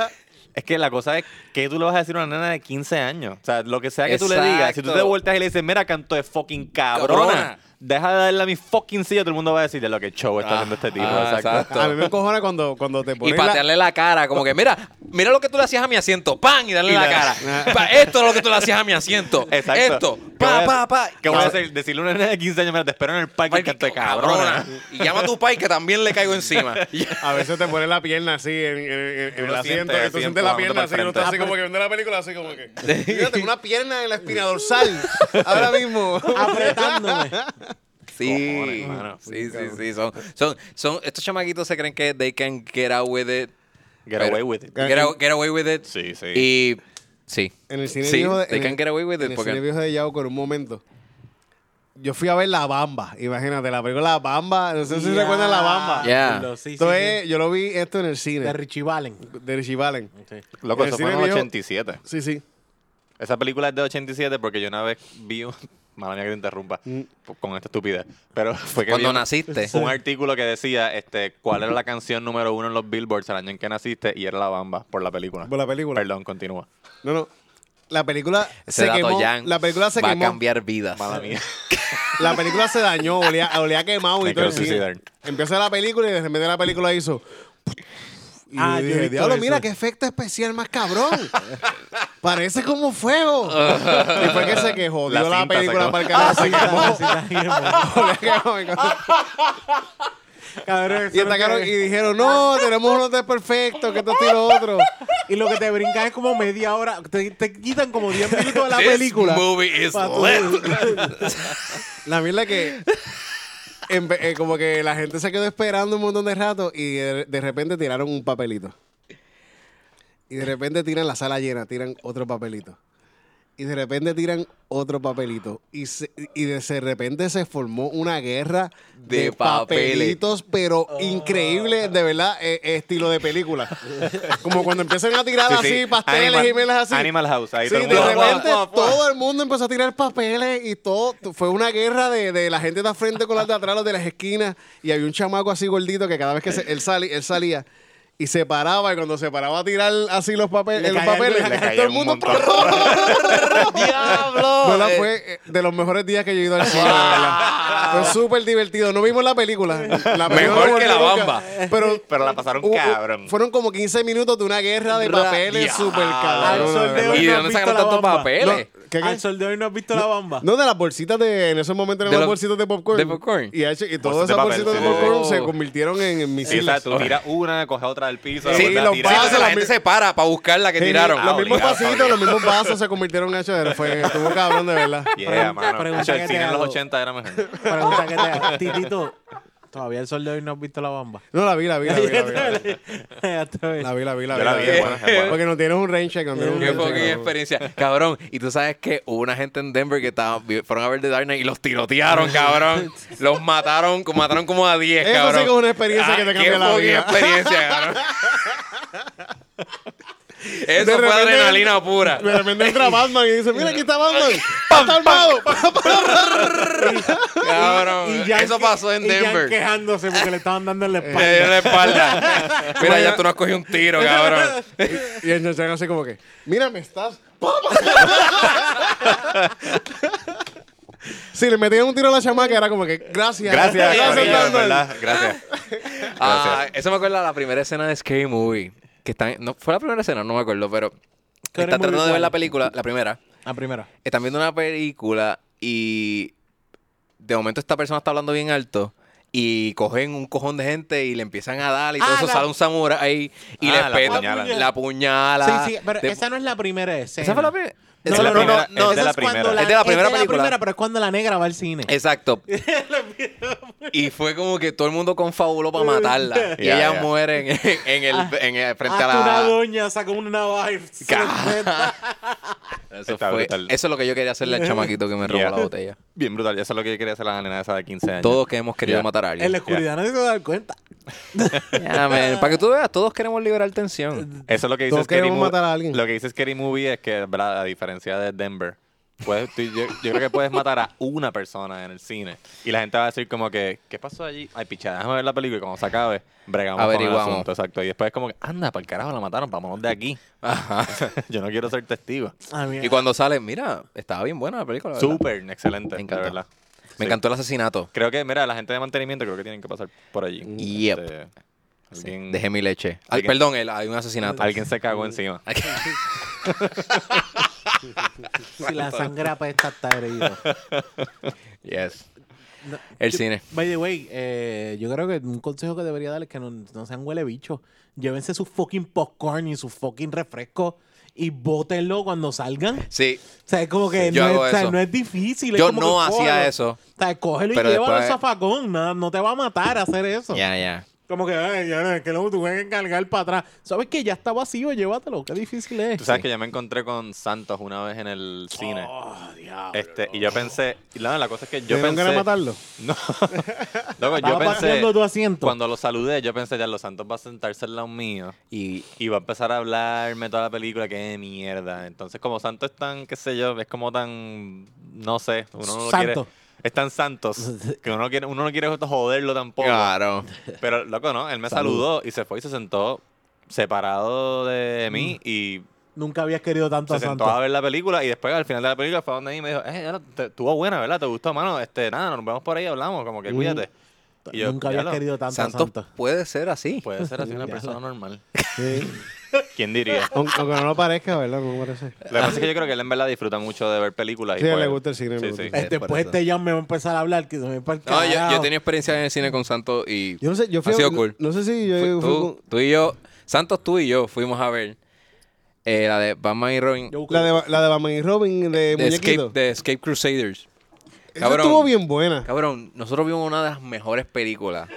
Speaker 3: es que la cosa es que tú le vas a decir a una nena de 15 años. O sea, lo que sea que tú le digas, si tú te
Speaker 1: Exacto.
Speaker 3: volteas y le dices, mira, canto de fucking cabrona,
Speaker 1: Cabrona.
Speaker 3: deja de darle a mi fucking silla, todo el mundo va a decirle lo que show está haciendo este tipo.
Speaker 1: Ah,
Speaker 3: exacto.
Speaker 1: exacto.
Speaker 2: A mí me encojona cuando, cuando te
Speaker 1: Y
Speaker 2: pones la-
Speaker 1: patearle la cara, como que mira, mira lo que tú le hacías a mi asiento, pan, y darle
Speaker 3: Y
Speaker 1: la
Speaker 3: la-
Speaker 1: cara. Pa, esto es lo que tú le hacías a mi asiento.
Speaker 3: Exacto.
Speaker 1: Esto,
Speaker 3: ¿Qué voy
Speaker 1: pa,
Speaker 3: a-
Speaker 1: pa, pa.
Speaker 3: ¿Qué voy a decir? Decirle a una nena de 15 años, mira, te espero en el parque, y canto de cabrona.
Speaker 1: Y llama a tu pai que también le caigo encima.
Speaker 2: A veces te pones la pierna así en, en- en- en
Speaker 3: Uno
Speaker 2: el asiento,
Speaker 3: siente
Speaker 2: y tú
Speaker 3: así
Speaker 2: sientes la
Speaker 3: empujándote
Speaker 2: pierna
Speaker 3: para
Speaker 2: así,
Speaker 3: el
Speaker 2: uno está
Speaker 3: frente.
Speaker 2: así como que viendo la película así como que. Yo tengo una pierna en la espina dorsal ahora mismo.
Speaker 4: Apretándome.
Speaker 1: Sí,
Speaker 3: Cojones, mano.
Speaker 1: sí, sí, sí. Son, son, son, estos chamaquitos se creen que they can get out with it.
Speaker 3: Get
Speaker 1: Pero-
Speaker 3: away with it.
Speaker 1: Get, out- get away with it.
Speaker 3: Sí, sí.
Speaker 1: Y sí.
Speaker 2: En el cine
Speaker 1: sí,
Speaker 2: viejo de,
Speaker 1: they
Speaker 2: en
Speaker 1: can
Speaker 2: el-
Speaker 1: get away with
Speaker 2: en
Speaker 1: it.
Speaker 2: el
Speaker 1: Porque
Speaker 2: cine viejo de Yauco en un momento. Yo fui a ver La Bamba, imagínate, la película La Bamba, no sé si se recuerdan La Bamba.
Speaker 1: Yeah.
Speaker 4: Lo- sí, sí,
Speaker 2: Esto
Speaker 4: sí.
Speaker 2: es- Yo lo vi esto en el
Speaker 4: De
Speaker 2: cine,
Speaker 4: Richie Valen.
Speaker 2: de Richie Valen.
Speaker 4: Sí.
Speaker 3: Loco,
Speaker 2: En el
Speaker 3: eso fue
Speaker 2: cine
Speaker 3: en el
Speaker 2: viejo-
Speaker 3: 87.
Speaker 2: Sí, sí.
Speaker 3: Esa película es de 87 porque yo una vez vi un... Mala mía que te interrumpa po- con esta estupidez. Pero fue que
Speaker 1: Mm. cuando
Speaker 3: vi un-
Speaker 1: naciste.
Speaker 3: Este, un artículo que decía este cuál era la canción número uno en los billboards el año en que naciste y era La Bamba por la película.
Speaker 2: Por la película.
Speaker 3: Perdón, continúa.
Speaker 2: No, no. La película
Speaker 1: Ese
Speaker 2: se
Speaker 1: dato,
Speaker 2: quemó.
Speaker 1: Jan,
Speaker 2: la película se
Speaker 1: va
Speaker 2: quemó.
Speaker 1: a cambiar vidas.
Speaker 3: Mala mía.
Speaker 2: La película se dañó, olía, olía quemado
Speaker 3: Me
Speaker 2: y todo
Speaker 3: quiero
Speaker 2: el cine.
Speaker 3: suicidar.
Speaker 2: Empieza la película y de repente la película hizo. Y
Speaker 5: Ah, yo
Speaker 2: yo
Speaker 5: he
Speaker 2: dije,
Speaker 5: visto
Speaker 2: diablo,
Speaker 5: eso.
Speaker 2: mira qué efecto especial más cabrón. Parece como fuego. y fue que se quejó,
Speaker 3: La
Speaker 2: dio la
Speaker 3: cinta
Speaker 2: película
Speaker 3: sacó.
Speaker 2: para el canal. se quemó.
Speaker 5: Ah, Cabrón, eso
Speaker 2: y,
Speaker 5: es lo
Speaker 2: atacaron,
Speaker 5: que-
Speaker 2: y dijeron, no, tenemos uno de perfecto, que esto y lo otro.
Speaker 5: Y lo que te brincas es como media hora. Te, te quitan como 10 minutos de la
Speaker 1: This
Speaker 5: película.
Speaker 1: movie is
Speaker 5: Pa' tú-
Speaker 1: lit.
Speaker 2: La mierda que... en ve- eh, como que la gente se quedó esperando un montón de rato y de, de repente tiraron un papelito. Y de repente tiran la sala llena, tiran otro papelito. Y de repente tiran otro papelito. Y, se- y de se- repente se formó una guerra
Speaker 1: De papeles.
Speaker 2: papelitos, pero increíble, de verdad, eh, eh, estilo de película. Como cuando empiezan a tirar
Speaker 3: Sí,
Speaker 2: así,
Speaker 3: sí.
Speaker 2: Ah, pasteles
Speaker 3: Animal-
Speaker 2: y mierdas así.
Speaker 3: Animal House. Ahí
Speaker 2: Sí,
Speaker 3: todo el
Speaker 2: de
Speaker 3: mundo-
Speaker 2: repente
Speaker 1: Fuá, fuá, fuá.
Speaker 2: todo el mundo empezó a tirar papeles y todo. tu- Fue una guerra de, de la gente de al frente con las de atrás, los de las esquinas. Y había un chamaco así gordito que cada vez que se- él, sali- él salía y se paraba. Y cuando se paraba a tirar así los, papel-
Speaker 5: Le
Speaker 2: los
Speaker 5: caía-
Speaker 2: papeles,
Speaker 5: le
Speaker 3: caía
Speaker 2: todo el
Speaker 3: un
Speaker 2: mundo.
Speaker 3: montón.
Speaker 1: ¡Diablo!
Speaker 2: Bueno,
Speaker 1: Eh,
Speaker 2: fue eh, de los mejores días que yo he ido al cine, de verdad. Fue súper divertido. No vimos la película. La película
Speaker 3: Mejor
Speaker 2: no
Speaker 3: que La
Speaker 2: volvió nunca.
Speaker 3: Bamba.
Speaker 2: Pero.
Speaker 3: Pero la pasaron
Speaker 2: u- u-
Speaker 3: cabrón.
Speaker 2: Fueron como 15 minutos de una guerra de
Speaker 1: Ra-
Speaker 2: papeles
Speaker 1: Ya.
Speaker 2: súper
Speaker 5: Al
Speaker 2: cabrón.
Speaker 5: sol
Speaker 2: de
Speaker 5: de
Speaker 2: verdad.
Speaker 5: hoy no
Speaker 1: ¿Y de
Speaker 5: has
Speaker 1: dónde
Speaker 5: visto
Speaker 1: sacaron
Speaker 5: la
Speaker 1: tantos
Speaker 5: bamba.
Speaker 1: papeles?
Speaker 2: No, ¿qué- qué?
Speaker 5: Al sol de hoy no has visto la bamba.
Speaker 2: No, de las bolsitas de. En esos momentos
Speaker 1: De
Speaker 2: eran las
Speaker 1: los-
Speaker 2: bolsitas de popcorn.
Speaker 1: de popcorn.
Speaker 2: Y, hecho- y todas
Speaker 3: Bolsas de
Speaker 2: esas
Speaker 3: papel,
Speaker 2: bolsitas de
Speaker 3: sí, sí, sí.
Speaker 2: popcorn se
Speaker 1: Oh.
Speaker 2: convirtieron en, en
Speaker 3: Sí,
Speaker 2: misiles.
Speaker 3: exacto. Tira una, coge otra del piso.
Speaker 1: Sí,
Speaker 3: vuelve a
Speaker 2: los
Speaker 3: tirar.
Speaker 1: Por eso
Speaker 2: vasos,
Speaker 1: la
Speaker 2: la
Speaker 1: gente
Speaker 2: mi-
Speaker 1: se para para buscar la que
Speaker 2: Sí,
Speaker 1: tiraron.
Speaker 2: Los mismos
Speaker 3: obligado,
Speaker 2: pasitos, los mismos vasos se convirtieron en hecho. Fue, estuvo cabrón, de verdad.
Speaker 3: Yeah, mano.
Speaker 4: pregunta
Speaker 3: Hacho,
Speaker 4: que
Speaker 3: el
Speaker 4: te
Speaker 3: cine en los
Speaker 4: hago.
Speaker 3: 80 era mejor.
Speaker 4: Pregunta que te hago. Titito, todavía el sol de hoy no has visto la bamba.
Speaker 2: No, la vi, la vi, la vi. La vi, la vi,
Speaker 4: Otra vez.
Speaker 2: la vi. La vi,
Speaker 3: Yo la vi, es buena, es buena.
Speaker 2: Porque no tienes un rain check. No tienes un
Speaker 1: Qué
Speaker 2: rain check,
Speaker 1: fucking
Speaker 2: no.
Speaker 1: experiencia. Cabrón, y tú sabes que hubo una gente en Denver que estaba, vi- fueron a ver The Dark Knight y los tirotearon, cabrón. Los mataron, como- mataron como a 10,
Speaker 2: Eso sí
Speaker 1: cabrón.
Speaker 2: que es una experiencia que te
Speaker 1: qué
Speaker 2: cambia la
Speaker 1: fucking
Speaker 2: vida.
Speaker 1: experiencia, cabrón. Eso
Speaker 2: De
Speaker 1: fue
Speaker 2: repente-
Speaker 1: adrenalina pura.
Speaker 2: De repente entra Batman y dice: Mira, aquí está Batman. Está armado.
Speaker 1: Cabrón.
Speaker 5: Y Jan
Speaker 1: Eso
Speaker 5: que-
Speaker 1: pasó en
Speaker 5: y Jan
Speaker 1: Denver. Eh,
Speaker 5: quejándose porque le estaban dando en la
Speaker 1: Me dio
Speaker 5: espalda.
Speaker 1: en la espalda. Mira, ya tú no has cogido un tiro, cabrón.
Speaker 2: Y el Chan así como que: Mira, me estás. Si le metían un tiro a la chamaca, era como que: Gracias.
Speaker 3: Gracias,
Speaker 1: Gracias,
Speaker 3: cariño,
Speaker 1: Batman.
Speaker 3: en verdad. Gracias.
Speaker 1: Ah, eso me acuerda a la primera escena de Scary Movie. Que están, no, fue la primera escena, no me acuerdo, pero
Speaker 4: Scary
Speaker 1: está tratando
Speaker 4: Movie
Speaker 1: de ver
Speaker 4: cuál?
Speaker 1: la película, la primera.
Speaker 4: La primera.
Speaker 1: Están viendo una película y de momento esta persona está hablando bien alto y cogen un cojón de gente y le empiezan a dar y todo
Speaker 4: Ah,
Speaker 1: eso
Speaker 4: la-
Speaker 1: sale un samurái y
Speaker 3: Ah,
Speaker 1: le
Speaker 3: la
Speaker 1: peta-
Speaker 3: apuñalan.
Speaker 1: la puñala.
Speaker 4: sí, sí, pero
Speaker 1: Te-
Speaker 4: esa no es la primera escena.
Speaker 1: ¿Esa fue la primera.
Speaker 4: No,
Speaker 1: Esa
Speaker 3: es la
Speaker 4: no, no,
Speaker 3: primera,
Speaker 4: no,
Speaker 3: es
Speaker 4: no,
Speaker 3: de
Speaker 4: esa
Speaker 3: la
Speaker 4: es cuando
Speaker 3: primera.
Speaker 1: Es de la primera película.
Speaker 4: pero es cuando la negra va al cine.
Speaker 1: Exacto. y fue como que todo el mundo confabuló para matarla. y
Speaker 3: Ya,
Speaker 1: ella
Speaker 3: ya.
Speaker 1: muere en, en el, en el- frente a
Speaker 5: Hasta una
Speaker 1: la.
Speaker 5: doña sacó una navaja y se
Speaker 1: Ca-
Speaker 5: la mete.
Speaker 1: Eso,
Speaker 3: Está
Speaker 1: fue-
Speaker 3: brutal.
Speaker 1: eso es lo que yo quería hacerle al chamaquito que me robó
Speaker 3: Yeah.
Speaker 1: la botella.
Speaker 3: Bien brutal. Eso es lo que yo quería hacer a la nena esa de 15 años.
Speaker 1: Todos que hemos querido
Speaker 3: Yeah.
Speaker 1: matar a
Speaker 5: En la
Speaker 1: alguien.
Speaker 5: oscuridad no se dan cuenta.
Speaker 1: Ya, man, Para que tú veas, todos queremos liberar tensión.
Speaker 3: Eso es lo que dice
Speaker 2: Todos
Speaker 3: Scary
Speaker 2: queremos
Speaker 3: Movie.
Speaker 2: matar a alguien.
Speaker 3: Lo que dice Scary Movie es que, ¿verdad? a diferencia de Denver, puedes- tú- yo, yo creo que puedes matar a una persona en el cine. Y la gente va a decir como que, ¿qué pasó allí? Ay, pichada, déjame ver la película y cuando se acabe, bregamos
Speaker 1: Averiguamos.
Speaker 3: con el asunto. Exacto. Y después es como que, anda, para el carajo la mataron, vámonos de aquí.
Speaker 1: Ajá.
Speaker 3: yo no quiero ser testigo.
Speaker 4: Ah,
Speaker 5: A mí-
Speaker 1: Y cuando sale, mira, estaba bien buena la película. ¿verdad?
Speaker 3: Súper, excelente,
Speaker 1: Me
Speaker 3: de
Speaker 1: encanta.
Speaker 3: verdad. Sí.
Speaker 1: Me encantó el asesinato.
Speaker 3: Creo que, mira, la gente de mantenimiento creo que tienen que pasar por allí.
Speaker 1: Yep.
Speaker 3: Este, alguien,
Speaker 1: Dejé mi leche. Ay,
Speaker 3: Alguien-
Speaker 1: perdón, el- hay un asesinato.
Speaker 3: alguien se cagó encima.
Speaker 4: Si la sangre apesta, está herido.
Speaker 1: yes. El cine.
Speaker 4: By the way, eh, yo creo que un consejo que debería darles es que no, no sean huele bicho. Llévense su fucking popcorn y su fucking refresco y bótenlo cuando salgan. O
Speaker 1: Sí,
Speaker 4: sea, es como que
Speaker 1: Sí, yo
Speaker 4: no, es,
Speaker 1: hago
Speaker 4: o sea,
Speaker 1: eso.
Speaker 4: no es difícil. es
Speaker 1: Yo
Speaker 4: como
Speaker 1: no
Speaker 4: que
Speaker 1: hacía
Speaker 4: cógelo.
Speaker 1: eso.
Speaker 4: O sea, cógelo y
Speaker 1: Pero
Speaker 4: llévalo al
Speaker 1: después-
Speaker 4: zafacón. No, no te va a matar hacer eso.
Speaker 2: Oh.
Speaker 1: ya, ya.
Speaker 5: Como que, ay, ya, no, es que luego tú ves
Speaker 4: Pueden cargar para atrás. ¿Sabes que Ya está vacío, llévatelo. Qué difícil es.
Speaker 3: Tú sabes que yo me encontré con Santos una vez en el cine.
Speaker 4: Oh, Ah,
Speaker 3: este, y yo pensé, y la, la cosa es que yo
Speaker 2: Yo
Speaker 3: pensé.
Speaker 2: pensé... matarlo?
Speaker 3: No. Loco, yo
Speaker 4: Estaba
Speaker 3: pensé.
Speaker 4: pateando tu asiento.
Speaker 3: Cuando lo saludé, yo pensé, ya los Santos va a sentarse al lado mío
Speaker 1: Y
Speaker 3: y va a empezar a hablarme toda la película, qué mierda. Entonces, como Santos es tan, qué sé yo, es como tan, no sé, uno no lo quiere.
Speaker 4: Santo.
Speaker 3: Es tan santos que uno, no quiere, uno no quiere joderlo tampoco.
Speaker 1: claro.
Speaker 3: Pero, loco, ¿no? Él me saludó y se fue y se sentó separado de mí
Speaker 4: Mm.
Speaker 3: y
Speaker 4: Nunca habías querido tanto
Speaker 3: se
Speaker 4: a
Speaker 3: sentó
Speaker 4: Santos.
Speaker 3: a ver la película y después al final de la película
Speaker 2: Mm.
Speaker 3: fue donde mí y me dijo, eh, ya lo- te- estuvo buena, ¿verdad? ¿Te gustó, mano? Este, nada, nos vemos por ahí, hablamos, como que cuídate. Y yo,
Speaker 4: Nunca había
Speaker 3: diablo,
Speaker 4: querido tanto a
Speaker 1: Santos
Speaker 4: Santos.
Speaker 1: puede ser así.
Speaker 3: Puede ser así una
Speaker 4: Ya
Speaker 3: persona
Speaker 4: lo-
Speaker 3: normal.
Speaker 2: Sí.
Speaker 3: ¿Quién diría?
Speaker 2: Aunque aunque no lo parezca, ¿verdad? No me parece.
Speaker 3: Lo que pasa es que yo creo que él en verdad disfruta mucho de ver películas. y
Speaker 2: Sí,
Speaker 3: pues-
Speaker 2: le gusta el cine,
Speaker 3: Sí,
Speaker 2: le gusta
Speaker 3: sí.
Speaker 2: el
Speaker 4: Eh,
Speaker 1: por
Speaker 4: Después
Speaker 1: eso.
Speaker 4: este ya me va a empezar a hablar que se me va
Speaker 1: No,
Speaker 4: para el
Speaker 1: yo, yo
Speaker 4: carajo.
Speaker 1: he tenido experiencia en el cine con Santos y
Speaker 2: Yo no sé, yo fui
Speaker 1: Ha
Speaker 2: a-
Speaker 1: sido
Speaker 2: no-
Speaker 1: cool.
Speaker 2: No, sé si yo
Speaker 1: fu-
Speaker 2: fui
Speaker 1: tú,
Speaker 2: con-
Speaker 1: tú y yo, Santos, tú y yo fuimos a ver eh, la de Batman y Robin
Speaker 4: Yo busco-
Speaker 2: la de, Ba- la de Batman y Robin de
Speaker 1: de
Speaker 2: Muñequito.
Speaker 1: Escape, de Escape Crusaders.
Speaker 2: Esa estuvo bien buena.
Speaker 1: Cabrón, nosotros vimos una de las mejores películas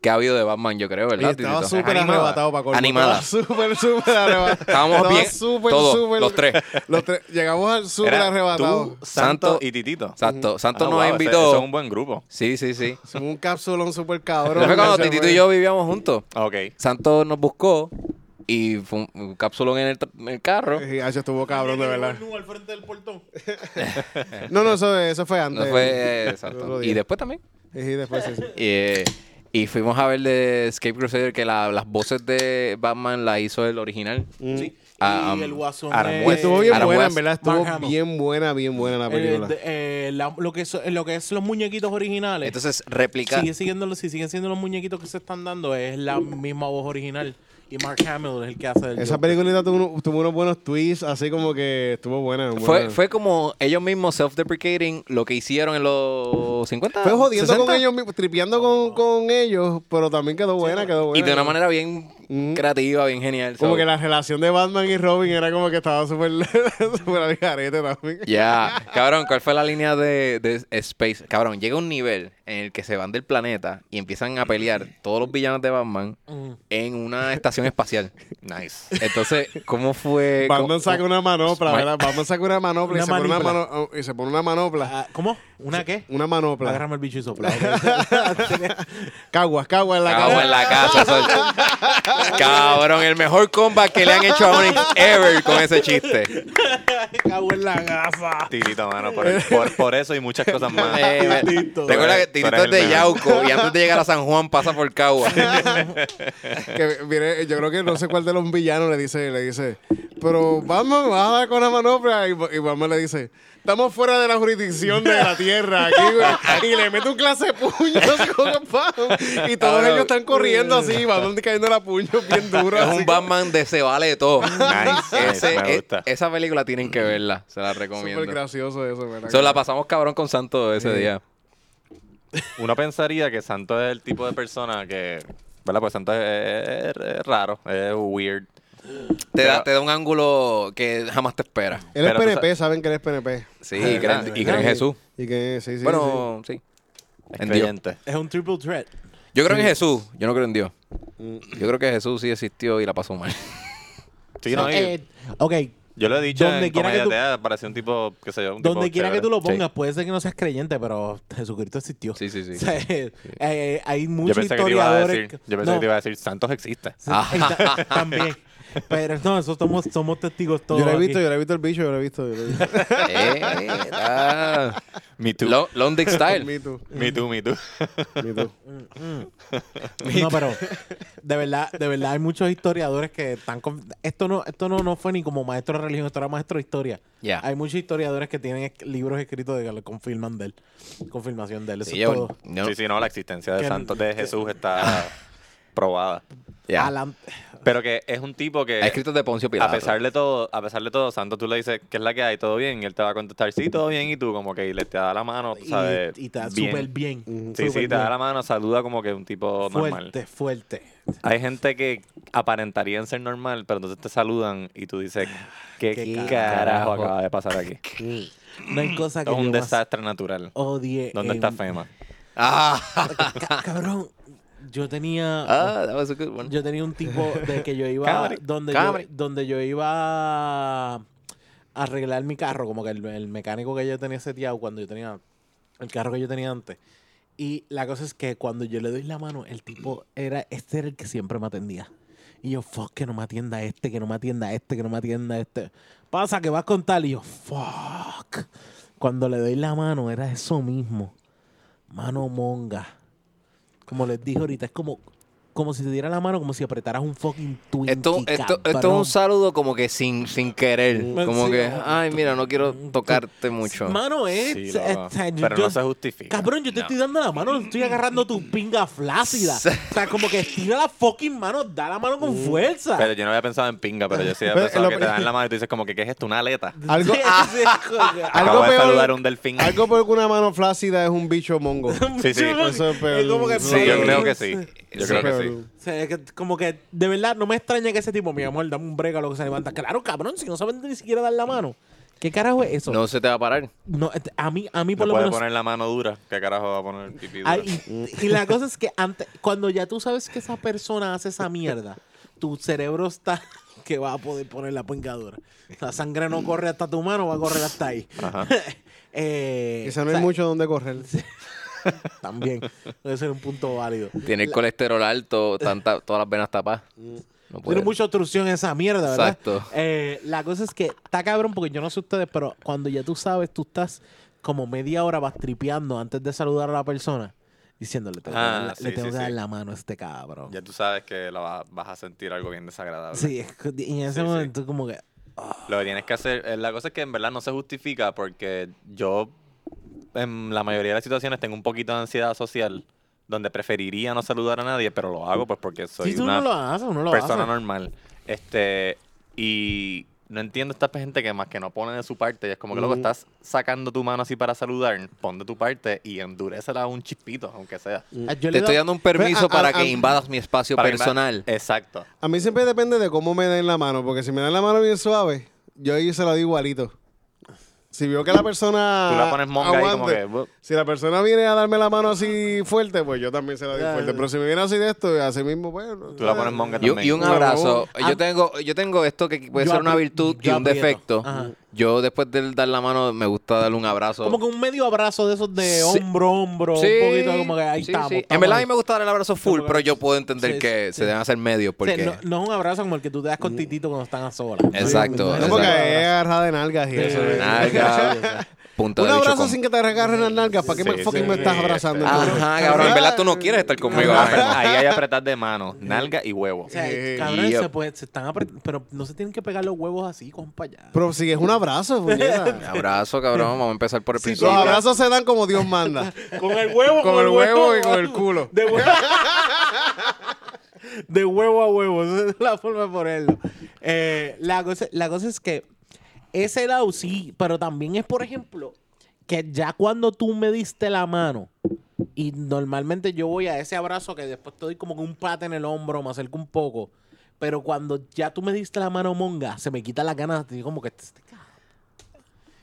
Speaker 1: que ha habido de Batman, yo creo,
Speaker 2: Y
Speaker 1: ¿verdad?
Speaker 2: estaba
Speaker 1: Titito?
Speaker 2: súper
Speaker 1: Animada.
Speaker 2: arrebatado para colmo.
Speaker 1: Animada.
Speaker 2: Estaba Súper, súper arrebatado.
Speaker 1: Estábamos
Speaker 2: Estaba
Speaker 1: bien,
Speaker 2: súper,
Speaker 1: todos,
Speaker 2: súper-
Speaker 1: los tres.
Speaker 2: los tres. Llegamos al súper
Speaker 3: Era
Speaker 2: arrebatado.
Speaker 3: tú, Santo
Speaker 1: Santo-
Speaker 3: y Titito.
Speaker 2: Mm.
Speaker 1: Exacto. Santos
Speaker 3: Ah,
Speaker 1: nos
Speaker 3: wow, ese-
Speaker 1: invitó.
Speaker 3: Eso es un buen grupo.
Speaker 1: Sí, sí, sí.
Speaker 2: Hicimos Un capsulón súper cabrón.
Speaker 1: Yo me acuerdo,
Speaker 2: Ese
Speaker 1: Titito
Speaker 2: fue-
Speaker 1: y yo vivíamos juntos.
Speaker 3: Ok.
Speaker 1: Santos nos buscó y fue un, un capsulón en el, tra- en el carro.
Speaker 2: Sí, Hacho, estuvo cabrón, de verdad.
Speaker 5: Nu al frente del portón.
Speaker 2: No, no, eso, eso fue antes.
Speaker 1: No fue, eh, exacto.
Speaker 2: Otro
Speaker 1: Y
Speaker 2: día.
Speaker 1: después también.
Speaker 2: Sí, después sí, sí.
Speaker 1: Y, eh, y fuimos a ver de Escape Crusader que la- las voces de Batman la hizo el original.
Speaker 2: Mm.
Speaker 5: Sí.
Speaker 1: Ah,
Speaker 5: y
Speaker 1: um,
Speaker 5: el guasón.
Speaker 3: Arambuez.
Speaker 5: es-
Speaker 2: Y estuvo bien
Speaker 1: Adam
Speaker 2: buena, en
Speaker 1: West,
Speaker 2: verdad.
Speaker 4: Mark
Speaker 2: Estuvo
Speaker 4: Hamill.
Speaker 2: bien buena, bien buena la
Speaker 4: Eh,
Speaker 2: película.
Speaker 4: de- eh, la- lo, que son, lo que es los muñequitos originales.
Speaker 1: Entonces replica.
Speaker 4: sigue siguiendo, los- si siguen siendo los muñequitos que se están dando, es la misma voz original. Y Mark Hamill es el que hace el
Speaker 2: Esa
Speaker 4: Joker.
Speaker 2: peliculita tuvo, uno- tuvo unos buenos twists, así como que estuvo buena.
Speaker 1: Fue,
Speaker 2: buena.
Speaker 1: fue como ellos mismos self-deprecating lo que hicieron en los 50.
Speaker 2: Fue jodiendo
Speaker 1: 60.
Speaker 2: con ellos, mismos, tripeando con, con ellos, pero también quedó buena, quedó buena.
Speaker 1: Y de una manera bien
Speaker 2: Mm.
Speaker 1: creativa, bien genial.
Speaker 2: Como
Speaker 1: so,
Speaker 2: que la relación de Batman y Robin era como que estaba súper súper al garete también.
Speaker 1: Ya, cabrón, ¿cuál fue la línea de, de Space? Cabrón, llega un nivel en el que se van del planeta y empiezan a pelear todos los villanos de Batman
Speaker 4: Mm.
Speaker 1: en una estación espacial. Nice. Entonces, ¿cómo fue?
Speaker 2: Batman
Speaker 1: ¿Cómo-
Speaker 2: saca una manopla,
Speaker 1: Ma-
Speaker 2: ¿verdad? Batman saca una manopla y,
Speaker 4: Una
Speaker 2: se pone una
Speaker 4: manopla.
Speaker 2: mano- y se pone una manopla.
Speaker 4: Ah, ¿Cómo? ¿Una qué?
Speaker 2: Una manopla.
Speaker 4: Agárrame el bicho y sopla.
Speaker 2: Caguas, caguas en la
Speaker 1: Cago en
Speaker 2: cara.
Speaker 1: la casa. soy- Cabrón, el mejor combat que le han hecho a Onyx ever con ese chiste.
Speaker 4: Cago en la gasa.
Speaker 3: Titito, mano, por, el- por- por eso y muchas cosas más.
Speaker 1: Eh, me-
Speaker 4: Titito.
Speaker 1: ¿Te acuerdas que
Speaker 3: Tú eres
Speaker 1: Titito es
Speaker 3: el
Speaker 1: de
Speaker 3: mejor.
Speaker 1: Yauco y antes de llegar a San Juan pasa por Cagua?
Speaker 2: Que viene- yo creo que no sé cuál de los villanos le dice, le dice, pero Batman me vas a dar con la manopla. Y, Ba- y Batman le dice, estamos fuera de la jurisdicción de la tierra aquí, güey. Y le mete un clase de puños con el Batman. Y todos
Speaker 1: Cabrón.
Speaker 2: ellos están corriendo así, Batman cayendo la puños bien duro.
Speaker 1: Es
Speaker 2: así.
Speaker 1: un Batman de se vale todo.
Speaker 3: Nice,
Speaker 1: Ese-
Speaker 3: nice, me
Speaker 1: e-
Speaker 3: gusta.
Speaker 1: esa película tienen que verla, se la
Speaker 2: Súper
Speaker 1: recomiendo.
Speaker 2: gracioso eso, ¿verdad?
Speaker 1: So, la pasamos cabrón con Santo ese día.
Speaker 3: Uno pensaría que Santo es el tipo de persona que. ¿Verdad? Pues Santo es, es- es raro, es weird.
Speaker 1: Te da,
Speaker 3: Pero-
Speaker 1: te da un ángulo que jamás te espera.
Speaker 2: Él es
Speaker 3: Pero tú
Speaker 2: PNP, saben que él es PNP.
Speaker 1: Sí,
Speaker 3: Ah,
Speaker 1: y creen, y creen en
Speaker 2: Ah,
Speaker 1: Jesús.
Speaker 2: Y que, sí, sí,
Speaker 1: Bueno, sí.
Speaker 3: Es
Speaker 1: En Dios.
Speaker 3: creyente.
Speaker 4: Es un triple threat.
Speaker 1: Yo creo en Jesús, yo no creo en Dios.
Speaker 2: Mm.
Speaker 1: Yo creo que Jesús sí existió y la pasó mal.
Speaker 3: Sí, no, y
Speaker 4: Eh, ok,
Speaker 3: yo lo he dicho
Speaker 4: donde
Speaker 3: en
Speaker 4: quiera que
Speaker 3: comedia
Speaker 4: tú-
Speaker 3: tea, parece un tipo, qué sé yo, un tipo
Speaker 4: donde quiera que tú lo
Speaker 3: chévere.
Speaker 4: pongas, puede ser que no seas creyente, pero Jesucristo existió.
Speaker 1: Sí, sí, sí.
Speaker 4: O sea, eh, eh, hay
Speaker 3: Yo
Speaker 4: muchos
Speaker 3: pensé que te iba a
Speaker 4: historiadores.
Speaker 3: decir, yo pensé
Speaker 4: no,
Speaker 3: que te iba Ah. a decir, Santos existe.
Speaker 4: sí, ta- También. Pero no, eso somos, somos testigos todos.
Speaker 2: Yo lo he visto,
Speaker 4: aquí.
Speaker 2: yo lo he visto el bicho, yo lo he visto. Yo lo he visto.
Speaker 1: Eh, ah.
Speaker 3: Me too.
Speaker 1: Lo- Long Dick Style.
Speaker 2: Me too,
Speaker 3: Me too, me too.
Speaker 2: me too.
Speaker 4: No, pero de verdad, de verdad hay muchos historiadores que están con- esto no esto no, no fue ni como maestro de religión, esto era maestro de historia.
Speaker 1: Ya.
Speaker 4: Hay muchos historiadores que tienen es- libros escritos de que lo confirman de él, confirmación de él, eso
Speaker 1: Sí,
Speaker 4: es
Speaker 1: yo-
Speaker 4: todo.
Speaker 1: no.
Speaker 3: Sí, sí, no, la existencia de
Speaker 4: Que-
Speaker 3: Santos de Jesús está probada.
Speaker 1: Ya.
Speaker 4: Alan-
Speaker 3: Pero que es un tipo que
Speaker 1: Hay escritos de Poncio
Speaker 3: a
Speaker 1: Pilato.
Speaker 3: pesar de todo, a pesar de todo, Santos tú le dices que es la que hay, todo bien, y él te va a contestar, sí, todo bien, y tú como que y le te da la mano, tú
Speaker 4: y,
Speaker 3: sabes.
Speaker 4: y está
Speaker 3: bien.
Speaker 4: súper bien.
Speaker 3: Sí, sí,
Speaker 4: súper
Speaker 3: te da
Speaker 4: bien.
Speaker 3: la mano, saluda como que un tipo normal.
Speaker 4: Fuerte, fuerte.
Speaker 3: Hay gente que aparentaría ser normal, pero entonces te saludan y tú dices, ¿qué,
Speaker 4: ¿Qué
Speaker 3: carajo,
Speaker 1: carajo?
Speaker 3: acaba de pasar aquí?
Speaker 4: No hay cosa que
Speaker 3: Esto es un
Speaker 4: yo más
Speaker 3: desastre natural.
Speaker 4: odie.
Speaker 3: ¿Dónde
Speaker 4: en-
Speaker 3: está Fema?
Speaker 1: Ah,
Speaker 4: Ca- Cabrón, yo tenía
Speaker 1: ah, that was a good one.
Speaker 4: Yo tenía un tipo de que yo iba
Speaker 3: Camry,
Speaker 4: donde
Speaker 1: Camry.
Speaker 4: yo, donde yo iba a arreglar mi carro, como que el, el mecánico que yo tenía seteado cuando yo tenía el carro que yo tenía antes. Y la cosa es que cuando yo le doy la mano, el tipo era este era el que siempre me atendía. Y yo, fuck, que no me atienda este, que no me atienda este, que no me atienda este. Pasa que vas con tal y yo, fuck. Cuando le doy la mano era eso mismo. Mano monga. Como les dije ahorita, es como como si te diera la mano, como si apretaras un fucking Twinkie,
Speaker 1: Esto, esto, esto es
Speaker 4: cabrón. Mm,
Speaker 1: un saludo como que sin, sin querer.
Speaker 4: Sí.
Speaker 1: Como que,
Speaker 4: Sí.
Speaker 1: ay, mira, no quiero tocarte mucho.
Speaker 4: Mano, es...
Speaker 3: Sí,
Speaker 4: es-
Speaker 3: loco.
Speaker 4: o sea, yo-
Speaker 3: Pero
Speaker 4: yo-
Speaker 3: no se justifica.
Speaker 4: Cabrón, yo te estoy dando la mano, estoy agarrando tu pinga flácida. O sea, como que estira la fucking mano, da la mano con fuerza.
Speaker 3: Uh, Pero yo no había pensado en pinga, pero yo sí había
Speaker 2: Pero,
Speaker 3: pensado
Speaker 2: lo-
Speaker 3: que te dan la mano y tú dices como que, ¿qué es esto? Una aleta.
Speaker 2: Algo,
Speaker 4: Sí,
Speaker 3: ah,
Speaker 4: sí,
Speaker 2: Algo
Speaker 4: joder.
Speaker 3: Acabo de
Speaker 2: peor-
Speaker 3: saludar a un delfín.
Speaker 2: algo por una mano flácida es un bicho mongo.
Speaker 3: Sí, sí.
Speaker 2: Eso es peor.
Speaker 4: Es como que-
Speaker 3: Sí, yo
Speaker 1: Sí.
Speaker 3: creo que sí. Yo
Speaker 1: Sí.
Speaker 3: creo que
Speaker 2: Peor.
Speaker 3: sí.
Speaker 4: O sea, es que como que de verdad no me extraña que ese tipo, mi amor, dame un brega lo que se levanta. Claro, cabrón, si no saben ni siquiera dar la mano. ¿Qué carajo es eso?
Speaker 1: No se te va a parar.
Speaker 4: No, este, a mí, a mí
Speaker 3: No
Speaker 4: por
Speaker 3: puede
Speaker 4: lo menos.
Speaker 3: poner la mano dura. ¿Qué carajo va a poner el pipí dura?
Speaker 4: Ay, y, y la cosa es que antes, cuando ya tú sabes que esa persona hace esa mierda, tu cerebro está que va a poder poner la pingadura. La sangre no corre hasta tu mano, va a correr hasta ahí.
Speaker 3: Ajá.
Speaker 4: Eh,
Speaker 2: Quizá no
Speaker 4: o
Speaker 2: hay
Speaker 4: sea,
Speaker 2: mucho donde correr.
Speaker 4: También. Puede ser un punto válido.
Speaker 1: Tiene el colesterol alto, tanta, todas las venas tapadas.
Speaker 4: Mm.
Speaker 1: No puede.
Speaker 4: Tiene mucha obstrucción esa mierda, ¿verdad?
Speaker 1: Exacto.
Speaker 4: Eh, la cosa es que está cabrón porque yo no sé ustedes, pero cuando ya tú sabes, tú estás como media hora vas tripeando antes de saludar a la persona, diciéndole, "Tengo que
Speaker 3: Ah,
Speaker 4: darle-
Speaker 3: sí,
Speaker 4: le tengo
Speaker 3: sí,
Speaker 4: que dar
Speaker 3: sí.
Speaker 4: la mano a este cabrón.
Speaker 3: Ya tú sabes que la va- vas a sentir algo bien desagradable.
Speaker 4: Sí, es que- y en ese
Speaker 3: Sí, sí.
Speaker 4: momento como que...
Speaker 3: Lo que tienes que hacer, eh, la cosa es que en verdad no se justifica porque yo en la mayoría de las situaciones tengo un poquito de ansiedad social donde preferiría no saludar a nadie, pero lo hago pues porque soy
Speaker 4: Si tú
Speaker 3: una
Speaker 4: no lo haces, uno lo
Speaker 3: persona
Speaker 4: hace.
Speaker 3: normal. Este, y no entiendo esta gente que más que no pone de su parte, y es como que luego
Speaker 2: Mm.
Speaker 3: estás sacando tu mano así para saludar, pon de tu parte y endurécela un chispito, aunque sea.
Speaker 4: Ah, yo
Speaker 1: Te
Speaker 4: le
Speaker 1: estoy
Speaker 4: doy-
Speaker 1: dando un permiso
Speaker 2: Ve, a-
Speaker 1: para
Speaker 2: a-
Speaker 1: que
Speaker 2: a-
Speaker 1: invadas mi espacio
Speaker 3: Para que-
Speaker 1: personal.
Speaker 3: Exacto.
Speaker 2: A mí siempre depende de cómo me den la mano, porque si me dan la mano bien suave, yo ahí se la doy igualito. Si veo que la persona.
Speaker 3: Tú la pones monga ahí como
Speaker 2: aguante,
Speaker 3: que, "Bu-".
Speaker 2: Si la persona viene a darme la mano así fuerte, pues yo también se la doy fuerte. Pero si me viene así de esto, así mismo, pues.
Speaker 3: Tú la pones monga
Speaker 1: Y, un-
Speaker 3: también.
Speaker 1: y un
Speaker 2: Claro.
Speaker 1: abrazo.
Speaker 4: Eh, Ah.
Speaker 1: Yo tengo, yo tengo esto que puede
Speaker 4: Yo
Speaker 1: ser una
Speaker 4: apri-
Speaker 1: virtud y
Speaker 4: yo
Speaker 1: un
Speaker 4: aprieto.
Speaker 1: defecto.
Speaker 4: Ajá.
Speaker 1: Yo después de dar la mano me gusta darle un abrazo.
Speaker 4: Como que un medio abrazo de esos de
Speaker 1: Sí.
Speaker 4: hombro a hombro,
Speaker 1: Sí,
Speaker 4: un poquito como que ahí
Speaker 1: sí,
Speaker 4: estamos.
Speaker 1: sí. En
Speaker 4: estamos
Speaker 1: verdad a
Speaker 4: ahí.
Speaker 1: mí me gusta dar el abrazo full,
Speaker 4: Estamos
Speaker 1: pero
Speaker 4: ahí.
Speaker 1: yo puedo entender
Speaker 4: Sí,
Speaker 1: que
Speaker 4: sí.
Speaker 1: se deben hacer medios
Speaker 4: O sea,
Speaker 1: porque...
Speaker 4: no, no es un abrazo como el que tú te das con Titito cuando están a solas.
Speaker 1: Exacto,
Speaker 2: No, porque
Speaker 1: exacto.
Speaker 2: es agarrada de nalgas y eso.
Speaker 4: sí,
Speaker 2: ¿eh?
Speaker 4: sí.
Speaker 1: Nalga, punta
Speaker 2: Un
Speaker 1: de bicho
Speaker 2: abrazo
Speaker 1: con-
Speaker 2: sin que te agarren las nalgas. ¿Para qué
Speaker 3: Sí,
Speaker 2: me fucking
Speaker 3: sí,
Speaker 2: me estás
Speaker 3: sí,
Speaker 2: abrazando?
Speaker 3: este.
Speaker 2: entonces?
Speaker 1: Ajá, cabrón. En verdad tú no quieres estar conmigo ahora mismo.
Speaker 3: Ahí hay apretar de mano, nalga y huevo.
Speaker 4: O sea,
Speaker 2: Eh,
Speaker 4: cabrón,
Speaker 1: yep.
Speaker 4: se, puede- se están apretando, pero no se tienen que pegar los huevos así, compa, ya.
Speaker 2: Pero si es un abrazo, puñeta.
Speaker 1: Abrazo, cabrón. Vamos a empezar por el
Speaker 2: Si
Speaker 1: principio.
Speaker 2: los abrazos se dan como Dios manda.
Speaker 4: con el huevo,
Speaker 2: Con el huevo y con el culo.
Speaker 4: De huevo, De huevo a huevo, esa es la forma de ponerlo. Eh, la, cosa, la cosa es que ese lado sí, pero también es, por ejemplo, que ya cuando tú me diste la mano, y normalmente yo voy a ese abrazo que después te doy como que un pata en el hombro, me acerco un poco. Pero cuando ya tú me diste la mano monga, se me quita las ganas. Te digo como que este cabrón.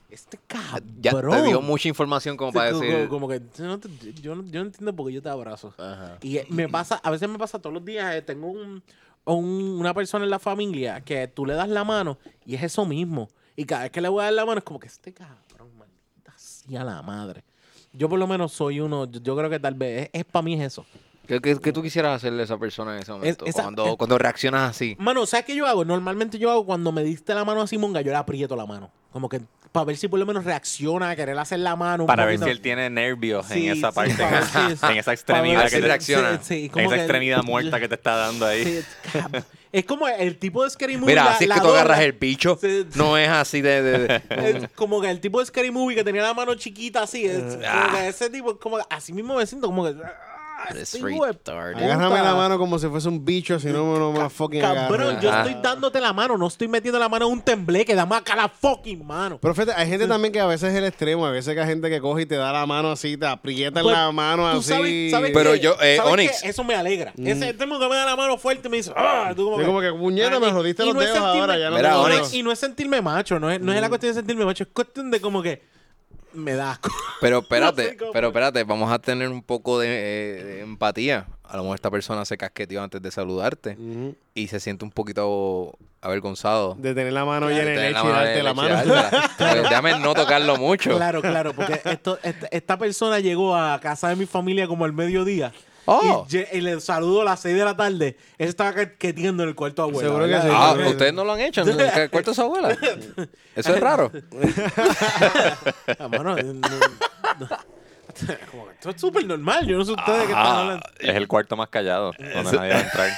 Speaker 4: Este cabrón.
Speaker 1: Ya te dio mucha información como
Speaker 4: Sí,
Speaker 1: para
Speaker 4: co- co-
Speaker 1: decir...
Speaker 4: como que yo no, te- yo no- yo no entiendo por qué yo te abrazo. Y eh, me pasa, a veces me pasa todos los días, eh, tengo un, un- una persona en la familia que tú le das la mano y es eso mismo. Y cada vez que le voy a dar la mano es como que este cabrón, maldita sea la madre. Yo por lo menos soy uno, yo, yo creo que tal vez, es, para mí es eso.
Speaker 1: ¿Qué, qué- qué tú quisieras hacerle a esa persona en ese momento?
Speaker 4: esa-
Speaker 1: cuando,
Speaker 4: es-
Speaker 1: cuando reaccionas así.
Speaker 4: Mano, ¿sabes qué yo hago? Normalmente yo hago cuando me diste la mano a Simonga, yo le aprieto la mano. Como que para ver si por lo menos reacciona a querer hacer la mano. un
Speaker 3: Para ver si
Speaker 4: poquito.
Speaker 3: él tiene nervios
Speaker 4: Sí,
Speaker 3: en esa
Speaker 4: sí,
Speaker 3: parte,
Speaker 4: pa'
Speaker 3: en,
Speaker 4: ver
Speaker 3: esa-
Speaker 4: si-
Speaker 3: en esa
Speaker 4: pa' ver
Speaker 3: extremidad
Speaker 1: si-
Speaker 3: que te,
Speaker 1: sí, reacciona.
Speaker 4: sí,
Speaker 3: en
Speaker 4: como
Speaker 3: esa
Speaker 4: que-
Speaker 3: extremidad muerta que te está dando ahí.
Speaker 4: Sí, cab- es como el tipo de Scary Movie.
Speaker 1: Mira,
Speaker 4: la-
Speaker 1: así es
Speaker 4: la
Speaker 1: que tú
Speaker 4: gorra.
Speaker 1: agarras el bicho.
Speaker 4: Sí, sí.
Speaker 1: No es así de... de- de-
Speaker 4: Es como que el tipo de Scary Movie que tenía la mano chiquita así. es como
Speaker 1: Ah.
Speaker 4: que ese tipo, como que así mismo me siento como que. ah,
Speaker 1: It's
Speaker 4: este hijo de
Speaker 1: retarded.
Speaker 4: puta.
Speaker 2: Agárrame la mano como si fuese un bicho, si no, no me la fucking
Speaker 4: Cabrón,
Speaker 2: agarro.
Speaker 4: yo
Speaker 1: Ajá.
Speaker 4: estoy dándote la mano, no estoy metiendo la mano en un tembleque, dame acá la fucking mano.
Speaker 2: Pero fíjate, hay gente también que a veces es el extremo, a veces que hay gente que coge y te da la mano así, te aprieta
Speaker 4: Pues,
Speaker 2: la mano
Speaker 4: Tú
Speaker 2: así. Mm.
Speaker 4: sabes, sabes
Speaker 1: Pero
Speaker 4: que-
Speaker 1: yo, eh,
Speaker 4: ¿sabes
Speaker 1: Onyx.
Speaker 4: que Eso me alegra. Ese el tipo que me da la mano fuerte me dice, ah, tú como
Speaker 2: Yo como que, puñeta, me jodiste
Speaker 4: y
Speaker 2: los
Speaker 4: es
Speaker 2: dedos
Speaker 4: sentirme-
Speaker 2: ahora, ya no
Speaker 1: Mira,
Speaker 2: tengo Mm.
Speaker 1: Onyx.
Speaker 2: dedos.
Speaker 4: Y no es sentirme macho, no es, no es la cuestión de sentirme macho, es cuestión de como que me da asco.
Speaker 1: Pero
Speaker 4: No sé
Speaker 1: espérate,
Speaker 4: cómo.
Speaker 1: pero espérate, vamos a tener un poco de, eh, de empatía. A lo mejor esta persona se casqueteó antes de saludarte
Speaker 2: Ujú.
Speaker 1: y se siente un poquito avergonzado.
Speaker 2: De tener la mano llena de
Speaker 1: Tener
Speaker 2: leche y
Speaker 1: mano de
Speaker 2: darte la
Speaker 1: leche,
Speaker 2: mano.
Speaker 1: dártela. Pues Déjame no tocarlo mucho.
Speaker 4: Claro, claro, porque esto, esta, esta persona llegó a casa de mi familia como al mediodía.
Speaker 1: Oh.
Speaker 4: Y, lle- y le saludo a las 6 de la tarde. Él estaba quetiendo en el cuarto de abuela.
Speaker 2: Seguro que
Speaker 4: ¿verdad?
Speaker 2: sí.
Speaker 1: Ah,
Speaker 2: Claro.
Speaker 1: ustedes no lo han hecho en el cuarto de su abuela. Eso es raro.
Speaker 4: Ah, mano, eh, no- no-
Speaker 5: Como que esto es súper normal. Yo no sé ustedes de qué están
Speaker 3: Ah,
Speaker 5: hablando.
Speaker 3: es el cuarto más callado donde nadie va a entrar.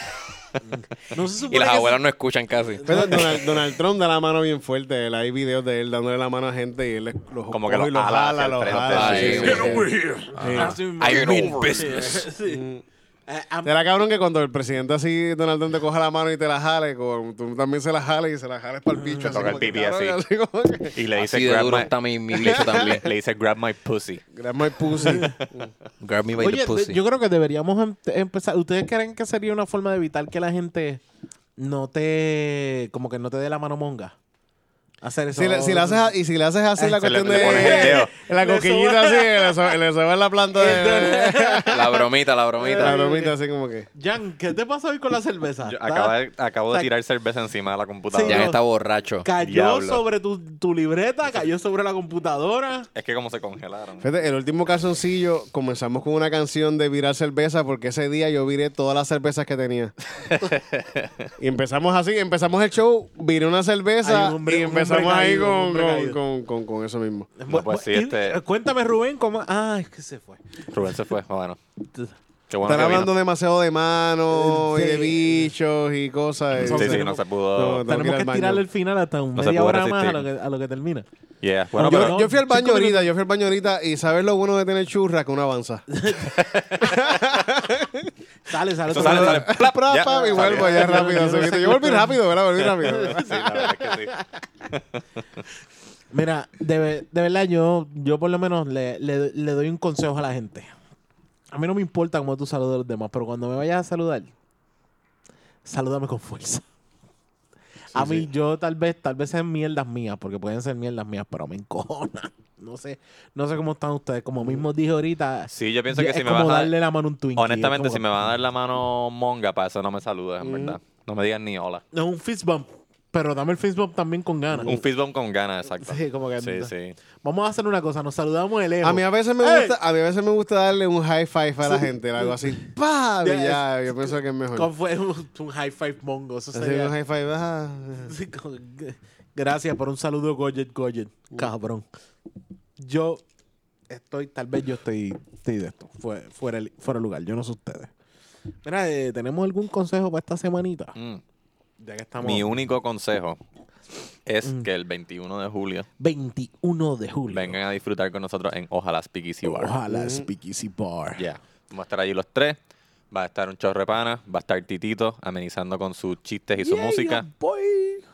Speaker 5: No se supone
Speaker 1: Y las
Speaker 5: que-
Speaker 1: abuelas no escuchan casi.
Speaker 2: Pero Donald, Donald Trump da la mano bien fuerte. Él, hay videos de él dándole la mano a gente y él les- los
Speaker 3: Como que
Speaker 2: coge y
Speaker 3: los
Speaker 2: los
Speaker 3: jala hacia
Speaker 2: jala,
Speaker 3: el
Speaker 2: los
Speaker 3: frente,
Speaker 2: jala.
Speaker 1: sí,
Speaker 2: sí,
Speaker 1: sí.
Speaker 2: sí.
Speaker 4: Ah,
Speaker 5: Así mismo.
Speaker 1: Ah. I mean
Speaker 5: Sí,
Speaker 1: business.
Speaker 5: sí.
Speaker 2: Mm.
Speaker 5: Eh, a-
Speaker 2: Será cabrón que cuando el presidente así, Donald Trump te coja la mano y te la jale, como tú también se la jales y se la jales para el bicho. Así
Speaker 3: Mm, toca el
Speaker 2: como que,
Speaker 3: pipí
Speaker 2: cabrón,
Speaker 3: así.
Speaker 2: así como que,
Speaker 3: Y le dice,
Speaker 1: Así de
Speaker 3: grab
Speaker 1: duro
Speaker 3: my,
Speaker 1: está mi, mi bicho también.
Speaker 3: le dice grab my pussy.
Speaker 2: Grab my pussy.
Speaker 1: Grab me by
Speaker 3: Pues
Speaker 4: Oye,
Speaker 1: the
Speaker 4: de-
Speaker 1: pussy.
Speaker 4: yo creo que deberíamos em- empezar. ¿Ustedes creen que sería una forma de evitar que la gente no te. como que no te dé la mano monga? Hacer eso.
Speaker 2: Si le, si le haces, a- y si le haces así la
Speaker 3: Eh, Se le-
Speaker 2: cuestión
Speaker 3: le pones el
Speaker 2: de
Speaker 3: dedo.
Speaker 2: la coquillita así, le soba- le soba en la planta de
Speaker 1: La bromita, la
Speaker 2: la
Speaker 1: bromita.
Speaker 2: bromita así como que.
Speaker 4: Jan, ¿qué te pasa hoy con la cerveza?
Speaker 3: Yo
Speaker 4: Está-
Speaker 3: acabo, de, acabo de
Speaker 4: Está-
Speaker 3: tirar cerveza encima de la computadora.
Speaker 4: Sí,
Speaker 1: Ya
Speaker 4: no.
Speaker 1: está borracho.
Speaker 4: Cayó
Speaker 3: Diablo.
Speaker 4: sobre tu, tu libreta, cayó sobre la computadora.
Speaker 3: Es que como se congelaron.
Speaker 2: Fíjate, el último calzoncillo comenzamos con una canción de virar cerveza porque ese día yo viré todas las cervezas que tenía. y empezamos así, empezamos el show, viré una cerveza
Speaker 4: Hay un hombre-
Speaker 2: y
Speaker 4: un hombre
Speaker 2: empezamos ahí
Speaker 4: caído, un
Speaker 2: con,
Speaker 4: hombre
Speaker 2: con,
Speaker 4: caído.
Speaker 2: con- con- con eso mismo.
Speaker 3: No, pues sí,
Speaker 4: Y-
Speaker 3: este-
Speaker 4: Cuéntame, Rubén, cómo. Ah, es que se fue.
Speaker 3: Rubén se fue, bueno. Qué bueno
Speaker 2: Están
Speaker 3: que
Speaker 2: hablando
Speaker 3: vino.
Speaker 2: demasiado de manos y de
Speaker 4: Sí.
Speaker 2: bichos y cosas. este.
Speaker 3: Sí, sí,
Speaker 2: Entonces,
Speaker 3: no se pudo.
Speaker 2: No, Tengo que ir
Speaker 4: Tenemos
Speaker 2: al
Speaker 4: que
Speaker 2: baño.
Speaker 4: tirarle el final hasta un
Speaker 3: No se
Speaker 4: media
Speaker 3: pudo
Speaker 4: hora más a lo, que,
Speaker 3: resistir.
Speaker 4: a lo que termina.
Speaker 3: Yeah. Bueno,
Speaker 4: Yo-
Speaker 3: pero
Speaker 2: yo fui al baño
Speaker 4: Cinco
Speaker 2: ahorita, yo fui al baño ahorita y sabes lo bueno de tener churras que uno avanza.
Speaker 4: Sale, sale,
Speaker 3: Eso
Speaker 4: otra
Speaker 3: sale,
Speaker 4: vez.
Speaker 3: sale. Plap,
Speaker 2: Pra,
Speaker 3: ya.
Speaker 2: pa, y vuelvo
Speaker 3: Salió.
Speaker 2: ya rápido. se quita. Yo volví rápido, ¿verdad? Volví rápido.
Speaker 3: Sí, la verdad es que sí.
Speaker 4: Mira, de, ve- de verdad, yo, yo por lo menos le, le- le doy un consejo a la gente. A mí no me importa cómo tú saludas a los demás, pero cuando me vayas a saludar, salúdame con fuerza. a mí, yo tal vez, tal vez sean mierdas mías, porque pueden ser mierdas mías, pero me encojona. No sé, no sé cómo están ustedes. Como mismo dije ahorita,
Speaker 3: Sí, yo pienso
Speaker 4: ya
Speaker 3: que si
Speaker 4: es
Speaker 3: me
Speaker 4: como
Speaker 3: vas a dar-
Speaker 4: darle la mano a un Twinkie.
Speaker 3: Honestamente,
Speaker 4: es como
Speaker 3: si me van a dar la mano monga, para eso no me saludes,
Speaker 4: Mm.
Speaker 3: en verdad. No me digan ni hola.
Speaker 4: que- No, un fist bump, pero dame el fist bump también con ganas.
Speaker 3: Un fist bump con ganas, exacto.
Speaker 4: Sí, como que-
Speaker 3: Sí, sí.
Speaker 4: Vamos a hacer una cosa, nos saludamos de lejos.
Speaker 2: A mí a veces me
Speaker 4: ¡Ey!
Speaker 2: gusta, a mí a veces me gusta darle un high five a la gente, algo así. ¡Pah! Y
Speaker 4: Ya,
Speaker 2: ya, yo pienso que es
Speaker 4: Con-
Speaker 2: mejor.
Speaker 4: fue un, un high five mongo. Eso
Speaker 2: Así un
Speaker 4: sería-
Speaker 2: high five. ah.
Speaker 4: Sí, como que- Gracias por un saludo, Goyet, Goyet. Cabrón. Yo estoy, tal vez yo estoy, estoy de esto, fue- fuera, el- fuera de lugar. Yo no sé ustedes. Mira, eh, ¿tenemos algún consejo para esta semanita?
Speaker 3: Mm.
Speaker 4: Ya que estamos Mm.
Speaker 3: Mi único consejo es que el 21 de julio
Speaker 4: 21 de julio.
Speaker 3: vengan a disfrutar con nosotros en Ojalá Speakeasy Bar.
Speaker 4: Ojalá Speakeasy Bar.
Speaker 3: Mm. Ya. Vamos a estar allí los tres. Va a estar un chorro de pana, va a estar Titito amenizando con sus chistes y su
Speaker 4: Yeah,
Speaker 3: música.
Speaker 4: boy.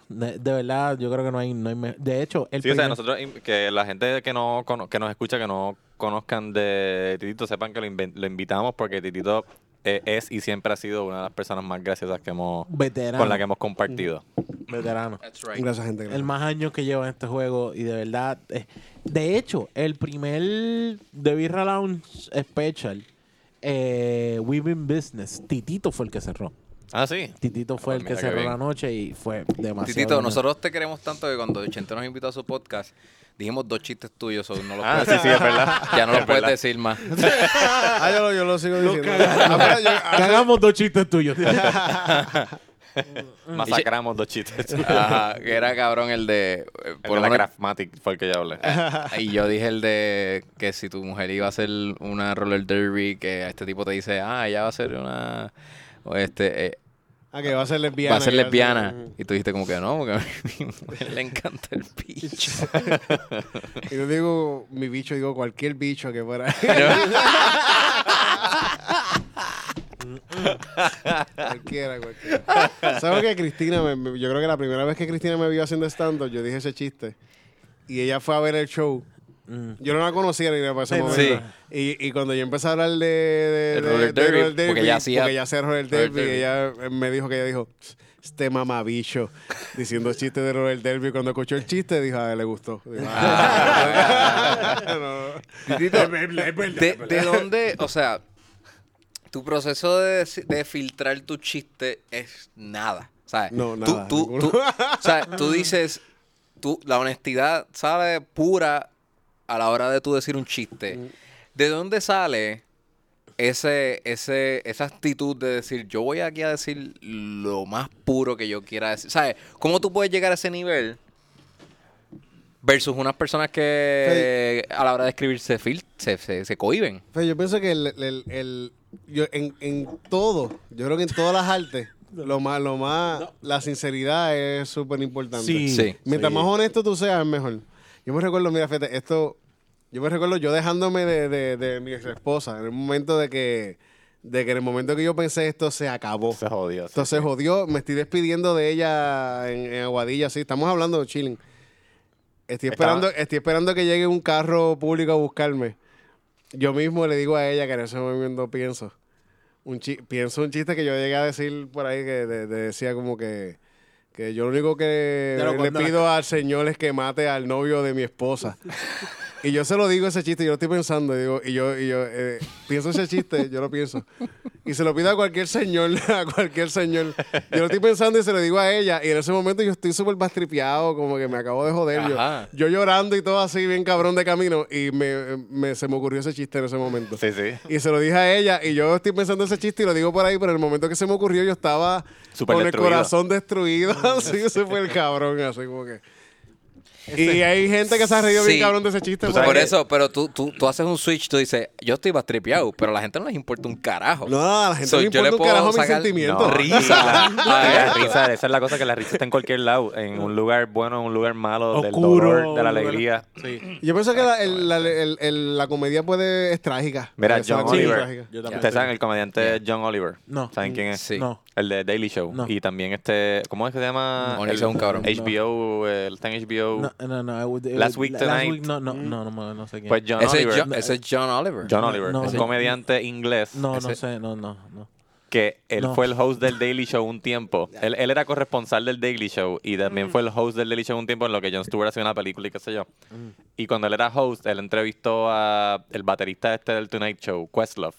Speaker 4: De, de verdad, yo creo que no hay... No hay me- de hecho, el
Speaker 3: Sí, o sea,
Speaker 4: primer-
Speaker 3: nosotros, im- que la gente que, no, cono- que nos escucha, que no conozcan de Titito, sepan que lo, inven- lo invitamos porque Titito eh, es y siempre ha sido una de las personas más graciosas que hemos,
Speaker 4: Veterano.
Speaker 3: con la que hemos compartido.
Speaker 4: Mm. Veterano.
Speaker 1: That's right.
Speaker 2: Gracias, gente. gracias.
Speaker 4: el más años que lleva en este juego y de verdad eh, de hecho el primer The Birra Lounge Special eh, We've Been Business Titito fue el que cerró
Speaker 3: Ah, sí.
Speaker 4: Titito fue
Speaker 3: Ah,
Speaker 4: el
Speaker 3: pues
Speaker 4: que
Speaker 3: mira qué
Speaker 4: cerró
Speaker 3: bien.
Speaker 4: la noche y fue demasiado
Speaker 1: Titito,
Speaker 4: bueno.
Speaker 1: nosotros te queremos tanto que cuando Chente nos invitó a su podcast, dijimos dos chistes tuyos, o no los
Speaker 3: Ah,
Speaker 1: puedes
Speaker 3: sí, sí, es verdad.
Speaker 1: Ya no
Speaker 3: Es
Speaker 1: los puedes
Speaker 3: verdad.
Speaker 1: decir más.
Speaker 2: Ah, yo, lo- yo lo sigo diciendo.
Speaker 4: cagamos.
Speaker 2: Ah, pero yo- ah,
Speaker 4: cagamos dos chistes tuyos Mm.
Speaker 3: Masacramos dos chistes.
Speaker 1: Ajá, que era cabrón el de... eh,
Speaker 3: Por
Speaker 1: por
Speaker 3: la
Speaker 1: lo menos-
Speaker 3: Graphmatic fue el que yo hablé.
Speaker 1: y yo dije el de que si tu mujer iba a hacer una roller derby, que este tipo te dice, ah, ella va a ser una... o Este, eh,
Speaker 2: ah, que va a ser lesbiana.
Speaker 1: va a ser
Speaker 2: que
Speaker 1: lesbiana. Y tú dijiste como que no, porque a mi mujer le encanta el bicho.
Speaker 2: Y yo digo, mi bicho, digo cualquier bicho que fuera. cualquiera, cualquiera. ¿Sabes que Cristina, me- me- yo creo que la primera vez que Cristina me vio haciendo stand-up, yo dije ese chiste. Y ella fue a ver el show.
Speaker 1: Mm.
Speaker 2: Yo no la conocía ni nada para ese
Speaker 4: Sí, no,
Speaker 2: momento.
Speaker 1: no.
Speaker 2: Y, y cuando yo empecé a hablar de, de,
Speaker 1: El
Speaker 2: de-
Speaker 1: roller
Speaker 2: de
Speaker 1: derby, porque ella hacía-
Speaker 2: porque ella hacía roller
Speaker 1: roller
Speaker 2: derby, y
Speaker 1: derby.
Speaker 2: ella eh, me dijo que ella dijo, este mamabicho, diciendo chistes de roller derby. Cuando escuchó el chiste, dijo, ah, le gustó. Digo, "Ah". No.
Speaker 1: ¿De, de dónde, o sea, tu proceso de, de filtrar tu chiste es nada, ¿sabes?
Speaker 2: No,
Speaker 1: Tú-
Speaker 2: nada,
Speaker 1: Tú,
Speaker 2: ninguno.
Speaker 1: tú- o sea, tú dices, tú, la honestidad sale pura a la hora de tú decir un
Speaker 2: Mm.
Speaker 1: chiste. ¿De dónde sale ese, ese, esa actitud de decir, yo voy aquí a decir lo más puro que yo quiera decir? ¿Sabes? ¿Cómo tú puedes llegar a ese nivel Versus unas personas que a la hora de escribir se, fil- se, se, se cohiben.
Speaker 2: Pero yo pienso que el, el- el- yo- en, en todo, yo creo que en todas las artes, lo más, lo más, la sinceridad es súper importante.
Speaker 5: Sí.
Speaker 1: Sí.
Speaker 2: Mientras
Speaker 5: Sí.
Speaker 2: más honesto tú seas, es mejor. Yo me recuerdo, mira, fíjate, esto, yo me recuerdo yo dejándome de, de- de mi esposa en el momento de que, de que en el momento que yo pensé esto se acabó.
Speaker 3: Se jodió. sí.
Speaker 2: Entonces jodió, me estoy despidiendo de ella en, en Aguadilla, sí, estamos hablando de chilling. Estoy
Speaker 3: Estaba-
Speaker 2: esperando, estoy esperando que llegue un carro público a buscarme. Yo mismo le digo a ella que en ese momento pienso. Un chi- pienso un chiste que yo llegué a decir por ahí que de- de- decía como que, que yo lo único que
Speaker 5: Pero
Speaker 2: le
Speaker 5: cuando la-
Speaker 2: pido al señor es que mate al novio de mi esposa. y yo se lo digo ese chiste, yo lo estoy pensando, y, digo, y yo, y yo eh, pienso ese chiste, yo lo pienso. Y se lo pido a cualquier señor, a cualquier señor. Yo lo estoy pensando y se lo digo a ella. Y en ese momento yo estoy súper bastripeado, como que me acabo de joder. Yo,
Speaker 1: Ajá.
Speaker 2: yo llorando y todo así, bien cabrón de camino. Y me, me- se me ocurrió ese chiste en ese momento.
Speaker 3: Sí, sí.
Speaker 2: Y se lo dije a ella. Y yo estoy pensando ese chiste y lo digo por ahí. Pero en el momento que se me ocurrió, yo estaba
Speaker 3: Súper
Speaker 2: con
Speaker 3: destruido.
Speaker 2: el corazón destruido. así, súper cabrón, así como que. Y hay gente que se ha reído
Speaker 1: Sí.
Speaker 2: bien cabrón de ese chiste. por
Speaker 3: Tú sabes
Speaker 1: Por
Speaker 2: ahí.
Speaker 3: que-
Speaker 1: eso, pero tú, tú, tú haces un switch, tú dices, yo estoy bastripeado, pero a la gente no les importa un carajo.
Speaker 2: No, a la gente
Speaker 1: So,
Speaker 2: no le
Speaker 1: yo le
Speaker 2: importa un
Speaker 1: puedo
Speaker 2: carajo mis
Speaker 1: sacar-
Speaker 2: sentimientos.
Speaker 3: No,
Speaker 1: Risa.
Speaker 3: sí, la- la risa, esa es la cosa que la risa está en cualquier lado, en un lugar bueno, en un lugar malo,
Speaker 5: Oscuro,
Speaker 3: del dolor, de la
Speaker 5: un lugar-
Speaker 3: alegría.
Speaker 5: Sí.
Speaker 2: Yo pienso que la, el- la- el- el- la comedia puede es trágica.
Speaker 3: Mira,
Speaker 2: Puede ser
Speaker 3: John
Speaker 2: una comedia
Speaker 3: Oliver.
Speaker 2: trágica.
Speaker 5: Yo también.
Speaker 3: Ustedes saben el comediante John Oliver.
Speaker 5: No.
Speaker 3: ¿Saben quién es?
Speaker 1: Sí.
Speaker 5: No.
Speaker 3: El de Daily Show.
Speaker 4: No.
Speaker 3: Y también este, ¿cómo es que se llama?
Speaker 1: No,
Speaker 3: el,
Speaker 1: ese es un cabrón.
Speaker 3: HBO, el eh, está en HBO.
Speaker 4: No, no, no. I would- I
Speaker 3: Last
Speaker 4: would-
Speaker 3: week
Speaker 4: la-
Speaker 3: tonight.
Speaker 4: no, no,
Speaker 5: Mm.
Speaker 4: no, no, no, no sé quién.
Speaker 3: Pues John
Speaker 1: ese,
Speaker 3: Oliver.
Speaker 1: es John, ese es John Oliver.
Speaker 3: John Oliver,
Speaker 4: No,
Speaker 3: es un
Speaker 4: no.
Speaker 3: comediante inglés.
Speaker 4: no, no
Speaker 3: ese-
Speaker 4: sé, no, no, no.
Speaker 3: Que él
Speaker 4: No.
Speaker 3: fue el host del Daily Show un tiempo. Él, él era corresponsal del Daily Show y también fue el host del Daily Show un tiempo en lo que Jon Stewart hacía una película y qué sé yo. Y cuando él era host, él entrevistó a el baterista este del Tonight Show, Questlove,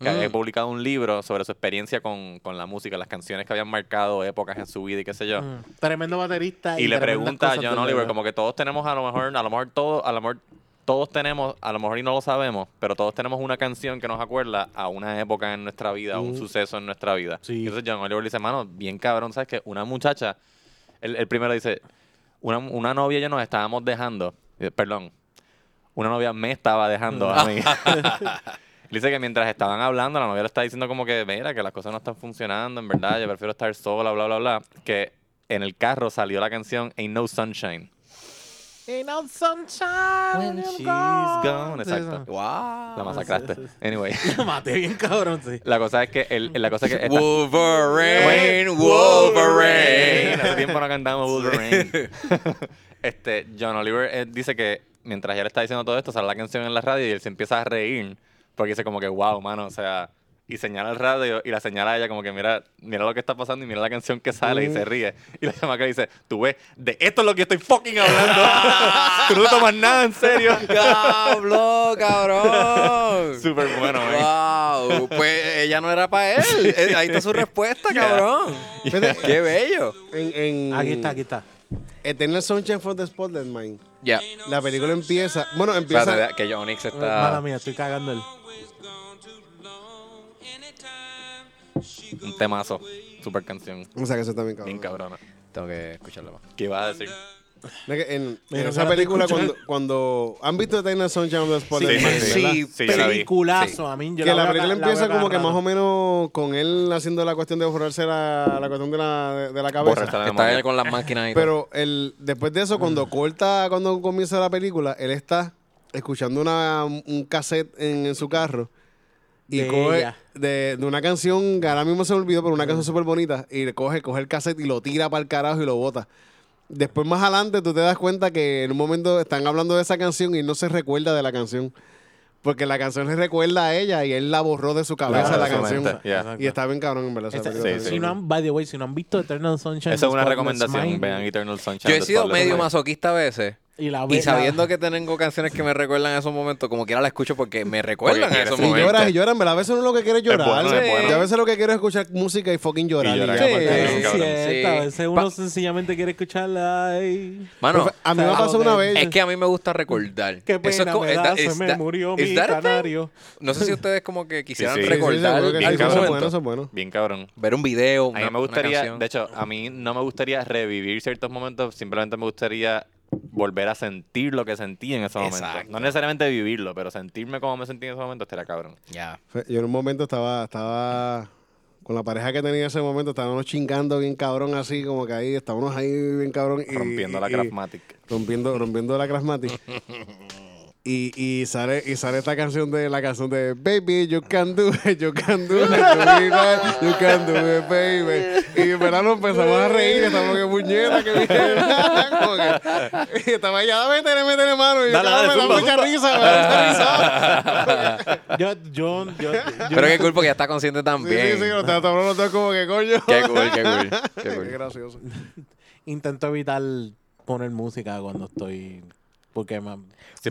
Speaker 3: que había
Speaker 1: Mm.
Speaker 3: publicado un libro sobre su experiencia con, con la música, las canciones que habían marcado épocas en su vida y qué sé yo.
Speaker 4: Mm.
Speaker 5: Mm. Tremendo baterista.
Speaker 3: Y le
Speaker 5: tremendas
Speaker 3: pregunta a
Speaker 5: cosas
Speaker 3: John
Speaker 5: de
Speaker 3: Oliver,
Speaker 5: verdad.
Speaker 3: como que todos tenemos a lo mejor, a lo mejor todos, a lo mejor todos tenemos, a lo mejor y no lo sabemos, pero todos tenemos una canción que nos acuerda a una época en nuestra vida, a un suceso en nuestra vida.
Speaker 5: Mm. Sí.
Speaker 3: Y entonces John Oliver le dice, mano, bien cabrón, ¿sabes que Una muchacha, el, el primero dice, una, una novia y yo nos estábamos dejando, eh, perdón, una novia me estaba dejando
Speaker 5: Mm.
Speaker 3: a mí. Dice que mientras estaban hablando, la novia le está diciendo como que, mira, que las cosas no están funcionando, en verdad, yo prefiero estar sola, bla, bla, bla. Que en el carro salió la canción Ain't No Sunshine.
Speaker 5: Ain't no sunshine when you're gone. Ah,
Speaker 3: Exacto.
Speaker 1: Wow.
Speaker 3: La masacraste. Anyway.
Speaker 5: Mate bien, cabrón, sí.
Speaker 3: La cosa es que el, la cosa es que esta-
Speaker 1: Wolverine,
Speaker 3: Wolverine.
Speaker 1: Wolverine.
Speaker 3: Hace tiempo no cantamos Wolverine. este, John Oliver eh, dice que mientras él está diciendo todo esto, sale la canción en la radio y él se empieza a reír. Porque dice como que, wow, mano, o sea... Y señala el radio y la señala a ella como que mira, mira lo que está pasando y mira la canción que sale y
Speaker 1: Mm.
Speaker 3: se ríe. Y la chamaca le dice, tú ves, de esto es lo que estoy fucking hablando. tú no tomas nada en serio.
Speaker 1: ¡Diablo, cabrón!
Speaker 3: Súper bueno, eh.
Speaker 1: Wow, pues ella no era para él. Eh, Ahí está su respuesta, cabrón.
Speaker 2: Fíjate,
Speaker 1: Qué bello.
Speaker 2: en- en-
Speaker 5: Mm.
Speaker 2: eh,
Speaker 4: Aquí está, aquí está.
Speaker 2: Eternal Sunshine for the Spotless Mind.
Speaker 1: Ya.
Speaker 2: La película empieza. Bueno, empieza.
Speaker 1: Espérate, que Jonix
Speaker 4: Mala
Speaker 1: está
Speaker 4: mía, estoy cagando el.
Speaker 3: Un temazo. Súper canción.
Speaker 2: O sea, que eso está bien
Speaker 3: Bien
Speaker 2: cabrón.
Speaker 3: cabrona.
Speaker 1: tengo que escucharlo más.
Speaker 3: ¿Qué vas a decir?
Speaker 2: No, que En,
Speaker 5: Mira,
Speaker 2: en esa
Speaker 5: espérate,
Speaker 2: película,
Speaker 5: escucha.
Speaker 2: cuando, cuando. ¿Han visto Eternal Sunshine of the Spotless
Speaker 3: Sí,
Speaker 2: Mind?
Speaker 3: sí,
Speaker 2: ¿verdad?
Speaker 1: sí.
Speaker 3: yo la vi.
Speaker 5: Peliculazo,
Speaker 1: Sí.
Speaker 5: a mí. Yo
Speaker 2: Que la
Speaker 5: veo
Speaker 2: película
Speaker 5: ca-
Speaker 2: empieza
Speaker 5: veo
Speaker 2: como que
Speaker 5: cada
Speaker 2: más o
Speaker 5: rato.
Speaker 2: menos con él haciendo la cuestión de borrarse la, la cuestión de la, de la cabeza.
Speaker 3: Borrarse la
Speaker 1: Está
Speaker 3: memoria.
Speaker 1: él con las máquinas y todo.
Speaker 2: Pero el, después de eso, cuando corta, cuando comienza la película, él está escuchando una, un cassette en, en su carro. Y
Speaker 5: De
Speaker 2: coge
Speaker 5: ella.
Speaker 2: de, de una canción, que ahora mismo se me olvidó, pero una canción súper bonita. Y le coge, coge el cassette y lo tira para el carajo y lo bota. Después, más adelante, tú te das cuenta que en un momento están hablando de esa canción y no se recuerda de la canción. Porque la canción le recuerda a ella y él la borró de su cabeza
Speaker 3: borró
Speaker 2: la
Speaker 3: de su
Speaker 2: canción.
Speaker 3: mente, ya.
Speaker 2: Y está bien cabrón, en verdad. esa
Speaker 4: Esta-
Speaker 2: película
Speaker 3: sí,
Speaker 2: está
Speaker 4: Este, Si
Speaker 2: bien
Speaker 4: no
Speaker 2: cabrón.
Speaker 4: han, by the way, si no han visto Eternal Sunshine.
Speaker 3: Esa es una
Speaker 4: of the
Speaker 3: recomendación.
Speaker 4: Spotless Mind,
Speaker 3: Vean Eternal Sunshine.
Speaker 1: Yo he
Speaker 3: of the
Speaker 1: sido
Speaker 3: Spotless
Speaker 1: medio
Speaker 3: Mind.
Speaker 1: masoquista a veces.
Speaker 4: Y, la
Speaker 1: Y
Speaker 4: ve-
Speaker 1: sabiendo
Speaker 4: la-
Speaker 1: que tengo canciones que me recuerdan a esos momentos, como quiera la escucho porque me recuerdan
Speaker 3: Porque
Speaker 1: a esos
Speaker 3: quieres.
Speaker 2: Y
Speaker 1: momentos.
Speaker 2: lloras y lloras, en verdad. A veces uno lo que quiere es llorar.
Speaker 3: bueno, es
Speaker 2: Sí.
Speaker 1: bueno.
Speaker 2: Yo a veces lo que quiero es escuchar música y fucking llorar.
Speaker 3: Y
Speaker 2: y
Speaker 3: llorar.
Speaker 2: ya.
Speaker 1: Sí.
Speaker 4: Eso es
Speaker 1: cabrón.
Speaker 4: cierto, a
Speaker 1: Sí.
Speaker 4: veces uno
Speaker 1: Pa-
Speaker 4: sencillamente quiere escucharla ay.
Speaker 1: Mano,
Speaker 2: Profe, a mí me
Speaker 4: Ah,
Speaker 2: pasó
Speaker 4: ok.
Speaker 2: una vez.
Speaker 1: es que a mí me gusta recordar.
Speaker 4: Qué
Speaker 1: Eso es
Speaker 4: pena
Speaker 1: como-
Speaker 4: me
Speaker 1: is
Speaker 4: da,
Speaker 1: that-
Speaker 4: se
Speaker 1: is
Speaker 4: me
Speaker 1: that-
Speaker 4: murió
Speaker 1: is
Speaker 4: mi
Speaker 1: that a thing?
Speaker 4: canario.
Speaker 1: No sé si ustedes como que quisieran
Speaker 3: Sí, sí.
Speaker 1: recordar
Speaker 2: seguro que sí, eso
Speaker 1: algún
Speaker 2: es
Speaker 3: cabrón.
Speaker 2: bueno,
Speaker 1: momento.
Speaker 2: eso es bueno.
Speaker 3: Bien cabrón.
Speaker 1: Ver un
Speaker 3: A
Speaker 1: video,
Speaker 3: mí
Speaker 1: una-
Speaker 3: me
Speaker 1: una
Speaker 3: gustaría,
Speaker 1: canción.
Speaker 3: de hecho, a mí no me gustaría revivir ciertos momentos, simplemente me gustaría volver a sentir lo que sentí en ese momento.
Speaker 1: Exacto.
Speaker 3: No necesariamente vivirlo, pero sentirme como me sentí en ese momento estaría cabrón.
Speaker 1: Ya.
Speaker 2: Fue- Yo en un momento estaba, estaba con la pareja que tenía en ese momento, estábamos chingando bien cabrón así, como que ahí, estábamos ahí bien cabrón. y-
Speaker 3: Rompiendo la
Speaker 2: y-
Speaker 3: Craftmatic.
Speaker 2: Rompiendo, rompiendo la Craftmatic. Y, y sale y sale esta canción de la canción de Baby, you can do it, you can do it, you can- you can do it, baby. Y en verdad nos empezamos a reír, estamos que puñeta, que mierda", como que- Y estaba ella, dame, tene, métele mano. Y yo,
Speaker 3: Dale, dale,
Speaker 2: "Cabrón, me da
Speaker 3: zumba,
Speaker 2: mucha
Speaker 3: zumba".
Speaker 2: risa, me da mucha risa.
Speaker 4: Yo, yo, yo, yo-
Speaker 1: Pero qué cool porque ya está consciente
Speaker 2: Sí,
Speaker 1: también.
Speaker 2: sí, sí, los tatabros los dos como que coño.
Speaker 3: Qué cool, qué cool. Qué
Speaker 2: Qué
Speaker 3: cool.
Speaker 2: gracioso.
Speaker 4: intento evitar poner música cuando estoy. Porque me-
Speaker 3: Sí,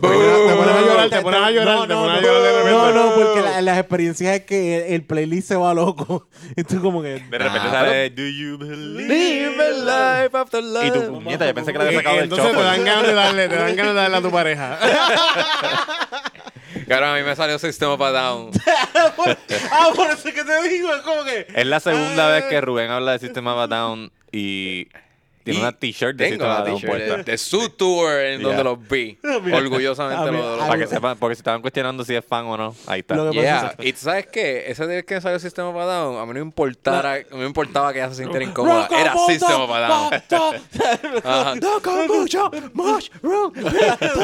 Speaker 2: Te
Speaker 3: porque-
Speaker 2: pones- te pones a llorar, te pones a llorar,
Speaker 4: No,
Speaker 2: te
Speaker 4: no,
Speaker 2: pones a
Speaker 4: no,
Speaker 2: llorar de repente.
Speaker 4: no, no, porque la- las experiencias es que el, el playlist se va loco. Esto es como que.
Speaker 3: de repente
Speaker 1: Ah,
Speaker 3: sale Do you believe
Speaker 1: Live
Speaker 3: in love?
Speaker 1: a life after
Speaker 3: Y
Speaker 1: love.
Speaker 3: tu puñeta, Ah. yo pensé que la había
Speaker 2: Eh,
Speaker 3: sacado del
Speaker 2: Entonces te dan
Speaker 3: chopo.
Speaker 2: ganas de darle, te dan ganas de darle a tu pareja.
Speaker 4: Ah,
Speaker 1: Claro, a mí me salió Sistema para Down.
Speaker 4: ah, por eso que te digo, es como que.
Speaker 3: Es la segunda vez que Rubén habla de Sistema of a Down y tiene
Speaker 1: Y
Speaker 3: una t-shirt de
Speaker 1: Tengo
Speaker 3: Sistema of
Speaker 1: la
Speaker 3: a Down
Speaker 1: t-shirt de,
Speaker 3: puesta.
Speaker 1: de su tour en
Speaker 3: Ya.
Speaker 1: donde los vi. Orgullosamente
Speaker 4: A mí-
Speaker 1: los, los-
Speaker 3: Para que
Speaker 4: Algo-
Speaker 3: sepan, porque si estaban cuestionando si es fan o no, ahí está.
Speaker 4: Lo que pasa
Speaker 1: Yeah. Y tú sabes qué? Esa vez que salió Sistema para Down, a mí no, importara, no me importaba que ella se sintiera incómoda. Era Sistema para Down. Ajá.
Speaker 4: No con mucho mushroom.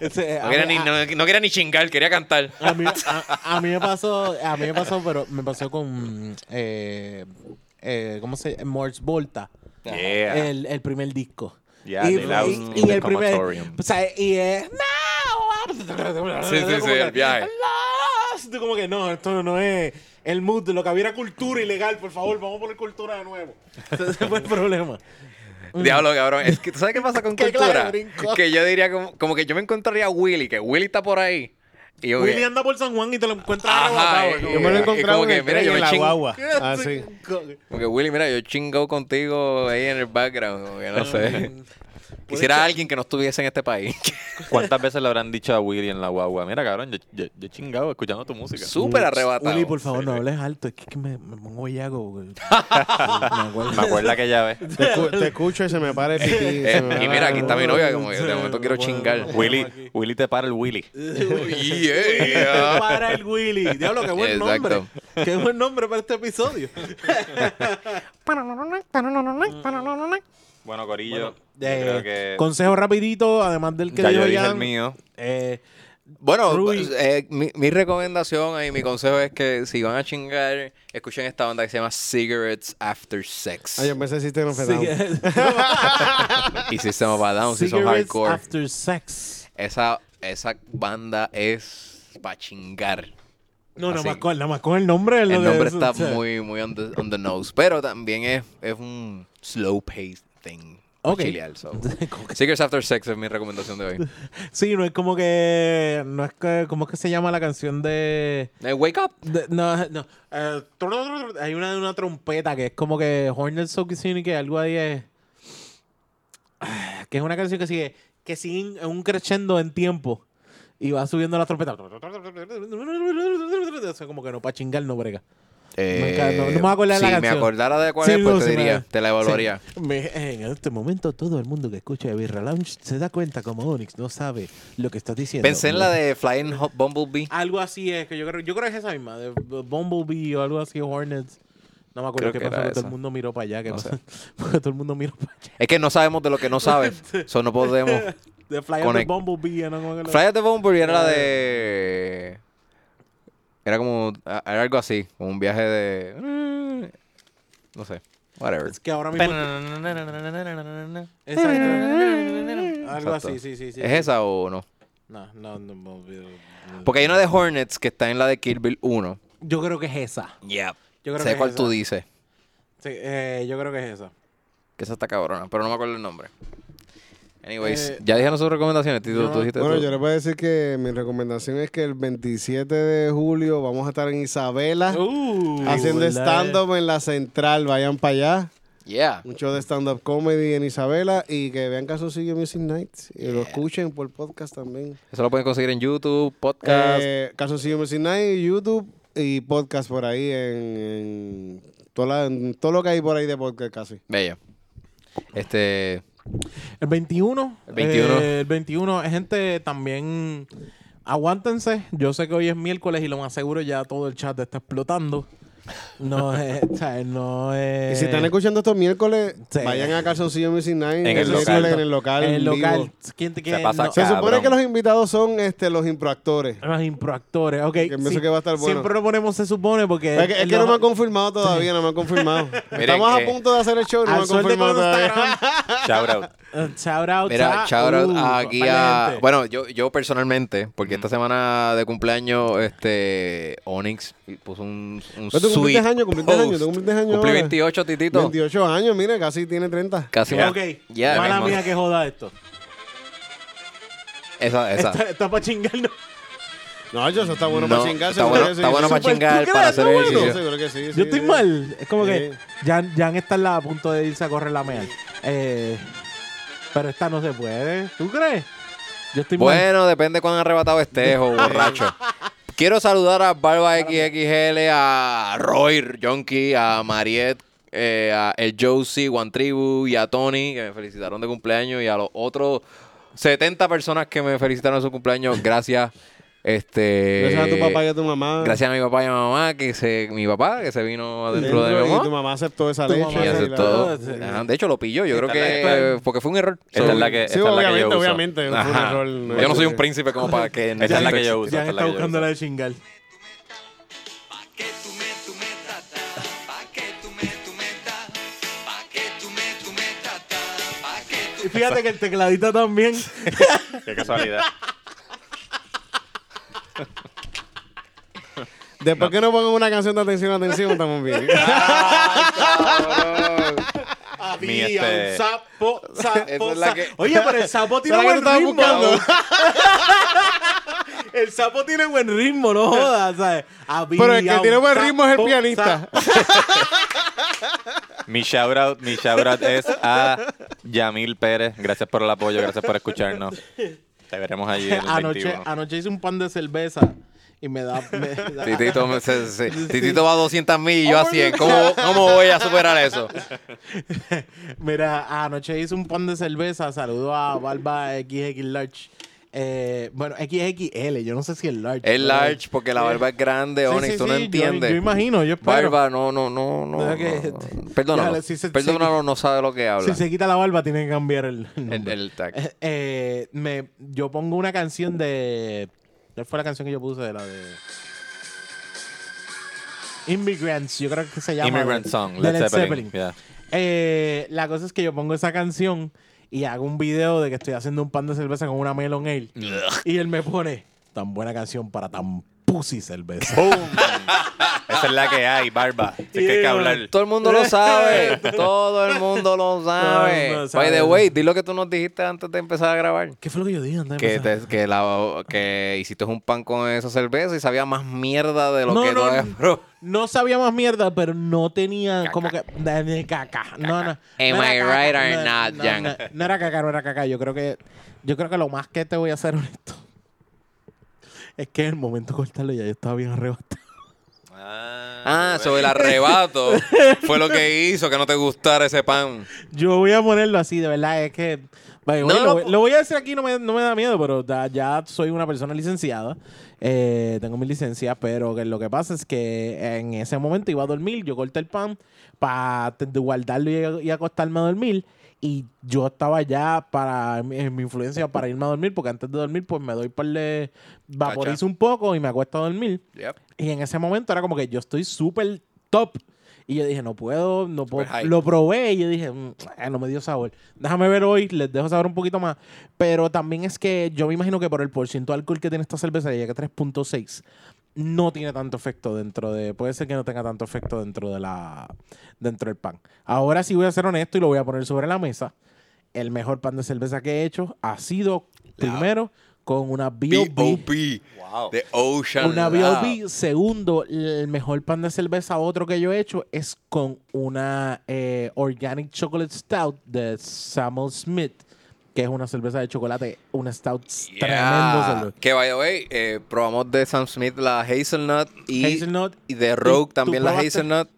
Speaker 4: Ese, eh, ah, a
Speaker 1: No
Speaker 4: mí-
Speaker 1: quería, ni,
Speaker 4: a-
Speaker 1: no- no quería ni chingar, quería cantar.
Speaker 4: A mí, a, a mí me pasó, a mí me pasó, pero me pasó con, eh, eh, ¿cómo se llama? Morse Volta,
Speaker 3: Yeah.
Speaker 4: el, el primer disco.
Speaker 3: Yeah,
Speaker 4: y,
Speaker 3: The Louse
Speaker 4: y-
Speaker 3: in
Speaker 4: y
Speaker 3: the
Speaker 4: el primer,
Speaker 3: Crematorium.
Speaker 4: o sea, y es, no,
Speaker 1: Sí, sí,
Speaker 4: Como
Speaker 1: sí,
Speaker 4: que,
Speaker 1: el viaje.
Speaker 4: "Lost", como que no, esto no es el mood de lo que había cultura ilegal, por favor, vamos a poner cultura de nuevo. Ese fue el problema.
Speaker 1: Diablo, cabrón. Es que, ¿tú ¿Sabes qué pasa con
Speaker 4: Qué clase de
Speaker 1: cultura?
Speaker 4: brinco.
Speaker 1: Que yo diría como, como que yo me encontraría a Willy, que Willy está por ahí. Y yo,
Speaker 5: Willy anda por San Juan y te lo encuentras
Speaker 1: Ajá,
Speaker 5: arrebatado,
Speaker 1: eh,
Speaker 5: ¿no?
Speaker 1: Yo me lo he encontrado en el tren, en la guagua.
Speaker 2: Ah, sí.
Speaker 1: Porque Willy, mira, yo he chingado contigo ahí en el background, como que no sé. Quisiera alguien que no estuviese en este país.
Speaker 3: ¿Cuántas veces le habrán dicho a Willy en la guagua? Mira, cabrón, yo, yo, yo he chingado escuchando tu música.
Speaker 1: Súper arrebatado.
Speaker 4: Uli, por favor, no hables alto, es que, que me, me pongo bellaco. porque- me acuerdo.
Speaker 3: Me acuerda aquella vez.
Speaker 2: Te, escu- te escucho y se me para el pipí.
Speaker 1: Eh,
Speaker 2: se me para
Speaker 1: y mira,
Speaker 2: el-
Speaker 1: aquí está mi novia, como que de momento quiero chingar.
Speaker 3: Willy, Willy te para el Willy. ah.
Speaker 1: Yeah.
Speaker 4: para el Willy. Diablo, qué buen nombre. Qué buen nombre para este episodio.
Speaker 3: Bueno, Corillo,
Speaker 4: Eh,
Speaker 3: yo creo que
Speaker 4: Consejo rapidito, además del que
Speaker 3: ya
Speaker 4: dijo
Speaker 3: yo dije
Speaker 4: Jan,
Speaker 3: el mío.
Speaker 4: eh,
Speaker 1: Bueno,
Speaker 4: Rui.
Speaker 1: eh, mi, mi recomendación y mi consejo es que si van a chingar, escuchen esta banda que se llama Cigarettes After Sex.
Speaker 2: Ay, yo empecé a sistema fetado.
Speaker 1: y System of a Down, si son
Speaker 4: Cigarettes
Speaker 1: hardcore.
Speaker 4: After Sex.
Speaker 1: Esa, esa banda es para chingar.
Speaker 4: No, nada
Speaker 1: Así.
Speaker 4: más, con, nada más con el nombre. lo
Speaker 1: El
Speaker 4: de-
Speaker 1: nombre está
Speaker 4: o sea,
Speaker 1: muy, muy on the, on the nose. Pero también es, es un slow paced thing. pa'
Speaker 4: Ok.
Speaker 1: chilear, so. Secrets After Sex es mi recomendación de hoy.
Speaker 4: Sí, no es como que. No es que. ¿Cómo es que se llama la canción de.?
Speaker 1: Eh, wake up.
Speaker 4: de- no, no. eh, hay una de una trompeta que es como que Hornet Sokisini, que algo ahí es. Ah, Que es una canción que sigue. Que sigue en un crescendo en tiempo. Y va subiendo la trompeta. O sea, como que no, para chingar no brega. Nunca- no- no me voy a acordar
Speaker 1: si
Speaker 4: de la
Speaker 1: Eh, me
Speaker 4: canción.
Speaker 1: acordara de cuál
Speaker 4: Sí,
Speaker 1: es, pues
Speaker 4: no,
Speaker 1: te
Speaker 4: sí me-
Speaker 1: diría, te la evaluaría.
Speaker 4: Sí. Me- en este momento todo el mundo que escucha Birra Lounge se da cuenta como Onyx no sabe lo que estás diciendo.
Speaker 1: Pensé en la de Flying Ho- Bumblebee.
Speaker 4: Algo así es, que yo creo, yo creo que es esa misma, de Bumblebee o algo así, Hornets. No me acuerdo qué
Speaker 1: Creo que
Speaker 4: pasó,
Speaker 1: era
Speaker 4: que todo
Speaker 1: esa.
Speaker 4: el mundo miró para allá. ¿qué
Speaker 1: No
Speaker 4: pasó? Porque todo el mundo miró para allá.
Speaker 1: Es que no sabemos de lo que no sabes. Eso no podemos.
Speaker 4: De Fly of the
Speaker 1: Conect-
Speaker 4: Bumblebee, ¿no? Como que lo-
Speaker 1: Fly at the Bumblebee era la de. Era como. Era algo así. Como un viaje de. mm, No sé. Whatever.
Speaker 4: Es que ahora mismo... Exacto. Algo
Speaker 1: Exacto.
Speaker 4: así, sí, sí, sí.
Speaker 1: ¿Es
Speaker 4: sí.
Speaker 1: esa o no?
Speaker 4: No, no, no, me olvido.
Speaker 1: Porque hay una de Hornets que está en la de Kill Bill 1.
Speaker 4: Yo creo que es esa.
Speaker 1: Yeah.
Speaker 4: Yo creo que
Speaker 1: Sé
Speaker 4: es
Speaker 1: cuál
Speaker 4: esa.
Speaker 1: tú dices.
Speaker 4: Sí, eh, yo creo que es esa.
Speaker 1: Que esa está cabrona, pero no me acuerdo el nombre. Anyways,
Speaker 4: Eh,
Speaker 1: ya dijeron sus recomendaciones, Tito.
Speaker 4: yo-
Speaker 1: tú dijiste
Speaker 2: Ah, Bueno,
Speaker 1: tú.
Speaker 2: yo les voy a decir que mi recomendación es que el 27 de julio vamos a estar en Isabela
Speaker 4: Uh,
Speaker 2: haciendo
Speaker 4: ¿verdad?
Speaker 2: stand-up en la central. Vayan para allá.
Speaker 1: Yeah.
Speaker 2: Un show de stand-up comedy en Isabela y que vean Casosillo Music Nights. Y lo escuchen por podcast también.
Speaker 1: Eso lo pueden conseguir en YouTube, podcast.
Speaker 2: Eh, Calzoncillo Music Night, YouTube y podcast por ahí en, en toda la- en todo lo que hay por ahí de podcast casi.
Speaker 1: Bello. Este,
Speaker 4: El 21.
Speaker 1: El 21.
Speaker 4: eh, el 21. Gente, también aguántense. Yo sé que hoy es miércoles y lo más seguro ya todo el chat está explotando. No es. o sea, no eh, es
Speaker 2: Y si están escuchando estos miércoles,
Speaker 4: Sí.
Speaker 2: vayan a Calzoncillo Music Night.
Speaker 3: En el
Speaker 2: miércoles
Speaker 3: local.
Speaker 2: En el local.
Speaker 4: el
Speaker 2: en
Speaker 4: local.
Speaker 2: vivo.
Speaker 4: ¿Quién te
Speaker 3: Se
Speaker 4: quiere?
Speaker 3: pasa
Speaker 4: no,
Speaker 2: Se supone
Speaker 3: Cabrón.
Speaker 2: que los invitados son este, los improactores.
Speaker 4: los improactores. Ok.
Speaker 2: pienso que va a estar bueno.
Speaker 4: Siempre lo ponemos, se supone, porque.
Speaker 2: Es que, es que
Speaker 4: los-
Speaker 2: no me han confirmado todavía, no me han confirmado. Estamos
Speaker 1: que-
Speaker 2: a punto de hacer el show, no me
Speaker 4: Al
Speaker 2: han
Speaker 4: sol de
Speaker 2: confirmado
Speaker 4: cuando
Speaker 2: todavía.
Speaker 4: está
Speaker 3: Shout out.
Speaker 4: grabando. Shout out.
Speaker 1: Mira,
Speaker 4: a-
Speaker 1: shout out
Speaker 4: uh,
Speaker 1: aquí
Speaker 4: par de
Speaker 1: a.
Speaker 4: gente.
Speaker 1: Bueno, yo, yo personalmente, porque esta semana de cumpleaños, este. Onyx puso un. un
Speaker 2: Pero tú
Speaker 1: sweet
Speaker 2: cumpliste año, cumpliste año, tú
Speaker 1: post.
Speaker 2: cumpliste año
Speaker 1: Cumplí
Speaker 2: ahora.
Speaker 1: 28, Titito.
Speaker 2: 28 años, mira, casi tiene 30.
Speaker 1: Casi me-
Speaker 4: Ok.
Speaker 1: Ya,
Speaker 4: Mala
Speaker 1: mismo.
Speaker 4: mía que joda esto.
Speaker 1: Esa, esa.
Speaker 4: Está, para chingarnos.
Speaker 2: No, yo, eso está bueno
Speaker 1: No,
Speaker 2: para chingar.
Speaker 1: está
Speaker 2: seguro
Speaker 1: bueno-
Speaker 2: que sí. Ah,
Speaker 1: está bueno para
Speaker 2: Súper-
Speaker 1: chingar,
Speaker 2: ¿Tú
Speaker 1: para
Speaker 2: crees?
Speaker 1: hacer
Speaker 2: Está
Speaker 1: ejercicio.
Speaker 2: Seguro que sí, sí,
Speaker 4: Yo estoy
Speaker 2: sí.
Speaker 4: mal. Es como que
Speaker 2: Sí.
Speaker 4: Jan, Jan está en la- a punto de irse a correr la mea. Eh, pero esta no se puede. ¿Tú crees? Yo estoy mal.
Speaker 1: Bueno, depende cuán arrebatado estés o borracho. Quiero saludar a Barba XXL, a Roy Jonky, a Mariet, eh, a el Josie, One Tribu y a Tony, que me felicitaron de cumpleaños, y a los otros 70 personas que me felicitaron de su cumpleaños. Gracias. Este,
Speaker 2: Gracias a tu papá y a tu mamá.
Speaker 1: Gracias a mi papá y a mi mamá, que se, mi papá, que se vino adentro de mi
Speaker 2: Y tu
Speaker 1: mamá.
Speaker 2: mamá aceptó esa
Speaker 4: Tu
Speaker 2: leche.
Speaker 4: mamá
Speaker 1: Y
Speaker 2: la-
Speaker 1: aceptó.
Speaker 4: Sí.
Speaker 1: Ajá, De hecho, lo pilló. Yo creo
Speaker 3: Esta es la
Speaker 1: que porque fue un error.
Speaker 3: Esta
Speaker 1: So,
Speaker 3: es la que,
Speaker 2: Sí,
Speaker 3: esta es la que
Speaker 2: obviamente,
Speaker 3: yo uso.
Speaker 2: obviamente. fue un
Speaker 1: Ajá.
Speaker 2: error,
Speaker 1: Yo no soy un príncipe como para que...
Speaker 3: Esta es la que yo uso.
Speaker 4: Jan
Speaker 3: esta es la
Speaker 4: está
Speaker 3: que yo
Speaker 4: buscando
Speaker 3: uso.
Speaker 4: la de chingar.
Speaker 6: Pa' que tú me, tú me tratas, pa' que tú me, tú me tratas, pa' que tú me, tú me tratas, pa' que tú
Speaker 4: Y fíjate que el tecladito también.
Speaker 3: Qué casualidad.
Speaker 2: Después que no pongan una canción de atención, atención, estamos bien.
Speaker 3: Mi, este-
Speaker 5: sapo, sapo,
Speaker 1: es la
Speaker 5: sa-
Speaker 1: que-
Speaker 5: Oye, pero el sapo tiene
Speaker 2: Esa es
Speaker 5: buen
Speaker 2: la que
Speaker 5: ritmo.
Speaker 2: tú estabas buscando.
Speaker 5: el sapo tiene buen ritmo, no jodas, ¿sabes? Había
Speaker 2: Pero el que
Speaker 5: un
Speaker 2: tiene buen ritmo es el
Speaker 5: sapo,
Speaker 2: pianista.
Speaker 5: sapo.
Speaker 3: mi shout out, mi shout out es a Yamil Pérez. Gracias por el apoyo, gracias por escucharnos. Te veremos allí en el
Speaker 4: Anoche,
Speaker 3: 21.
Speaker 4: anoche hice un pan de cerveza y me da. me da-
Speaker 1: Titito, me- se- se- Titito va a 200 mil y yo
Speaker 4: Oh,
Speaker 1: a 100. ¿Cómo, ¿Cómo voy a superar eso?
Speaker 4: Mira, anoche hice un pan de cerveza. Saludo a Barba XX Large. Eh, bueno, XXL, yo no sé si es Large.
Speaker 1: Es
Speaker 4: pero-
Speaker 1: large porque la barba es grande,
Speaker 4: Sí,
Speaker 1: Onyx,
Speaker 4: sí,
Speaker 1: tú no
Speaker 4: sí, yo-
Speaker 1: entiendes.
Speaker 4: Yo, imagino, yo espero.
Speaker 1: barba, no, no, no, no.
Speaker 4: Deja que-
Speaker 1: no. Perdónalo.
Speaker 4: Déjale, si se-
Speaker 1: Perdónalo, no sabe lo que habla.
Speaker 4: Si se quita la barba, tiene que cambiar el.
Speaker 1: El,
Speaker 4: nombre.
Speaker 1: el tag.
Speaker 4: Eh, eh, me, yo pongo una canción de. ¿Cuál fue la canción que yo puse? La de. Immigrants, yo creo que se llama.
Speaker 3: Immigrant
Speaker 4: de-
Speaker 3: Song,
Speaker 4: de
Speaker 3: Led Zeppelin. Yeah.
Speaker 4: Eh, la cosa es que yo pongo esa canción y hago un video de que estoy haciendo un pan de cerveza con una melon ale. y él me pone, tan buena canción para tan pussy cerveza.
Speaker 3: ¡Boom! Esa es la que hay, barba. Así que hay que hablar.
Speaker 1: Todo el mundo lo sabe. Todo el mundo
Speaker 4: Todo
Speaker 1: lo
Speaker 4: el
Speaker 1: sabe.
Speaker 4: mundo sabe.
Speaker 1: By the way, di lo que tú nos dijiste antes de empezar a grabar.
Speaker 4: ¿Qué fue lo que yo dije antes de
Speaker 1: Que,
Speaker 4: empezar?
Speaker 1: te- que, la, que hiciste un pan con esa cerveza y sabía más mierda de lo
Speaker 4: No,
Speaker 1: que
Speaker 4: no,
Speaker 1: no, es, bro.
Speaker 4: No sabía más mierda, pero no tenía como que. De, de caca. No, no.
Speaker 1: Am
Speaker 4: no era
Speaker 1: I
Speaker 4: caca,
Speaker 1: right
Speaker 4: no,
Speaker 1: or not,
Speaker 4: no,
Speaker 1: Jan?
Speaker 4: No, no era caca, no era caca. Yo creo que. Yo creo que lo más que te voy a hacer honesto. Es que en el momento de cortarlo ya yo estaba bien arrebatado.
Speaker 1: Ah, sobre el arrebato. fue lo que hizo que no te gustara ese pan.
Speaker 4: Yo voy a ponerlo así, de verdad. Es que. vaya,
Speaker 1: No,
Speaker 4: oye,
Speaker 1: no,
Speaker 4: lo, voy-
Speaker 1: po-
Speaker 4: lo voy a decir aquí, no me, no me da miedo, pero ya, ya soy una persona licenciada. Eh, tengo mi licencia, pero que lo que pasa es que en ese momento iba a dormir. Yo corté el pan para guardarlo y, y acostarme a dormir. Y yo estaba ya para en mi influencia para irme a dormir, porque antes de dormir, pues me doy por le vaporizo un poco y me acuesto a dormir.
Speaker 1: Yep.
Speaker 4: Y en ese momento era como que yo estoy súper top. Y yo dije, no puedo, no puedo.
Speaker 1: Super high.
Speaker 4: Lo probé y yo dije, "Mm, ah, no me dio sabor. Déjame ver hoy, les dejo saber un poquito más. Pero también es que yo me imagino que por el por ciento de alcohol que tiene esta cerveza, ya que 3.6, no tiene tanto efecto dentro de. Puede ser que no tenga tanto efecto dentro de la dentro del pan. Ahora sí voy a ser honesto y lo voy a poner sobre la mesa. El mejor pan de cerveza que he hecho ha sido primero con una B.O.B.
Speaker 1: B.O.B. The Ocean.
Speaker 4: Una
Speaker 1: Lab.
Speaker 4: B.O.B. Segundo, el mejor pan de cerveza otro que yo he hecho es con una eh, Organic Chocolate Stout de Samuel Smith, que es una cerveza de chocolate, una stout
Speaker 1: Yeah.
Speaker 4: tremendo. cerveza.
Speaker 1: Que by the way, eh, probamos de Sam Smith la Hazelnut y,
Speaker 4: Hazelnut.
Speaker 1: y de
Speaker 4: ¿Tú-
Speaker 1: Rogue
Speaker 4: tú
Speaker 1: también la
Speaker 4: probaste?
Speaker 1: Hazelnut.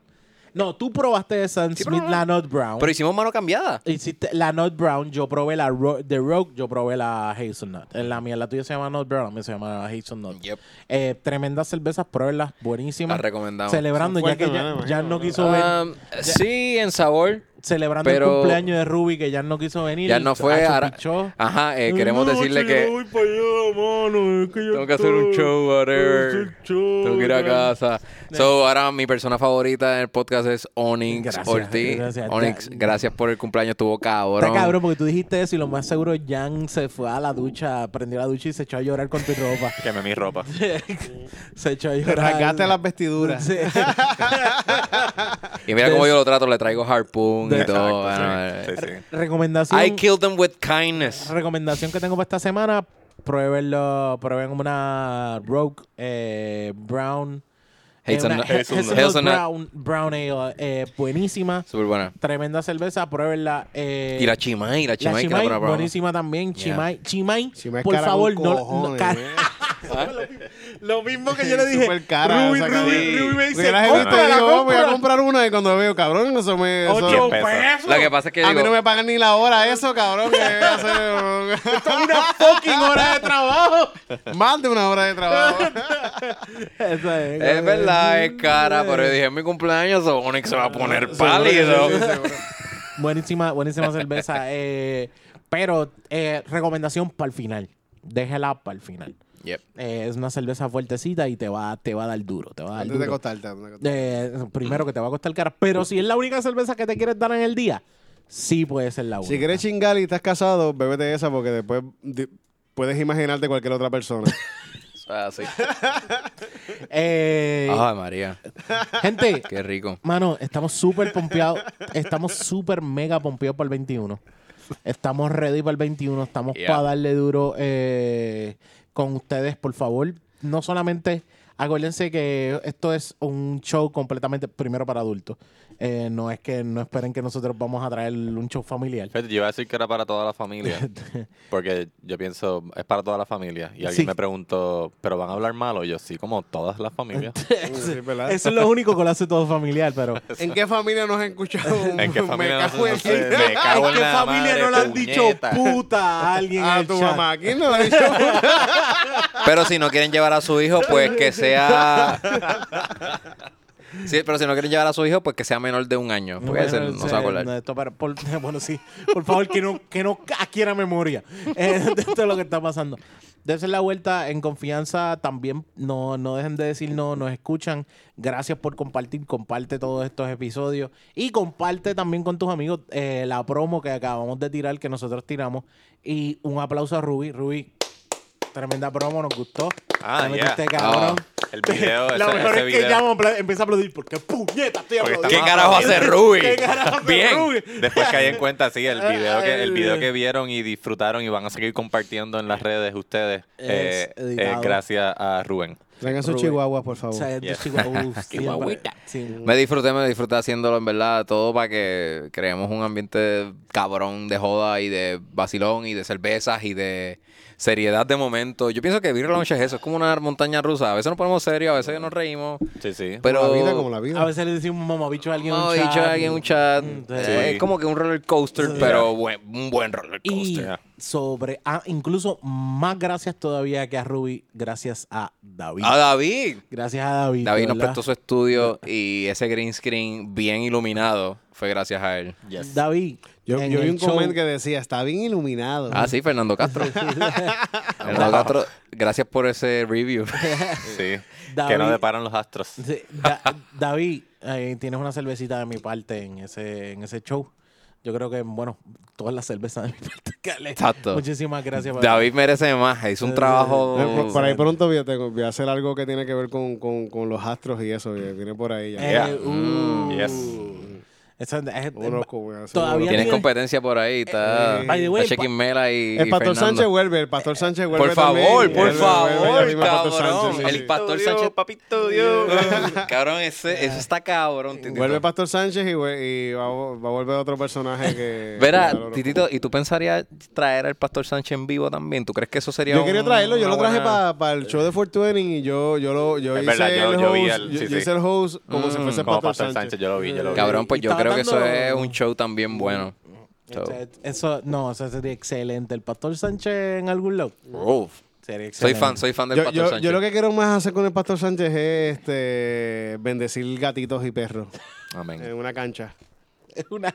Speaker 4: No, tú probaste de Sam
Speaker 1: Sí,
Speaker 4: Smith
Speaker 1: pero-
Speaker 4: la Nut Brown.
Speaker 1: Pero hicimos mano cambiada.
Speaker 4: Hiciste la Nut Brown, yo probé la Ro- The Rogue, yo probé la Hazelnut. Eh, La mía, la tuya se llama Nut Brown, la mía se llama Hazelnut.
Speaker 1: Yep.
Speaker 4: Eh, tremendas cervezas, pruébelas, buenísimas.
Speaker 1: Las recomendamos.
Speaker 4: Celebrando,
Speaker 5: Son
Speaker 4: ya que
Speaker 5: fuertes,
Speaker 4: ya,
Speaker 5: me imagino,
Speaker 4: ya no
Speaker 5: ¿no?
Speaker 4: quiso ver,
Speaker 1: Um, sí, en sabor.
Speaker 4: celebrando el
Speaker 1: pero-
Speaker 4: cumpleaños de Ruby, que ya no quiso venir.
Speaker 1: Ya
Speaker 4: y
Speaker 1: no fue.
Speaker 4: Tacho
Speaker 1: ahora-
Speaker 4: pichó.
Speaker 1: Ajá, eh, queremos
Speaker 5: No,
Speaker 1: decirle
Speaker 5: chico,
Speaker 1: que.
Speaker 5: voy pa' allá, mano, es que yo
Speaker 1: Tengo que hacer un
Speaker 5: estoy-
Speaker 1: show,
Speaker 5: Tengo que
Speaker 1: whatever.
Speaker 5: hacer show,
Speaker 1: Tengo que ir a
Speaker 5: ya.
Speaker 1: casa. So, ahora mi persona favorita en el podcast es Onyx
Speaker 4: Gracias,
Speaker 1: Ortiz.
Speaker 4: gracias.
Speaker 1: Onyx,
Speaker 4: Ya-
Speaker 1: gracias por el cumpleaños, tuvo cabrón.
Speaker 4: Está cabrón porque tú dijiste eso y lo más seguro Jan se fue a la ducha, prendió la ducha y se echó a llorar con tu ropa.
Speaker 3: Queme mi ropa.
Speaker 4: se echó a llorar.
Speaker 2: Rasgaste las vestiduras.
Speaker 4: Sí.
Speaker 1: Y mira cómo
Speaker 4: Des-
Speaker 1: yo lo trato, le traigo harpoon y
Speaker 3: Exacto,
Speaker 1: todo.
Speaker 3: sí,
Speaker 1: bueno,
Speaker 3: sí,
Speaker 1: eh.
Speaker 3: sí.
Speaker 4: Recomendación.
Speaker 1: I killed them with kindness.
Speaker 4: recomendación que tengo para esta semana, pruébenlo, prueben una Rogue eh, Brown. eh,
Speaker 1: Hazelnut-
Speaker 4: una Hazelnut
Speaker 1: Hazelnut. Hazelnut.
Speaker 4: Brown, Brown Ale, eh, buenísima.
Speaker 1: Súper buena.
Speaker 4: Tremenda cerveza, pruébenla. eh,
Speaker 1: Y la chimay, la
Speaker 4: la
Speaker 1: chimay. que no
Speaker 4: Chimay,
Speaker 1: era brava.
Speaker 4: buenísima también.
Speaker 1: Yeah.
Speaker 4: Chimay, Chimay,
Speaker 2: Chimay es
Speaker 4: por
Speaker 2: cara con
Speaker 4: favor, no- no,
Speaker 2: cojones,
Speaker 4: cara-
Speaker 2: eh.
Speaker 1: ¿Ah?
Speaker 5: Lo mismo que yo le dije.
Speaker 2: Súper cara
Speaker 5: Ruby,
Speaker 2: esa
Speaker 5: Ruby,
Speaker 2: cara.
Speaker 5: Ruby, me
Speaker 2: Porque
Speaker 5: dice,
Speaker 2: la gente
Speaker 5: compra,
Speaker 2: te
Speaker 5: la
Speaker 2: digo, "Oh, voy a
Speaker 5: compra.
Speaker 2: comprar una y cuando veo, cabrón, eso me... eso-
Speaker 5: Ocho
Speaker 3: Diez pesos.
Speaker 5: pesos.
Speaker 1: Lo que pasa es que
Speaker 2: a
Speaker 1: digo,
Speaker 2: mí no me pagan ni la hora eso, cabrón. Que hace-
Speaker 5: una fucking hora de trabajo.
Speaker 2: más de una hora de trabajo.
Speaker 4: Eso es,
Speaker 1: es verdad, es cara, pero yo dije, en mi cumpleaños, so Onyx se va a poner pálido.
Speaker 4: Buenísima, buenísima cerveza. eh, pero eh, recomendación para el final. Déjela para el final.
Speaker 1: Yep.
Speaker 4: Eh, es una cerveza fuertecita y te va, te va a dar duro. Te va a dar
Speaker 2: Antes de
Speaker 4: duro.
Speaker 2: acostarte. antes de acostarte.
Speaker 4: Eh, primero que te va a costar cara. Pero si es la única cerveza que te quieres dar en el día, sí puede ser la única.
Speaker 2: Si quieres chingar y estás casado, bébete esa porque después di- puedes imaginarte cualquier otra persona.
Speaker 1: Eso es así.
Speaker 4: Eh,
Speaker 1: Ay, María,
Speaker 4: gente,
Speaker 1: qué rico.
Speaker 4: mano, estamos súper pompeados. Estamos súper mega pompeados para el 21. Estamos ready para el 21. Estamos
Speaker 1: Yeah.
Speaker 4: para darle duro eh, con ustedes, por favor. No solamente. Acuérdense que esto es un show completamente primero para adultos. Eh, no es que no esperen que nosotros vamos a traer un show familiar.
Speaker 3: Fíjate, Yo iba a decir que era para toda la familia. Porque yo pienso, es para toda la familia. Y alguien
Speaker 4: Sí.
Speaker 3: me preguntó, ¿pero van a hablar malo? yo, sí, como todas las familias.
Speaker 2: Sí, ¿verdad?
Speaker 4: Eso es lo único que lo hace todo familiar, pero.
Speaker 2: ¿En qué familia nos has escuchado?
Speaker 3: ¿En qué
Speaker 2: Me
Speaker 3: familia? no
Speaker 2: cago en-
Speaker 3: sé? me cago en
Speaker 5: ¿Qué
Speaker 3: la
Speaker 5: familia no
Speaker 3: madre,
Speaker 5: le han dicho
Speaker 3: puñeta. Ah,
Speaker 5: puta a alguien?
Speaker 2: A
Speaker 5: en el
Speaker 2: tu
Speaker 5: chat?
Speaker 2: mamá. aquí no le he dicho?
Speaker 1: Pero si no quieren llevar a su hijo, pues que sea. Sí, pero si no quieren llevar a su hijo, pues que sea menor de un año. Porque ese no se va a acordar.
Speaker 4: no, esto para- por- bueno, sí. Por favor, que no, que no adquiera memoria eh, de todo lo que está pasando. Dense la vuelta en confianza. También no, no dejen de decir no, nos escuchan. Gracias por compartir. Comparte todos estos episodios. Y comparte también con tus amigos eh, la promo que acabamos de tirar, que nosotros tiramos. Y un aplauso a Ruby. Ruby, tremenda promo, nos gustó.
Speaker 3: Ah,
Speaker 4: Te
Speaker 3: ya.
Speaker 4: metiste, cabrón.
Speaker 3: El video, ese,
Speaker 5: Lo mejor
Speaker 3: ese
Speaker 5: es que
Speaker 3: video.
Speaker 5: llamo, apla- empieza a aplaudir porque puñeta estoy
Speaker 3: Porque
Speaker 5: aplaudiendo.
Speaker 1: ¿Qué
Speaker 3: Vamos
Speaker 1: carajo
Speaker 3: a
Speaker 1: hace
Speaker 3: ver.
Speaker 1: Ruby?
Speaker 5: ¿Qué carajo hace
Speaker 1: Bien.
Speaker 5: Ruby?
Speaker 3: Después que hay en cuenta, sí, el video, que, el video que vieron y disfrutaron y van a seguir compartiendo en las redes ustedes.
Speaker 4: Es
Speaker 3: eh, eh,
Speaker 4: editado.
Speaker 3: gracias a Rubén.
Speaker 2: Traigan sus
Speaker 4: Rubén.
Speaker 2: chihuahuas, por
Speaker 4: O
Speaker 2: favor.
Speaker 4: sea, estos
Speaker 3: Yes.
Speaker 4: chicos, uf, siempre-
Speaker 1: Chihuahuita.
Speaker 4: sí.
Speaker 1: Me disfruté, me disfruté haciéndolo, en verdad, todo para que creemos un ambiente cabrón de joda y de vacilón y de cervezas y de seriedad de momento. Yo pienso que Beer Lounge es eso, es como una montaña rusa. A veces nos ponemos serios, a veces nos reímos,
Speaker 3: Sí, sí.
Speaker 1: pero...
Speaker 2: Como la vida, como la
Speaker 4: A
Speaker 2: vida.
Speaker 4: veces le decimos mamabicho a alguien en
Speaker 1: No,
Speaker 4: un
Speaker 1: he
Speaker 4: chat.
Speaker 1: dicho a alguien un chat.
Speaker 4: Sí.
Speaker 1: eh, Es como que un roller coaster, pero buen- un buen roller
Speaker 4: Y
Speaker 1: coaster.
Speaker 4: sobre, ah, incluso más gracias todavía que a Ruby, gracias a David.
Speaker 1: A David.
Speaker 4: gracias a David.
Speaker 1: Ah, David nos
Speaker 4: ¿verdad?
Speaker 1: prestó su estudio y ese green screen bien iluminado fue gracias a él.
Speaker 4: David,
Speaker 2: Yo,
Speaker 4: en
Speaker 2: yo vi
Speaker 4: el
Speaker 2: un
Speaker 4: show-
Speaker 2: comment que decía, está bien iluminado.
Speaker 1: Ah, sí, Fernando Castro. Fernando Castro, gracias por ese review.
Speaker 3: Sí. Que
Speaker 4: David-
Speaker 3: no deparan los astros.
Speaker 4: Sí, Da- David, eh, tienes una cervecita de mi parte en ese, en ese show. Yo creo que, bueno, todas las cervezas de mi parte. Carle.
Speaker 1: Exacto.
Speaker 4: Muchísimas gracias. papá.
Speaker 1: David merece más, hizo un
Speaker 2: Eh, por-
Speaker 1: trabajo...
Speaker 2: Por ahí pronto voy a, tengo- voy a hacer algo que tiene que ver con, con- con los astros y eso, que viene por ahí ya.
Speaker 4: Eh,
Speaker 3: Yeah.
Speaker 4: uh,
Speaker 3: Yes.
Speaker 4: Eh, Eso es- es-
Speaker 2: Uno con- seguro.
Speaker 4: Todavía
Speaker 1: Tienes
Speaker 4: tiene-
Speaker 1: competencia por ahí. Está,
Speaker 2: Eh,
Speaker 4: by the way,
Speaker 1: está Chequi Mela y.
Speaker 2: El
Speaker 1: y
Speaker 2: Pastor
Speaker 1: Fernando.
Speaker 2: Sánchez vuelve, el Pastor Sánchez vuelve.
Speaker 1: Por favor,
Speaker 2: también.
Speaker 1: por
Speaker 2: Vuelve, vuelve,
Speaker 1: favor,
Speaker 2: el mismo Pastor
Speaker 1: cabrón.
Speaker 2: Sánchez, sí, sí.
Speaker 1: El Pastor
Speaker 3: Dios,
Speaker 1: Sánchez.
Speaker 3: Papito Dios.
Speaker 1: Cabrón, ese, eso está cabrón, Titito.
Speaker 2: Vuelve Pastor Sánchez y, vuel- y va, a vo- va a volver otro personaje que. que
Speaker 1: Verá,
Speaker 2: valoro.
Speaker 1: Titito, ¿y tú pensarías traer al Pastor Sánchez en vivo también? ¿Tú crees que eso sería
Speaker 2: Yo quería
Speaker 1: un-
Speaker 2: traerlo, yo
Speaker 1: una
Speaker 2: lo traje
Speaker 1: buena-
Speaker 2: para el show de 420 y yo, yo, lo, yo
Speaker 3: Es
Speaker 2: hice
Speaker 3: verdad, yo-
Speaker 2: el
Speaker 3: yo
Speaker 2: host,
Speaker 3: vi el-
Speaker 2: yo-
Speaker 3: sí,
Speaker 2: yo
Speaker 3: sí.
Speaker 2: hice el host como si
Speaker 1: Mm,
Speaker 2: fuese
Speaker 3: Como
Speaker 2: Pues, Pastor, Sánchez.
Speaker 3: yo lo vi, yo lo vi.
Speaker 1: Cabrón, pues
Speaker 4: Y Este
Speaker 1: yo
Speaker 4: estaba
Speaker 1: creo que eso
Speaker 4: dando-
Speaker 1: es un show también bueno. So,
Speaker 4: Eso- Eso, no, eso sería excelente. El Pastor Sánchez en algún lado.
Speaker 1: uf.
Speaker 4: Sería
Speaker 1: Soy
Speaker 4: excelente.
Speaker 1: fan, soy fan del
Speaker 2: Yo,
Speaker 1: Pastor
Speaker 2: yo-
Speaker 1: Sánchez.
Speaker 2: yo lo que quiero más hacer con el Pastor Sánchez es este, bendecir gatitos y perros en
Speaker 1: Amén.
Speaker 2: una cancha.
Speaker 4: Es una-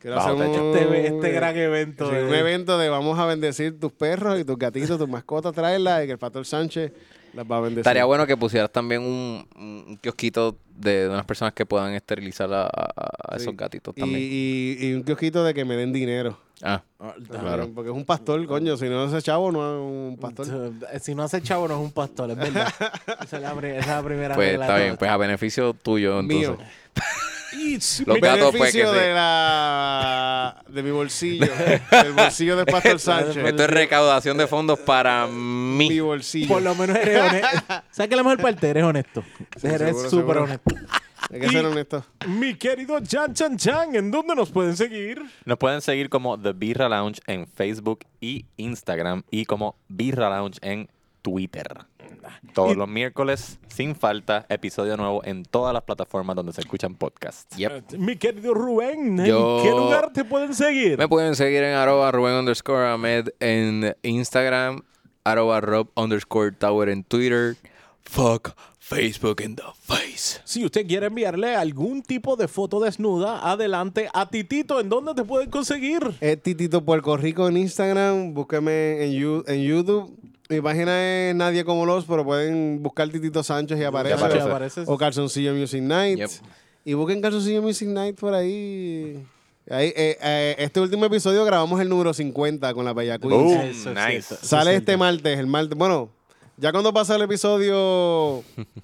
Speaker 2: Quiero
Speaker 3: Bajo
Speaker 2: hacer
Speaker 3: techo.
Speaker 2: un,
Speaker 4: este, este gran evento.
Speaker 2: sí,
Speaker 4: de-
Speaker 2: un evento de vamos a bendecir tus perros y tus gatitos, tus mascotas, traerlas y que el Pastor Sánchez las va a bendecir.
Speaker 1: Estaría bueno que pusieras también un, un kiosquito de, de unas personas que puedan esterilizar a, a- a
Speaker 2: Sí.
Speaker 1: esos gatitos
Speaker 2: Y-
Speaker 1: también.
Speaker 2: Y, y un kiosquito de que me den dinero.
Speaker 1: Ah,
Speaker 2: También,
Speaker 1: claro.
Speaker 2: Porque es un pastor, coño. Si no es ese chavo, no es un pastor.
Speaker 4: Si no hace chavo, no es un pastor, es verdad. esa, es la, pri- esa es la primera
Speaker 1: Pues
Speaker 4: regla
Speaker 1: está
Speaker 4: de
Speaker 1: bien,
Speaker 4: todo.
Speaker 1: pues a beneficio tuyo entonces.
Speaker 2: Mío.
Speaker 1: Los gatos, pues, que
Speaker 2: Beneficio de,
Speaker 1: sí.
Speaker 2: la, de mi bolsillo. el bolsillo del pastor Sánchez.
Speaker 1: Esto es recaudación de fondos para mí.
Speaker 2: mi bolsillo.
Speaker 4: Por lo menos eres honesto. ¿Sabes que la mejor parte? Eres honesto. eres
Speaker 2: seguro,
Speaker 4: súper
Speaker 2: seguro.
Speaker 4: honesto.
Speaker 2: Hay que ser honesto.
Speaker 5: Mi querido Chan Chan Chan, ¿en dónde nos pueden seguir?
Speaker 3: Nos pueden seguir como The Birra Lounge en Facebook y Instagram y como Birra Lounge en Twitter. Todos los miércoles, sin falta, episodio nuevo en todas las plataformas donde se escuchan podcasts.
Speaker 1: Yep.
Speaker 5: Mi querido Rubén, ¿en
Speaker 1: Yo-
Speaker 5: qué lugar te pueden seguir?
Speaker 1: Me pueden seguir en arroba Rubén underscore Ahmed en Instagram, arroba Rob underscore Tower en Twitter. Fuck Facebook in the face.
Speaker 5: Si usted quiere enviarle algún tipo de foto desnuda, adelante a Titito, ¿en dónde te pueden conseguir?
Speaker 2: Es Titito Puerto Rico en Instagram. Búsqueme en, Yu- en YouTube. Mi página es Nadie Como Los, pero pueden buscar Titito Sánchez y aparece.
Speaker 3: aparece.
Speaker 2: O- O Calzoncillo Music Night.
Speaker 1: Yep.
Speaker 2: Y busquen Calzoncillo Music Night por ahí. Ahí, eh, eh, este último episodio grabamos el número 50 con la Bella Queen.
Speaker 1: Oh.
Speaker 3: Boom,
Speaker 4: Eso es
Speaker 3: Uh, nice.
Speaker 4: cierto.
Speaker 2: Sale
Speaker 4: Sí,
Speaker 2: este martes, el martes. Bueno, ya cuando pasa el episodio,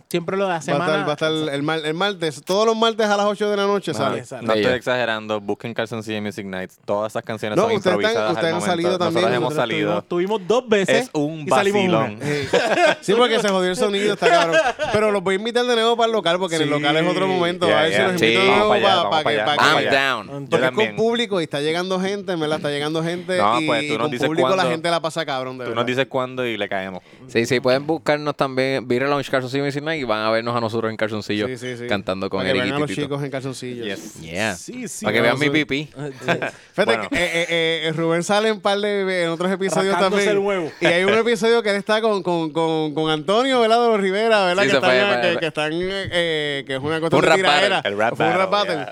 Speaker 4: Siempre lo de la
Speaker 2: va a
Speaker 4: semana.
Speaker 2: estar, va a estar el, mar- el martes. Todos los martes a las 8 de la noche sale.
Speaker 4: sale.
Speaker 3: No estoy
Speaker 1: Bello.
Speaker 3: exagerando, busquen Calzoncillo Music Nights. Todas esas canciones
Speaker 2: No,
Speaker 3: son
Speaker 2: ustedes están-
Speaker 3: improvisadas
Speaker 2: ustedes
Speaker 3: al
Speaker 2: han
Speaker 3: momento.
Speaker 2: salido
Speaker 3: Nosotros
Speaker 2: también.
Speaker 3: hemos
Speaker 5: Nosotros
Speaker 3: salido.
Speaker 5: Tuvimos, tuvimos dos veces
Speaker 3: Es un
Speaker 5: y salimos una.
Speaker 3: vacilón.
Speaker 2: Sí. Sí, porque se jodió el sonido, está cabrón. Pero los voy a invitar de nuevo para el local, porque en el
Speaker 3: Sí.
Speaker 2: local es otro momento.
Speaker 3: Yeah,
Speaker 2: a ver si
Speaker 3: yeah.
Speaker 2: los invito
Speaker 1: Sí.
Speaker 2: de nuevo
Speaker 3: Vamos para allá,
Speaker 2: para,
Speaker 3: vamos
Speaker 2: que,
Speaker 3: para allá,
Speaker 2: pa'
Speaker 3: vamos
Speaker 1: I'm
Speaker 2: que-
Speaker 3: para allá.
Speaker 1: down.
Speaker 3: Yo
Speaker 2: porque es con
Speaker 3: también.
Speaker 2: público y está llegando gente, ¿verdad? Está llegando gente
Speaker 3: No,
Speaker 2: y,
Speaker 3: pues, tú
Speaker 2: y
Speaker 3: nos
Speaker 2: con
Speaker 3: dices
Speaker 2: público la
Speaker 3: cuándo.
Speaker 2: gente la pasa cabrón, de
Speaker 3: Tú nos
Speaker 2: verdad.
Speaker 3: dices cuándo y le caemos.
Speaker 1: Sí, sí, pueden buscarnos también. Vir Lounge Calzoncillo Music Night y van a vernos a nosotros en calzoncillo
Speaker 2: Sí, sí, sí.
Speaker 1: cantando con
Speaker 2: Para que
Speaker 1: Eric
Speaker 2: vean a
Speaker 1: y
Speaker 2: los
Speaker 1: Titito.
Speaker 2: chicos en calzoncillos.
Speaker 3: Yes.
Speaker 1: Yeah.
Speaker 5: Sí, sí.
Speaker 1: Para que vean mi
Speaker 2: vamos a-
Speaker 1: pipí.
Speaker 2: Fíjate,
Speaker 3: Bueno.
Speaker 2: que, eh, eh, eh, Rubén sale en par de en otros episodios
Speaker 5: Rascándose
Speaker 2: también.
Speaker 5: el huevo.
Speaker 2: Y hay un episodio que él está con, con, con, con Antonio Velado Rivera, ¿verdad?
Speaker 1: Sí,
Speaker 2: que,
Speaker 1: se
Speaker 2: están,
Speaker 1: fue,
Speaker 2: eh,
Speaker 1: fue,
Speaker 2: que-
Speaker 1: fue.
Speaker 2: que están, eh, que es una cosa
Speaker 1: Un
Speaker 2: de
Speaker 1: rap
Speaker 2: tiradera.
Speaker 3: battle, el rap
Speaker 2: Fue un rap
Speaker 3: battle,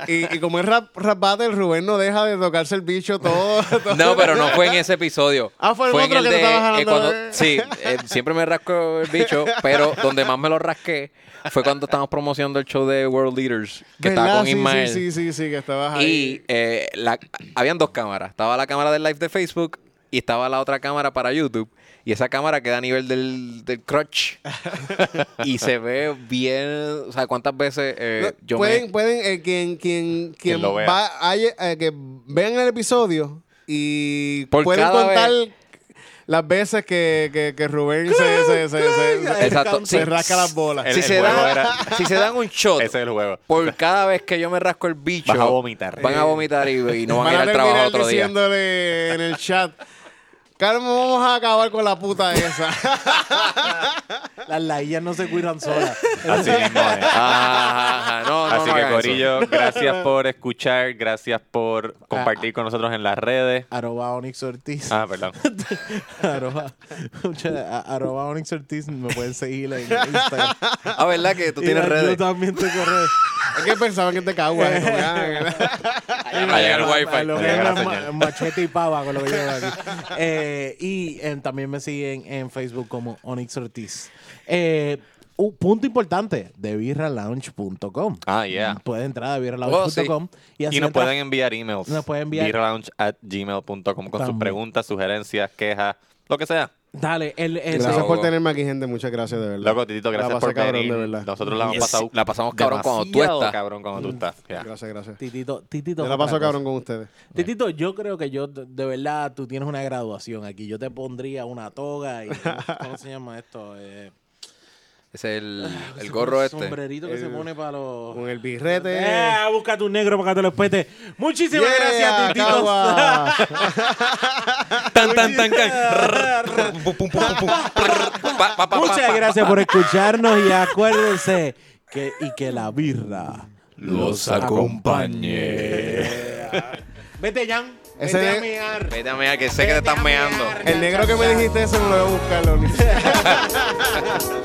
Speaker 2: battle. Y, y como es rap, rap battle, Rubén no deja de tocarse el bicho todo. todo.
Speaker 1: No, pero no fue en ese episodio.
Speaker 2: Ah, fue el otro que te estabas jalando, ¿eh?
Speaker 1: Sí, eh, siempre me rasco el bicho, pero donde más me lo rasqué fue cuando estábamos promocionando el show de World Leaders, que estaba
Speaker 2: ¿Verdad?
Speaker 1: con
Speaker 2: Sí,
Speaker 1: Ismael.
Speaker 2: Sí, sí, sí, sí, que estabas
Speaker 1: Y
Speaker 2: ahí.
Speaker 1: eh, la- habían dos cámaras. Estaba la cámara del live de Facebook y estaba la otra cámara para YouTube. Y esa cámara queda a nivel del, del crotch. y se ve bien. O sea, cuántas veces eh,
Speaker 2: No,
Speaker 1: yo
Speaker 2: pueden,
Speaker 1: me.
Speaker 2: pueden, eh, quien, quien, quien
Speaker 3: lo vea.
Speaker 2: va, haya- eh, que vean el episodio y
Speaker 1: Por
Speaker 2: pueden
Speaker 1: cada
Speaker 2: contar
Speaker 1: vez.
Speaker 2: las veces que, que, que Rubén se, se, se, se- se-
Speaker 1: Exacto,
Speaker 2: se
Speaker 1: sí.
Speaker 2: rasca las bolas.
Speaker 3: El-
Speaker 1: si,
Speaker 3: el
Speaker 1: se
Speaker 3: juego
Speaker 1: dan,
Speaker 3: era-
Speaker 1: si se dan un shot
Speaker 3: Ese es el juego.
Speaker 1: por cada vez que yo me rasco el bicho,
Speaker 3: Vas a vomitar.
Speaker 1: van a vomitar y, y no van, a ir al
Speaker 2: terminar
Speaker 1: trabajo otro día.
Speaker 2: diciéndole en el chat, Carmen, vamos a acabar con la puta esa.
Speaker 4: Las laillas no se cuidan solas.
Speaker 3: Así mismo es.
Speaker 1: Ajá, ajá, ajá. No, no,
Speaker 3: Así
Speaker 1: no
Speaker 3: que,
Speaker 1: hagan eso.
Speaker 3: Corillo, gracias por escuchar, gracias por compartir con nosotros en las redes.
Speaker 4: Arroba Onyx Ortiz.
Speaker 3: Ah, perdón.
Speaker 4: arroba, a- arroba Onyx Ortiz. Me pueden seguir en Instagram.
Speaker 1: Ah, ¿verdad? Que tú
Speaker 4: Y
Speaker 1: tienes
Speaker 4: yo
Speaker 1: redes.
Speaker 4: también tengo redes.
Speaker 2: es que pensaban que te cago. eh, como, ah,
Speaker 1: Va a llegar el wifi.
Speaker 4: Lo
Speaker 3: Va a
Speaker 4: que
Speaker 3: llegar la
Speaker 4: es ma-
Speaker 3: señal.
Speaker 4: machete y pava con lo que llevo aquí. Eh, y eh, también me siguen en Facebook como Onyx Ortiz. Eh, un punto importante, de birralounge.com.
Speaker 3: Ah, yeah. Oh,
Speaker 4: Puedes entrar a birralounge.com y así
Speaker 3: Y nos
Speaker 4: entras-
Speaker 3: pueden enviar emails.
Speaker 4: Nos pueden enviar-
Speaker 3: at gmail.com con sus
Speaker 4: También.
Speaker 3: preguntas, sugerencias, quejas, lo que sea.
Speaker 4: Dale, el, ese-
Speaker 2: Gracias por
Speaker 1: Loco.
Speaker 2: tenerme aquí, gente. Muchas gracias, de verdad.
Speaker 3: Loco, Titito, gracias
Speaker 2: pasé
Speaker 3: por
Speaker 2: cabrón,
Speaker 3: venir.
Speaker 2: de verdad.
Speaker 3: Nosotros la hemos
Speaker 1: Yes.
Speaker 3: pasado
Speaker 1: La pasamos cabrón cuando tú
Speaker 3: demasiado
Speaker 1: estás.
Speaker 3: cabrón cuando tú estás. Ya.
Speaker 2: Gracias, gracias.
Speaker 4: Titito,
Speaker 2: Yo
Speaker 4: Titito. es
Speaker 2: la
Speaker 4: otra
Speaker 2: paso
Speaker 4: cosa.
Speaker 2: cabrón con ustedes.
Speaker 4: Titito, yo creo que yo, de de verdad, tú tienes una graduación aquí. Yo te pondría una toga y. ¿Cómo se llama esto? Eh,
Speaker 1: Ese es el, el
Speaker 4: ese
Speaker 1: gorro este.
Speaker 4: Sombrerito que se
Speaker 2: El-
Speaker 4: pone para los.
Speaker 2: Con el birrete.
Speaker 4: Eh, busca tu negro para que te lo espete. Muchísimas gracias,
Speaker 2: Yeah,
Speaker 4: Titito.
Speaker 2: Cagua.
Speaker 1: Tan, tan, tan, tan. Pum, pum, pum, pum, pum. Pa, pa, pa, pa,
Speaker 4: Muchas
Speaker 1: pa.
Speaker 4: gracias por escucharnos y acuérdense que, y que la birra
Speaker 3: Los acompañe.
Speaker 4: Vete, Jan.
Speaker 2: Ese
Speaker 4: Vete
Speaker 2: ne-
Speaker 4: a mear.
Speaker 1: Vete a mear, que sé que te estás meando.
Speaker 2: El negro que me dijiste eso me lo voy a buscar, Loli.